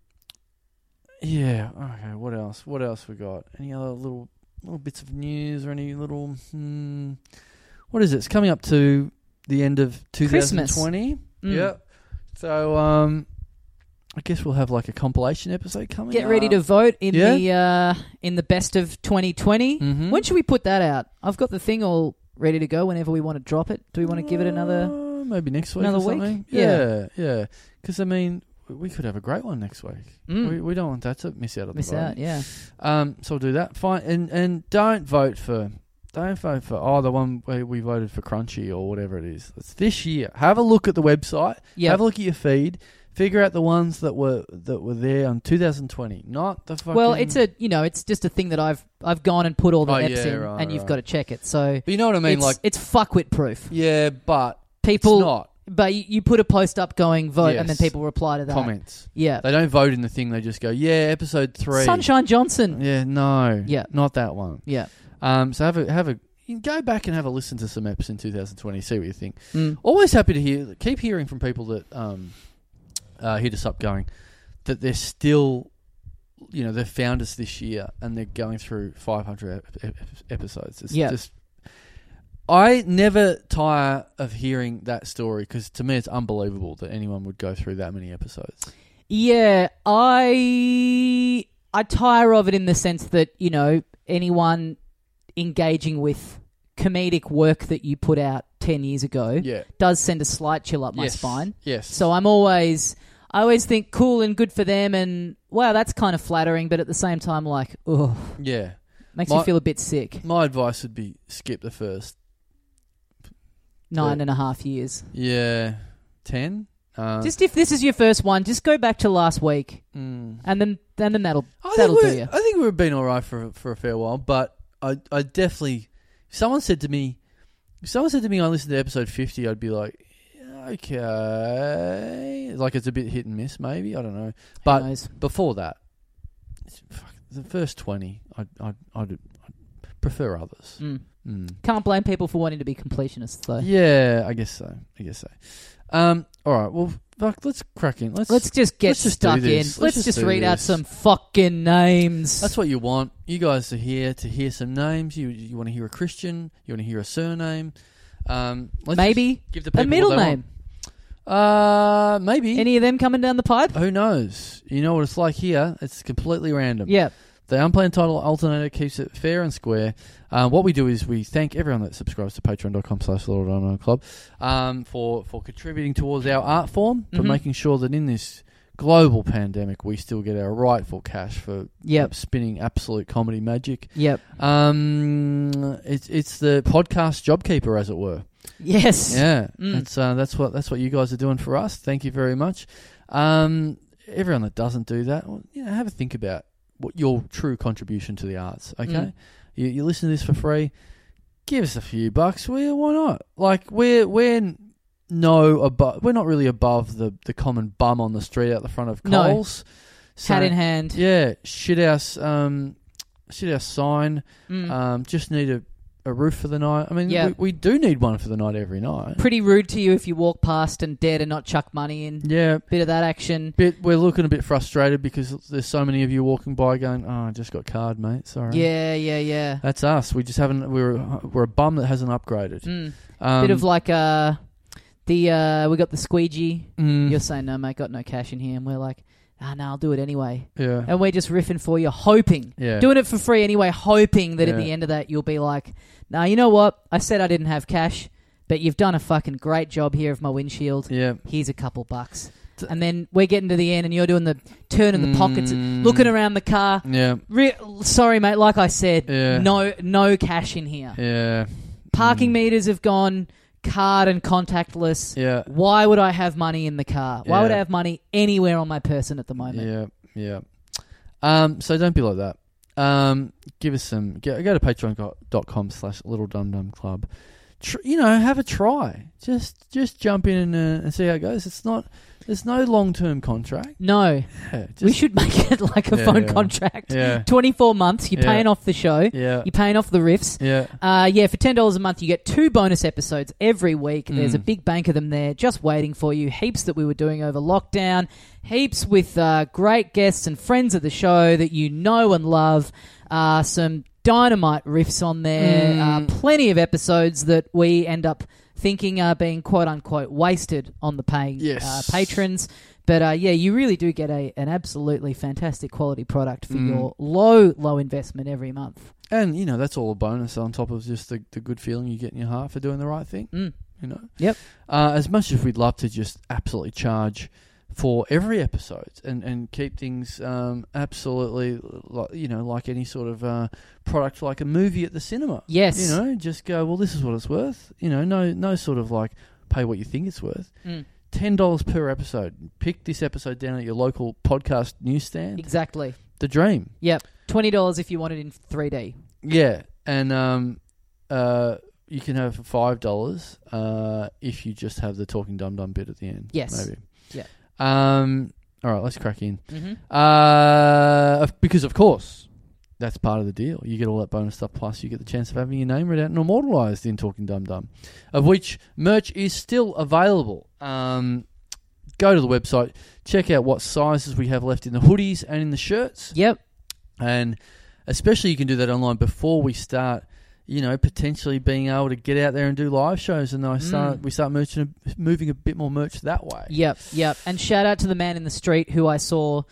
[SPEAKER 3] yeah. Okay. What else? What else we got? Any other little little bits of news or any little? Hmm, what is it? It's coming up to the end of
[SPEAKER 1] Christmas.
[SPEAKER 3] 2020.
[SPEAKER 1] Mm.
[SPEAKER 3] Yeah. So um, I guess we'll have like a compilation episode coming.
[SPEAKER 1] Get ready to vote in
[SPEAKER 3] Yeah.
[SPEAKER 1] the uh, in the best of 2020.
[SPEAKER 3] Mhm.
[SPEAKER 1] When should we put that out? I've got the thing all ready to go. Whenever we want to drop it, do we want to give it another?
[SPEAKER 3] Uh, maybe next week.
[SPEAKER 1] another
[SPEAKER 3] or
[SPEAKER 1] week?
[SPEAKER 3] something.
[SPEAKER 1] Yeah.
[SPEAKER 3] Yeah. Yeah. Because I mean, we could have a great one next week.
[SPEAKER 1] Mm.
[SPEAKER 3] We, we don't want that to miss out on
[SPEAKER 1] Miss
[SPEAKER 3] the vote.
[SPEAKER 1] out, yeah.
[SPEAKER 3] Um, so I'll do that. Fine, and and don't vote for don't vote for oh the one where we voted for Crunchy or whatever it is. It's this year. Have a look at the website.
[SPEAKER 1] Yeah.
[SPEAKER 3] Have a look at your feed. Figure out the ones that were that were there on 2020, not the fucking.
[SPEAKER 1] Well, it's a you know, it's just a thing that I've I've gone and put all the
[SPEAKER 3] Oh,
[SPEAKER 1] eps
[SPEAKER 3] yeah,
[SPEAKER 1] in,
[SPEAKER 3] right,
[SPEAKER 1] and you've
[SPEAKER 3] right.
[SPEAKER 1] got to check it. So
[SPEAKER 3] But you know what I mean,
[SPEAKER 1] it's,
[SPEAKER 3] like
[SPEAKER 1] it's fuckwit proof.
[SPEAKER 3] yeah, but
[SPEAKER 1] People,
[SPEAKER 3] it's not
[SPEAKER 1] but you, you put a post up going vote, and then
[SPEAKER 3] Yes.
[SPEAKER 1] people reply to that.
[SPEAKER 3] comments.
[SPEAKER 1] Yeah.
[SPEAKER 3] They don't vote in the thing. They just go yeah, episode three.
[SPEAKER 1] Sunshine Johnson.
[SPEAKER 3] Yeah, no,
[SPEAKER 1] Yeah.
[SPEAKER 3] not that one.
[SPEAKER 1] Yeah.
[SPEAKER 3] Um, so have a have a you can go back and have a listen to some eps in 2020. See what you think.
[SPEAKER 1] Mm.
[SPEAKER 3] Always happy to hear. Keep hearing from people that um, uh, hit us up, going that they're still, you know, they found us this year and they're going through 500 ep- ep- episodes. It's
[SPEAKER 1] Yeah.
[SPEAKER 3] just. I never tire of hearing that story because to me it's unbelievable that anyone would go through that many episodes.
[SPEAKER 1] Yeah, I I tire of it in the sense that you know anyone engaging with comedic work that you put out ten years ago
[SPEAKER 3] Yeah,
[SPEAKER 1] does send a slight chill up my
[SPEAKER 3] Yes.
[SPEAKER 1] spine.
[SPEAKER 3] Yes.
[SPEAKER 1] So I'm always I always think cool and good for them, and wow, that's kind of flattering. But at the same time, like, ugh,
[SPEAKER 3] yeah.
[SPEAKER 1] makes
[SPEAKER 3] My-
[SPEAKER 1] me feel a bit sick.
[SPEAKER 3] My advice would be skip the first.
[SPEAKER 1] Nine and a half years.
[SPEAKER 3] Yeah, ten. Uh,
[SPEAKER 1] Just if this is your first one, just go back to last week,
[SPEAKER 3] mm.
[SPEAKER 1] and then then, then that'll
[SPEAKER 3] I
[SPEAKER 1] that'll
[SPEAKER 3] think
[SPEAKER 1] do
[SPEAKER 3] we're-
[SPEAKER 1] you.
[SPEAKER 3] I think we've been all right for for a fair while, but I I definitely. If someone said to me, if someone said to me, I listened to episode fifty, I'd be like, "Yeah, okay, like it's a bit hit and miss, maybe I don't know. But
[SPEAKER 1] Who knows?
[SPEAKER 3] before that, it's- fuck, the first twenty, I'd I'd, I'd, I'd prefer others.
[SPEAKER 1] Mm.
[SPEAKER 3] Mm.
[SPEAKER 1] Can't blame people for wanting to be completionists, though.
[SPEAKER 3] Yeah, I guess so. I guess so. Um, all right. Well, fuck, let's crack in. Let's,
[SPEAKER 1] Let's just get
[SPEAKER 3] let's just do
[SPEAKER 1] stuck in.
[SPEAKER 3] this.
[SPEAKER 1] Let's, just,
[SPEAKER 3] do
[SPEAKER 1] read out
[SPEAKER 3] this.
[SPEAKER 1] some fucking names.
[SPEAKER 3] That's what you want. You guys are here to hear some names. You you want to hear a Christian. You want to hear a surname. Um, let's
[SPEAKER 1] Maybe
[SPEAKER 3] just give the
[SPEAKER 1] a
[SPEAKER 3] people
[SPEAKER 1] middle
[SPEAKER 3] what they
[SPEAKER 1] name.
[SPEAKER 3] want. Uh, maybe.
[SPEAKER 1] Any of them coming down the pipe?
[SPEAKER 3] Who knows? You know what it's like here. It's completely random.
[SPEAKER 1] Yeah.
[SPEAKER 3] The unplanned title alternator keeps it fair and square. Um, what we do is we thank everyone that subscribes to patreon.com slash Lord Unknown Club um, for, for contributing towards our art form, for
[SPEAKER 1] Mhm.
[SPEAKER 3] making sure that in this global pandemic we still get our rightful cash for
[SPEAKER 1] Yep.
[SPEAKER 3] spinning absolute comedy magic.
[SPEAKER 1] Yep.
[SPEAKER 3] Um, it's, it's the podcast jobkeeper, as it were.
[SPEAKER 1] Yes.
[SPEAKER 3] Yeah,
[SPEAKER 1] Mm.
[SPEAKER 3] that's uh, that's what that's what you guys are doing for us. Thank you very much. Um, everyone that doesn't do that, well, you know, have a think about what your true contribution to the arts. Okay,
[SPEAKER 1] Mm.
[SPEAKER 3] you, you listen to this for free. Give us a few bucks. We why not? Like we're we're no above. We're not really above the the common bum on the street out the front of
[SPEAKER 1] No.
[SPEAKER 3] Coles. So,
[SPEAKER 1] Hat in hand.
[SPEAKER 3] yeah, shit house. Um, shit house sign.
[SPEAKER 1] Mm.
[SPEAKER 3] Um, just need a. A roof for the night. I mean,
[SPEAKER 1] Yeah.
[SPEAKER 3] we, we do need one for the night every night.
[SPEAKER 1] Pretty rude to you if you walk past and dare to not chuck money in.
[SPEAKER 3] Yeah,
[SPEAKER 1] Bit of that action.
[SPEAKER 3] bit. We're looking a bit frustrated because there's so many of you walking by going, "Oh, I just got card, mate. Sorry."
[SPEAKER 1] Yeah, yeah, yeah.
[SPEAKER 3] That's us. We just haven't. We're we're a bum that hasn't upgraded.
[SPEAKER 1] Mm.
[SPEAKER 3] Um,
[SPEAKER 1] Bit of like uh, the uh, we got the squeegee.
[SPEAKER 3] mm,
[SPEAKER 1] You're saying no, mate, got no cash in here, and we're like, ah, no, I'll do it anyway.
[SPEAKER 3] yeah,
[SPEAKER 1] And we're just riffing for you, hoping,
[SPEAKER 3] yeah,
[SPEAKER 1] doing it for free anyway, hoping that at
[SPEAKER 3] Yeah.
[SPEAKER 1] the end of that you'll be like, nah, you know what? I said I didn't have cash, but you've done a fucking great job here of my windshield.
[SPEAKER 3] yeah.
[SPEAKER 1] Here's a couple bucks.
[SPEAKER 3] T-
[SPEAKER 1] And then we're getting to the end, and you're doing the turn in the pockets,
[SPEAKER 3] Mm.
[SPEAKER 1] looking around the car.
[SPEAKER 3] Yeah,
[SPEAKER 1] Re- sorry, mate. Like I said,
[SPEAKER 3] Yeah.
[SPEAKER 1] no, no cash in here.
[SPEAKER 3] yeah,
[SPEAKER 1] Parking
[SPEAKER 3] Mm.
[SPEAKER 1] meters have gone card and contactless.
[SPEAKER 3] yeah,
[SPEAKER 1] Why would I have money in the car? Why would
[SPEAKER 3] Yeah.
[SPEAKER 1] I have money anywhere on my person at the moment?
[SPEAKER 3] yeah, yeah. Um, so don't be like that. Um, give us some. Go, go to patreon.com slash little dum dum club. Tr- you know, have a try. Just just jump in and, uh, and see how it goes. It's not. There's no long term contract.
[SPEAKER 1] No,
[SPEAKER 3] Yeah, just,
[SPEAKER 1] we should make it like a
[SPEAKER 3] Yeah,
[SPEAKER 1] phone
[SPEAKER 3] yeah.
[SPEAKER 1] contract.
[SPEAKER 3] Yeah.
[SPEAKER 1] 24 months, you're
[SPEAKER 3] Yeah.
[SPEAKER 1] paying off the show,
[SPEAKER 3] Yeah.
[SPEAKER 1] you're paying off the riffs.
[SPEAKER 3] Yeah.
[SPEAKER 1] Uh, yeah, for $10 a month, you get two bonus episodes every week. There's
[SPEAKER 3] Mm.
[SPEAKER 1] a big bank of them there just waiting for you. Heaps that we were doing over lockdown, heaps with uh, great guests and friends of the show that you know and love. Uh, some dynamite riffs on there, uh,
[SPEAKER 3] Mm.
[SPEAKER 1] plenty of episodes that we end up thinking are being quote unquote wasted on the paying
[SPEAKER 3] Yes.
[SPEAKER 1] uh, patrons. But uh, yeah, you really do get a, an absolutely fantastic quality product for
[SPEAKER 3] Mm.
[SPEAKER 1] your low, low investment every month.
[SPEAKER 3] And, you know, that's all a bonus on top of just the, the good feeling you get in your heart for doing the right thing,
[SPEAKER 1] Mm.
[SPEAKER 3] you know?
[SPEAKER 1] Yep.
[SPEAKER 3] Uh, as much as we'd love to just absolutely charge for every episode and, and keep things um, absolutely, like, you know, like any sort of uh, product, like a movie at the cinema.
[SPEAKER 1] Yes.
[SPEAKER 3] You know, just go, well, this is what it's worth. You know, no, no sort of like pay what you think it's worth.
[SPEAKER 1] Mm.
[SPEAKER 3] $10 per episode. Pick this episode down at your local podcast newsstand.
[SPEAKER 1] Exactly.
[SPEAKER 3] the dream.
[SPEAKER 1] Twenty dollars if you want it in three D.
[SPEAKER 3] Yeah, and um, uh, you can have it for five dollars uh, if you just have the talking dum dum bit at the end.
[SPEAKER 1] Yes.
[SPEAKER 3] maybe.
[SPEAKER 1] Yeah.
[SPEAKER 3] Um. All right, let's crack in.
[SPEAKER 1] Mm-hmm.
[SPEAKER 3] Uh, of- because of course. That's part of the deal. You get all that bonus stuff, plus you get the chance of having your name read out and immortalized in Talking Dum Dum, of which merch is still available. Um, go to the website, check out what sizes we have left in the hoodies and in the shirts.
[SPEAKER 1] Yep.
[SPEAKER 3] And especially you can do that online before we start, you know, potentially being able to get out there and do live shows. And then I start,
[SPEAKER 1] Mm.
[SPEAKER 3] we start merching, moving a bit more merch that way.
[SPEAKER 1] Yep. Yep. And shout out to the man in the street who I saw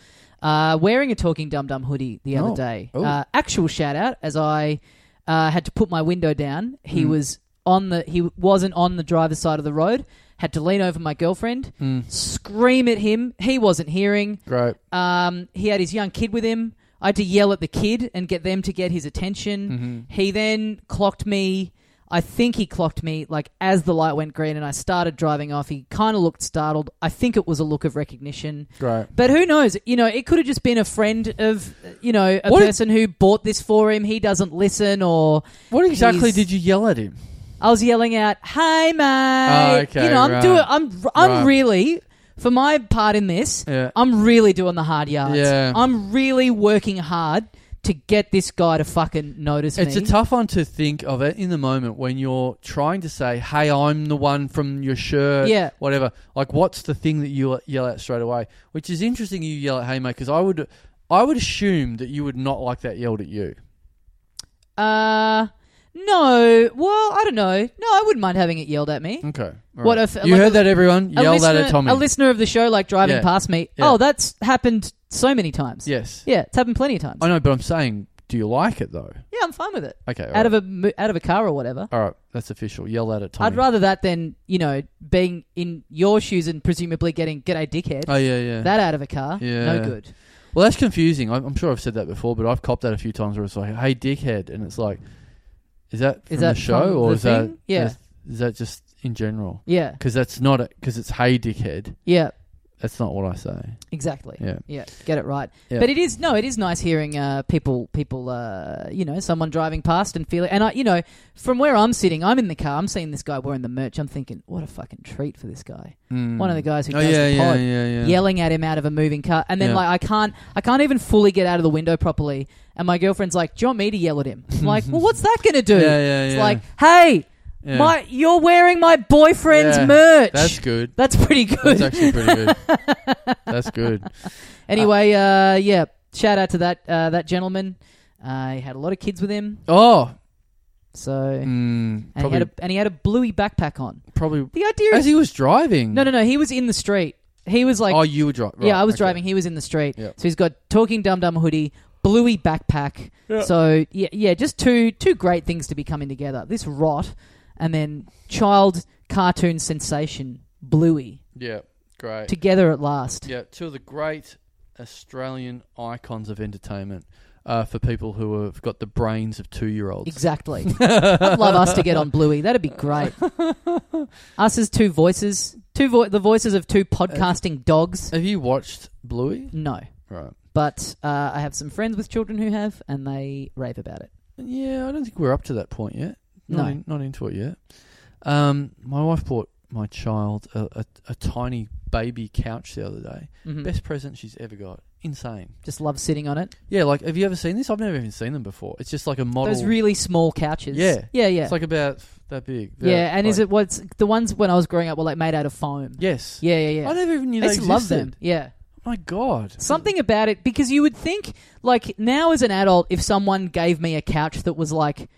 [SPEAKER 1] uh, wearing a talking dum dum hoodie the
[SPEAKER 3] Oh.
[SPEAKER 1] other day.
[SPEAKER 3] Oh.
[SPEAKER 1] Uh, actual shout out as I uh, had to put my window down. He
[SPEAKER 3] Mm.
[SPEAKER 1] was on the he wasn't on the driver's side of the road. Had to lean over my girlfriend,
[SPEAKER 3] Mm.
[SPEAKER 1] scream at him. He wasn't hearing.
[SPEAKER 3] Great.
[SPEAKER 1] Um, he had his young kid with him. I had to yell at the kid and get them to get his attention.
[SPEAKER 3] Mm-hmm.
[SPEAKER 1] He then clocked me. I think he clocked me like as the light went green and I started driving off. He kind of looked startled. I think it was a look of recognition.
[SPEAKER 3] Great.
[SPEAKER 1] But who knows? You know, it could have just been a friend of, you know, a
[SPEAKER 3] What if-
[SPEAKER 1] person who bought this for him. He doesn't listen or
[SPEAKER 3] What exactly
[SPEAKER 1] He's-
[SPEAKER 3] did you yell at him?
[SPEAKER 1] I was yelling out, "Hey mate."
[SPEAKER 3] Oh, okay,
[SPEAKER 1] you know, I'm
[SPEAKER 3] right.
[SPEAKER 1] doing I'm I'm
[SPEAKER 3] Right.
[SPEAKER 1] really for my part in this,
[SPEAKER 3] Yeah.
[SPEAKER 1] I'm really doing the hard yards.
[SPEAKER 3] Yeah.
[SPEAKER 1] I'm really working hard to get this guy to fucking notice
[SPEAKER 3] It's
[SPEAKER 1] me.
[SPEAKER 3] a tough one to think of it in the moment when you're trying to say, "Hey, I'm the one from your shirt."
[SPEAKER 1] Yeah.
[SPEAKER 3] Whatever. Like, what's the thing that you yell at straight away? Which is interesting. You yell at "Hey, because I would, I would assume that you would not like that yelled at you.
[SPEAKER 1] uh, no. Well, I don't know. No, I wouldn't mind having it yelled at me.
[SPEAKER 3] Okay. All
[SPEAKER 1] What
[SPEAKER 3] right.
[SPEAKER 1] if-
[SPEAKER 3] you
[SPEAKER 1] like
[SPEAKER 3] heard
[SPEAKER 1] a-
[SPEAKER 3] that? Everyone
[SPEAKER 1] a
[SPEAKER 3] yell that
[SPEAKER 1] listener,
[SPEAKER 3] at Tommy.
[SPEAKER 1] A listener of the show, like driving
[SPEAKER 3] Yeah.
[SPEAKER 1] past me.
[SPEAKER 3] Yeah.
[SPEAKER 1] Oh, that's happened so many times.
[SPEAKER 3] yes.
[SPEAKER 1] Yeah, it's happened plenty of times.
[SPEAKER 3] I know, but I'm saying, do you like it though?
[SPEAKER 1] Yeah, I'm fine with it.
[SPEAKER 3] Okay. all
[SPEAKER 1] Out of
[SPEAKER 3] right.
[SPEAKER 1] a mo- out of a car or whatever.
[SPEAKER 3] All right. That's official. Yell that at Tommy.
[SPEAKER 1] I'd rather that than you know being in your shoes and presumably getting "g'day dickhead"
[SPEAKER 3] Oh yeah, yeah.
[SPEAKER 1] that out of a car.
[SPEAKER 3] Yeah.
[SPEAKER 1] No good.
[SPEAKER 3] Well, that's confusing. I'm, I'm sure I've said that before, but I've copped that a few times where it's like, "Hey, dickhead," and it's like, "Is that from
[SPEAKER 1] Is that
[SPEAKER 3] the show
[SPEAKER 1] from
[SPEAKER 3] or
[SPEAKER 1] the
[SPEAKER 3] is that
[SPEAKER 1] thing? Yeah.
[SPEAKER 3] is, is that just in general?"
[SPEAKER 1] Yeah.
[SPEAKER 3] Because that's not it. Because it's "Hey, dickhead."
[SPEAKER 1] Yeah.
[SPEAKER 3] That's not what I say.
[SPEAKER 1] Exactly.
[SPEAKER 3] Yeah.
[SPEAKER 1] Yeah. Get it right.
[SPEAKER 3] Yeah.
[SPEAKER 1] But it is no, it is nice hearing uh, people people uh, you know someone driving past and feel And I you know from where I'm sitting, I'm in the car. I'm seeing this guy wearing the merch. I'm thinking, what a fucking treat for this guy. One of the guys who
[SPEAKER 3] Oh
[SPEAKER 1] does
[SPEAKER 3] yeah,
[SPEAKER 1] the
[SPEAKER 3] yeah,
[SPEAKER 1] pod.
[SPEAKER 3] yeah, yeah.
[SPEAKER 1] yelling at him out of a moving car and then
[SPEAKER 3] Yeah.
[SPEAKER 1] like i can't i can't even fully get out of the window properly and my girlfriend's like do you want me to yell at him i'm
[SPEAKER 3] [LAUGHS]
[SPEAKER 1] like well what's that gonna do
[SPEAKER 3] Yeah, yeah,
[SPEAKER 1] it's
[SPEAKER 3] yeah.
[SPEAKER 1] like hey
[SPEAKER 3] Yeah.
[SPEAKER 1] my you're wearing my boyfriend's
[SPEAKER 3] Yeah,
[SPEAKER 1] merch
[SPEAKER 3] That's good.
[SPEAKER 1] That's pretty good
[SPEAKER 3] That's actually pretty good.
[SPEAKER 1] [LAUGHS]
[SPEAKER 3] that's good.
[SPEAKER 1] anyway uh yeah shout out to that uh that gentleman uh, he had a lot of kids with him
[SPEAKER 3] Oh,
[SPEAKER 1] so
[SPEAKER 3] mm,
[SPEAKER 1] and, he
[SPEAKER 3] probably,
[SPEAKER 1] had a, and he had a bluey backpack on
[SPEAKER 3] probably
[SPEAKER 1] the idea
[SPEAKER 3] as
[SPEAKER 1] is
[SPEAKER 3] he was driviving.
[SPEAKER 1] no no no he was in the street he was like
[SPEAKER 3] oh, you were driving.
[SPEAKER 1] yeah, I was driving. He was in the street.
[SPEAKER 3] Yep.
[SPEAKER 1] So he's got talking dum dum hoodie, bluey backpack.
[SPEAKER 4] Yeah.
[SPEAKER 1] So yeah, yeah, just two two great things to be coming together. This rot, and then child cartoon sensation bluey
[SPEAKER 3] Yeah, great.
[SPEAKER 1] together at last.
[SPEAKER 3] Yeah, two of the great Australian icons of entertainment uh, for people who have got the brains of two-year-olds.
[SPEAKER 1] Exactly. I'd love us to get on Bluey. That'd be great. us as two voices, two vo- the voices of
[SPEAKER 3] Uh,
[SPEAKER 1] two podcasting dogs.
[SPEAKER 3] [LAUGHS] Have you watched Bluey?
[SPEAKER 1] No,
[SPEAKER 3] Right.
[SPEAKER 1] but uh, I have some friends with children who have, and they rave about it.
[SPEAKER 3] Yeah, I don't think we're up to that point yet. Not
[SPEAKER 1] No.
[SPEAKER 3] in, not into it yet. Um, my wife bought my child a, a, a tiny baby couch the other day.
[SPEAKER 1] Mhm.
[SPEAKER 3] Best present she's ever got. Insane.
[SPEAKER 1] Just love sitting on it.
[SPEAKER 3] Yeah, like have you ever seen this? I've never even seen them before. It's just like a model.
[SPEAKER 1] Those really small couches.
[SPEAKER 3] Yeah.
[SPEAKER 1] Yeah, yeah.
[SPEAKER 3] It's like about that big.
[SPEAKER 1] yeah, and is
[SPEAKER 3] like-
[SPEAKER 1] it what's the ones when I was growing up were like made out of foam?
[SPEAKER 3] Yes.
[SPEAKER 1] Yeah, yeah, yeah.
[SPEAKER 3] I never even knew
[SPEAKER 1] I
[SPEAKER 3] they
[SPEAKER 1] used to love them.
[SPEAKER 3] existed.
[SPEAKER 1] Yeah.
[SPEAKER 3] My God.
[SPEAKER 1] Something about it because you would think like now as an adult if someone gave me a couch that was like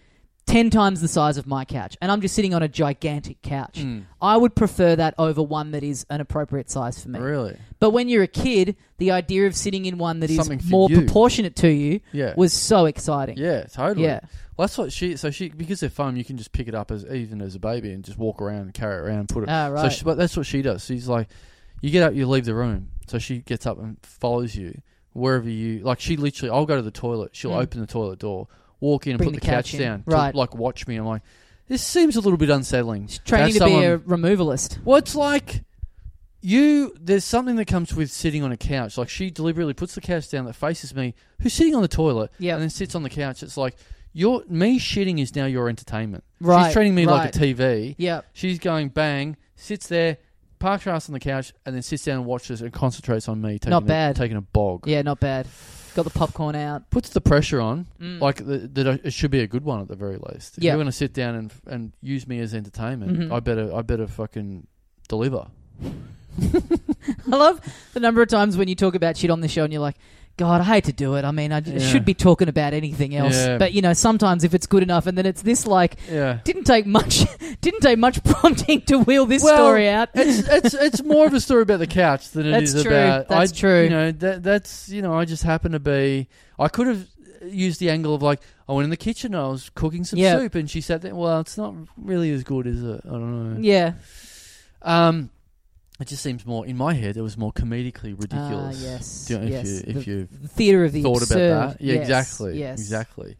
[SPEAKER 1] 10 times the size of my couch and I'm just sitting on a gigantic couch,
[SPEAKER 3] Mm. Hmm.
[SPEAKER 1] I would prefer that over one that is an appropriate size for me.
[SPEAKER 3] Really?
[SPEAKER 1] But when you're a kid, the idea of sitting in one that is
[SPEAKER 3] Something for
[SPEAKER 1] more
[SPEAKER 3] you.
[SPEAKER 1] proportionate to you
[SPEAKER 3] Yeah.
[SPEAKER 1] was so exciting.
[SPEAKER 3] Yeah, totally.
[SPEAKER 1] Yeah.
[SPEAKER 3] Well, that's what she. So she because they're foam, you can just pick it up as even as a baby and just walk around and carry it around and put it.
[SPEAKER 1] Ah,
[SPEAKER 3] So
[SPEAKER 1] right.
[SPEAKER 3] she, but that's what she does. She's like, you get up, you leave the room. So she gets up and follows you wherever you like. She literally, I'll go to the toilet. She'll
[SPEAKER 1] Mm.
[SPEAKER 3] open the toilet door, walk in, and
[SPEAKER 1] Bring
[SPEAKER 3] put
[SPEAKER 1] the
[SPEAKER 3] the, couch,
[SPEAKER 1] couch in.
[SPEAKER 3] down. to,
[SPEAKER 1] Right.
[SPEAKER 3] like watch me. I'm like, this seems a little bit unsettling.
[SPEAKER 1] It's training
[SPEAKER 3] Have
[SPEAKER 1] to be
[SPEAKER 3] someone-
[SPEAKER 1] a removalist.
[SPEAKER 3] well, it's like you. There's something that comes with sitting on a couch. Like she deliberately puts the couch down that faces me, who's sitting on the toilet,
[SPEAKER 1] Yep.
[SPEAKER 3] and then sits on the couch. It's like your me shitting is now your entertainment.
[SPEAKER 1] Right,
[SPEAKER 3] She's treating me like a
[SPEAKER 1] right.
[SPEAKER 3] TV.
[SPEAKER 1] Yeah.
[SPEAKER 3] She's going bang, sits there, parks her ass on the couch, and then sits down and watches and concentrates on me. Taking
[SPEAKER 1] Not
[SPEAKER 3] a,
[SPEAKER 1] bad.
[SPEAKER 3] Taking a bog.
[SPEAKER 1] Yeah, not bad. Got the popcorn out.
[SPEAKER 3] Puts the pressure on,
[SPEAKER 1] Mm.
[SPEAKER 3] like the, that. I- It should be a good one at the very least. If
[SPEAKER 1] Yeah.
[SPEAKER 3] you're going to sit down and and use me as entertainment,
[SPEAKER 1] Mhm.
[SPEAKER 3] I better I better fucking deliver.
[SPEAKER 1] I love the number of times when you talk about shit on the show and you're like, God, I hate to do it. I mean, I j-
[SPEAKER 3] Yeah.
[SPEAKER 1] should be talking about anything else.
[SPEAKER 3] Yeah.
[SPEAKER 1] But, you know, sometimes if it's good enough and then it's this, like,
[SPEAKER 3] Yeah.
[SPEAKER 1] didn't take much, [LAUGHS] didn't take much prompting to wheel this
[SPEAKER 3] Well,
[SPEAKER 1] story out. [LAUGHS]
[SPEAKER 3] it's it's it's more of a story about the couch than it
[SPEAKER 1] That's
[SPEAKER 3] is
[SPEAKER 1] true.
[SPEAKER 3] about.
[SPEAKER 1] That's
[SPEAKER 3] I,
[SPEAKER 1] true.
[SPEAKER 3] You know that that's you know I just happen to be. I could have used the angle of like I went in the kitchen. I was cooking some
[SPEAKER 1] Yeah.
[SPEAKER 3] soup, and she sat there. Well, it's not really as good as it. I don't know.
[SPEAKER 1] Yeah.
[SPEAKER 3] Um, it just seems more in my head. It was more comedically
[SPEAKER 1] Ah,
[SPEAKER 3] ridiculous.
[SPEAKER 1] yes.
[SPEAKER 3] Do you know, if
[SPEAKER 1] yes.
[SPEAKER 3] you if
[SPEAKER 1] the
[SPEAKER 3] you
[SPEAKER 1] theater of the
[SPEAKER 3] thought
[SPEAKER 1] absurd.
[SPEAKER 3] about that, yeah,
[SPEAKER 1] Yes,
[SPEAKER 3] exactly,
[SPEAKER 1] Yes.
[SPEAKER 3] exactly.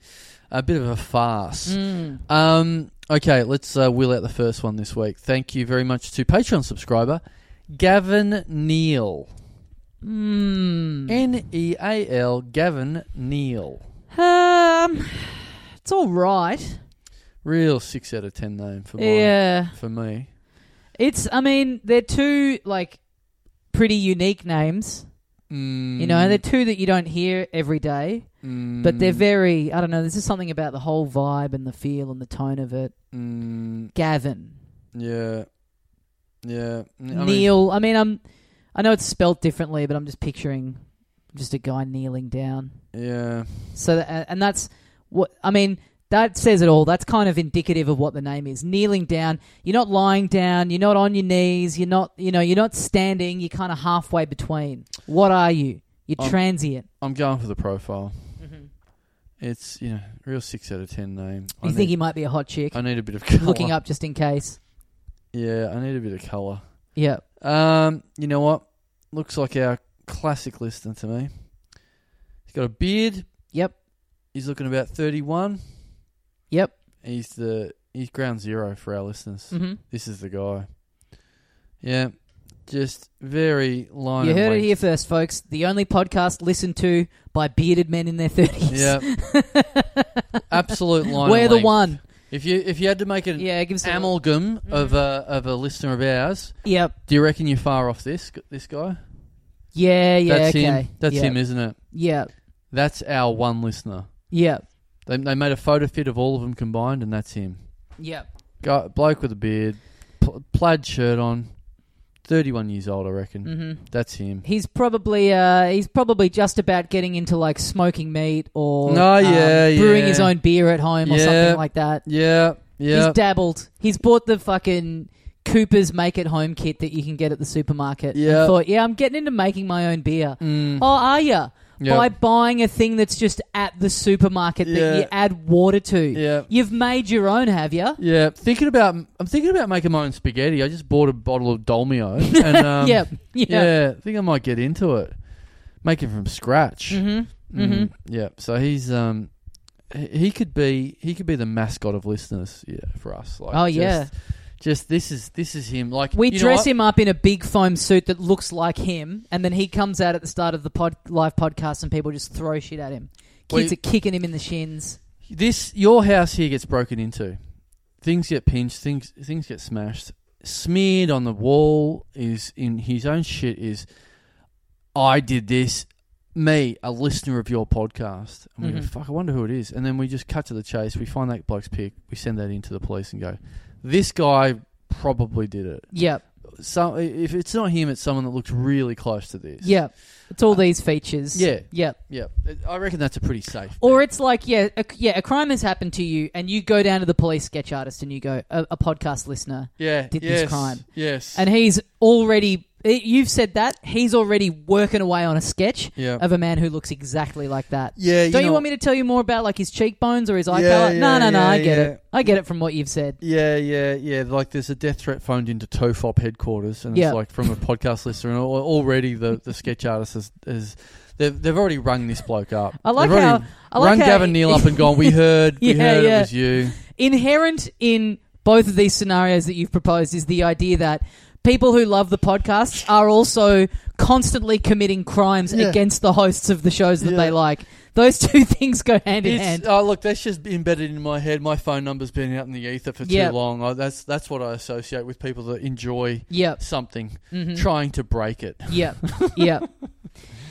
[SPEAKER 3] A bit of a farce.
[SPEAKER 1] Mm.
[SPEAKER 3] Um, okay, let's uh, wheel out the first one this week. Thank you very much to Patreon subscriber Gavin Neal.
[SPEAKER 1] Mm.
[SPEAKER 3] N E A L, Gavin Neal.
[SPEAKER 1] Um, it's all right.
[SPEAKER 3] Real 6 out of 10 name for, mine-
[SPEAKER 1] Yeah.
[SPEAKER 3] for me.
[SPEAKER 1] It's, I mean, they're two, like,
[SPEAKER 3] Mm.
[SPEAKER 1] pretty unique names. You know, they're two that you don't hear every day. But
[SPEAKER 3] Mm.
[SPEAKER 1] they're very, I don't know, there's just something about the whole vibe and the feel and the tone of it.
[SPEAKER 3] Mm,
[SPEAKER 1] Gavin.
[SPEAKER 3] yeah. Yeah. I mean,
[SPEAKER 1] Neil. I mean, I'm, I know it's spelt differently, but I'm just picturing just a guy kneeling down.
[SPEAKER 3] yeah.
[SPEAKER 1] So, that, and that's what I mean. That says it all. That's kind of indicative of what the name is. Kneeling down. You're not lying down. You're not on your knees. You're not. You know. You're not standing. You're kind of halfway between. What are you? You're
[SPEAKER 3] Um,
[SPEAKER 1] transient.
[SPEAKER 3] I'm Mm-hmm. going for the profile. It's, you know, real 6 out of 10 name. I
[SPEAKER 1] You
[SPEAKER 3] need-
[SPEAKER 1] think he might be a hot chick?
[SPEAKER 3] I need a bit of color.
[SPEAKER 1] Looking up just in case.
[SPEAKER 3] Yeah, I need a bit of color.
[SPEAKER 1] Yeah.
[SPEAKER 3] Um, you know what? Looks like our classic listener to me. He's got a beard.
[SPEAKER 1] Yep.
[SPEAKER 3] He's looking about 31.
[SPEAKER 1] Yep.
[SPEAKER 3] He's the he's ground zero for our listeners.
[SPEAKER 1] hmm
[SPEAKER 3] This is the guy. Yeah. Just very line
[SPEAKER 1] You
[SPEAKER 3] and
[SPEAKER 1] heard it
[SPEAKER 3] length.
[SPEAKER 1] here first, folks. The only podcast listened to by bearded men in their thirties. [LAUGHS]
[SPEAKER 3] Yeah. Absolute line
[SPEAKER 1] We're
[SPEAKER 3] and
[SPEAKER 1] the
[SPEAKER 3] length.
[SPEAKER 1] one.
[SPEAKER 3] If you if you had to make an
[SPEAKER 1] Yeah, Mm-hmm. give us a little-
[SPEAKER 3] amalgam of a of a listener of ours,
[SPEAKER 1] Yep.
[SPEAKER 3] do you reckon you're far off this this guy?
[SPEAKER 1] Yeah, yeah,
[SPEAKER 3] That's
[SPEAKER 1] okay.
[SPEAKER 3] him. That's
[SPEAKER 1] yeah.
[SPEAKER 3] him, isn't it?
[SPEAKER 1] Yeah,
[SPEAKER 3] That's our one listener.
[SPEAKER 1] yeah,
[SPEAKER 3] They, they made a photo fit of all of them combined, and that's him.
[SPEAKER 1] yeah.
[SPEAKER 3] Guy, bloke with a beard, pl- plaid shirt on, 31 years old, I reckon.
[SPEAKER 1] Mm-hmm.
[SPEAKER 3] That's him.
[SPEAKER 1] He's probably uh, he's probably just about getting into like smoking meat or
[SPEAKER 3] Oh, yeah,
[SPEAKER 1] um, brewing
[SPEAKER 3] yeah.
[SPEAKER 1] his own beer at home or
[SPEAKER 3] Yeah.
[SPEAKER 1] something like that.
[SPEAKER 3] Yeah, yeah.
[SPEAKER 1] He's dabbled. He's bought the fucking Cooper's make at home kit that you can get at the supermarket. and
[SPEAKER 3] Yeah.
[SPEAKER 1] thought, yeah, I'm getting into making my own beer.
[SPEAKER 3] Mm,
[SPEAKER 1] Oh, are ya?
[SPEAKER 3] yeah.
[SPEAKER 1] By buying a thing that's just at the supermarket
[SPEAKER 3] Yeah.
[SPEAKER 1] that you add water to.
[SPEAKER 3] yeah.
[SPEAKER 1] You've made your own, have you?
[SPEAKER 3] Yeah, thinking about I'm thinking about making my own spaghetti. I just bought a bottle of
[SPEAKER 1] [LAUGHS]
[SPEAKER 3] Dolmio, and um,
[SPEAKER 1] yep. Yeah.
[SPEAKER 3] yeah, I think I might get into it, make it from scratch.
[SPEAKER 1] Mm-hmm.
[SPEAKER 3] Mm, Yeah, so he's um, he- he could be he could be the mascot of listeners. Yeah, for us. Like,
[SPEAKER 1] Oh
[SPEAKER 3] just-
[SPEAKER 1] yeah.
[SPEAKER 3] just this is this is him. Like
[SPEAKER 1] We
[SPEAKER 3] you know
[SPEAKER 1] dress
[SPEAKER 3] what?
[SPEAKER 1] him up in a big foam suit that looks like him, and then he comes out at the start of the pod- live podcast, and people just throw shit at him.
[SPEAKER 3] Well,
[SPEAKER 1] Kids
[SPEAKER 3] you-
[SPEAKER 1] are kicking him in the shins.
[SPEAKER 3] This your house here gets broken into. Things get pinched. Things things get smashed. Smeared on the wall is in his own shit. Is I did this. Me, a listener of your podcast, and we go,
[SPEAKER 1] Mhm.
[SPEAKER 3] fuck. I wonder who it is. And then we just cut to the chase. We find that bloke's pic. We send that in to the police and go, this guy probably did it.
[SPEAKER 1] Yep,
[SPEAKER 3] So if it's not him, it's someone that looks really close to this.
[SPEAKER 1] yep. It's all these features.
[SPEAKER 3] Yeah.
[SPEAKER 1] yep.
[SPEAKER 3] yeah. I reckon that's a pretty safe.
[SPEAKER 1] Or it's like, yeah, a, yeah. A crime has happened to you, and you go down to the police sketch artist, and you go, a, a podcast listener,
[SPEAKER 3] yeah,
[SPEAKER 1] did this
[SPEAKER 3] yes,
[SPEAKER 1] crime.
[SPEAKER 3] Yes,
[SPEAKER 1] and he's already. You've said that he's already working away on a sketch
[SPEAKER 3] yeah,
[SPEAKER 1] of a man who looks exactly like that.
[SPEAKER 3] yeah.
[SPEAKER 1] Don't you want me to tell you more about like his cheekbones or his eye
[SPEAKER 3] Yeah,
[SPEAKER 1] color?
[SPEAKER 3] yeah,
[SPEAKER 1] no, no, no.
[SPEAKER 3] yeah,
[SPEAKER 1] I get
[SPEAKER 3] yeah.
[SPEAKER 1] it. I get it from what you've said.
[SPEAKER 3] Yeah, yeah, yeah. Like there's a death threat phoned into Tofop headquarters, and
[SPEAKER 1] Yeah.
[SPEAKER 3] it's like from
[SPEAKER 1] [LAUGHS]
[SPEAKER 3] a podcast listener, and al- already the, the sketch artist is, is they've they've already rung this bloke up.
[SPEAKER 1] I like
[SPEAKER 3] They've already
[SPEAKER 1] how- I like
[SPEAKER 3] rung
[SPEAKER 1] how-
[SPEAKER 3] Gavin Neal up and
[SPEAKER 1] [LAUGHS]
[SPEAKER 3] gone. We heard, we
[SPEAKER 1] Yeah,
[SPEAKER 3] heard it
[SPEAKER 1] yeah.
[SPEAKER 3] was you.
[SPEAKER 1] Inherent in both of these scenarios that you've proposed is the idea that people who love the podcast are also constantly committing crimes
[SPEAKER 3] Yeah.
[SPEAKER 1] against the hosts of the shows that
[SPEAKER 3] Yeah.
[SPEAKER 1] they like. Those [LAUGHS] two things go hand in
[SPEAKER 3] It's,
[SPEAKER 1] hand.
[SPEAKER 3] oh look, that's just embedded in my head. My phone number's been out in the ether for
[SPEAKER 1] Yeah.
[SPEAKER 3] too long. I, that's that's what I associate with people that enjoy
[SPEAKER 1] Yep.
[SPEAKER 3] something,
[SPEAKER 1] Mhm.
[SPEAKER 3] trying to break it.
[SPEAKER 1] Yep.
[SPEAKER 3] [LAUGHS]
[SPEAKER 1] Yep.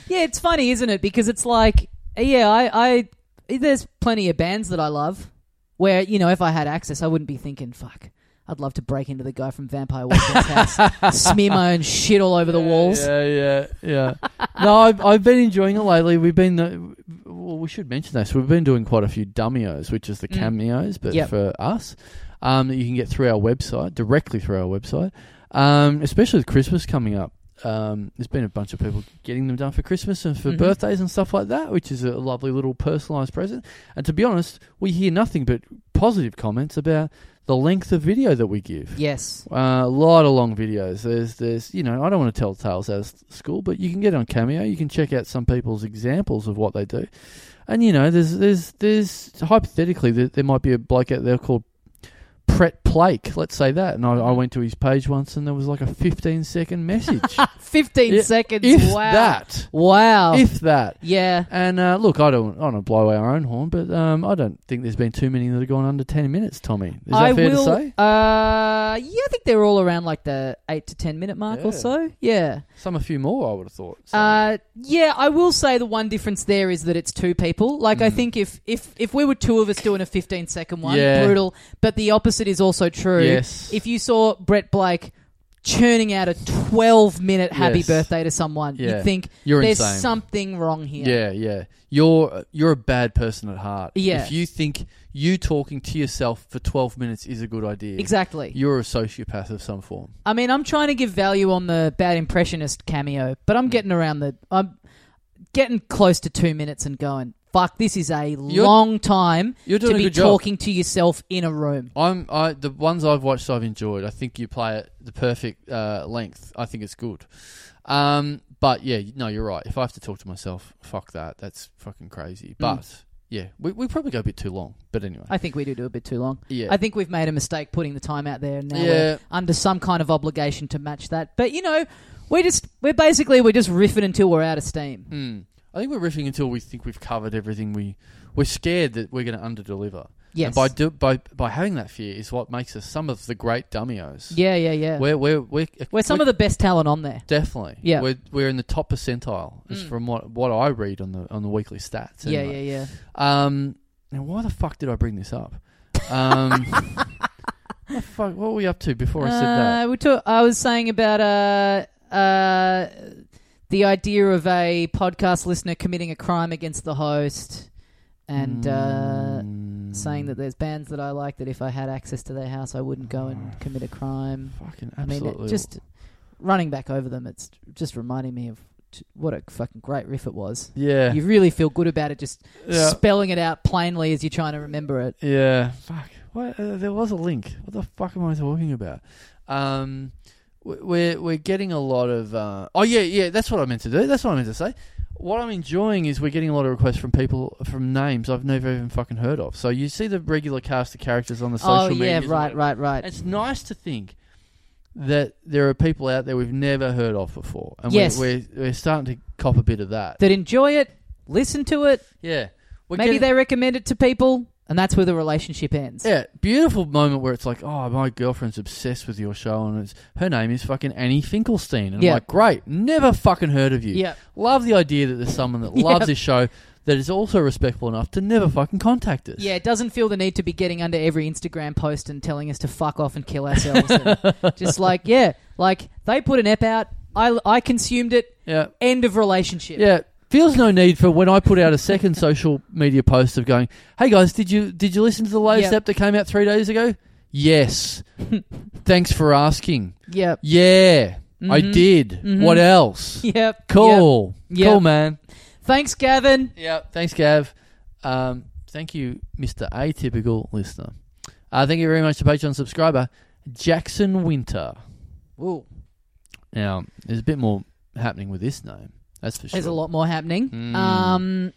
[SPEAKER 1] yeah, it's funny, isn't it? Because it's like, yeah, I, I, there's plenty of bands that I love where, you know, if I had access, I wouldn't be thinking, fuck, I'd love to break into the guy from Vampire
[SPEAKER 3] [LAUGHS]
[SPEAKER 1] Weekend's house, [LAUGHS] smear my own shit all over the walls.
[SPEAKER 3] Yeah, yeah, yeah. [LAUGHS] no, I've, I've been enjoying it lately. We've been, uh, well, we should mention this. We've been doing quite a few dummios, which is the
[SPEAKER 1] Mm.
[SPEAKER 3] cameos, but
[SPEAKER 1] Yep.
[SPEAKER 3] for us, um, that you can get through our website, directly through our website, um, especially with Christmas coming up. Um, there's been a bunch of people getting them done for Christmas and for
[SPEAKER 1] Mhm.
[SPEAKER 3] birthdays and stuff like that, which is a lovely little personalised present. And to be honest, we hear nothing but positive comments about the length of video that we give.
[SPEAKER 1] Yes. [LAUGHS]
[SPEAKER 3] Uh, a lot of long videos. There's, there's, you know, I don't want to tell tales out of s- school, but you can get on Cameo. You can check out some people's examples of what they do, and you know, there's, there's, there's hypothetically there, there might be a bloke out there called Pret Plake, let's say that. And I,
[SPEAKER 1] Mm-hmm.
[SPEAKER 3] I went to his page once and there was like a 15
[SPEAKER 1] [LAUGHS]
[SPEAKER 3] second message.
[SPEAKER 1] 15
[SPEAKER 3] Yeah,
[SPEAKER 1] seconds.
[SPEAKER 3] if
[SPEAKER 1] wow. Oh.
[SPEAKER 3] that.
[SPEAKER 1] Wow.
[SPEAKER 3] If that.
[SPEAKER 1] yeah.
[SPEAKER 3] And uh, look, I don't, I don't want to blow away our own horn, but um, I don't think there's been too many that have gone under 10 minutes, Tommy. Is that
[SPEAKER 1] I
[SPEAKER 3] fair
[SPEAKER 1] will.
[SPEAKER 3] to say?
[SPEAKER 1] Uh, yeah, I think they're all around like the eight to ten minute mark
[SPEAKER 3] Yeah.
[SPEAKER 1] or so. Yeah.
[SPEAKER 3] Some a few more, I would have thought. So.
[SPEAKER 1] Uh, yeah, I will say the one difference there is that it's two people. Like
[SPEAKER 3] Mm.
[SPEAKER 1] I think if if if we were two of us doing a 15 second one,
[SPEAKER 3] Yeah.
[SPEAKER 1] brutal. But the opposite is also true.
[SPEAKER 3] Yes.
[SPEAKER 1] If you saw Brett Blake churning out a 12 minute happy
[SPEAKER 3] Yes.
[SPEAKER 1] birthday to someone,
[SPEAKER 3] Yeah.
[SPEAKER 1] you'd think
[SPEAKER 3] You're
[SPEAKER 1] there's
[SPEAKER 3] insane.
[SPEAKER 1] something wrong here.
[SPEAKER 3] Yeah, yeah. You're you're a bad person at heart.
[SPEAKER 1] Yeah.
[SPEAKER 3] If you think you talking to yourself for 12 minutes is a good idea.
[SPEAKER 1] Exactly.
[SPEAKER 3] You're a sociopath of some form.
[SPEAKER 1] I mean, I'm trying to give value on the bad impressionist cameo, but
[SPEAKER 3] Mm.
[SPEAKER 1] I'm getting around the. I'm getting close to two minutes and going. Fuck, this is a long time
[SPEAKER 3] you're doing
[SPEAKER 1] to
[SPEAKER 3] a
[SPEAKER 1] be
[SPEAKER 3] good job."
[SPEAKER 1] talking to yourself in a room.
[SPEAKER 3] I'm I the ones I've watched I've enjoyed. I think you play it the perfect uh, length. I think it's good. Um, but yeah, no, you're right. If I have to talk to myself, fuck that. That's fucking crazy. But yeah, we we probably go a bit too long. But anyway,
[SPEAKER 1] Mm. I think we do do a bit too long.
[SPEAKER 3] yeah,
[SPEAKER 1] I think we've made a mistake putting the time out there, and now
[SPEAKER 3] Yeah.
[SPEAKER 1] we're under some kind of obligation to match that. But you know, we just we're basically we're just riffing until we're out of steam.
[SPEAKER 3] Mm. I think we're riffing until we think we've covered everything. We we're scared that we're going to underdeliver.
[SPEAKER 1] Yes.
[SPEAKER 3] And by do, by by having that fear is what makes us some of the great dummios.
[SPEAKER 1] Yeah, yeah, yeah. We're,
[SPEAKER 3] We're we're we're,
[SPEAKER 1] some of the best talent on there.
[SPEAKER 3] definitely.
[SPEAKER 1] Yeah. Mm.
[SPEAKER 3] We're we're in the top percentile as from what what I read on the on the weekly stats.
[SPEAKER 1] Yeah,
[SPEAKER 3] anyway.
[SPEAKER 1] yeah, yeah.
[SPEAKER 3] Um, now why the fuck did I bring this up?
[SPEAKER 1] [LAUGHS]
[SPEAKER 3] Um, what the fuck? What were we up to before I said that?
[SPEAKER 1] Uh, we talk, I was saying about uh, uh, the idea of a podcast listener committing a crime against the host and
[SPEAKER 3] Mm.
[SPEAKER 1] uh, saying that there's bands that I like that if I had access to their house, I wouldn't go and commit a crime.
[SPEAKER 3] Fucking
[SPEAKER 1] I mean,
[SPEAKER 3] absolutely.
[SPEAKER 1] it just running back over them, it's just reminding me of t- what a fucking great riff it was.
[SPEAKER 3] yeah.
[SPEAKER 1] You really feel good about it, just
[SPEAKER 3] yeah.
[SPEAKER 1] spelling it out plainly as you're trying to remember it.
[SPEAKER 3] Yeah. Fuck. What, uh, there was a link. What the fuck am I talking about? Um, we- we're we're getting a lot of. Uh, oh yeah, yeah. That's what I meant to do. That's what I meant to say. What I'm enjoying is we're getting a lot of requests from people from names I've never even fucking heard of. So you see the regular cast of characters on the social
[SPEAKER 1] oh yeah,
[SPEAKER 3] media.
[SPEAKER 1] right, right, right.
[SPEAKER 3] It's nice to think that there are people out there we've never heard of before, and
[SPEAKER 1] Yes.
[SPEAKER 3] we're, we're we're starting to cop a bit of that.
[SPEAKER 1] That enjoy it, listen to it,
[SPEAKER 3] yeah, we're
[SPEAKER 1] Maybe
[SPEAKER 3] getting-
[SPEAKER 1] they recommend it to people, and that's where the relationship ends.
[SPEAKER 3] Yeah, beautiful moment where it's like, oh, my girlfriend's obsessed with your show, and it's her name is fucking Annie Finkelstein, and
[SPEAKER 1] Yeah.
[SPEAKER 3] I'm like, great, never fucking heard of you.
[SPEAKER 1] Yeah.
[SPEAKER 3] love the idea that there's
[SPEAKER 1] [LAUGHS]
[SPEAKER 3] someone that loves
[SPEAKER 1] Yep.
[SPEAKER 3] this show that is also respectful enough to never fucking contact us.
[SPEAKER 1] Yeah, it doesn't feel the need to be getting under every Instagram post and telling us to fuck off and kill ourselves.
[SPEAKER 3] [LAUGHS]
[SPEAKER 1] And just like, yeah, like they put an ep out, I, I consumed it,
[SPEAKER 3] yeah,
[SPEAKER 1] end of relationship.
[SPEAKER 3] yeah. Feels no need for when I put out
[SPEAKER 1] [LAUGHS]
[SPEAKER 3] a second social media post of going, "Hey guys, did you did you listen to the latest
[SPEAKER 1] Yep.
[SPEAKER 3] app that came out three days ago?"
[SPEAKER 1] [LAUGHS]
[SPEAKER 3] Yes. Thanks for asking.
[SPEAKER 1] Yep.
[SPEAKER 3] Yeah, I
[SPEAKER 1] Mhm.
[SPEAKER 3] did.
[SPEAKER 1] Mhm.
[SPEAKER 3] What
[SPEAKER 1] [LAUGHS]
[SPEAKER 3] else?
[SPEAKER 1] Yep.
[SPEAKER 3] Cool.
[SPEAKER 1] Yep.
[SPEAKER 3] Cool, man.
[SPEAKER 1] Yep. Thanks, Gavin.
[SPEAKER 3] Yeah, thanks, Gav. Um, thank you, Mr. Atypical Listener. Uh, thank you very much to Patreon subscriber Jackson Winter.
[SPEAKER 1] Woo.
[SPEAKER 3] Now, there's a bit more happening with this name. That's for sure.
[SPEAKER 1] There's a lot more happening.
[SPEAKER 3] Mm.
[SPEAKER 1] Um,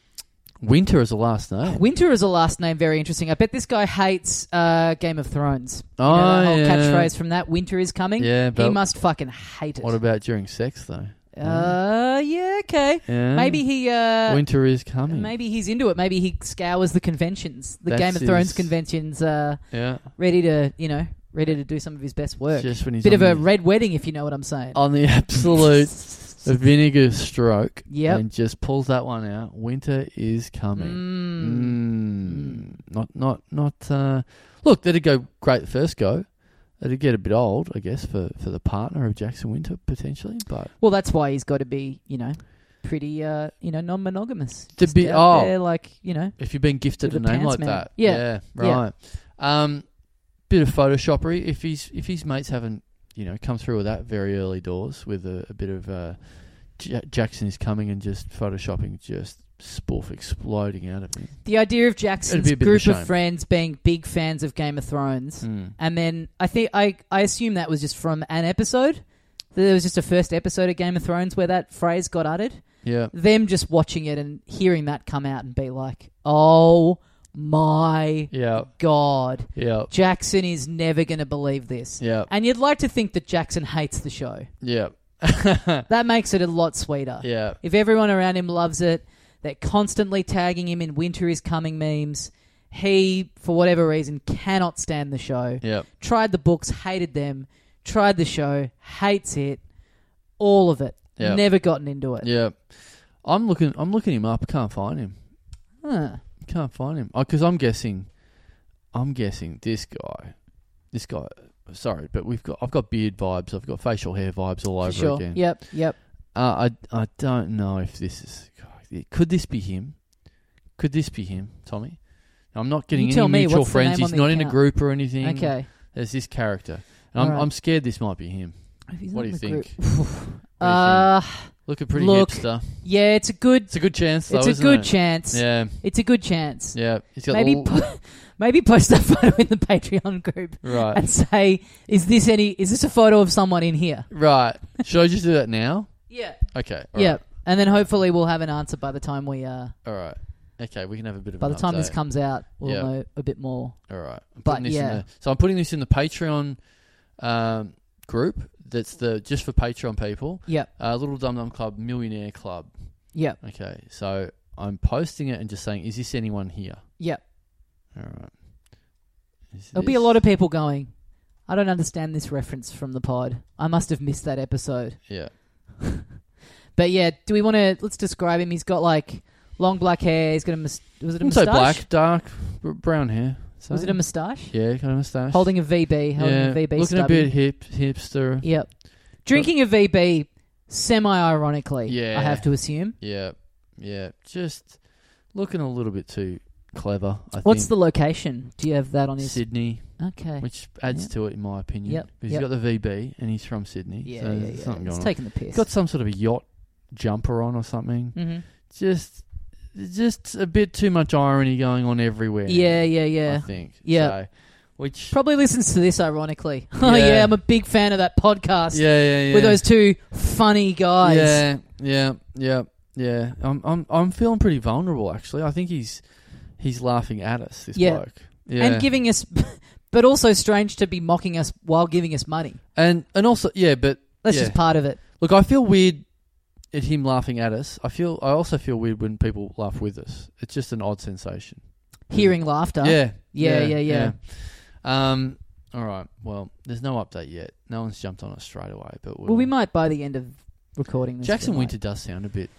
[SPEAKER 3] Winter is a last name.
[SPEAKER 1] Winter is a last name, very interesting. I bet this guy hates uh, Game of Thrones. You
[SPEAKER 3] oh,
[SPEAKER 1] know, that whole
[SPEAKER 3] yeah.
[SPEAKER 1] catchphrase from that, Winter is coming.
[SPEAKER 3] Yeah,
[SPEAKER 1] He
[SPEAKER 3] but
[SPEAKER 1] must fucking hate it.
[SPEAKER 3] what about during sex though?
[SPEAKER 1] uh, yeah, okay.
[SPEAKER 3] Yeah.
[SPEAKER 1] Maybe he. Uh,
[SPEAKER 3] winter is coming.
[SPEAKER 1] Maybe he's into it. Maybe he scours the conventions, the
[SPEAKER 3] That's
[SPEAKER 1] Game of Thrones
[SPEAKER 3] his-
[SPEAKER 1] conventions, uh,
[SPEAKER 3] Yeah,
[SPEAKER 1] ready to you know, ready to do some of his best work.
[SPEAKER 3] just when he's
[SPEAKER 1] Bit
[SPEAKER 3] on
[SPEAKER 1] of a
[SPEAKER 3] the,
[SPEAKER 1] red wedding, if you know what I'm saying.
[SPEAKER 3] on the absolute
[SPEAKER 1] [LAUGHS]
[SPEAKER 3] vinegar stroke.
[SPEAKER 1] Yep.
[SPEAKER 3] and just pulls that one out. Winter is coming.
[SPEAKER 1] Mm.
[SPEAKER 3] Mm. Not, not, not. Uh, look, that'd go great the first go. That'd get a bit old, I guess, for, for the partner of Jackson Winter potentially. But
[SPEAKER 1] Well, that's why he's got to be, you know, pretty, uh, you know, non-monogamous.
[SPEAKER 3] To
[SPEAKER 1] Just
[SPEAKER 3] be-
[SPEAKER 1] out
[SPEAKER 3] oh.
[SPEAKER 1] there, like you know,
[SPEAKER 3] if you've been gifted
[SPEAKER 1] With
[SPEAKER 3] a
[SPEAKER 1] the
[SPEAKER 3] name
[SPEAKER 1] pants
[SPEAKER 3] like
[SPEAKER 1] man.
[SPEAKER 3] that,
[SPEAKER 1] Yeah. Yeah.
[SPEAKER 3] right. Um, bit of photoshoppery. If he's if his mates haven't you know come through with that very early doors with a, a bit of uh, J- Jackson is coming and just photoshopping just spoof exploding out of him.
[SPEAKER 1] the idea of Jackson's
[SPEAKER 3] It'd be a bit of
[SPEAKER 1] group
[SPEAKER 3] a
[SPEAKER 1] of
[SPEAKER 3] shame.
[SPEAKER 1] friends being big fans of Game of Thrones,
[SPEAKER 3] Mm.
[SPEAKER 1] and then I think I I assume that was just from an episode. There was just a first episode of Game of Thrones where that phrase got uttered.
[SPEAKER 3] Yeah.
[SPEAKER 1] them just watching it and hearing that come out and be like, "Oh my
[SPEAKER 3] Yeah.
[SPEAKER 1] God.
[SPEAKER 3] Yeah.
[SPEAKER 1] Jackson is never going to believe this.
[SPEAKER 3] Yeah.
[SPEAKER 1] And you'd like to think that Jackson hates the show.
[SPEAKER 3] Yeah.
[SPEAKER 1] That makes it a lot sweeter.
[SPEAKER 3] Yeah.
[SPEAKER 1] If everyone around him loves it, they're constantly tagging him in winter is coming memes. He, for whatever reason, cannot stand the show.
[SPEAKER 3] Yeah.
[SPEAKER 1] Tried the books, hated them. Tried the show, hates it. All of it.
[SPEAKER 3] Yeah.
[SPEAKER 1] Never gotten into it.
[SPEAKER 3] Yeah. I'm looking I'm looking him up. Can't find him.
[SPEAKER 1] Huh.
[SPEAKER 3] Can't find him. Because I'm guessing, I'm guessing this guy, this guy. Sorry, but we've got I've got beard vibes. I've got facial hair vibes all
[SPEAKER 1] For
[SPEAKER 3] over
[SPEAKER 1] sure.
[SPEAKER 3] again.
[SPEAKER 1] Yep. Yep.
[SPEAKER 3] Uh, I I don't know if this is. Could this be him? Could this be him, Tommy? Now, I'm not getting
[SPEAKER 1] You
[SPEAKER 3] any
[SPEAKER 1] tell me,
[SPEAKER 3] mutual
[SPEAKER 1] what's the
[SPEAKER 3] friends.
[SPEAKER 1] name on
[SPEAKER 3] He's
[SPEAKER 1] the
[SPEAKER 3] not in a
[SPEAKER 1] account?
[SPEAKER 3] group or anything.
[SPEAKER 1] Okay.
[SPEAKER 3] There's this character. And I'm
[SPEAKER 1] Alright.
[SPEAKER 3] I'm scared this might be him. What do you think?
[SPEAKER 1] Uh,
[SPEAKER 3] Look a pretty
[SPEAKER 1] Look.
[SPEAKER 3] hipster.
[SPEAKER 1] yeah, it's a good,
[SPEAKER 3] It's a good chance. Though,
[SPEAKER 1] it's a
[SPEAKER 3] isn't
[SPEAKER 1] good
[SPEAKER 3] it?
[SPEAKER 1] chance.
[SPEAKER 3] Yeah,
[SPEAKER 1] It's a good chance.
[SPEAKER 3] yeah. He's got
[SPEAKER 1] Maybe,
[SPEAKER 3] all-
[SPEAKER 1] po- [LAUGHS] maybe post that [LAUGHS] photo in the Patreon group
[SPEAKER 3] right,
[SPEAKER 1] and say, "Is this any? Is this a photo of someone in here?"
[SPEAKER 3] right. Should I just do that now?
[SPEAKER 1] Yeah.
[SPEAKER 3] Okay. all
[SPEAKER 1] Yeah. And then hopefully we'll have an answer by the time we, uh,
[SPEAKER 3] All right. Okay, we can have a bit of.
[SPEAKER 1] by the
[SPEAKER 3] an
[SPEAKER 1] time this
[SPEAKER 3] update.
[SPEAKER 1] comes out, we'll
[SPEAKER 3] Yeah.
[SPEAKER 1] know a bit more.
[SPEAKER 3] All right. I'm
[SPEAKER 1] But,
[SPEAKER 3] putting this in
[SPEAKER 1] yeah.
[SPEAKER 3] the- so I'm putting this in the Patreon um, group. That's the just for Patreon people.
[SPEAKER 1] Yep.
[SPEAKER 3] Uh, Little Dum Dum Club Millionaire Club.
[SPEAKER 1] Yep.
[SPEAKER 3] Okay. So I'm posting it and just saying, is this anyone here?
[SPEAKER 1] Yep.
[SPEAKER 3] All right. Is
[SPEAKER 1] There'll be a lot of people going. I don't understand this reference from the pod. I must have missed that episode.
[SPEAKER 3] Yeah.
[SPEAKER 1] But yeah, do we want to? Let's describe him. He's got like long black hair. He's got a mus- was it a
[SPEAKER 3] I'm so
[SPEAKER 1] moustache?
[SPEAKER 3] black, dark, br- brown hair. So-
[SPEAKER 1] Was it a moustache?
[SPEAKER 3] yeah, kind of mustache.
[SPEAKER 1] Holding a VB, holding
[SPEAKER 3] yeah,
[SPEAKER 1] a VB.
[SPEAKER 3] looking
[SPEAKER 1] stubby.
[SPEAKER 3] a bit hip, hipster.
[SPEAKER 1] Yep. Drinking a VB, semi-ironically.
[SPEAKER 3] Yeah.
[SPEAKER 1] I have to assume.
[SPEAKER 3] Yeah, yeah. Just looking a little bit too clever. I
[SPEAKER 1] What's
[SPEAKER 3] think.
[SPEAKER 1] the location? Do you have that on his?
[SPEAKER 3] Sydney?
[SPEAKER 1] Okay.
[SPEAKER 3] Which adds
[SPEAKER 1] Yep.
[SPEAKER 3] to it, in my opinion.
[SPEAKER 1] Yep,
[SPEAKER 3] Because
[SPEAKER 1] yep.
[SPEAKER 3] he's got the VB and he's from Sydney.
[SPEAKER 1] Yeah,
[SPEAKER 3] so
[SPEAKER 1] yeah,
[SPEAKER 3] there's
[SPEAKER 1] yeah.
[SPEAKER 3] something
[SPEAKER 1] It's
[SPEAKER 3] going
[SPEAKER 1] taking the
[SPEAKER 3] on.
[SPEAKER 1] piss.
[SPEAKER 3] Got some sort of a yacht jumper on or something.
[SPEAKER 1] hmm
[SPEAKER 3] Just, just a bit too much irony going on everywhere.
[SPEAKER 1] Yeah, yeah,
[SPEAKER 3] I
[SPEAKER 1] yeah.
[SPEAKER 3] think.
[SPEAKER 1] Yeah.
[SPEAKER 3] So, which.
[SPEAKER 1] Probably listens to this, ironically. [LAUGHS] Oh yeah.
[SPEAKER 3] Yeah.
[SPEAKER 1] I'm a big fan of that podcast
[SPEAKER 3] yeah, yeah, yeah.
[SPEAKER 1] with those two funny guys.
[SPEAKER 3] Yeah, yeah, yeah, yeah. I'm, I'm, I'm feeling pretty vulnerable actually. I think he's, he's laughing at us. This
[SPEAKER 1] Yeah.
[SPEAKER 3] bloke. Yeah.
[SPEAKER 1] And giving us, [LAUGHS] but also strange to be mocking us while giving us money.
[SPEAKER 3] and and also yeah, but
[SPEAKER 1] That's
[SPEAKER 3] yeah.
[SPEAKER 1] just part of it.
[SPEAKER 3] Look, I feel weird at him laughing at us. I feel I also feel weird when people laugh with us. It's just an odd sensation.
[SPEAKER 1] Hearing laughter.
[SPEAKER 3] Yeah.
[SPEAKER 1] Yeah, yeah,
[SPEAKER 3] yeah. Um all right. Well, there's no update yet. No one's jumped on it straight away, but we'll,
[SPEAKER 1] Well, we might by the end of recording this.
[SPEAKER 3] Jackson
[SPEAKER 1] we might.
[SPEAKER 3] Winter does sound a bit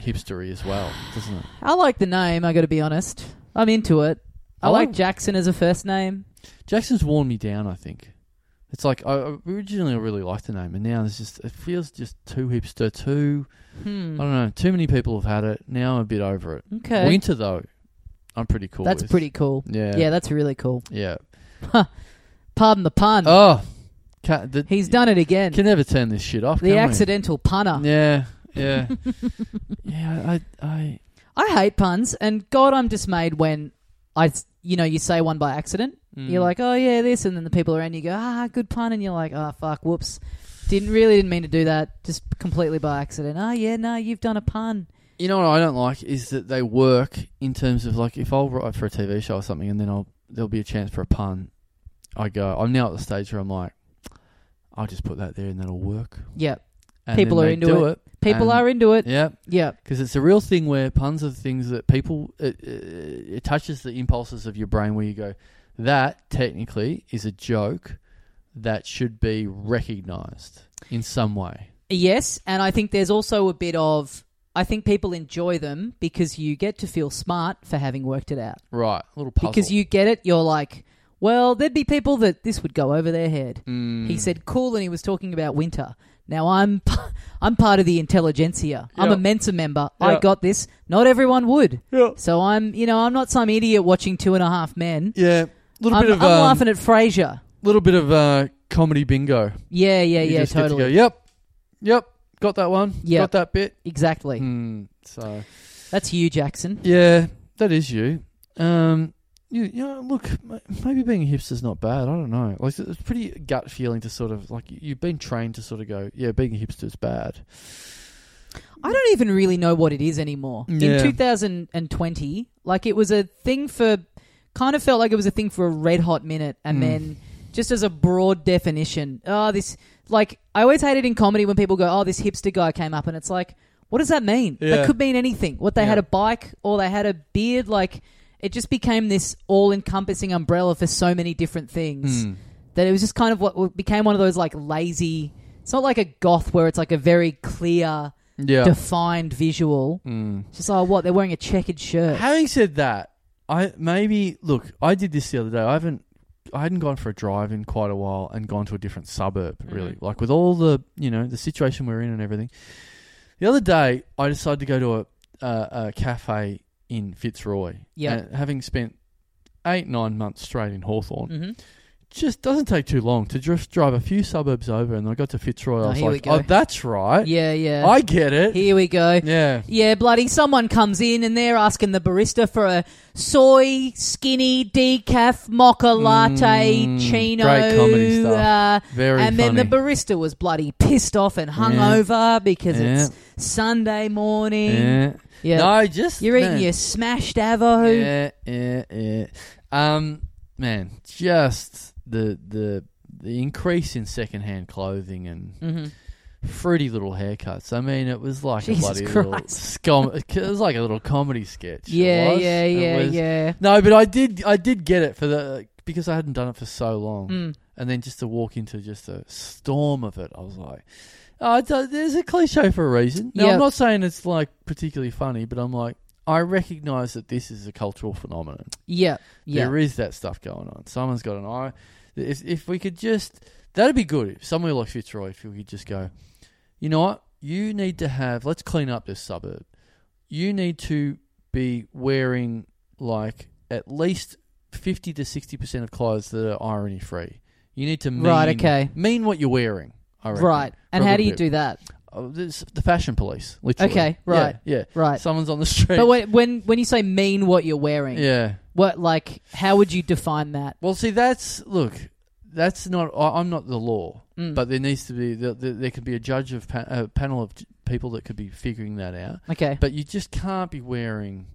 [SPEAKER 3] hipstery as well, doesn't it?
[SPEAKER 1] I like the name, I gotta be honest. I'm into it. I
[SPEAKER 3] I
[SPEAKER 1] like
[SPEAKER 3] like-
[SPEAKER 1] Jackson as a first name.
[SPEAKER 3] Jackson's worn me down, I think. It's like I I- originally I really liked the name, and now it's just it feels just too hipster, too I
[SPEAKER 1] Hmm.
[SPEAKER 3] don't know, too many people have had it. Now I'm a bit over it.
[SPEAKER 1] Okay.
[SPEAKER 3] Winter though, I'm pretty cool.
[SPEAKER 1] that's
[SPEAKER 3] with.
[SPEAKER 1] pretty cool.
[SPEAKER 3] Yeah.
[SPEAKER 1] Yeah. that's really cool.
[SPEAKER 3] Yeah.
[SPEAKER 1] Pardon the pun.
[SPEAKER 3] Oh, can, the,
[SPEAKER 1] He's done it again.
[SPEAKER 3] Can never turn this shit off. can
[SPEAKER 1] the
[SPEAKER 3] we?
[SPEAKER 1] accidental punner.
[SPEAKER 3] Yeah,
[SPEAKER 1] [LAUGHS]
[SPEAKER 3] yeah, yeah. I, I,
[SPEAKER 1] I hate puns, and God, I'm dismayed when I, s- you know, you say one by accident.
[SPEAKER 3] Mm.
[SPEAKER 1] You're like, oh yeah, this, and then the people around you go, ah, good pun, and you're like, ah, fuck, whoops, didn't really didn't mean to do that, just completely by accident. Oh yeah, no, you've done a pun.
[SPEAKER 3] you know what I don't like is that they work in terms of like if I'll write for a TV show or something, and then I'll there'll be a chance for a pun. I go. I'm now at the stage where I'm like, I'll just put that there and that'll work.
[SPEAKER 1] Yep,
[SPEAKER 3] And
[SPEAKER 1] People
[SPEAKER 3] then
[SPEAKER 1] are
[SPEAKER 3] they
[SPEAKER 1] into
[SPEAKER 3] do
[SPEAKER 1] it.
[SPEAKER 3] it.
[SPEAKER 1] people
[SPEAKER 3] And-
[SPEAKER 1] are into it.
[SPEAKER 3] Yeah,
[SPEAKER 1] Yeah,
[SPEAKER 3] because it's a real thing where puns are things that people it, it, it touches the impulses of your brain where you go that technically is a joke that should be recognized in some way
[SPEAKER 1] yes, and I think there's also a bit of, I think people enjoy them because you get to feel smart for having worked it out.
[SPEAKER 3] right a little puzzle
[SPEAKER 1] Because you get it, you're like, well, there'd be people that this would go over their head.
[SPEAKER 3] Mm.
[SPEAKER 1] He said cool, and he was talking about winter. Now I'm, [LAUGHS] p- I'm part of the intelligentsia. I'm a
[SPEAKER 3] Yeah.
[SPEAKER 1] Mensa member. I
[SPEAKER 3] Yeah.
[SPEAKER 1] got this. Not everyone would.
[SPEAKER 3] Yeah.
[SPEAKER 1] So I'm, you know, I'm not some idiot watching Two and a Half Men.
[SPEAKER 3] yeah little
[SPEAKER 1] I'm,
[SPEAKER 3] bit of
[SPEAKER 1] I'm
[SPEAKER 3] um,
[SPEAKER 1] laughing at Frasier.
[SPEAKER 3] little bit of uh, comedy bingo
[SPEAKER 1] Yeah, yeah,
[SPEAKER 3] You
[SPEAKER 1] yeah,
[SPEAKER 3] just get to
[SPEAKER 1] totally,
[SPEAKER 3] go, yep yep got that one
[SPEAKER 1] Yep.
[SPEAKER 3] got that bit
[SPEAKER 1] exactly.
[SPEAKER 3] mm, so
[SPEAKER 1] That's you, Jackson.
[SPEAKER 3] yeah that is you um you, you know, look, m- maybe being a hipster's not bad. I don't know. Like, it's pretty gut feeling to sort of like you've been trained to sort of go, yeah, being a hipster's bad.
[SPEAKER 1] I don't even really know what it is anymore.
[SPEAKER 3] Yeah.
[SPEAKER 1] In 2020, like it was a thing for kind of felt like it was a thing for a red hot minute,
[SPEAKER 3] Mm.
[SPEAKER 1] and then just as a broad definition, oh, this like I always hate it in comedy when people go, oh, this hipster guy came up, and it's like, what does that mean?
[SPEAKER 3] Yeah.
[SPEAKER 1] That could mean anything. What they had
[SPEAKER 3] Yeah.
[SPEAKER 1] a bike or they had a beard, like it just became this all-encompassing umbrella for so many different things
[SPEAKER 3] Mm.
[SPEAKER 1] that it was just kind of what became one of those like lazy. It's not like a goth where it's like a very clear
[SPEAKER 3] Yeah.
[SPEAKER 1] defined visual.
[SPEAKER 3] Mm.
[SPEAKER 1] It's just like, oh, what? They're wearing a checkered shirt.
[SPEAKER 3] Having said that, I maybe look. I did this the other day. I haven't. I hadn't gone for a drive in quite a while and gone to a different suburb. Really,
[SPEAKER 1] Mhm.
[SPEAKER 3] like with all the you know the situation we're in and everything. The other day, I decided to go to a a, a cafe in Fitzroy.
[SPEAKER 1] Yeah.
[SPEAKER 3] And having spent eight nine months straight in Hawthorn,
[SPEAKER 1] Mm-hmm.
[SPEAKER 3] just doesn't take too long to just drive a few suburbs over, and I got to Fitzroy.
[SPEAKER 1] Oh,
[SPEAKER 3] I was
[SPEAKER 1] here we
[SPEAKER 3] like,
[SPEAKER 1] go.
[SPEAKER 3] oh, that's right.
[SPEAKER 1] Yeah, yeah.
[SPEAKER 3] I get it.
[SPEAKER 1] Here we go.
[SPEAKER 3] yeah.
[SPEAKER 1] Yeah, bloody someone comes in and they're asking the barista for a soy skinny decaf mocha latte
[SPEAKER 3] Mm,
[SPEAKER 1] chino.
[SPEAKER 3] great comedy stuff.
[SPEAKER 1] Uh,
[SPEAKER 3] Very
[SPEAKER 1] and then
[SPEAKER 3] funny.
[SPEAKER 1] the barista was bloody pissed off and hungover because it's Sunday morning. Yeah,
[SPEAKER 3] yeah. No, just
[SPEAKER 1] you're eating
[SPEAKER 3] man.
[SPEAKER 1] your smashed avo.
[SPEAKER 3] Yeah, yeah, yeah. Um, man, just the the the increase in secondhand clothing and
[SPEAKER 1] Mm-hmm.
[SPEAKER 3] fruity little haircuts. I mean, it was like
[SPEAKER 1] Jesus
[SPEAKER 3] a bloody little
[SPEAKER 1] Christ.
[SPEAKER 3] scum. It was like a little comedy sketch. it
[SPEAKER 1] yeah,
[SPEAKER 3] was.
[SPEAKER 1] yeah,
[SPEAKER 3] It
[SPEAKER 1] yeah,
[SPEAKER 3] was-
[SPEAKER 1] yeah.
[SPEAKER 3] No, but I did I did get it for the because I hadn't done it for so long,
[SPEAKER 1] Mm.
[SPEAKER 3] and then just to walk into just a storm of it, I was like. Oh, it's a- there's a cliche for a reason. Now,
[SPEAKER 1] Yeah.
[SPEAKER 3] I'm not saying it's like particularly funny, but I'm like, I recognize that this is a cultural phenomenon
[SPEAKER 1] Yeah, yeah.
[SPEAKER 3] there is that stuff going on. Someone's got an eye. If, if we could just, that'd be good. If somewhere like Fitzroy, if we could just go, you know what? You need to have. Let's clean up this suburb. You need to be wearing like at least fifty to sixty percent of clothes that are irony free. You need to mean,
[SPEAKER 1] Right, okay.
[SPEAKER 3] mean what you're wearing. I reckon,
[SPEAKER 1] Right. And
[SPEAKER 3] for a
[SPEAKER 1] how do
[SPEAKER 3] little
[SPEAKER 1] you
[SPEAKER 3] bit.
[SPEAKER 1] do that?
[SPEAKER 3] Oh, this- the fashion police? Literally.
[SPEAKER 1] Okay,
[SPEAKER 3] Yeah,
[SPEAKER 1] right.
[SPEAKER 3] Yeah.
[SPEAKER 1] Right.
[SPEAKER 3] Someone's on the street.
[SPEAKER 1] But when, when when you say mean what you're wearing,
[SPEAKER 3] yeah.
[SPEAKER 1] what like how would you define that?
[SPEAKER 3] Well, see, that's look, that's not. I, I'm not the law,
[SPEAKER 1] Mm.
[SPEAKER 3] but there needs to be there, there, there could be a judge of pa- a panel of j- people that could be figuring that out.
[SPEAKER 1] Okay.
[SPEAKER 3] But you just can't be wearing,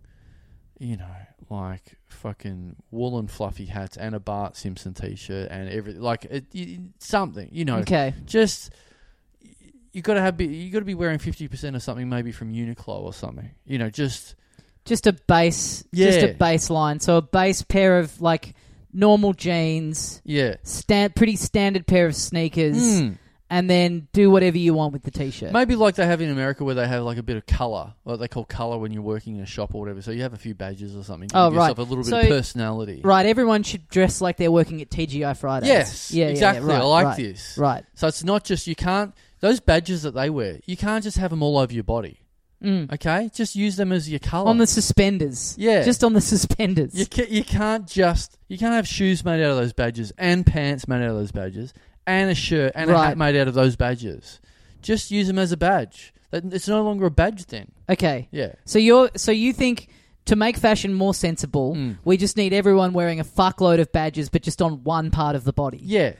[SPEAKER 3] you know, like fucking woolen fluffy hats and a Bart Simpson t-shirt and everything like it, you- something. You know,
[SPEAKER 1] okay.
[SPEAKER 3] just you got to have be, you got to be wearing fifty percent of something maybe from Uniqlo or something. You know, just
[SPEAKER 1] Just a base just
[SPEAKER 3] Yeah.
[SPEAKER 1] a baseline. So a base pair of like normal jeans,
[SPEAKER 3] yeah.
[SPEAKER 1] stand pretty standard pair of sneakers
[SPEAKER 3] Mm.
[SPEAKER 1] and then do whatever you want with the t-shirt.
[SPEAKER 3] Maybe like they have in America, where they have like a bit of color, what they call color when you're working in a shop or whatever. So you have a few badges or something. You
[SPEAKER 1] Oh,
[SPEAKER 3] give
[SPEAKER 1] right.
[SPEAKER 3] yourself a little bit
[SPEAKER 1] So-
[SPEAKER 3] of personality.
[SPEAKER 1] Right, everyone should dress like they're working at TGI Fridays.
[SPEAKER 3] Yes.
[SPEAKER 1] Yeah, yeah, yeah,
[SPEAKER 3] exactly.
[SPEAKER 1] right,
[SPEAKER 3] I like
[SPEAKER 1] right,
[SPEAKER 3] this.
[SPEAKER 1] Right.
[SPEAKER 3] So it's not just you can't those badges that they wear. You can't just have them all over your body.
[SPEAKER 1] Mm.
[SPEAKER 3] Okay, just use them as your color.
[SPEAKER 1] On the suspenders.
[SPEAKER 3] Yeah.
[SPEAKER 1] Just on the suspenders.
[SPEAKER 3] you, ca- you can't just you can't have shoes made out of those badges and pants made out of those badges and a shirt and a
[SPEAKER 1] Right.
[SPEAKER 3] hat made out of those badges. Just use them as a badge. That- It's no longer a badge then.
[SPEAKER 1] Okay.
[SPEAKER 3] Yeah.
[SPEAKER 1] So you're so you think to make fashion more sensible,
[SPEAKER 3] Mm.
[SPEAKER 1] we just need everyone wearing a fuckload of badges, but just on one part of the body.
[SPEAKER 3] Yeah,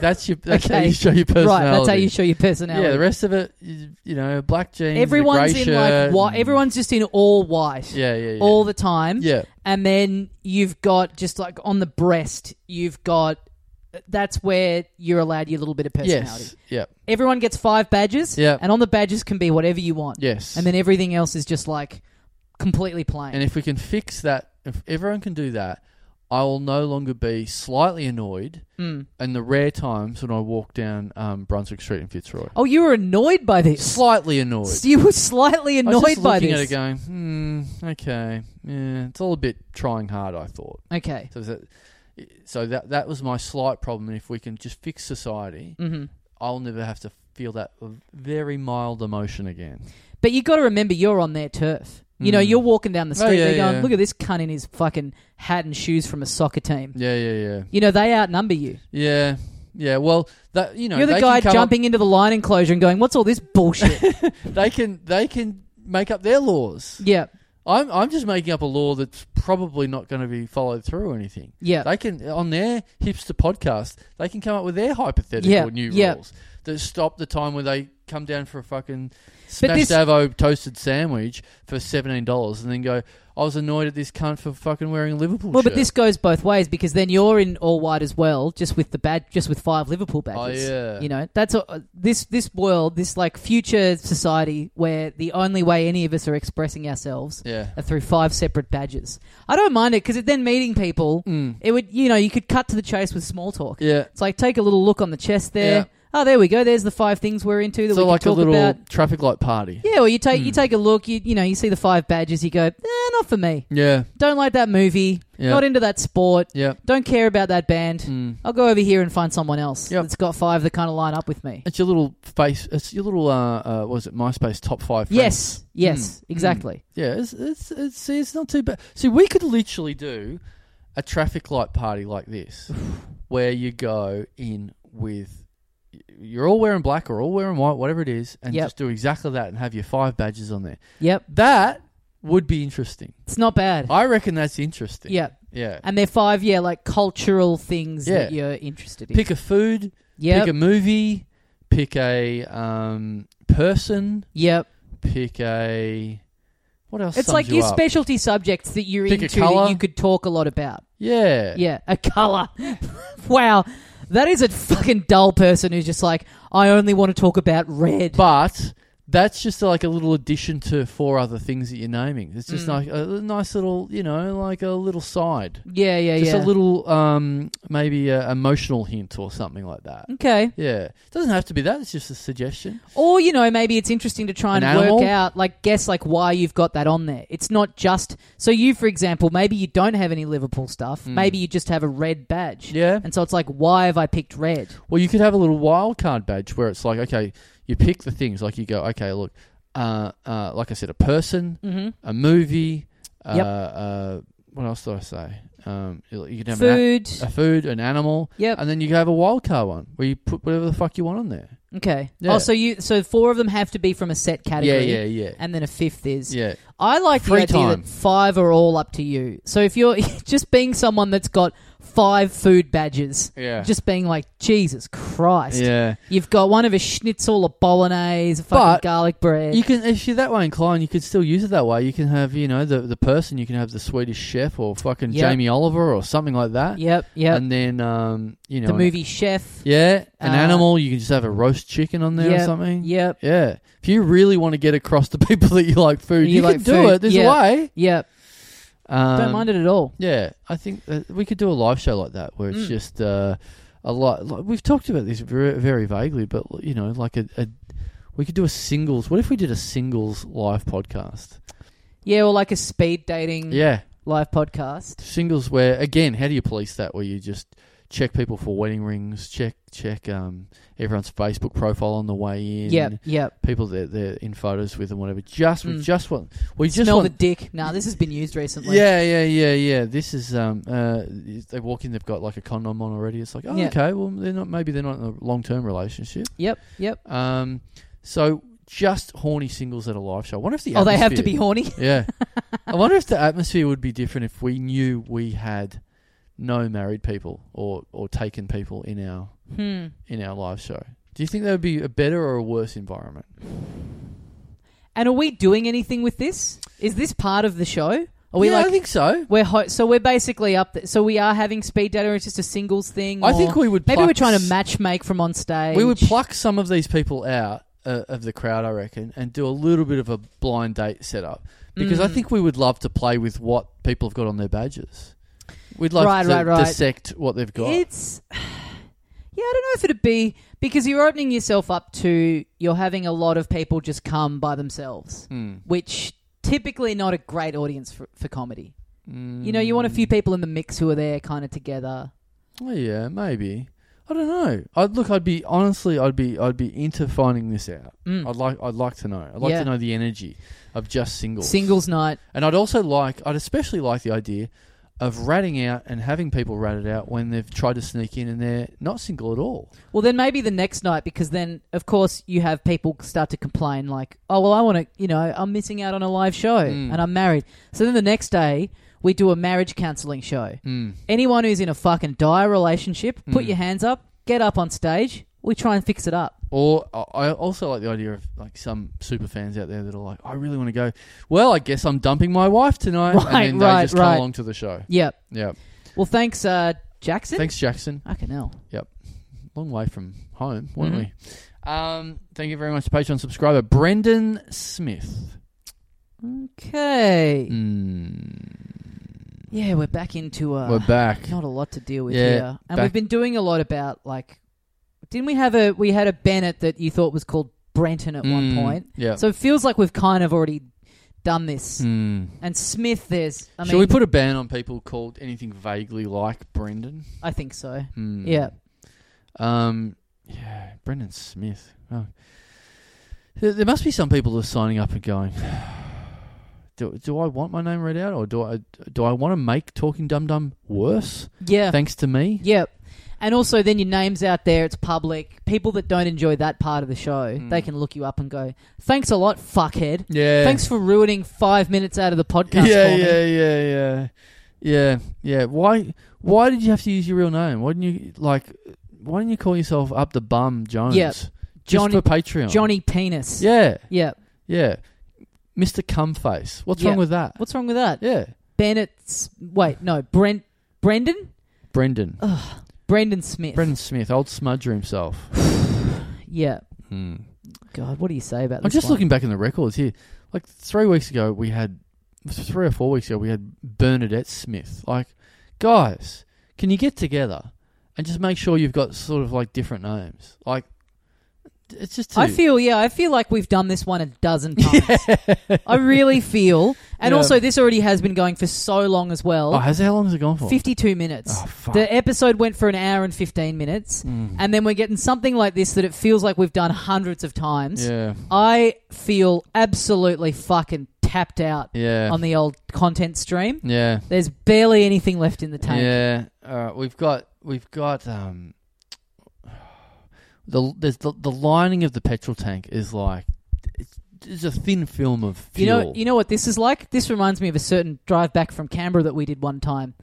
[SPEAKER 3] that's your that's how
[SPEAKER 1] Okay.
[SPEAKER 3] you show your
[SPEAKER 1] right.
[SPEAKER 3] personality.
[SPEAKER 1] That's how you show your personality.
[SPEAKER 3] Yeah, the rest of it, you, you know, black jeans,
[SPEAKER 1] everyone's
[SPEAKER 3] a grey
[SPEAKER 1] in
[SPEAKER 3] shirt,
[SPEAKER 1] like white.
[SPEAKER 3] and-
[SPEAKER 1] Everyone's just in all white.
[SPEAKER 3] Yeah, yeah, yeah.
[SPEAKER 1] All the time.
[SPEAKER 3] yeah,
[SPEAKER 1] And then you've got just like on the breast, you've got. That's where you're allowed your little bit of personality.
[SPEAKER 3] yes, yeah,
[SPEAKER 1] Everyone gets five badges,
[SPEAKER 3] Yeah.
[SPEAKER 1] and on the badges can be whatever you want.
[SPEAKER 3] yes.
[SPEAKER 1] And then everything else is just like completely plain.
[SPEAKER 3] and if we can fix that, if everyone can do that, I will no longer be slightly annoyed.
[SPEAKER 1] Mm.
[SPEAKER 3] in the rare times when I walk down um, Brunswick Street in Fitzroy,
[SPEAKER 1] Oh, you were annoyed by this.
[SPEAKER 3] slightly annoyed.
[SPEAKER 1] So [LAUGHS] you were slightly
[SPEAKER 3] I was
[SPEAKER 1] annoyed
[SPEAKER 3] just
[SPEAKER 1] by
[SPEAKER 3] looking
[SPEAKER 1] this.
[SPEAKER 3] at it, going, hmm, okay, yeah, it's all a bit trying hard. I thought.
[SPEAKER 1] okay.
[SPEAKER 3] So that, so that that was my slight problem. If we can just fix society,
[SPEAKER 1] hmm
[SPEAKER 3] I'll never have to feel that very mild emotion again.
[SPEAKER 1] But you got to remember, you're on their turf. You know,
[SPEAKER 3] Mm.
[SPEAKER 1] you're walking down the
[SPEAKER 3] Oh,
[SPEAKER 1] street.
[SPEAKER 3] yeah,
[SPEAKER 1] they're going,
[SPEAKER 3] yeah.
[SPEAKER 1] "Look at this cunt in his fucking hat and shoes from a soccer team."
[SPEAKER 3] Yeah, yeah, yeah,
[SPEAKER 1] You know, they outnumber you.
[SPEAKER 3] yeah, yeah. Well, that you know,
[SPEAKER 1] you're the
[SPEAKER 3] they
[SPEAKER 1] guy
[SPEAKER 3] can come
[SPEAKER 1] jumping into the line enclosure and going, "What's all this
[SPEAKER 3] [LAUGHS]
[SPEAKER 1] bullshit?"
[SPEAKER 3] Up, they can they can make up their laws.
[SPEAKER 1] yeah,
[SPEAKER 3] I'm I'm just making up a law that's probably not going to be followed through or anything.
[SPEAKER 1] yeah,
[SPEAKER 3] They can on their hipster podcast, they can come up with their hypothetical
[SPEAKER 1] Yeah,
[SPEAKER 3] new
[SPEAKER 1] yeah.
[SPEAKER 3] rules that stop the time where they come down for a fucking smash
[SPEAKER 1] this-
[SPEAKER 3] Davo toasted sandwich for seventeen dollars, and then go, I was annoyed at this cunt for fucking wearing a Liverpool.
[SPEAKER 1] Well,
[SPEAKER 3] shirt."
[SPEAKER 1] but this goes both ways because then you're in all white as well, just with the bad, just with five Liverpool badges.
[SPEAKER 3] Oh, yeah.
[SPEAKER 1] You know, that's a, this this world, this like future society where the only way any of us are expressing ourselves
[SPEAKER 3] Yeah.
[SPEAKER 1] are through five separate badges. I don't mind it because then meeting people, it would you know you could cut to the chase with small talk.
[SPEAKER 3] Mm. yeah.
[SPEAKER 1] It's like take a little look on the chest there.
[SPEAKER 3] Yeah.
[SPEAKER 1] Oh, there we go. There's the five things we're into that
[SPEAKER 3] So
[SPEAKER 1] we
[SPEAKER 3] like
[SPEAKER 1] can
[SPEAKER 3] a
[SPEAKER 1] talk
[SPEAKER 3] little Hmm.
[SPEAKER 1] about.
[SPEAKER 3] traffic light party.
[SPEAKER 1] Yeah, well, you take you take a look. You you know you see the five badges. You go, eh, not for me.
[SPEAKER 3] Yeah.
[SPEAKER 1] Don't like that movie.
[SPEAKER 3] Yeah.
[SPEAKER 1] Not into that sport.
[SPEAKER 3] Yeah.
[SPEAKER 1] Don't care about that band.
[SPEAKER 3] Mm.
[SPEAKER 1] I'll go over here and find someone else
[SPEAKER 3] Yep.
[SPEAKER 1] that's got five that kind of line up with me.
[SPEAKER 3] It's your little face. It's your little. Uh, uh, what is it MySpace top five? friends. Hmm.
[SPEAKER 1] Yes, yes, exactly.
[SPEAKER 3] Yeah. It's, it's it's see, it's not too bad. See, we could literally do a traffic light party
[SPEAKER 1] [SIGHS]
[SPEAKER 3] like this, where you go in with you're all wearing black or all wearing white, whatever it is, and
[SPEAKER 1] Yep.
[SPEAKER 3] just do exactly that and have your five badges on there.
[SPEAKER 1] Yep,
[SPEAKER 3] That would
[SPEAKER 1] [LAUGHS]
[SPEAKER 3] be interesting.
[SPEAKER 1] it's not bad.
[SPEAKER 3] I reckon that's interesting.
[SPEAKER 1] Yep,
[SPEAKER 3] Yeah.
[SPEAKER 1] and they're five, yeah, like cultural things that
[SPEAKER 3] Yeah.
[SPEAKER 1] you're interested in.
[SPEAKER 3] Pick a food.
[SPEAKER 1] yep,
[SPEAKER 3] Pick a movie. Pick a um, person.
[SPEAKER 1] yep.
[SPEAKER 3] Pick a what else?
[SPEAKER 1] It's
[SPEAKER 3] sums
[SPEAKER 1] like
[SPEAKER 3] you
[SPEAKER 1] your
[SPEAKER 3] up?
[SPEAKER 1] specialty subjects that you're
[SPEAKER 3] Pick a
[SPEAKER 1] into
[SPEAKER 3] colour.
[SPEAKER 1] that you could talk a lot about.
[SPEAKER 3] Yeah.
[SPEAKER 1] Yeah, a color. [LAUGHS] wow, that is a fucking dull person who's just like, I only want to talk about red.
[SPEAKER 3] But that's just like a little addition to four other things that you're naming. It's
[SPEAKER 1] Mm.
[SPEAKER 3] just like a nice little, you know, like a little side.
[SPEAKER 1] yeah, yeah,
[SPEAKER 3] Just
[SPEAKER 1] yeah.
[SPEAKER 3] a little, um, maybe a emotional hint or something like that.
[SPEAKER 1] okay.
[SPEAKER 3] Yeah, it doesn't have to be that. It's just a suggestion.
[SPEAKER 1] Or you know, maybe it's interesting to try
[SPEAKER 3] An
[SPEAKER 1] and
[SPEAKER 3] animal?
[SPEAKER 1] work out, like guess, like why you've got that on there. It's not just so you, for example, maybe you don't have any Liverpool stuff. Maybe you just have a red badge.
[SPEAKER 3] Mm. Yeah.
[SPEAKER 1] and so it's like, why have I picked red?
[SPEAKER 3] Well, you could have a little wild card badge where it's like, okay, you pick the things. Like you go, okay, look, uh, uh, like I said, a person, a movie. Uh,
[SPEAKER 1] Yep.
[SPEAKER 3] uh, what else do I say? Um, you you can have an a-
[SPEAKER 1] Food.
[SPEAKER 3] a food, an animal.
[SPEAKER 1] Yep.
[SPEAKER 3] And then you can have a wild card one where you put whatever the fuck you want on there.
[SPEAKER 1] Okay.
[SPEAKER 3] Yeah.
[SPEAKER 1] Oh, so you so four of them have to be from a set
[SPEAKER 3] Yeah,
[SPEAKER 1] category.
[SPEAKER 3] yeah, yeah.
[SPEAKER 1] And then a fifth is.
[SPEAKER 3] yeah.
[SPEAKER 1] I like
[SPEAKER 3] Free
[SPEAKER 1] the idea
[SPEAKER 3] time.
[SPEAKER 1] that five are all up to you. So if you're [LAUGHS] just being someone that's got five food badges,
[SPEAKER 3] Yeah.
[SPEAKER 1] just being like Jesus Christ,
[SPEAKER 3] Yeah.
[SPEAKER 1] You've got one of a schnitzel, a bolognese, a fucking
[SPEAKER 3] But
[SPEAKER 1] garlic bread.
[SPEAKER 3] You can if you're that way inclined, you could still use it that way. You can have, you know, the the person, you can have the Swedish chef or fucking
[SPEAKER 1] Yep.
[SPEAKER 3] Jamie Oliver or something like that.
[SPEAKER 1] yep, yep.
[SPEAKER 3] And then um, you know,
[SPEAKER 1] the
[SPEAKER 3] an-
[SPEAKER 1] movie Chef.
[SPEAKER 3] Yeah, an
[SPEAKER 1] Uh,
[SPEAKER 3] animal, you can just have a roast chicken on there
[SPEAKER 1] yep,
[SPEAKER 3] or something.
[SPEAKER 1] Yep,
[SPEAKER 3] Yeah. If you really want to get across to [LAUGHS] people that you like food,
[SPEAKER 1] You
[SPEAKER 3] you,
[SPEAKER 1] like
[SPEAKER 3] can do
[SPEAKER 1] food,
[SPEAKER 3] it. There's
[SPEAKER 1] yeah.
[SPEAKER 3] a way.
[SPEAKER 1] yep.
[SPEAKER 3] Um,
[SPEAKER 1] Don't mind it at all.
[SPEAKER 3] Yeah, I think that we could do a live show like that where it's
[SPEAKER 1] Mm.
[SPEAKER 3] just uh, a lot. Like, we've talked about this very, very vaguely, but you know, like a, a we could do a singles. What if we did a singles live podcast?
[SPEAKER 1] Yeah, or like a speed dating
[SPEAKER 3] Yeah,
[SPEAKER 1] live podcast.
[SPEAKER 3] singles. Where again, how do you police that? Where you just check people for wedding rings, check check um, everyone's Facebook profile on the way in.
[SPEAKER 1] Yep, yep.
[SPEAKER 3] People that they're in photos with and whatever. Just we
[SPEAKER 1] Mm.
[SPEAKER 3] just want we just
[SPEAKER 1] Smell
[SPEAKER 3] want
[SPEAKER 1] the dick. Nah, this has been used recently.
[SPEAKER 3] Yeah, yeah, yeah, yeah. This is um, uh, they walk in, they've got like a condom on already. It's like, oh,
[SPEAKER 1] Yeah.
[SPEAKER 3] okay, well, they're not maybe they're not in a long term relationship.
[SPEAKER 1] Yep, yep.
[SPEAKER 3] Um, so just horny singles at a live show. I wonder if the
[SPEAKER 1] oh, they have to be
[SPEAKER 3] atmosphere-
[SPEAKER 1] horny.
[SPEAKER 3] Yeah, I wonder if the atmosphere would be different if we knew we had no married people or or taken people in our
[SPEAKER 1] hmm.
[SPEAKER 3] in our live show. Do you think that would be a better or a worse environment?
[SPEAKER 1] And are we doing anything with this? Is this part of the show? Are we
[SPEAKER 3] yeah,
[SPEAKER 1] like
[SPEAKER 3] I think so.
[SPEAKER 1] we're ho- so we're basically up. Th- so we are having speed dating. or It's just a singles thing.
[SPEAKER 3] I
[SPEAKER 1] or-
[SPEAKER 3] think we would.
[SPEAKER 1] Maybe
[SPEAKER 3] pluck
[SPEAKER 1] we're trying to
[SPEAKER 3] s-
[SPEAKER 1] match make from on stage.
[SPEAKER 3] We would pluck some of these people out uh, of the crowd, I reckon, and do a little bit of a blind date setup because I
[SPEAKER 1] Mm.
[SPEAKER 3] think we would love to play with what people have got on their badges. We'd love
[SPEAKER 1] Right,
[SPEAKER 3] to
[SPEAKER 1] right, right.
[SPEAKER 3] dissect what they've got.
[SPEAKER 1] It's [SIGHS] yeah, I don't know if it'd be because you're opening yourself up to you're having a lot of people just come by themselves,
[SPEAKER 3] Hmm.
[SPEAKER 1] which typically not a great audience for, for comedy.
[SPEAKER 3] Mm.
[SPEAKER 1] You know, you want a few people in the mix who are there kind of together.
[SPEAKER 3] Oh, yeah, maybe. I don't know. I'd look. I'd be honestly. I'd be. I'd be into finding this out.
[SPEAKER 1] Mm.
[SPEAKER 3] I'd like. I'd like to know. I'd like
[SPEAKER 1] Yeah.
[SPEAKER 3] to know the energy of just singles.
[SPEAKER 1] Singles night,
[SPEAKER 3] And I'd also like, I'd especially like the idea of ratting out and having people ratted out when they've tried to sneak in and they're not single at all.
[SPEAKER 1] Well, then maybe the next night, because then, of course, you have people start to complain, like, oh, well, I want to, you know, I'm missing out on a live show
[SPEAKER 3] Mm.
[SPEAKER 1] and I'm married. So then the next day, we do a marriage counseling Hmm.
[SPEAKER 3] Mm.
[SPEAKER 1] show. Anyone who's in a fucking dire relationship, put your hands up, get up on stage, we try and fix it up.
[SPEAKER 3] Or I I also like the idea of like some super fans out there that are like, I really want to go. Well, I guess I'm dumping my wife tonight,
[SPEAKER 1] [LAUGHS] Right,
[SPEAKER 3] and then
[SPEAKER 1] right,
[SPEAKER 3] they just
[SPEAKER 1] right.
[SPEAKER 3] come along to the show.
[SPEAKER 1] Yep.
[SPEAKER 3] Yeah.
[SPEAKER 1] Well, thanks, uh, Jackson.
[SPEAKER 3] Thanks, Jackson.
[SPEAKER 1] Fucking hell.
[SPEAKER 3] Long way from home, weren't
[SPEAKER 1] Mm-hmm.
[SPEAKER 3] we? Um, thank you very much to Patreon subscriber Brendan Smith.
[SPEAKER 1] Okay.
[SPEAKER 3] Mm.
[SPEAKER 1] Yeah, we're back into uh,
[SPEAKER 3] We're back.
[SPEAKER 1] Hmm. not a lot to deal with
[SPEAKER 3] Yeah,
[SPEAKER 1] here, and
[SPEAKER 3] back-
[SPEAKER 1] we've been doing a lot about like, didn't we have a we had a Bennett that you thought was called Brenton at one
[SPEAKER 3] Mm,
[SPEAKER 1] point?
[SPEAKER 3] Yeah.
[SPEAKER 1] So it feels like we've kind of already done this.
[SPEAKER 3] Mm.
[SPEAKER 1] And Smith, there's I
[SPEAKER 3] Should
[SPEAKER 1] mean,
[SPEAKER 3] we put a ban on people called anything vaguely like Brendan?
[SPEAKER 1] I think so.
[SPEAKER 3] Mm.
[SPEAKER 1] Yeah.
[SPEAKER 3] Um, yeah, Brendan Smith. Oh. There, there must be some people that are signing up and going, [SIGHS] do, do I want my name read out or do I do I want to make Talking Dum Dum worse
[SPEAKER 1] Yeah.
[SPEAKER 3] thanks to me?
[SPEAKER 1] Yep. And also, then your name's out there, it's public. People that don't enjoy that part of the show,
[SPEAKER 3] Mm.
[SPEAKER 1] they can look you up and go, thanks a lot, fuckhead.
[SPEAKER 3] Yeah.
[SPEAKER 1] Thanks for ruining five minutes out of the
[SPEAKER 3] Yeah,
[SPEAKER 1] podcast
[SPEAKER 3] yeah,
[SPEAKER 1] for me.
[SPEAKER 3] yeah, yeah, yeah, yeah. Why why did you have to use your real name? Why didn't you like? Why didn't you call yourself Up the Bum Jones?
[SPEAKER 1] Yeah.
[SPEAKER 3] Just
[SPEAKER 1] Johnny-
[SPEAKER 3] for Patreon.
[SPEAKER 1] Johnny Penis.
[SPEAKER 3] Yeah,
[SPEAKER 1] Yeah.
[SPEAKER 3] yeah. Mr. Cumface. What's
[SPEAKER 1] Yeah.
[SPEAKER 3] wrong with that?
[SPEAKER 1] What's wrong with that?
[SPEAKER 3] Yeah,
[SPEAKER 1] Bennett's. Wait, no. Brent. Brendan?
[SPEAKER 3] Brendan.
[SPEAKER 1] Oh, Brendan Smith.
[SPEAKER 3] Brendan Smith, old smudger himself.
[SPEAKER 1] Yeah. God, what do you say about
[SPEAKER 3] I'm
[SPEAKER 1] this?
[SPEAKER 3] just
[SPEAKER 1] one?
[SPEAKER 3] looking back in the records here. Like three weeks ago, we had three or four weeks ago, we had Bernadette Smith. Like, guys, can you get together and just make sure you've got sort of like different names? Like, it's just. Too,
[SPEAKER 1] I
[SPEAKER 3] [LAUGHS]
[SPEAKER 1] feel, yeah, I feel like we've done this one a dozen times. I really feel. And
[SPEAKER 3] Yeah.
[SPEAKER 1] also, this already has been going for so long as well.
[SPEAKER 3] Oh, has how long has it gone for?
[SPEAKER 1] 52 minutes.
[SPEAKER 3] Oh, fuck.
[SPEAKER 1] The episode went for an hour and 15 minutes, and then we're getting something like this that it feels like we've done hundreds of times.
[SPEAKER 3] yeah,
[SPEAKER 1] I feel absolutely fucking tapped out
[SPEAKER 3] yeah,
[SPEAKER 1] on the old content stream.
[SPEAKER 3] yeah,
[SPEAKER 1] There's barely anything left in the tank.
[SPEAKER 3] yeah. All right, we've got we've got um. The there's the the lining of the petrol tank is like it's, it's a thin film of
[SPEAKER 1] You
[SPEAKER 3] fuel.
[SPEAKER 1] know, you know what this is like. This reminds me of a certain drive back from Canberra that we did one time.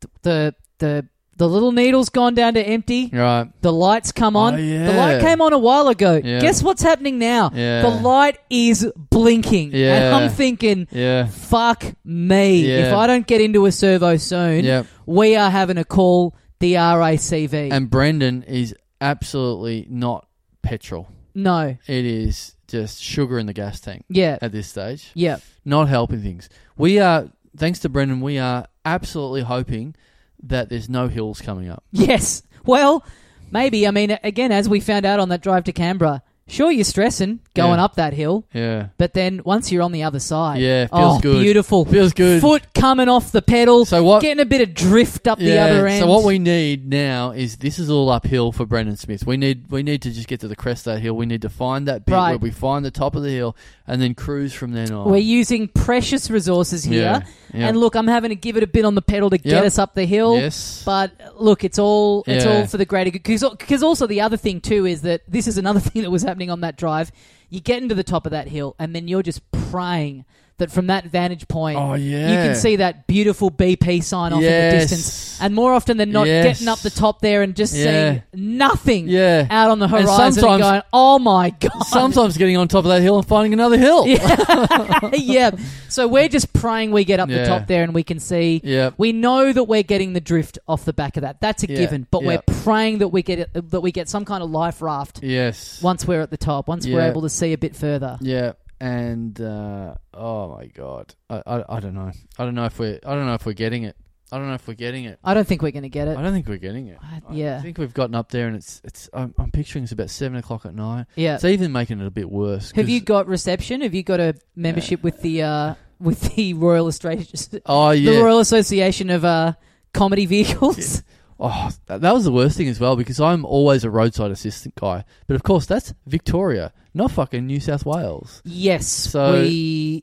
[SPEAKER 1] Th- The the the little needle's gone down to empty.
[SPEAKER 3] Right.
[SPEAKER 1] The lights come
[SPEAKER 3] Oh,
[SPEAKER 1] on. The
[SPEAKER 3] yeah.
[SPEAKER 1] light came on a while ago.
[SPEAKER 3] Yeah.
[SPEAKER 1] Guess what's happening now?
[SPEAKER 3] Yeah.
[SPEAKER 1] The light is blinking, and
[SPEAKER 3] Yeah.
[SPEAKER 1] I'm thinking,
[SPEAKER 3] Yeah.
[SPEAKER 1] "Fuck me!
[SPEAKER 3] Yeah.
[SPEAKER 1] If I don't get into a servo soon,
[SPEAKER 3] Yeah.
[SPEAKER 1] we are having a call the RACV."
[SPEAKER 3] And Brendan is absolutely not petrol.
[SPEAKER 1] no,
[SPEAKER 3] It is just sugar in the gas tank
[SPEAKER 1] yeah,
[SPEAKER 3] at this stage.
[SPEAKER 1] yeah,
[SPEAKER 3] Not helping things. We are thanks to Brendan, we are absolutely hoping that there's no hills coming up.
[SPEAKER 1] yes. Well, maybe. I mean, again, as we found out on that drive to Canberra, sure you're stressing going
[SPEAKER 3] Yeah.
[SPEAKER 1] up that hill,
[SPEAKER 3] Yeah.
[SPEAKER 1] but then once you're on the other side,
[SPEAKER 3] Yeah, feels
[SPEAKER 1] oh,
[SPEAKER 3] good.
[SPEAKER 1] beautiful,
[SPEAKER 3] Feels good.
[SPEAKER 1] Foot coming off the pedal,
[SPEAKER 3] So what-
[SPEAKER 1] Getting a bit of drift up the other end.
[SPEAKER 3] So what we need now is this is all uphill for Brendan Smith. We need we need to just get to the crest of that hill. We need to find that bit
[SPEAKER 1] Right.
[SPEAKER 3] where we find the top of the hill and then cruise from then on.
[SPEAKER 1] We're using precious resources here.
[SPEAKER 3] Yeah, yeah.
[SPEAKER 1] And look, I'm having to give it a bit on the pedal to get
[SPEAKER 3] Yep.
[SPEAKER 1] us up the hill.
[SPEAKER 3] yes.
[SPEAKER 1] But look, it's all it's
[SPEAKER 3] Yeah.
[SPEAKER 1] all for the greater good. Because also the other thing too is that this is another [LAUGHS] thing that was happening on that drive. You get into the top of that hill, and then you're just praying that from that vantage point,
[SPEAKER 3] Oh, yeah.
[SPEAKER 1] you can see that beautiful BP sign off in the
[SPEAKER 3] Yes.
[SPEAKER 1] distance. And more often than not,
[SPEAKER 3] Yes.
[SPEAKER 1] getting up the top there and just
[SPEAKER 3] Yeah.
[SPEAKER 1] seeing nothing
[SPEAKER 3] Yeah.
[SPEAKER 1] [LAUGHS] out on the horizon, and
[SPEAKER 3] sometimes-
[SPEAKER 1] going, "Oh my god!"
[SPEAKER 3] Sometimes getting on top of that hill and finding another hill. Yeah.
[SPEAKER 1] [LAUGHS] yeah. [LAUGHS] So we're just praying we get up the
[SPEAKER 3] Yeah.
[SPEAKER 1] top there and we can see.
[SPEAKER 3] Yep.
[SPEAKER 1] We know that we're getting the drift off the back of that. That's a
[SPEAKER 3] Yeah,
[SPEAKER 1] given. But
[SPEAKER 3] yeah.
[SPEAKER 1] we're praying that we get it, that we get some kind of life raft
[SPEAKER 3] Yes.
[SPEAKER 1] once we're at the top. Once we're
[SPEAKER 3] Yeah.
[SPEAKER 1] able to see a bit further.
[SPEAKER 3] Yeah. And uh, oh my god, I, I I don't know. I don't know if we're I don't know if we're getting it. I don't know if we're getting it.
[SPEAKER 1] I don't think we're going to get it.
[SPEAKER 3] I don't think we're getting it.
[SPEAKER 1] I-
[SPEAKER 3] I
[SPEAKER 1] yeah.
[SPEAKER 3] think we've gotten up there and it's it's. I'm, I'm picturing it's about seven o'clock at night.
[SPEAKER 1] Yeah.
[SPEAKER 3] It's even making it a bit worse.
[SPEAKER 1] Have
[SPEAKER 3] 'cause-
[SPEAKER 1] you got reception? Have you got a membership with the uh, with [LAUGHS] the Royal Association,
[SPEAKER 3] Oh yeah.
[SPEAKER 1] the Royal Association of uh, Comedy Vehicles?
[SPEAKER 3] Oh, that that was the worst thing as well because I'm always a roadside assistant guy, but of course that's Victoria, not fucking New South Wales.
[SPEAKER 1] Yes.
[SPEAKER 3] So-
[SPEAKER 1] we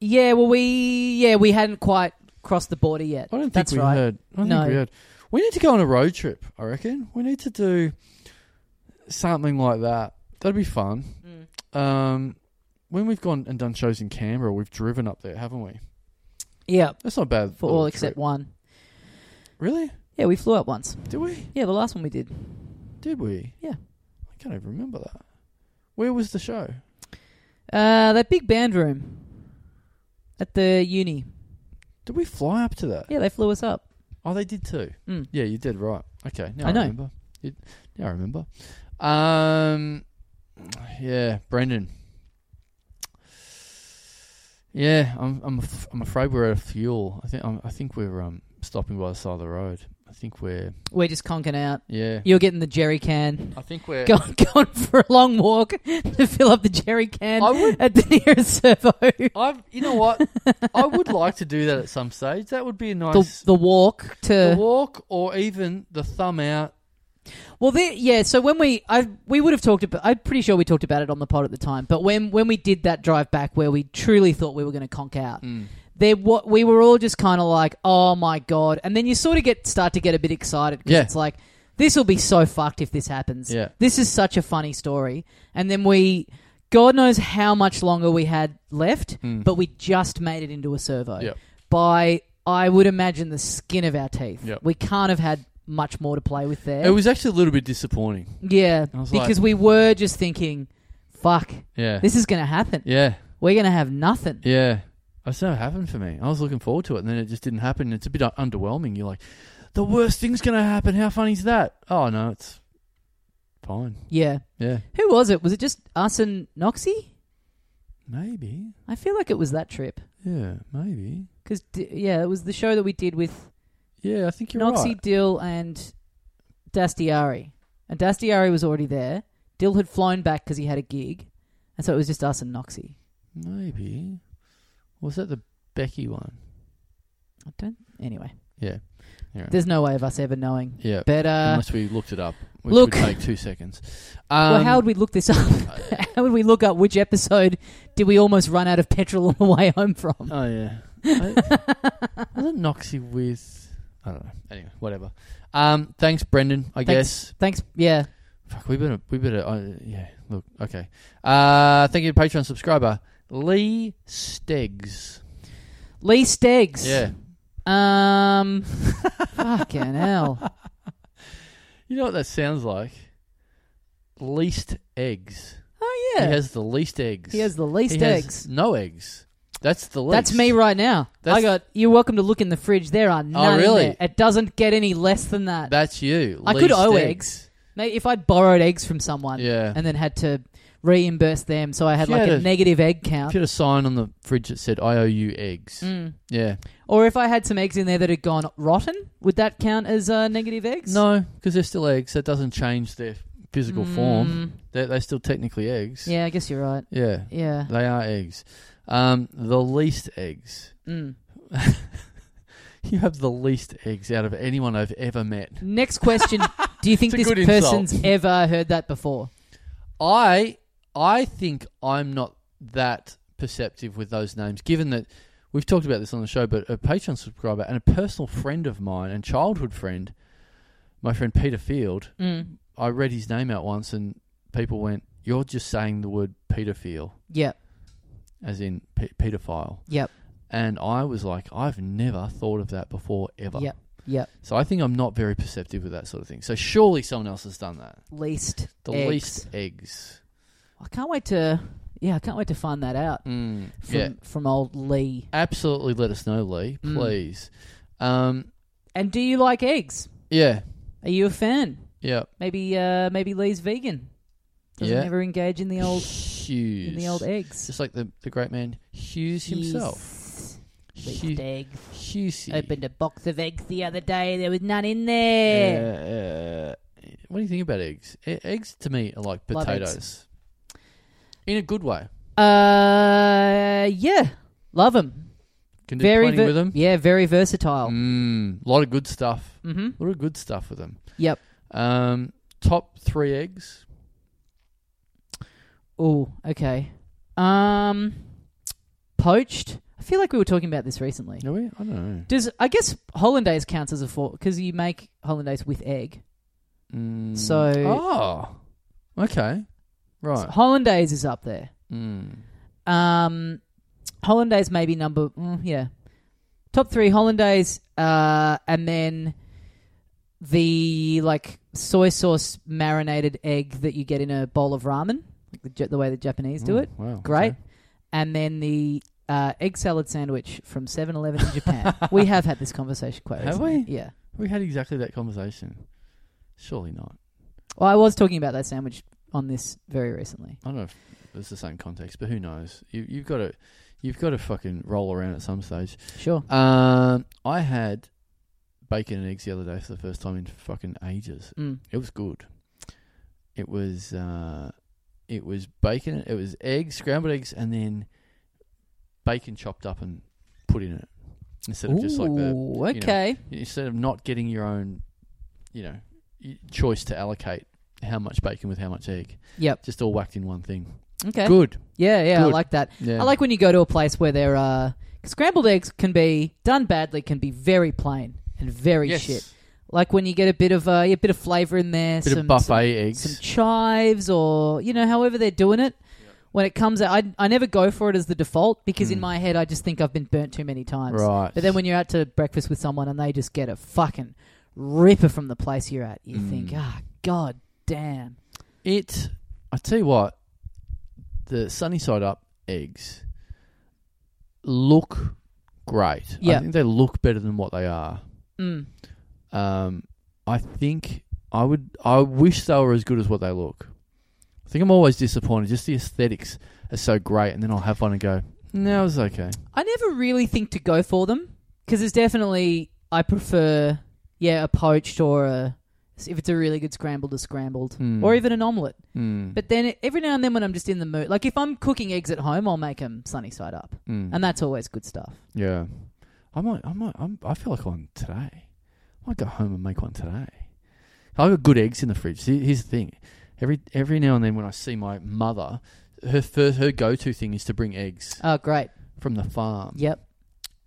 [SPEAKER 1] Yeah, well we yeah, we hadn't quite crossed the border yet.
[SPEAKER 3] I don't think
[SPEAKER 1] That's
[SPEAKER 3] we
[SPEAKER 1] right.
[SPEAKER 3] heard. I don't
[SPEAKER 1] No.
[SPEAKER 3] think we heard. We need to go on a road trip. I reckon we need to do something like that. That'd be fun.
[SPEAKER 1] Mm.
[SPEAKER 3] Um, when we've gone and done shows in Canberra, we've driven up there, haven't we?
[SPEAKER 1] Yeah,
[SPEAKER 3] That's not a bad.
[SPEAKER 1] for
[SPEAKER 3] little
[SPEAKER 1] all except
[SPEAKER 3] trip.
[SPEAKER 1] one.
[SPEAKER 3] Really?
[SPEAKER 1] Yeah, we flew up once.
[SPEAKER 3] Do we?
[SPEAKER 1] Yeah, the last one we did.
[SPEAKER 3] Did we?
[SPEAKER 1] Yeah.
[SPEAKER 3] I can't even remember that. Where was the show?
[SPEAKER 1] Uh, that big band room at the uni.
[SPEAKER 3] Did we fly up to that?
[SPEAKER 1] Yeah, they flew us up.
[SPEAKER 3] Oh, they did too.
[SPEAKER 1] Mm.
[SPEAKER 3] Yeah, you did right. Okay, now I,
[SPEAKER 1] I know.
[SPEAKER 3] remember. You- now I remember. Um, yeah, Brendan. Yeah, I'm. I'm. af- I'm afraid we're out of fuel. I think. I'm, I think we're um stopping by the side of the road. I think we're.
[SPEAKER 1] We're just conking out.
[SPEAKER 3] Yeah.
[SPEAKER 1] You're getting the jerry can.
[SPEAKER 3] I
[SPEAKER 1] [LAUGHS]
[SPEAKER 3] think we're.
[SPEAKER 1] Going, going for a long walk [LAUGHS] to fill up the jerry can
[SPEAKER 3] I would-
[SPEAKER 1] at the nearest servo.
[SPEAKER 3] I've. You know what?
[SPEAKER 1] [LAUGHS]
[SPEAKER 3] I would like to do that at some stage. That would be a
[SPEAKER 1] The,
[SPEAKER 3] nice.
[SPEAKER 1] the walk to
[SPEAKER 3] the walk, or even the thumb out.
[SPEAKER 1] Well, there, yeah. So when we, I, we would have talked about. I'm pretty sure we talked about it on the pod at the time. But when when we did that drive back, where we truly thought we were going to conk out,
[SPEAKER 3] Hmm.
[SPEAKER 1] there, what we were all just kind of like, oh my god. And then you sort of get start to get a bit excited because
[SPEAKER 3] Yeah.
[SPEAKER 1] it's like this will be so fucked if this happens.
[SPEAKER 3] Yeah.
[SPEAKER 1] This is such a funny story. And then we, God knows how much longer we had left,
[SPEAKER 3] Hmm.
[SPEAKER 1] but we just made it into a servo
[SPEAKER 3] Yep.
[SPEAKER 1] by. I would imagine the skin of our teeth.
[SPEAKER 3] Yep.
[SPEAKER 1] We can't have had much more to play with there.
[SPEAKER 3] It was actually a little bit disappointing.
[SPEAKER 1] Yeah,
[SPEAKER 3] I was
[SPEAKER 1] because
[SPEAKER 3] like-
[SPEAKER 1] we were just thinking, "Fuck,
[SPEAKER 3] Yeah.
[SPEAKER 1] this is going to happen.
[SPEAKER 3] yeah.
[SPEAKER 1] We're going to have nothing."
[SPEAKER 3] Yeah. That's never happened for me. I was looking forward to it, and then it just didn't happen. It's a bit underwhelming. You're like, the worst thing's going to happen. How funny is that? Oh, no, it's fine.
[SPEAKER 1] Yeah.
[SPEAKER 3] Yeah.
[SPEAKER 1] Who was it? Was it just us and Noxie?
[SPEAKER 3] Maybe.
[SPEAKER 1] I feel like it was that trip
[SPEAKER 3] Yeah, maybe.
[SPEAKER 1] because d- yeah, it was the show that we did with
[SPEAKER 3] Yeah, I think you're
[SPEAKER 1] Noxie,
[SPEAKER 3] right.
[SPEAKER 1] Dill, and Dastiari, and Dastiari was already there. Dill had flown back because he had a gig, and so it was just us and Noxie.
[SPEAKER 3] Maybe. Was that the Becky one?
[SPEAKER 1] I don't. Anyway,
[SPEAKER 3] Yeah.
[SPEAKER 1] there's no way of us ever knowing.
[SPEAKER 3] Yeah.
[SPEAKER 1] But uh,
[SPEAKER 3] Unless we looked it up, which
[SPEAKER 1] look-
[SPEAKER 3] would take two seconds.
[SPEAKER 1] well,
[SPEAKER 3] Um,
[SPEAKER 1] how would we look this
[SPEAKER 3] [LAUGHS]
[SPEAKER 1] up? [LAUGHS] how would we look up which episode did we almost run out of petrol on the way home from?
[SPEAKER 3] Oh yeah. I,
[SPEAKER 1] [LAUGHS]
[SPEAKER 3] wasn't Noxie with? I don't know. Anyway, whatever. Um, thanks, Brendan. I
[SPEAKER 1] Thanks.
[SPEAKER 3] guess.
[SPEAKER 1] Thanks. Yeah.
[SPEAKER 3] Fuck, we better. We better. Uh, yeah. Look. Okay. Uh, thank you to Patreon subscriber Lee Steggs.
[SPEAKER 1] Lee Steggs. [LAUGHS]
[SPEAKER 3] Yeah.
[SPEAKER 1] Um. fucking hell.
[SPEAKER 3] You know what that sounds like? Least eggs.
[SPEAKER 1] Oh yeah.
[SPEAKER 3] He has the least eggs.
[SPEAKER 1] He has the least
[SPEAKER 3] He has
[SPEAKER 1] eggs.
[SPEAKER 3] No eggs. That's the least.
[SPEAKER 1] That's me right now.
[SPEAKER 3] That's- Oh,
[SPEAKER 1] I got. You're welcome to look in the fridge. There are none. in
[SPEAKER 3] really?
[SPEAKER 1] there. It doesn't get any less than that.
[SPEAKER 3] That's you.
[SPEAKER 1] I could
[SPEAKER 3] Least
[SPEAKER 1] owe eggs. Mate, if I borrowed eggs from someone,
[SPEAKER 3] Yeah.
[SPEAKER 1] and then had to reimburse them, so I had
[SPEAKER 3] If you
[SPEAKER 1] like a,
[SPEAKER 3] had a-
[SPEAKER 1] negative egg count,
[SPEAKER 3] Put a sign on the fridge that said "I owe you eggs."
[SPEAKER 1] Mm.
[SPEAKER 3] Yeah.
[SPEAKER 1] or if I had some eggs in there that had gone rotten, would that count as uh, negative eggs?
[SPEAKER 3] No, because they're still eggs. That doesn't change their physical form. They're, they're still technically eggs.
[SPEAKER 1] Mm. Yeah, I guess you're right.
[SPEAKER 3] Yeah.
[SPEAKER 1] Yeah.
[SPEAKER 3] They are eggs. Um, the least eggs. [LAUGHS]
[SPEAKER 1] Mm.
[SPEAKER 3] You have the least eggs out of anyone I've ever met.
[SPEAKER 1] Next
[SPEAKER 3] [LAUGHS]
[SPEAKER 1] question: Do you think
[SPEAKER 3] It's
[SPEAKER 1] this
[SPEAKER 3] a good insult.
[SPEAKER 1] person's ever heard that before?
[SPEAKER 3] I I think I'm not that perceptive with those names, given that we've talked about this on the show, but a Patreon subscriber and a personal friend of mine and childhood friend, my friend Peter Field,
[SPEAKER 1] Mm.
[SPEAKER 3] I read his name out once and people went, You're just saying the word pedophile.
[SPEAKER 1] Yep.
[SPEAKER 3] as in pe- pedophile.
[SPEAKER 1] Yep.
[SPEAKER 3] And I was like, I've never thought of that before, ever.
[SPEAKER 1] Yep. Yep.
[SPEAKER 3] So I think I'm not very perceptive with that sort of thing. So surely someone else has done that.
[SPEAKER 1] Least.
[SPEAKER 3] The
[SPEAKER 1] eggs.
[SPEAKER 3] least eggs.
[SPEAKER 1] I can't wait to. Yeah, I can't wait to find that out
[SPEAKER 3] Mm,
[SPEAKER 1] from
[SPEAKER 3] yeah.
[SPEAKER 1] from old Lee.
[SPEAKER 3] Absolutely let us know, Lee,
[SPEAKER 1] Mm.
[SPEAKER 3] please. Um,
[SPEAKER 1] And do you like eggs?
[SPEAKER 3] yeah.
[SPEAKER 1] Are you a fan?
[SPEAKER 3] Yeah.
[SPEAKER 1] Maybe uh, maybe Lee's vegan. Doesn't
[SPEAKER 3] Yeah.
[SPEAKER 1] ever engage in the old
[SPEAKER 3] Hughes.
[SPEAKER 1] in the old eggs.
[SPEAKER 3] Just like the, the great man Hughes himself.
[SPEAKER 1] Least
[SPEAKER 3] Hugh-
[SPEAKER 1] eggs.
[SPEAKER 3] Hughesy.
[SPEAKER 1] Opened a box of eggs the other day. There was none in
[SPEAKER 3] Uh,
[SPEAKER 1] there.
[SPEAKER 3] uh, what do you think about eggs? E- eggs to me are like
[SPEAKER 1] Love eggs.
[SPEAKER 3] potatoes. In a good way.
[SPEAKER 1] Uh, yeah, love them.
[SPEAKER 3] Can do
[SPEAKER 1] Very
[SPEAKER 3] plenty
[SPEAKER 1] ver-
[SPEAKER 3] with them.
[SPEAKER 1] Yeah, very versatile.
[SPEAKER 3] Mm, a lot of good stuff.
[SPEAKER 1] Mm-hmm.
[SPEAKER 3] A lot of good stuff with them.
[SPEAKER 1] Yep.
[SPEAKER 3] Um, top three eggs.
[SPEAKER 1] Oh, okay. Um, poached. I feel like we were talking about this recently.
[SPEAKER 3] Are we? I don't know.
[SPEAKER 1] Does I guess hollandaise counts as a four because you make hollandaise with egg.
[SPEAKER 3] Mm.
[SPEAKER 1] So-
[SPEAKER 3] Oh. Okay.
[SPEAKER 1] So
[SPEAKER 3] Right.
[SPEAKER 1] hollandaise is up there.
[SPEAKER 3] Mm.
[SPEAKER 1] Um, hollandaise maybe number mm, yeah, top three hollandaise. Uh, and then the like soy sauce marinated egg that you get in a bowl of ramen, like the, Ja- the way the Japanese do it.
[SPEAKER 3] wow,
[SPEAKER 1] Great.
[SPEAKER 3] okay.
[SPEAKER 1] And then the uh, egg salad sandwich from 7 Eleven in
[SPEAKER 3] [LAUGHS]
[SPEAKER 1] Japan. we have had this conversation quite
[SPEAKER 3] Have
[SPEAKER 1] recently.
[SPEAKER 3] we?
[SPEAKER 1] Yeah.
[SPEAKER 3] We had exactly that conversation. Surely not.
[SPEAKER 1] Well, I was talking about that sandwich on this very recently.
[SPEAKER 3] I don't know if it's the same context, but who knows? You, you've got to, you've got to fucking roll around at some stage.
[SPEAKER 1] Sure.
[SPEAKER 3] Um, I had bacon and eggs the other day for the first time in fucking ages.
[SPEAKER 1] Mm.
[SPEAKER 3] It was good. It was, uh, it was bacon. It was eggs, scrambled eggs, and then bacon chopped up and put in it instead of just like the
[SPEAKER 1] Ooh,
[SPEAKER 3] know,
[SPEAKER 1] okay.
[SPEAKER 3] instead of not getting your own, you know, y- choice to allocate how much bacon with how much egg,
[SPEAKER 1] Yep.
[SPEAKER 3] just all whacked in one thing.
[SPEAKER 1] Okay.
[SPEAKER 3] Good.
[SPEAKER 1] Yeah, yeah, I
[SPEAKER 3] Good.
[SPEAKER 1] like that.
[SPEAKER 3] Yeah.
[SPEAKER 1] I like when you go to a place where there are scrambled eggs can be done badly, can be very plain and very
[SPEAKER 3] yes.
[SPEAKER 1] shit. Like when you get a bit of uh, a bit of flavor in there,
[SPEAKER 3] Bit
[SPEAKER 1] some,
[SPEAKER 3] of buffet
[SPEAKER 1] some-
[SPEAKER 3] eggs.
[SPEAKER 1] some chives, or you know, however they're doing it. When it comes out, I, I never go for it as the default because in
[SPEAKER 3] Mm.
[SPEAKER 1] my head I just think I've been burnt too many times.
[SPEAKER 3] Right.
[SPEAKER 1] But then when you're out to breakfast with someone and they just get a fucking ripper from the place you're at, you
[SPEAKER 3] Mm.
[SPEAKER 1] think, ah, god damn.
[SPEAKER 3] It, I tell you what, the sunny side up eggs look great.
[SPEAKER 1] Yeah.
[SPEAKER 3] I think they look better than what they are.
[SPEAKER 1] Mm.
[SPEAKER 3] Um, I think I would. I wish they were as good as what they look. I think I'm always disappointed. Just the aesthetics are so great, and then I'll have one and go, "No, it's okay."
[SPEAKER 1] I never really think to go for them because it's definitely I prefer yeah a poached or a if it's a really good scrambled a scrambled
[SPEAKER 3] Hmm.
[SPEAKER 1] or even an omelette.
[SPEAKER 3] Mm.
[SPEAKER 1] But then e, every now and then when I'm just in the mood, like if I'm cooking eggs at home, I'll make them sunny side up,
[SPEAKER 3] Mm.
[SPEAKER 1] and that's always good stuff.
[SPEAKER 3] yeah, I might. I might. I'm, I feel like one today. I might go home and make one today. I've got good eggs in the fridge. See, here's the thing: every every now and then, when I see my mother, her first, her go to thing is to bring eggs
[SPEAKER 1] Oh, great!
[SPEAKER 3] from the farm.
[SPEAKER 1] Yep,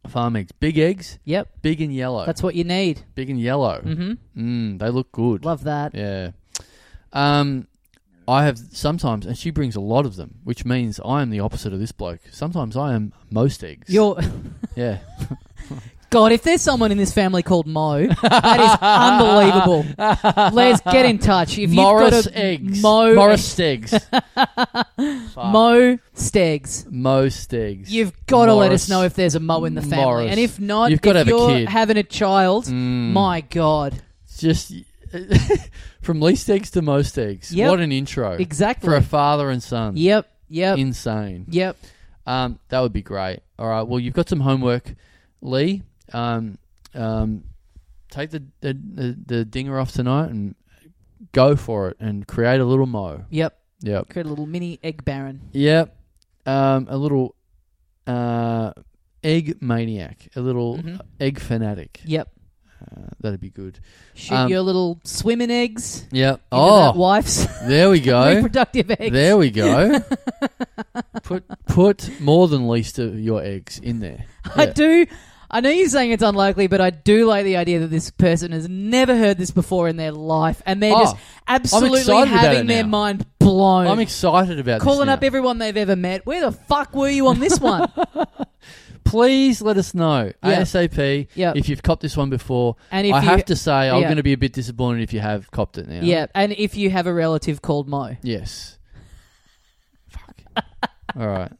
[SPEAKER 3] Farm eggs, big eggs,
[SPEAKER 1] yep,
[SPEAKER 3] big and yellow.
[SPEAKER 1] that's what you need.
[SPEAKER 3] big and yellow.
[SPEAKER 1] hmm
[SPEAKER 3] Mm, they look good.
[SPEAKER 1] Love that.
[SPEAKER 3] Yeah. Um, I have sometimes, and she brings a lot of them, which means I am the opposite of this bloke. Sometimes I am most eggs.
[SPEAKER 1] You're
[SPEAKER 3] yeah.
[SPEAKER 1] God. If there's someone in this family called Mo,
[SPEAKER 3] [LAUGHS]
[SPEAKER 1] that is unbelievable. Les, get in touch. If
[SPEAKER 3] Morris
[SPEAKER 1] you've got a
[SPEAKER 3] eggs.
[SPEAKER 1] Mo [LAUGHS]
[SPEAKER 3] Morris eggs. Fuck.
[SPEAKER 1] Mo Stegs.
[SPEAKER 3] most eggs.
[SPEAKER 1] You've got to let us
[SPEAKER 3] Morris.
[SPEAKER 1] know if there's a Mo in the family,
[SPEAKER 3] Morris.
[SPEAKER 1] and if not,
[SPEAKER 3] You've gotta
[SPEAKER 1] if
[SPEAKER 3] have a
[SPEAKER 1] you're
[SPEAKER 3] kid.
[SPEAKER 1] having a child,
[SPEAKER 3] Mm.
[SPEAKER 1] my God,
[SPEAKER 3] just [LAUGHS] from least eggs to most eggs.
[SPEAKER 1] Yep.
[SPEAKER 3] What an intro
[SPEAKER 1] exactly.
[SPEAKER 3] for a father and son.
[SPEAKER 1] yep, yep,
[SPEAKER 3] Insane.
[SPEAKER 1] yep.
[SPEAKER 3] Um, that would be great. All right. Well, you've got some homework, Lee. Um, um, take the, the the the dinger off tonight and go for it and create a little mo.
[SPEAKER 1] Yep.
[SPEAKER 3] Yep.
[SPEAKER 1] Create a little mini egg baron.
[SPEAKER 3] Yep. Um, a little uh, egg maniac, a little
[SPEAKER 1] Mhm.
[SPEAKER 3] egg fanatic.
[SPEAKER 1] Yep.
[SPEAKER 3] Uh, that'd be good.
[SPEAKER 1] Shoot
[SPEAKER 3] Um,
[SPEAKER 1] your little swimming eggs. into
[SPEAKER 3] Yep.
[SPEAKER 1] that
[SPEAKER 3] Oh,
[SPEAKER 1] wife's [LAUGHS]
[SPEAKER 3] there we go.
[SPEAKER 1] reproductive eggs.
[SPEAKER 3] There we [LAUGHS] go. put put more than least of your eggs in there.
[SPEAKER 1] I
[SPEAKER 3] Yeah.
[SPEAKER 1] do. I know you're saying it's unlikely, but I do like the idea that this person has never heard this before in their life, and they're
[SPEAKER 3] Oh,
[SPEAKER 1] just absolutely
[SPEAKER 3] excited about
[SPEAKER 1] having
[SPEAKER 3] it
[SPEAKER 1] their
[SPEAKER 3] now.
[SPEAKER 1] mind blown.
[SPEAKER 3] I'm excited about this
[SPEAKER 1] calling
[SPEAKER 3] now.
[SPEAKER 1] up everyone they've ever met. Where the fuck were you on this
[SPEAKER 3] [LAUGHS]
[SPEAKER 1] one?
[SPEAKER 3] please let us know
[SPEAKER 1] Yeah.
[SPEAKER 3] ASAP
[SPEAKER 1] Yeah.
[SPEAKER 3] if you've copped this one before.
[SPEAKER 1] And if
[SPEAKER 3] I
[SPEAKER 1] you-
[SPEAKER 3] have to say, I'm
[SPEAKER 1] yeah.
[SPEAKER 3] going to be a bit disappointed if you have copped it now.
[SPEAKER 1] Yeah, and if you have a relative called Mo.
[SPEAKER 3] Yes. Fuck. All right.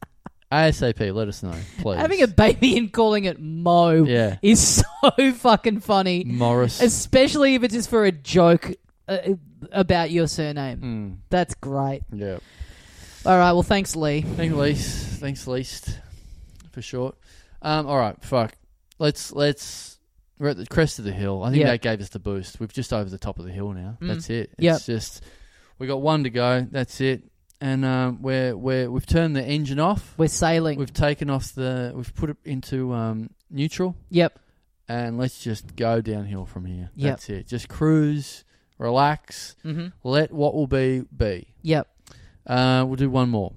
[SPEAKER 3] ASAP, let us know, please.
[SPEAKER 1] Having a baby and calling it Mo
[SPEAKER 3] Yeah.
[SPEAKER 1] is [LAUGHS] so fucking funny,
[SPEAKER 3] Morris.
[SPEAKER 1] especially if it's just for a joke uh, about your surname.
[SPEAKER 3] Mm,
[SPEAKER 1] That's great.
[SPEAKER 3] yeah.
[SPEAKER 1] All right, well, thanks, Lee.
[SPEAKER 3] Thanks, least. Thanks, least. For short. Um, all right. Fuck. Let's let's. We're at the crest of the hill. I think
[SPEAKER 1] Yeah.
[SPEAKER 3] that gave us the boost. We've just over the top of the hill now.
[SPEAKER 1] Mm.
[SPEAKER 3] That's it. It's
[SPEAKER 1] Yep.
[SPEAKER 3] just we got one to go. That's it. And um, we're we're we've turned the engine off.
[SPEAKER 1] We're sailing.
[SPEAKER 3] We've taken off the. We've put it into um, neutral,
[SPEAKER 1] yep,
[SPEAKER 3] and let's just go downhill from here.
[SPEAKER 1] Yep.
[SPEAKER 3] That's it. Just cruise, relax,
[SPEAKER 1] hmm
[SPEAKER 3] let what will be be.
[SPEAKER 1] yep.
[SPEAKER 3] Uh, we'll do one more.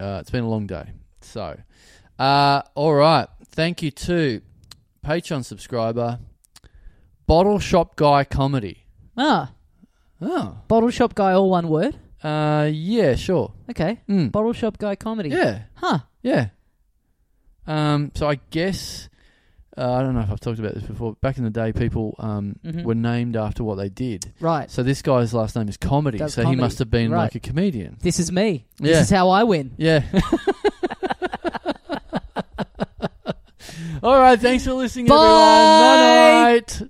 [SPEAKER 3] Uh, it's been a long day, so uh, all right. Thank you to Patreon subscriber Bottle Shop Guy Comedy.
[SPEAKER 1] Ah,
[SPEAKER 3] Oh,
[SPEAKER 1] bottle shop guy, all one word.
[SPEAKER 3] uh, yeah, sure.
[SPEAKER 1] Okay,
[SPEAKER 3] Mm.
[SPEAKER 1] bottle shop guy comedy.
[SPEAKER 3] Yeah.
[SPEAKER 1] Huh.
[SPEAKER 3] Yeah. Um, so I guess uh, I don't know if I've talked about this before. Back in the day, people um,
[SPEAKER 1] Mhm.
[SPEAKER 3] were named after what they did.
[SPEAKER 1] Right.
[SPEAKER 3] So this guy's last name is Comedy,
[SPEAKER 1] Does
[SPEAKER 3] so
[SPEAKER 1] comedy.
[SPEAKER 3] he must have been
[SPEAKER 1] Right.
[SPEAKER 3] like a comedian.
[SPEAKER 1] This is me.
[SPEAKER 3] Yeah.
[SPEAKER 1] This is how I win.
[SPEAKER 3] Yeah. [LAUGHS] All right. Thanks for listening,
[SPEAKER 1] Bye.
[SPEAKER 3] everyone. Night.